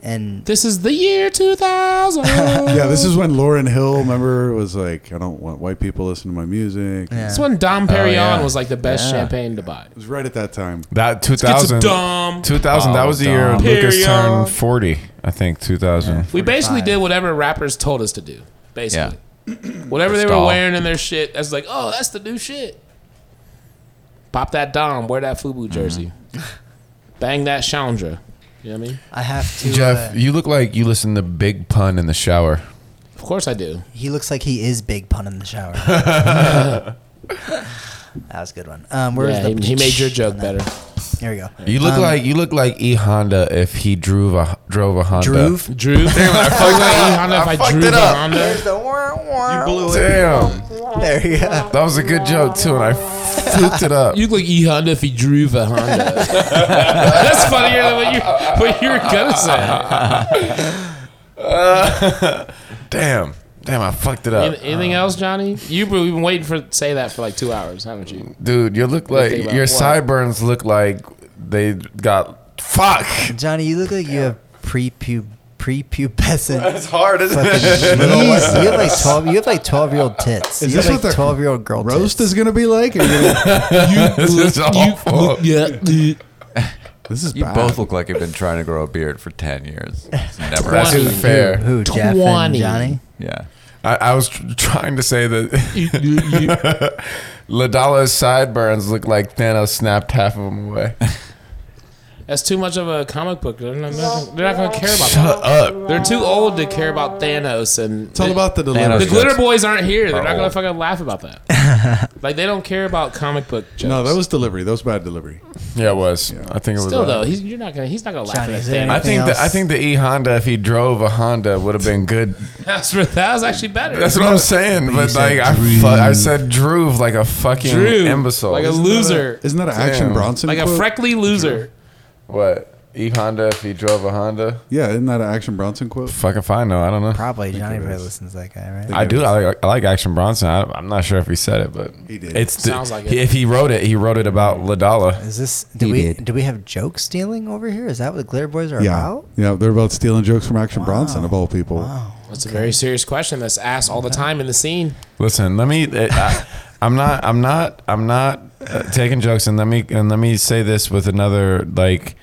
Speaker 3: and
Speaker 4: this is the
Speaker 3: (laughs)
Speaker 4: year 2000.
Speaker 6: yeah, this is when Lauren Hill, remember, was like, "I don't want white people listening to my music."
Speaker 3: Yeah.
Speaker 4: That's when Dom Perignon
Speaker 2: Oh, yeah.
Speaker 4: was like the best
Speaker 5: Yeah.
Speaker 4: champagne to buy.
Speaker 6: It was right at that time.
Speaker 2: That
Speaker 4: Get
Speaker 2: 2000,
Speaker 4: some Dom.
Speaker 2: 2000 that was the
Speaker 5: Oh,
Speaker 2: year
Speaker 5: dumb.
Speaker 2: Lucas
Speaker 4: Period.
Speaker 2: turned 40, I think, 2000.
Speaker 4: We basically
Speaker 3: 45.
Speaker 4: did whatever rappers told us to do. Basically, (clears throat) whatever they were
Speaker 5: Stall.
Speaker 4: wearing in their shit, that's like, oh, that's the new shit. Pop that Dom. Wear that FUBU jersey. Bang that Chandra. You know what I mean?
Speaker 3: I have to.
Speaker 2: Jeff,
Speaker 3: uh,
Speaker 2: you look like you listen to Big Pun in the shower.
Speaker 4: Of course I do.
Speaker 3: he looks like he is big pun in the
Speaker 6: (laughs)
Speaker 3: shower. that was a good one. Um, where's
Speaker 4: Yeah,
Speaker 3: the?
Speaker 4: he, he made your joke better.
Speaker 3: There we go.
Speaker 2: You look
Speaker 3: Um,
Speaker 2: like you look like E Honda if he drove a drove a Honda.
Speaker 3: Droove.
Speaker 4: Drew. Damn, I fucked up. Honda, if I,
Speaker 2: fucked
Speaker 4: drew
Speaker 2: it
Speaker 4: the
Speaker 2: up.
Speaker 4: Honda.
Speaker 3: There's the
Speaker 2: You blew it. Damn,
Speaker 3: There you go.
Speaker 2: that was a good joke too, and I fluked it up.
Speaker 4: You look like E Honda if he drew the Honda. (laughs) That's funnier than what you what you were gonna say.
Speaker 2: Damn, damn, I fucked it up,
Speaker 4: Any- Anything else, Johnny? You've been we've been waiting for say that for like two hours, haven't you?
Speaker 2: dude. You look
Speaker 4: think
Speaker 2: like
Speaker 4: about
Speaker 2: your
Speaker 4: what?
Speaker 2: sideburns look like they got fuck.
Speaker 3: Johnny, you look like you have pre-pub prepubescent.
Speaker 2: It's hard, isn't (laughs)
Speaker 3: fucking jeez. You have like twelve. You have like twelve year old tits.
Speaker 6: Is
Speaker 3: you
Speaker 6: this
Speaker 3: have
Speaker 6: what
Speaker 3: like
Speaker 6: the
Speaker 3: twelve year old girl
Speaker 6: Roast
Speaker 3: tits.
Speaker 6: is gonna be like. Or you're gonna-
Speaker 2: this
Speaker 4: (laughs)
Speaker 2: is awful.
Speaker 4: yeah.
Speaker 6: this is
Speaker 5: You
Speaker 6: bad.
Speaker 5: both look like you've been trying to grow a beard for
Speaker 2: (laughs)
Speaker 5: 10 years. It's never
Speaker 2: That's
Speaker 5: happened.
Speaker 4: Twenty.
Speaker 2: unfair.
Speaker 3: Who? Jeff and
Speaker 4: 20.
Speaker 3: Johnny.
Speaker 5: Yeah.
Speaker 2: I, I was tr- trying to say that
Speaker 4: You-
Speaker 6: (laughs)
Speaker 2: Ladala's sideburns look like Thanos snapped half of them away.
Speaker 4: That's too much of a comic book. They're not, they're not- they're not gonna care about
Speaker 2: Shut
Speaker 4: that.
Speaker 2: up.
Speaker 4: They're too old to care about Thanos and
Speaker 6: It's all about the
Speaker 4: the
Speaker 6: delivery.
Speaker 5: Thanos.
Speaker 4: glitter boys aren't here. They're not gonna
Speaker 5: old.
Speaker 4: fucking laugh about that. like they don't care about comic book jokes.
Speaker 6: (laughs) No, that was delivery. That was bad delivery.
Speaker 2: Yeah, it was. I think it was.
Speaker 4: still
Speaker 2: that.
Speaker 4: though. He's you're not gonna he's not gonna laugh
Speaker 3: Johnny,
Speaker 4: at
Speaker 3: is
Speaker 4: that.
Speaker 3: there
Speaker 4: Thanos.
Speaker 2: I
Speaker 3: anything
Speaker 2: think the, I
Speaker 3: else?
Speaker 2: think the E Honda, if he drove a Honda, would have been good.
Speaker 4: That's re- that was actually better.
Speaker 2: That's what I'm saying. But like I, fu- I said, Droove like a fucking
Speaker 4: Drew,
Speaker 2: imbecile.
Speaker 4: like a loser,
Speaker 6: Isn't that an Action
Speaker 2: Damn.
Speaker 6: Bronson?
Speaker 4: like a
Speaker 6: quote?
Speaker 4: freckly loser.
Speaker 2: what E Honda? If he drove a Honda,
Speaker 6: Yeah, isn't that an Action Bronson quote?
Speaker 2: fuck if I know. I don't know.
Speaker 3: Probably Johnny probably listens to that guy, right?
Speaker 2: I do. I like, I like Action Bronson. I, I'm not sure if he said it, but
Speaker 6: He did.
Speaker 2: It's the,
Speaker 4: Sounds like it.
Speaker 2: If he wrote it, he wrote it about Ladala.
Speaker 3: Is this do
Speaker 8: He
Speaker 3: we
Speaker 8: did.
Speaker 3: do we have joke stealing over here? Is that what the glitter boys are
Speaker 6: Yeah,
Speaker 3: about?
Speaker 6: yeah. They're about stealing jokes from Action Bronson of all people.
Speaker 4: That's a very serious question that's asked all the time in the scene.
Speaker 2: Listen, let me. It, I, I'm not. I'm not. I'm not uh, taking jokes, and let me and let me say this with another like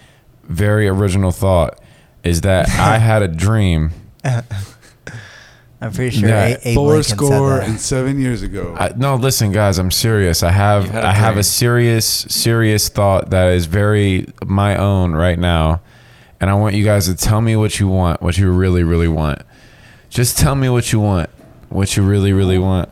Speaker 2: very original thought is that I had a dream.
Speaker 3: I'm pretty sure
Speaker 2: Yeah.
Speaker 3: A Abe
Speaker 6: Four
Speaker 3: Lincoln said
Speaker 6: score
Speaker 3: that.
Speaker 6: and seven years ago.
Speaker 2: I, no, listen, guys, I'm serious. I have
Speaker 5: had a
Speaker 2: I have
Speaker 5: dream.
Speaker 2: a serious serious thought that is very my own right now, and I want you guys to tell me what you want, what you really really want. Just tell me what you want, what you really really want.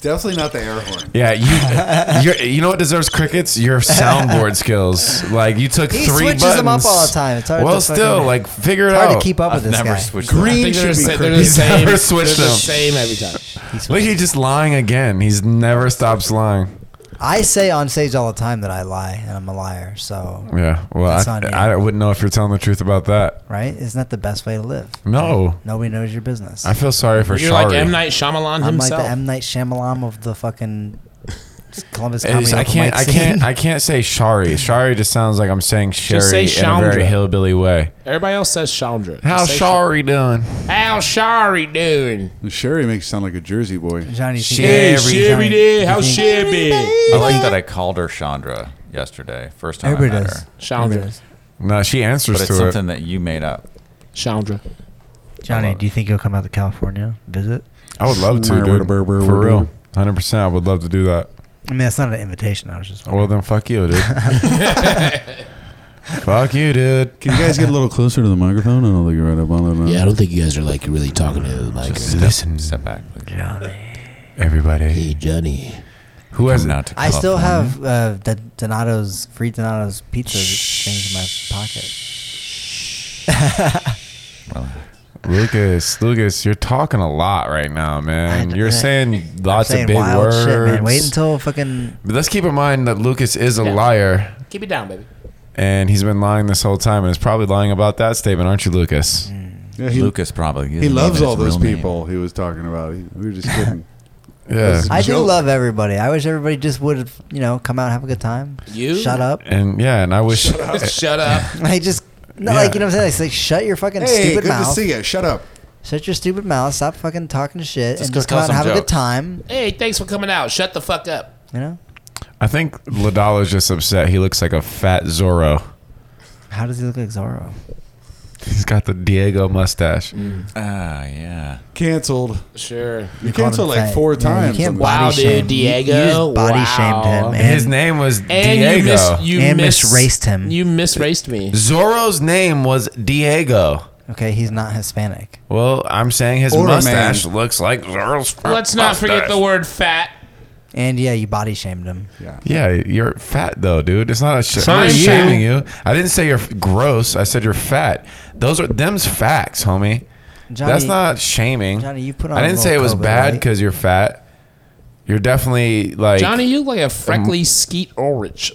Speaker 6: Definitely not the air horn.
Speaker 2: Yeah,
Speaker 5: (laughs)
Speaker 2: you you're, you know what deserves crickets? Your soundboard skills. Like you took
Speaker 3: He
Speaker 2: three
Speaker 3: switches
Speaker 2: buttons.
Speaker 3: them up all the time. It's hard
Speaker 2: well,
Speaker 3: to fucking-
Speaker 2: still like figure it
Speaker 3: It's hard
Speaker 2: out.
Speaker 3: to keep up
Speaker 5: (laughs) I've
Speaker 3: with this
Speaker 5: never
Speaker 3: guy.
Speaker 5: switched
Speaker 4: I
Speaker 6: Green
Speaker 4: think they're,
Speaker 6: should
Speaker 4: the sa-
Speaker 6: be
Speaker 4: they're
Speaker 6: cricket.
Speaker 4: the
Speaker 2: He's
Speaker 4: same.
Speaker 2: never switched
Speaker 4: they're the
Speaker 2: them.
Speaker 4: same every time.
Speaker 2: Look, he just lying again. He's never stops lying.
Speaker 3: I say on stage all the time that I lie and I'm a liar. So
Speaker 2: Yeah. Well,
Speaker 3: That's
Speaker 2: I,
Speaker 3: on you.
Speaker 2: I wouldn't know if you're telling the truth about that.
Speaker 3: right, isn't that the best way to live?
Speaker 2: No.
Speaker 3: Nobody knows your business.
Speaker 2: I feel sorry for
Speaker 4: You're
Speaker 2: Shari.
Speaker 4: like M Night Shyamalan
Speaker 3: I'm like
Speaker 4: himself.
Speaker 3: the M Night Shyamalan of the fucking Columbus
Speaker 2: It's-
Speaker 3: comedy.
Speaker 2: I
Speaker 3: open
Speaker 2: can't.
Speaker 3: mic
Speaker 2: I can't.
Speaker 3: scene.
Speaker 2: I can't say
Speaker 4: (laughs)
Speaker 2: Shari. Shari just sounds like I'm saying Sherry
Speaker 4: say
Speaker 2: in a very
Speaker 4: Chandra.
Speaker 2: hillbilly way.
Speaker 4: Everybody else says Chandra.
Speaker 2: How's
Speaker 4: Say-
Speaker 2: Shari doing?
Speaker 4: How Shari doing?
Speaker 6: (laughs) Sherry makes you sound like a Jersey boy.
Speaker 3: (laughs) Johnny, you think-
Speaker 4: Hey,
Speaker 2: Every
Speaker 4: Sherry
Speaker 3: time.
Speaker 4: did. How's
Speaker 3: You
Speaker 4: Sherry been?
Speaker 5: I like that I called her Chandra yesterday. First time I
Speaker 3: Everybody
Speaker 5: met
Speaker 3: does.
Speaker 5: her.
Speaker 4: Chandra.
Speaker 2: No, she answers
Speaker 5: But it's
Speaker 2: to it.
Speaker 5: something that you made up.
Speaker 4: Chandra.
Speaker 3: Johnny, do you think you'll come out to California visit?
Speaker 2: I would love to, dude. For real, hundred percent. I would love to do that.
Speaker 3: I mean, that's not an invitation. I was just.
Speaker 2: Well, then fuck you,
Speaker 4: (laughs)
Speaker 2: dude. fuck you, dude.
Speaker 6: Can you guys get a little closer to the microphone? I don't think you're right up on it.
Speaker 4: Yeah, I don't think you guys are like really talking to the mic.
Speaker 2: Listen,
Speaker 5: Step back. Please.
Speaker 2: everybody.
Speaker 4: Hey, Johnny.
Speaker 2: Who has
Speaker 5: Come out to
Speaker 3: I still
Speaker 5: California.
Speaker 3: have uh, the Donato's free Donato's pizza things in my
Speaker 2: (laughs)
Speaker 3: pocket.
Speaker 2: Lucas? Lucas, you're talking a lot right now, man.
Speaker 3: I-
Speaker 2: You're
Speaker 3: I-
Speaker 2: saying lots
Speaker 3: Saying
Speaker 2: of big
Speaker 3: wild
Speaker 2: words.
Speaker 3: shit, man. Wait until fucking.
Speaker 2: But let's keep in mind that Lucas is a
Speaker 4: Yeah.
Speaker 2: liar,
Speaker 4: Keep it down, baby.
Speaker 2: and he's been lying this whole time, and is probably lying about that statement, aren't you, Lucas?
Speaker 4: Mm.
Speaker 6: Yeah, he,
Speaker 5: Lucas probably.
Speaker 6: he loves all those people he was talking about. He, we were just kidding.
Speaker 2: Yeah.
Speaker 6: That's-
Speaker 3: I do
Speaker 6: Joke.
Speaker 3: love everybody. I wish everybody just would, you know, come out and have a good time.
Speaker 4: You?
Speaker 3: shut
Speaker 2: (laughs)
Speaker 3: up. (laughs)
Speaker 2: and yeah, and I wish.
Speaker 4: Shut up.
Speaker 3: I just. No,
Speaker 2: Yeah.
Speaker 3: like you know what I'm saying. It's like shut your fucking
Speaker 6: hey,
Speaker 3: stupid
Speaker 6: good to
Speaker 3: mouth.
Speaker 6: see you. Shut up.
Speaker 3: Shut your stupid mouth. Stop fucking talking shit
Speaker 5: Just
Speaker 3: and
Speaker 5: go
Speaker 3: just come
Speaker 5: tell
Speaker 3: out and have
Speaker 5: some
Speaker 3: a good
Speaker 5: jokes.
Speaker 3: time.
Speaker 4: Hey, thanks for coming out. Shut the fuck up.
Speaker 3: You know?
Speaker 2: I think Ladala's just upset. He looks like a fat Zorro.
Speaker 3: How does he look like Zorro?
Speaker 2: He's got the Diego mustache.
Speaker 4: Mm.
Speaker 5: Ah, yeah.
Speaker 6: Canceled.
Speaker 4: Sure.
Speaker 6: You
Speaker 3: called
Speaker 6: canceled
Speaker 3: him
Speaker 6: like
Speaker 3: fat.
Speaker 6: four
Speaker 3: Yeah, you
Speaker 6: times.
Speaker 3: can't
Speaker 6: on-
Speaker 4: Wow,
Speaker 3: body
Speaker 4: dude,
Speaker 3: shame. You-
Speaker 4: Diego.
Speaker 3: You, just body
Speaker 4: Wow.
Speaker 3: shamed him. And
Speaker 2: His name was
Speaker 4: And
Speaker 2: Diego.
Speaker 4: you miss you
Speaker 3: And
Speaker 4: miss,
Speaker 3: misraced him.
Speaker 4: You misraced me.
Speaker 2: Zorro's name was Diego.
Speaker 3: Okay, he's not Hispanic.
Speaker 2: Well, I'm saying his
Speaker 6: Or a
Speaker 2: mustache
Speaker 6: man.
Speaker 2: looks like Zorro's.
Speaker 4: Let's not forget the word fat.
Speaker 3: And yeah, you body shamed him.
Speaker 2: Yeah, you're fat though, dude. It's not a sh-
Speaker 4: not
Speaker 2: I'm
Speaker 4: a
Speaker 2: not
Speaker 4: shame.
Speaker 2: shaming you. I didn't say you're f- gross. I said you're fat. Those are them's facts, homie.
Speaker 3: Johnny,
Speaker 2: That's not shaming.
Speaker 3: Johnny, you put on
Speaker 2: I
Speaker 3: a
Speaker 2: didn't say it
Speaker 3: little
Speaker 2: was
Speaker 3: COVID,
Speaker 2: bad
Speaker 3: right?
Speaker 2: because you're fat. You're definitely like
Speaker 4: Johnny, you
Speaker 2: Um,
Speaker 4: look like a freckly skeet orange.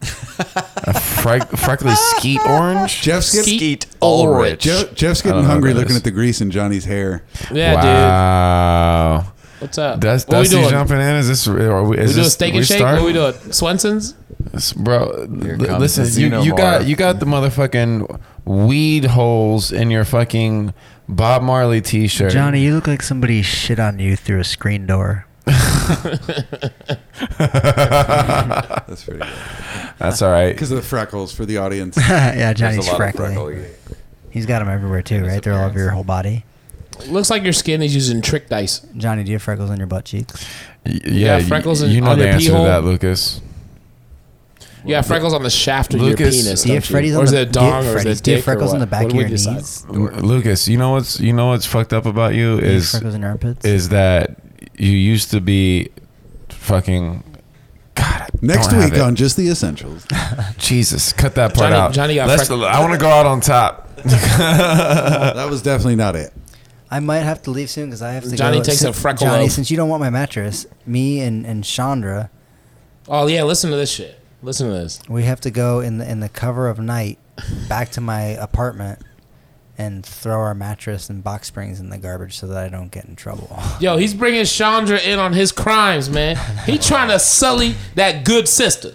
Speaker 2: a freck freckly skeet orange.
Speaker 6: Jeff's getting,
Speaker 4: Skeet Ulrich.
Speaker 6: Jeff, Jeff's
Speaker 2: I don't
Speaker 6: getting
Speaker 2: know
Speaker 6: hungry
Speaker 2: who that
Speaker 6: looking
Speaker 2: is.
Speaker 6: at the grease in Johnny's hair.
Speaker 4: (laughs) Yeah,
Speaker 2: wow.
Speaker 4: dude. What's up?
Speaker 2: That's
Speaker 4: what we
Speaker 2: Dusty
Speaker 4: doing?
Speaker 2: jumping in. Is this? Are we, is
Speaker 4: we doing
Speaker 2: this,
Speaker 4: steak
Speaker 2: we
Speaker 4: and shake?
Speaker 2: start?
Speaker 4: What we doing? Swenson's?
Speaker 2: S- bro.
Speaker 5: Here
Speaker 2: l-
Speaker 5: comes
Speaker 2: listen,
Speaker 5: the
Speaker 2: you, you
Speaker 5: Xenomorph.
Speaker 2: got you got the motherfucking weed holes in your fucking Bob Marley T-shirt.
Speaker 3: Johnny, you look like somebody shit on you through a screen door. (laughs)
Speaker 2: (laughs)
Speaker 6: That's pretty good.
Speaker 2: that's all right.
Speaker 6: Because of the freckles for the audience.
Speaker 3: yeah,
Speaker 5: There's
Speaker 3: Johnny's
Speaker 5: a lot of
Speaker 3: freckly.
Speaker 5: freckly.
Speaker 3: He's got them everywhere too, right? They're all over your whole body.
Speaker 4: Looks like your skin is using trick dice.
Speaker 3: Johnny, do you have freckles on your butt cheeks?
Speaker 2: Y- yeah,
Speaker 4: got freckles
Speaker 2: you,
Speaker 4: in-
Speaker 2: you know
Speaker 4: on
Speaker 2: the
Speaker 4: your pee
Speaker 2: answer to
Speaker 4: hole?
Speaker 2: that, Lucas.
Speaker 4: You have freckles on the shaft of your
Speaker 2: Lucas,
Speaker 4: penis.
Speaker 3: Do you
Speaker 4: don't
Speaker 3: have Freddy's
Speaker 4: or
Speaker 3: on
Speaker 4: is
Speaker 3: the
Speaker 4: it a dong
Speaker 3: do you,
Speaker 4: or is
Speaker 3: Freddy's,
Speaker 4: it
Speaker 3: do you have
Speaker 4: dick
Speaker 3: freckles
Speaker 4: or
Speaker 3: on the
Speaker 4: what?
Speaker 3: back
Speaker 4: What
Speaker 3: of
Speaker 4: do we
Speaker 3: your
Speaker 4: decide?
Speaker 3: knees?
Speaker 2: L- Lucas, you know what's you know what's fucked up about you
Speaker 3: Do you have
Speaker 2: is
Speaker 3: freckles on your armpits?
Speaker 2: is that you used to be fucking God. I
Speaker 6: Next
Speaker 2: don't have
Speaker 6: week
Speaker 2: it.
Speaker 6: on Just the Essentials.
Speaker 2: Jesus, cut that part
Speaker 4: Johnny-
Speaker 2: out.
Speaker 4: Johnny got
Speaker 2: Let's-
Speaker 4: freck-
Speaker 2: I want to go out on top.
Speaker 6: that was definitely not it.
Speaker 3: I might have to leave soon because I have to.
Speaker 4: Johnny
Speaker 3: go.
Speaker 4: takes
Speaker 3: Since-
Speaker 4: a freckle
Speaker 3: Johnny,
Speaker 4: loaf.
Speaker 3: since you don't want my mattress, me and and Chandra,
Speaker 4: Oh yeah, listen to this shit. Listen to this.
Speaker 3: we have to go in the in the cover of night back to my apartment and throw our mattress and box springs in the garbage so that I don't get in trouble. (laughs)
Speaker 4: Yo, he's bringing Chandra in on his crimes, man.
Speaker 3: (laughs)
Speaker 4: He trying to sully that good sister.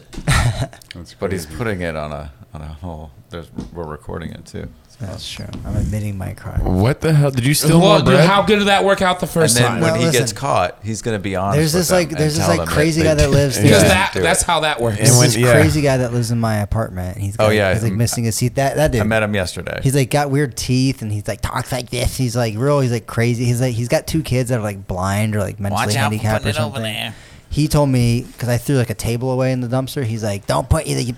Speaker 5: But he's putting it on a on a whole. There's, we're recording it too.
Speaker 3: That's true. I'm admitting my crime.
Speaker 2: What the hell? Did you still
Speaker 4: Well,
Speaker 2: want
Speaker 4: dude,
Speaker 2: bread?
Speaker 4: how good did that work out the
Speaker 5: And
Speaker 4: first
Speaker 5: then
Speaker 4: time?
Speaker 5: when
Speaker 3: No,
Speaker 5: he
Speaker 3: listen.
Speaker 5: gets caught, he's gonna be honest.
Speaker 3: There's
Speaker 5: with
Speaker 3: this
Speaker 5: them
Speaker 3: like
Speaker 5: and
Speaker 3: there's this
Speaker 5: tell
Speaker 3: like
Speaker 5: them that
Speaker 3: crazy
Speaker 5: they
Speaker 3: guy that
Speaker 5: did-
Speaker 3: lives.
Speaker 4: Because
Speaker 5: Yeah.
Speaker 3: Yeah.
Speaker 4: that,
Speaker 5: Do it.
Speaker 4: that's how that works.
Speaker 2: And
Speaker 3: This
Speaker 2: when-
Speaker 3: is
Speaker 2: yeah.
Speaker 3: crazy guy that lives in my apartment. And he's got,
Speaker 5: Oh, yeah.
Speaker 3: he's like missing his teeth. That that dude.
Speaker 5: I met him yesterday.
Speaker 3: He's like got weird teeth and he's like talks like this. He's like real. He's like crazy. He's like he's got two kids that are like blind or like mentally
Speaker 8: Watch out for
Speaker 3: handicapped
Speaker 8: putting
Speaker 3: or
Speaker 8: it over
Speaker 3: something.
Speaker 8: there.
Speaker 3: He told me because I threw like a table away in the dumpster. He's like, "Don't put you,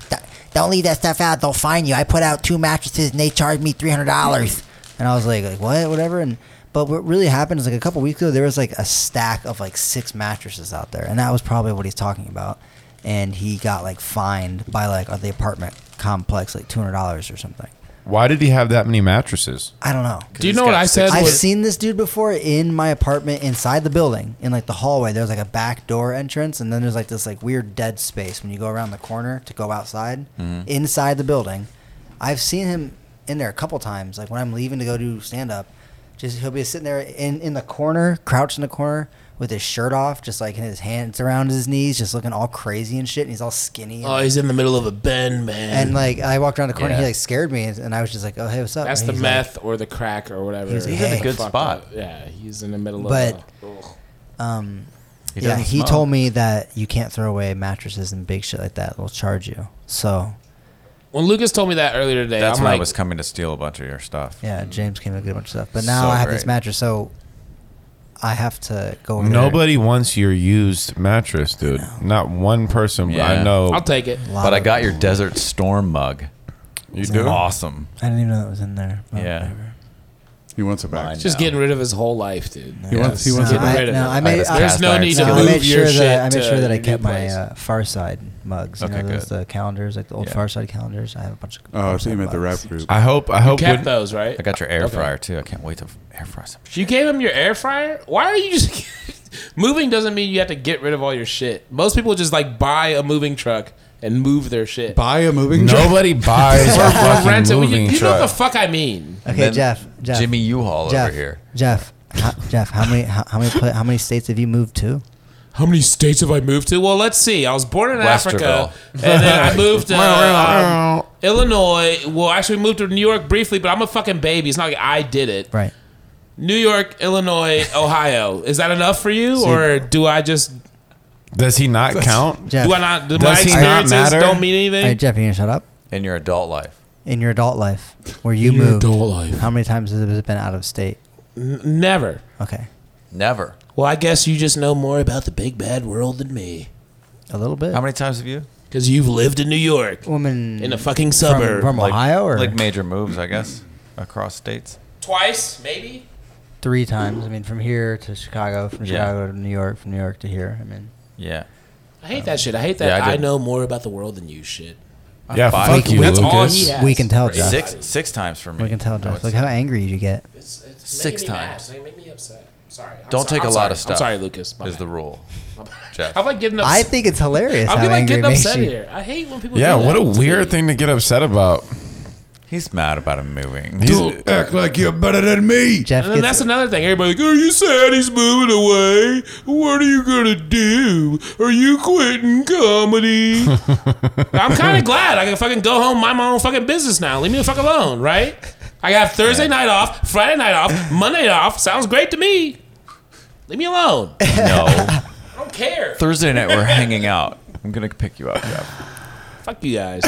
Speaker 3: don't leave that stuff out. They'll find you." I put out two mattresses and they charged me three hundred dollars. And I was like, "Like what? Whatever." And but what really happened is like a couple weeks ago there was like a stack of like six mattresses out there, and that was probably what he's talking about. And he got like fined by like the apartment complex like two hundred dollars or something.
Speaker 2: Why did he have that many mattresses?
Speaker 3: I don't know.
Speaker 4: Do you
Speaker 5: He's
Speaker 4: know what
Speaker 5: got
Speaker 4: I said?
Speaker 5: six-
Speaker 3: I've
Speaker 4: was-
Speaker 3: seen this dude before in my apartment inside the building in like the hallway. There's like a back door entrance, and then there's like this like weird dead space when you go around the corner to go outside inside the building. I've seen him in there a couple times. Like when I'm leaving to go do stand up, just he'll be sitting there in in the corner, crouched in the corner. With his shirt off, just like in his hands around his knees, just looking all crazy and shit, and he's all skinny.
Speaker 4: Oh,
Speaker 3: And,
Speaker 4: he's in the middle of a bend, man.
Speaker 3: and, like I walked around the corner,
Speaker 8: Yeah.
Speaker 3: he like scared me, and I was just like, "Oh hey, what's up?"
Speaker 4: that's
Speaker 3: And
Speaker 4: the
Speaker 3: he's like-
Speaker 4: meth or the crack or whatever.
Speaker 3: He's- he's in a
Speaker 4: Fuck
Speaker 3: good
Speaker 4: up.
Speaker 5: spot.
Speaker 4: Yeah, he's in the middle
Speaker 3: But-
Speaker 4: of. But
Speaker 3: um,
Speaker 5: He
Speaker 3: yeah,
Speaker 5: doesn't
Speaker 3: he
Speaker 5: smoke.
Speaker 3: told me that you can't throw away mattresses and big shit like that. They'll charge you. So
Speaker 4: when Lucas told me that earlier today,
Speaker 5: That's
Speaker 4: I'm
Speaker 5: when
Speaker 4: like,
Speaker 5: I was coming to steal a bunch of your stuff.
Speaker 3: yeah, James came up with a bunch of stuff. But now
Speaker 5: Hmm. So
Speaker 3: I have this
Speaker 5: great.
Speaker 3: mattress, so I have to go. Over
Speaker 2: Nobody wants your used mattress, dude. Not one person I
Speaker 5: Yeah.
Speaker 2: know.
Speaker 4: I'll take it.
Speaker 3: there. A lot
Speaker 5: But I
Speaker 3: of-
Speaker 5: got your Desert Storm mug.
Speaker 2: you
Speaker 5: It's awesome.
Speaker 3: I didn't even know that was in there. but
Speaker 5: Yeah.
Speaker 3: whatever.
Speaker 6: He wants it back.
Speaker 5: Mine.
Speaker 4: Just
Speaker 5: No.
Speaker 4: getting rid of his whole life, dude.
Speaker 6: He wants. He
Speaker 3: No,
Speaker 6: wants it
Speaker 3: I,
Speaker 6: back.
Speaker 4: rid of
Speaker 3: no,
Speaker 4: it.
Speaker 3: I made,
Speaker 5: Like
Speaker 3: I,
Speaker 5: this
Speaker 4: There's no
Speaker 5: cast
Speaker 4: need to
Speaker 5: iron
Speaker 3: no, I
Speaker 5: move
Speaker 4: move
Speaker 3: made
Speaker 4: your
Speaker 3: sure that I
Speaker 4: shit
Speaker 3: made sure
Speaker 4: to
Speaker 3: that I
Speaker 4: your
Speaker 3: kept
Speaker 4: new
Speaker 3: my
Speaker 4: place.
Speaker 3: uh, Far Side mugs. You
Speaker 5: Okay,
Speaker 3: know those
Speaker 5: good.
Speaker 3: the calendars, like the old
Speaker 5: Yeah.
Speaker 3: Far Side calendars. I have a bunch of.
Speaker 6: Oh, I
Speaker 3: Far
Speaker 6: thought you
Speaker 3: Side
Speaker 6: meant the rap
Speaker 3: mugs.
Speaker 6: group.
Speaker 2: I hope. I hope.
Speaker 4: Kept
Speaker 2: When,
Speaker 4: those, right?
Speaker 5: I got your air
Speaker 4: Okay.
Speaker 5: fryer too. I can't wait to f- air fry some shit.
Speaker 4: You gave him your air fryer? Why are you just (laughs) moving? Doesn't mean you have to get rid of all your shit. Most people just like buy a moving truck and move their shit.
Speaker 6: Buy a moving. truck?
Speaker 2: nobody buys a fucking
Speaker 4: Rent it. Well,
Speaker 2: moving
Speaker 4: you, you know
Speaker 2: truck.
Speaker 4: what the fuck I mean?
Speaker 3: Okay,
Speaker 5: Then
Speaker 3: Jeff. Jeff.
Speaker 5: Jimmy U-Haul
Speaker 3: Jeff,
Speaker 5: over here.
Speaker 3: Jeff, how, Jeff, how many how, how many pla- how many states have you moved to?
Speaker 4: How many states have I moved to? Well, let's see. I was born in Africa,
Speaker 5: Westerville.
Speaker 4: and then I moved to um, Illinois. Well, actually, we moved to New York briefly, but I'm a fucking baby. It's not like I did it.
Speaker 3: Right.
Speaker 4: New York, Illinois, Ohio. Is that enough for you, or do I just
Speaker 2: Does he not count?
Speaker 3: Jeff.
Speaker 4: do I not? Do
Speaker 2: Does
Speaker 4: my
Speaker 2: he not
Speaker 4: experiences
Speaker 2: matter?
Speaker 4: don't mean anything?
Speaker 3: All right, Jeff, you gonna shut up?
Speaker 5: In your adult life.
Speaker 3: In your adult life, where you
Speaker 4: Your
Speaker 3: moved,
Speaker 4: adult life.
Speaker 3: how many times has it been out of state?
Speaker 4: Never.
Speaker 3: Okay,
Speaker 5: Never.
Speaker 4: Well, I guess you just know more about the big bad world than me,
Speaker 3: a little bit.
Speaker 5: How many times have you?
Speaker 4: because you've lived in New York,
Speaker 3: women
Speaker 4: in a fucking
Speaker 3: from,
Speaker 4: suburb,
Speaker 3: from Ohio or
Speaker 5: Like major moves, I guess, across states.
Speaker 4: twice maybe.
Speaker 3: three times? I mean, from here to Chicago, from
Speaker 5: Yeah.
Speaker 3: Chicago to New York, from New York to here. I mean,
Speaker 5: Yeah.
Speaker 4: I hate that shit. I hate that.
Speaker 5: Yeah, I
Speaker 4: I,
Speaker 5: did.
Speaker 4: know more about the world than you shit.
Speaker 2: Yeah,
Speaker 5: Five.
Speaker 2: fuck you,
Speaker 4: That's all
Speaker 2: Lucas.
Speaker 4: he has.
Speaker 3: we can tell, Jeff.
Speaker 5: Six six times for me.
Speaker 3: We can tell,
Speaker 5: I
Speaker 3: Jeff.
Speaker 5: would
Speaker 3: Look
Speaker 5: say.
Speaker 3: how angry you get.
Speaker 4: It's, it's
Speaker 5: Six
Speaker 4: making me mad.
Speaker 5: times.
Speaker 4: It's making me upset. I'm Sorry. I'm
Speaker 5: Don't
Speaker 4: so-
Speaker 5: take a
Speaker 4: I'm
Speaker 5: lot
Speaker 4: sorry.
Speaker 5: of stuff.
Speaker 4: I'm sorry, Lucas. My
Speaker 5: Is the
Speaker 4: bad.
Speaker 3: (laughs)
Speaker 5: rule. Jeff.
Speaker 4: I'm like getting
Speaker 3: I
Speaker 4: upset.
Speaker 3: think it's hilarious
Speaker 4: I'm
Speaker 3: how
Speaker 4: like
Speaker 3: angry it
Speaker 4: getting
Speaker 3: makes
Speaker 4: upset
Speaker 3: you.
Speaker 4: here. I hate when people.
Speaker 2: Yeah,
Speaker 4: do
Speaker 2: what
Speaker 4: that
Speaker 2: a
Speaker 4: to me.
Speaker 2: weird thing to get upset about.
Speaker 5: He's mad about him moving.
Speaker 2: He's-
Speaker 3: (laughs)
Speaker 6: Dude, act like you're better than me.
Speaker 3: Jeff
Speaker 4: And then
Speaker 3: gets
Speaker 4: that's another thing. Everybody like, are you sad he's moving away? What are you gonna do? Are you
Speaker 5: (laughs)
Speaker 4: quitting comedy? I'm kind of glad I can fucking go home, mind my own fucking business now. Leave me the fuck alone, right? I have Thursday night off, Friday night off, Monday off. Sounds great to me. Leave me (laughs) alone. I
Speaker 5: No.
Speaker 4: don't care.
Speaker 5: Thursday night we're hanging out. I'm gonna pick you up, Jeff.
Speaker 4: Fuck you guys.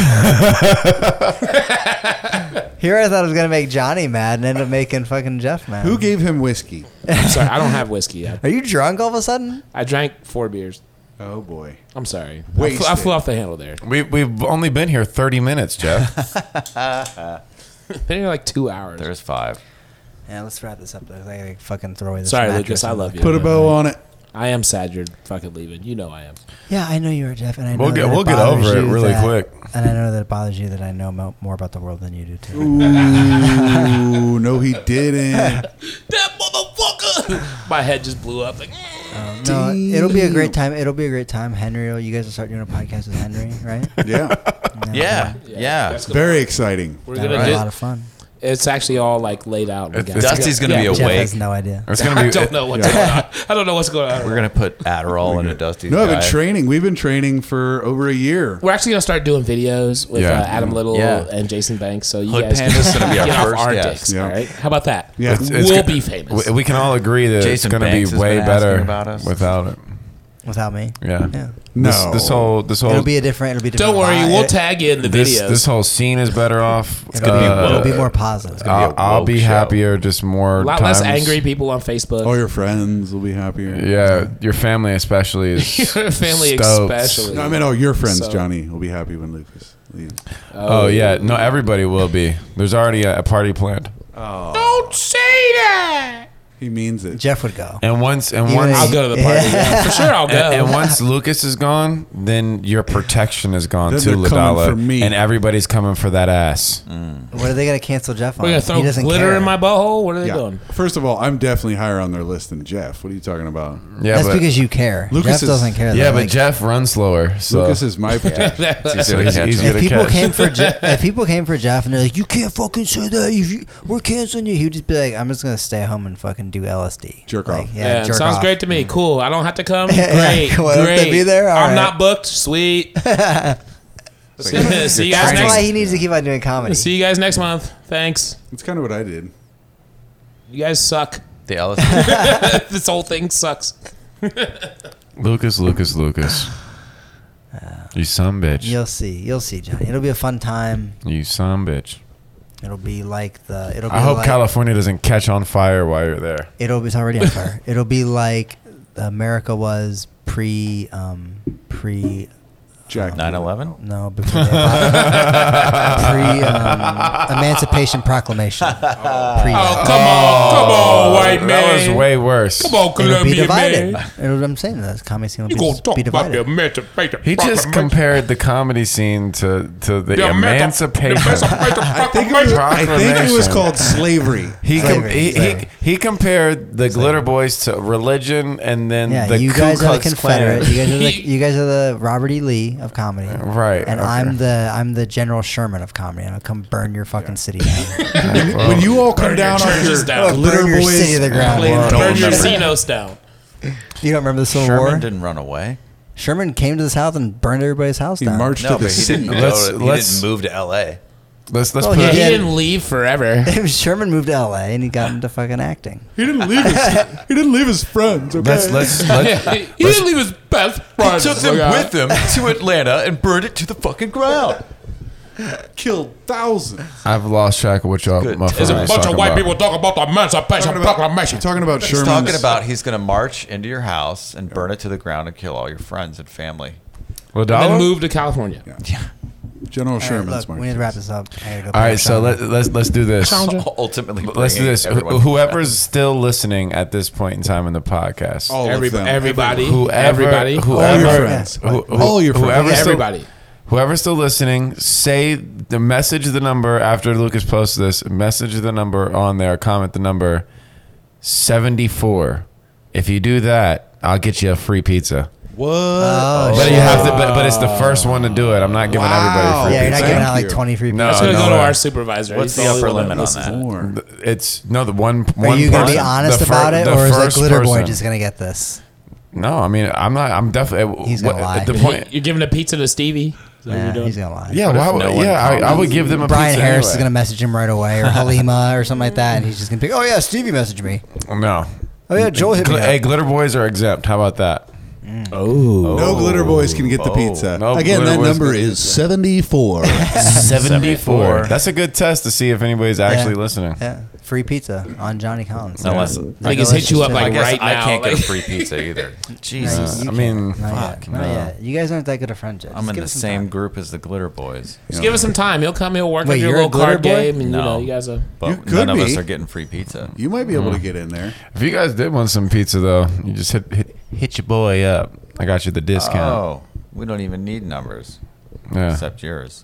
Speaker 3: here. I thought I was gonna make Johnny mad and end up making fucking Jeff mad.
Speaker 6: Who gave him whiskey?
Speaker 4: I'm sorry. I don't (laughs) have whiskey. I,
Speaker 3: Are you drunk all of a sudden?
Speaker 4: I drank four beers.
Speaker 6: Oh boy.
Speaker 4: I'm sorry. I
Speaker 6: Wasted.
Speaker 4: flew, I flew off the handle there.
Speaker 2: We, we've only been here 30 minutes,
Speaker 4: (laughs)
Speaker 2: Jeff.
Speaker 4: Been here like two hours.
Speaker 5: There's five.
Speaker 3: Yeah, let's wrap this up. though, 'cause I gotta fucking throw away this.
Speaker 4: sorry,
Speaker 3: mattress
Speaker 4: Lucas. I
Speaker 3: and-
Speaker 4: love you.
Speaker 6: Put a bow on it.
Speaker 4: I am sad you're fucking leaving. You know I am.
Speaker 3: Yeah, I know you are, Jeff, and I know
Speaker 2: We'll get-
Speaker 3: that
Speaker 2: we'll
Speaker 3: it
Speaker 2: get
Speaker 3: bothers
Speaker 2: over it
Speaker 3: you
Speaker 2: really
Speaker 3: that-
Speaker 2: quick.
Speaker 3: And I know that it bothers you that I know mo- more about the world than you do too.
Speaker 6: Ooh, no, he didn't.
Speaker 4: that motherfucker. My head just blew up. Like, mm.
Speaker 3: No, it'll be a great time. It'll be a great time, Henry. You guys will start doing a podcast
Speaker 2: (laughs)
Speaker 3: with Henry, right?
Speaker 6: Yeah,
Speaker 5: Yeah. Yeah.
Speaker 4: That's gonna-
Speaker 6: (laughs) very exciting.
Speaker 4: We're
Speaker 3: That'll
Speaker 4: gonna
Speaker 3: be a
Speaker 4: do-
Speaker 3: lot of fun.
Speaker 4: It's actually all like laid out. We got-
Speaker 5: Dusty's gonna be
Speaker 3: Jeff
Speaker 5: Awake.
Speaker 3: has no idea.
Speaker 2: It's going to be.
Speaker 4: I don't know what's going on. I don't know what's going on.
Speaker 5: We're gonna put Adderall in a dusty.
Speaker 6: No, I've
Speaker 5: guy.
Speaker 6: been training. We've been training for over a year.
Speaker 4: We're actually gonna start doing videos with
Speaker 2: Yeah.
Speaker 4: uh, Adam Little
Speaker 5: Yeah.
Speaker 4: and Jason Banks. So you
Speaker 5: Hood
Speaker 4: guys
Speaker 5: Panda's gonna be our
Speaker 4: (laughs) get off
Speaker 5: first
Speaker 4: our
Speaker 5: guest.
Speaker 4: dicks.
Speaker 6: Yeah.
Speaker 4: All right, how about that?
Speaker 6: Yeah. It's-
Speaker 2: it's
Speaker 4: we'll
Speaker 2: go-
Speaker 4: be famous.
Speaker 2: We, we can all agree that
Speaker 5: Jason
Speaker 2: it's going
Speaker 5: Banks
Speaker 2: to be
Speaker 5: has
Speaker 2: way
Speaker 5: been asking
Speaker 2: better
Speaker 5: about us.
Speaker 2: without it.
Speaker 3: Without me,
Speaker 2: Yeah.
Speaker 3: yeah,
Speaker 6: No,
Speaker 2: This, this whole this whole
Speaker 3: it'll be a different. It'll be a different.
Speaker 4: don't worry,
Speaker 3: vibe.
Speaker 4: we'll
Speaker 3: It-
Speaker 4: tag you in the
Speaker 2: this,
Speaker 4: videos.
Speaker 2: this whole scene is better off.
Speaker 3: It's gonna
Speaker 2: Uh,
Speaker 3: be. It'll be
Speaker 5: woke.
Speaker 3: more positive.
Speaker 5: gonna be a
Speaker 2: I'll, I'll
Speaker 5: woke
Speaker 2: be
Speaker 5: show.
Speaker 2: happier, just more
Speaker 4: a lot
Speaker 2: times.
Speaker 4: less angry people on Facebook.
Speaker 6: all your friends will be happier.
Speaker 2: Yeah, your family especially
Speaker 4: (laughs)
Speaker 2: is
Speaker 4: Your family
Speaker 2: stoked.
Speaker 4: especially.
Speaker 6: No, I mean, all your friends,
Speaker 4: So-
Speaker 6: Johnny, will be happy when Lucas leaves.
Speaker 2: Oh yeah, no, everybody will be. There's already a, a party planned.
Speaker 4: Don't say that.
Speaker 6: He means it.
Speaker 3: Jeff would go.
Speaker 2: And once and
Speaker 3: You
Speaker 2: once
Speaker 4: I'll go
Speaker 3: (laughs)
Speaker 4: to the party. Yeah, for sure, I'll go.
Speaker 2: And, and once Lucas is gone, then your protection is gone
Speaker 6: Then
Speaker 2: too,
Speaker 6: they're coming
Speaker 2: Ladala,
Speaker 6: for me.
Speaker 2: and everybody's coming for that ass.
Speaker 3: What are they gonna cancel Jeff on?
Speaker 4: We're gonna
Speaker 3: he
Speaker 4: throw
Speaker 3: doesn't
Speaker 4: glitter
Speaker 3: care.
Speaker 4: in my butthole. What are they
Speaker 6: Yeah.
Speaker 4: doing?
Speaker 6: First of all, I'm definitely higher on their list than Jeff. What are you talking about?
Speaker 2: Yeah,
Speaker 3: That's
Speaker 2: but,
Speaker 3: because you care.
Speaker 6: Lucas
Speaker 3: Jeff
Speaker 6: is-
Speaker 3: doesn't care.
Speaker 2: yeah,
Speaker 3: though.
Speaker 2: but
Speaker 3: Like,
Speaker 2: Jeff runs slower. So
Speaker 6: Lucas is (laughs) my protection.
Speaker 2: so he's easier
Speaker 3: If
Speaker 2: to
Speaker 3: people
Speaker 2: catch.
Speaker 3: came for Jeff, if people came for Jeff and they're like, "You can't fucking say that. If you, we're canceling you," he'd just be like, "I'm just gonna stay home and fucking do LSD."
Speaker 6: Jerk
Speaker 3: Like,
Speaker 6: off.
Speaker 3: Yeah,
Speaker 4: Yeah,
Speaker 3: jerk
Speaker 4: sounds
Speaker 3: off.
Speaker 4: great to me. Cool. I don't have to come.
Speaker 3: (laughs) Yeah,
Speaker 4: Great.
Speaker 3: yeah. (laughs) Well, if they
Speaker 4: great.
Speaker 3: be there, all
Speaker 4: I'm
Speaker 3: right.
Speaker 4: not booked. Sweet. see, see you guys
Speaker 3: That's why
Speaker 4: next.
Speaker 3: he needs to keep on doing comedy.
Speaker 4: See you guys next month. Thanks.
Speaker 6: That's kind of what I did.
Speaker 4: You guys suck. (laughs)
Speaker 5: The LSD.
Speaker 4: this whole thing sucks.
Speaker 2: Lucas, Lucas, Lucas. You some bitch.
Speaker 3: You'll see. You'll see, Johnny. It'll be a fun time.
Speaker 2: You some bitch.
Speaker 3: It'll be like the. It'll. Be
Speaker 2: I hope
Speaker 3: like,
Speaker 2: California doesn't catch on fire while you're there.
Speaker 3: It'll. It's already on fire. It'll be like America was pre. Um, pre.
Speaker 6: Jack.
Speaker 5: 9/11.
Speaker 3: No, before the pre um, Emancipation Proclamation. Pre.
Speaker 4: Oh, come on. Come on, white man.
Speaker 2: Oh, That was way worse.
Speaker 4: Come on,
Speaker 3: It'll be
Speaker 4: Columbia
Speaker 3: divided.
Speaker 4: man.
Speaker 3: It'll, I'm saying that comedy scene will
Speaker 4: You
Speaker 3: be,
Speaker 4: gonna talk
Speaker 3: be
Speaker 4: about the
Speaker 3: divided.
Speaker 4: emancipation?
Speaker 2: He just
Speaker 4: Proclamation.
Speaker 2: compared the comedy scene to, to the,
Speaker 4: The emancip- the
Speaker 2: emancipation. (laughs)
Speaker 4: Emancipation
Speaker 6: (laughs) I think it was, I think it was
Speaker 2: Proclamation.
Speaker 6: called slavery.
Speaker 2: He, com-
Speaker 3: Slavery,
Speaker 2: he, he,
Speaker 3: slavery.
Speaker 2: he compared the Glitter Boys to religion and then
Speaker 3: Yeah,
Speaker 2: the
Speaker 3: you
Speaker 2: Ku
Speaker 3: guys are the
Speaker 2: Klux
Speaker 3: Confederate. You
Speaker 2: Klan.
Speaker 3: guys are the, you guys are the Robert E. Lee of comedy,
Speaker 2: Right,
Speaker 3: And
Speaker 2: okay.
Speaker 3: I'm the I'm the General Sherman of comedy. and I'll come burn your fucking city down.
Speaker 2: (laughs)
Speaker 6: When you all come
Speaker 4: Burn
Speaker 6: down
Speaker 4: your
Speaker 6: on
Speaker 4: churches
Speaker 6: your
Speaker 4: down.
Speaker 6: glitter
Speaker 3: burn your
Speaker 6: boys,
Speaker 3: city to the ground.
Speaker 4: Please
Speaker 2: Don't
Speaker 4: Burn your
Speaker 5: remember.
Speaker 4: Xenos down.
Speaker 3: You don't remember the Civil War?
Speaker 5: Sherman didn't run away.
Speaker 3: Sherman came to the South and burned everybody's house
Speaker 6: he
Speaker 3: down.
Speaker 6: marched
Speaker 5: No,
Speaker 6: to the
Speaker 5: but he
Speaker 6: city.
Speaker 5: didn't. Go
Speaker 2: Let's-
Speaker 5: to,
Speaker 2: let's-
Speaker 5: he didn't move to LA.
Speaker 2: Let's let's
Speaker 3: Oh,
Speaker 2: put
Speaker 3: yeah,
Speaker 4: He
Speaker 3: yeah.
Speaker 4: didn't leave
Speaker 3: (laughs)
Speaker 4: forever.
Speaker 3: Sherman moved to L.A. and he got into fucking acting.
Speaker 6: He didn't leave. His, he didn't leave his friends. Okay?
Speaker 2: let's
Speaker 4: (laughs)
Speaker 2: let's let's
Speaker 4: he didn't leave his best friends. like, uh,
Speaker 5: him to Atlanta and burned it to the fucking ground.
Speaker 6: killed thousands.
Speaker 2: I've lost track of what y'all
Speaker 5: Good.
Speaker 2: motherfuckers
Speaker 4: There's a
Speaker 2: was
Speaker 4: bunch
Speaker 2: talking
Speaker 4: of white
Speaker 2: about.
Speaker 4: people talking about the Emancipation
Speaker 6: Talking about-
Speaker 4: Proclamation.
Speaker 6: Talking about
Speaker 5: He's
Speaker 6: Sherman's
Speaker 5: talking about he's going to march into your house and burn it to the ground and kill all your friends and family.
Speaker 4: And
Speaker 2: Ladala?
Speaker 4: then moved to California.
Speaker 6: General
Speaker 3: All right,
Speaker 6: Sherman's
Speaker 3: look, we need to wrap this up. I gotta go
Speaker 2: All
Speaker 3: pick
Speaker 2: right,
Speaker 3: up
Speaker 2: so
Speaker 3: Sherman.
Speaker 2: let, let's let's do this.
Speaker 5: (laughs) Ultimately,
Speaker 2: Let's do
Speaker 5: bringing
Speaker 2: this. Wh-
Speaker 5: everyone-
Speaker 2: Whoever's still listening at this point in time in the podcast,
Speaker 6: All
Speaker 4: Every-
Speaker 6: of them.
Speaker 4: everybody.
Speaker 2: whoever,
Speaker 4: everybody.
Speaker 2: whoever,
Speaker 6: All your friends.
Speaker 2: who- who-
Speaker 6: All your friends.
Speaker 2: whoever's still-
Speaker 4: everybody.
Speaker 2: Whoever's still listening, say the message the number after Lucas posts this. Message the number on there. Comment the number seventy four. If you do that, I'll get you a free pizza.
Speaker 6: What?
Speaker 3: Oh,
Speaker 2: But you have to. But, but it's the first one to do it. I'm not giving
Speaker 6: Wow.
Speaker 2: everybody
Speaker 3: yeah,
Speaker 2: free
Speaker 3: you're not
Speaker 2: pizza.
Speaker 3: giving
Speaker 6: Thank
Speaker 3: out like
Speaker 6: you.
Speaker 3: 20
Speaker 2: No,
Speaker 3: free people.
Speaker 4: That's going to
Speaker 2: no.
Speaker 4: go to our supervisor.
Speaker 5: What's
Speaker 4: He's
Speaker 5: the upper
Speaker 4: only
Speaker 5: limit
Speaker 4: one that
Speaker 5: on
Speaker 4: listens.
Speaker 5: that?
Speaker 6: More.
Speaker 2: It's no the one.
Speaker 3: Are
Speaker 2: one
Speaker 3: you gonna be
Speaker 2: person-
Speaker 3: honest
Speaker 2: the fir-
Speaker 3: about it,
Speaker 2: the
Speaker 3: or is the
Speaker 2: first
Speaker 3: glitter boy
Speaker 2: person.
Speaker 3: just gonna get this?
Speaker 2: No, I mean I'm not. I'm definitely.
Speaker 3: He's gonna lie.
Speaker 2: At the
Speaker 4: He-
Speaker 2: point,
Speaker 4: You're giving a pizza to Stevie. Is that what
Speaker 3: Nah,
Speaker 4: you're doing?
Speaker 3: he's gonna lie.
Speaker 2: yeah, why
Speaker 5: if
Speaker 2: would,
Speaker 5: no one
Speaker 2: yeah, I, I would give them a
Speaker 3: Brian
Speaker 2: pizza
Speaker 3: Harris is gonna
Speaker 2: anyway.
Speaker 3: message him
Speaker 2: (laughs)
Speaker 3: right away, or Halima, or something like that, and he's just gonna be, oh yeah, Stevie messaged me.
Speaker 2: No.
Speaker 3: Oh yeah, Joel hit me.
Speaker 2: Gl-
Speaker 3: up."
Speaker 2: hey, glitter boys are exempt. How about that?
Speaker 3: Mm.
Speaker 2: Oh.
Speaker 6: No glitter boys can get the
Speaker 5: Oh,
Speaker 6: pizza.
Speaker 2: no
Speaker 6: Again,
Speaker 2: glitter
Speaker 6: that
Speaker 2: boys
Speaker 6: number
Speaker 2: get the
Speaker 6: is seventy-four.
Speaker 8: Seventy four.
Speaker 2: That's a good test to see if anybody's actually listening.
Speaker 3: Yeah, free pizza on Johnny Collins.
Speaker 5: No, that's-
Speaker 4: Like, just hit you up,
Speaker 5: I
Speaker 4: like,
Speaker 5: guess
Speaker 4: right
Speaker 5: I
Speaker 4: now,
Speaker 5: can't get
Speaker 4: like-
Speaker 5: a free (laughs) pizza either.
Speaker 3: No,
Speaker 5: Jesus.
Speaker 3: you
Speaker 2: Uh, I
Speaker 3: can't.
Speaker 2: mean,
Speaker 3: Not yet.
Speaker 2: fuck,
Speaker 3: Not
Speaker 2: no.
Speaker 3: yet. You guys aren't that good of friends yet.
Speaker 5: I'm
Speaker 3: Just
Speaker 5: in
Speaker 3: give
Speaker 5: the
Speaker 3: us some
Speaker 5: same
Speaker 3: time.
Speaker 5: group as the Glitter Boys.
Speaker 4: Just give us some time. He'll come. He'll work
Speaker 3: Wait,
Speaker 4: on your
Speaker 3: you're a
Speaker 4: little card
Speaker 3: glitter boy?
Speaker 4: game, and you know you guys are.
Speaker 5: But
Speaker 6: You could
Speaker 5: none of us
Speaker 6: be.
Speaker 5: are getting free pizza.
Speaker 6: You might be able to get in there.
Speaker 2: If you guys did want some pizza, though, you just hit hit, hit your boy up. I got you the discount.
Speaker 5: Oh, we don't even need numbers
Speaker 2: yeah.
Speaker 5: except yours.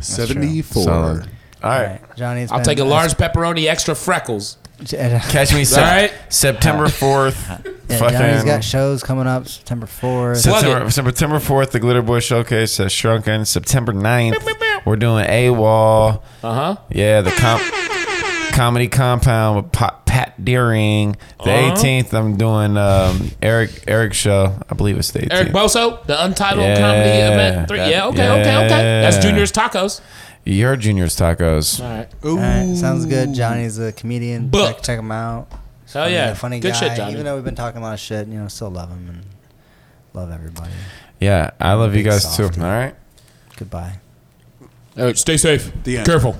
Speaker 6: Seventy-four.
Speaker 2: Solid. All
Speaker 3: All
Speaker 2: right.
Speaker 3: right, Johnny. it's
Speaker 4: I'll
Speaker 3: been-
Speaker 4: take a large pepperoni,
Speaker 3: (laughs)
Speaker 4: extra freckles.
Speaker 2: Catch me sep-
Speaker 4: right?
Speaker 2: September 4th.
Speaker 3: Yeah, Johnny's
Speaker 2: fucking
Speaker 3: got shows coming up September 4th.
Speaker 4: Plug
Speaker 2: September, September 4th, the Glitter Boy Showcase at Shrunken. September 9th, we're doing AWOL.
Speaker 4: Uh huh.
Speaker 2: Yeah, the com- comedy compound with Pa- Pat Deering. The
Speaker 4: Uh-huh.
Speaker 2: 18th, I'm doing um, Eric Eric show. I believe it's the 18th.
Speaker 4: Eric Boso, the Untitled
Speaker 2: Yeah,
Speaker 4: Comedy Event. Three. Yeah. Okay. Okay. Okay. That's
Speaker 2: yeah.
Speaker 4: Junior's Tacos.
Speaker 2: Your Junior's Tacos.
Speaker 4: All right.
Speaker 6: Ooh.
Speaker 3: All right, sounds good. Johnny's a comedian. Check,
Speaker 4: Booked.
Speaker 3: check him out.
Speaker 4: Hell
Speaker 3: Funny-
Speaker 4: yeah.
Speaker 3: funny
Speaker 4: Good
Speaker 3: guy.
Speaker 4: shit, Johnny.
Speaker 3: Even though we've been talking a lot of shit, you know, still love him and love everybody.
Speaker 2: Yeah, I love you
Speaker 3: Big
Speaker 2: guys too.
Speaker 3: softie.
Speaker 2: All right.
Speaker 3: Goodbye.
Speaker 4: All right, stay safe.
Speaker 6: The end.
Speaker 4: Careful.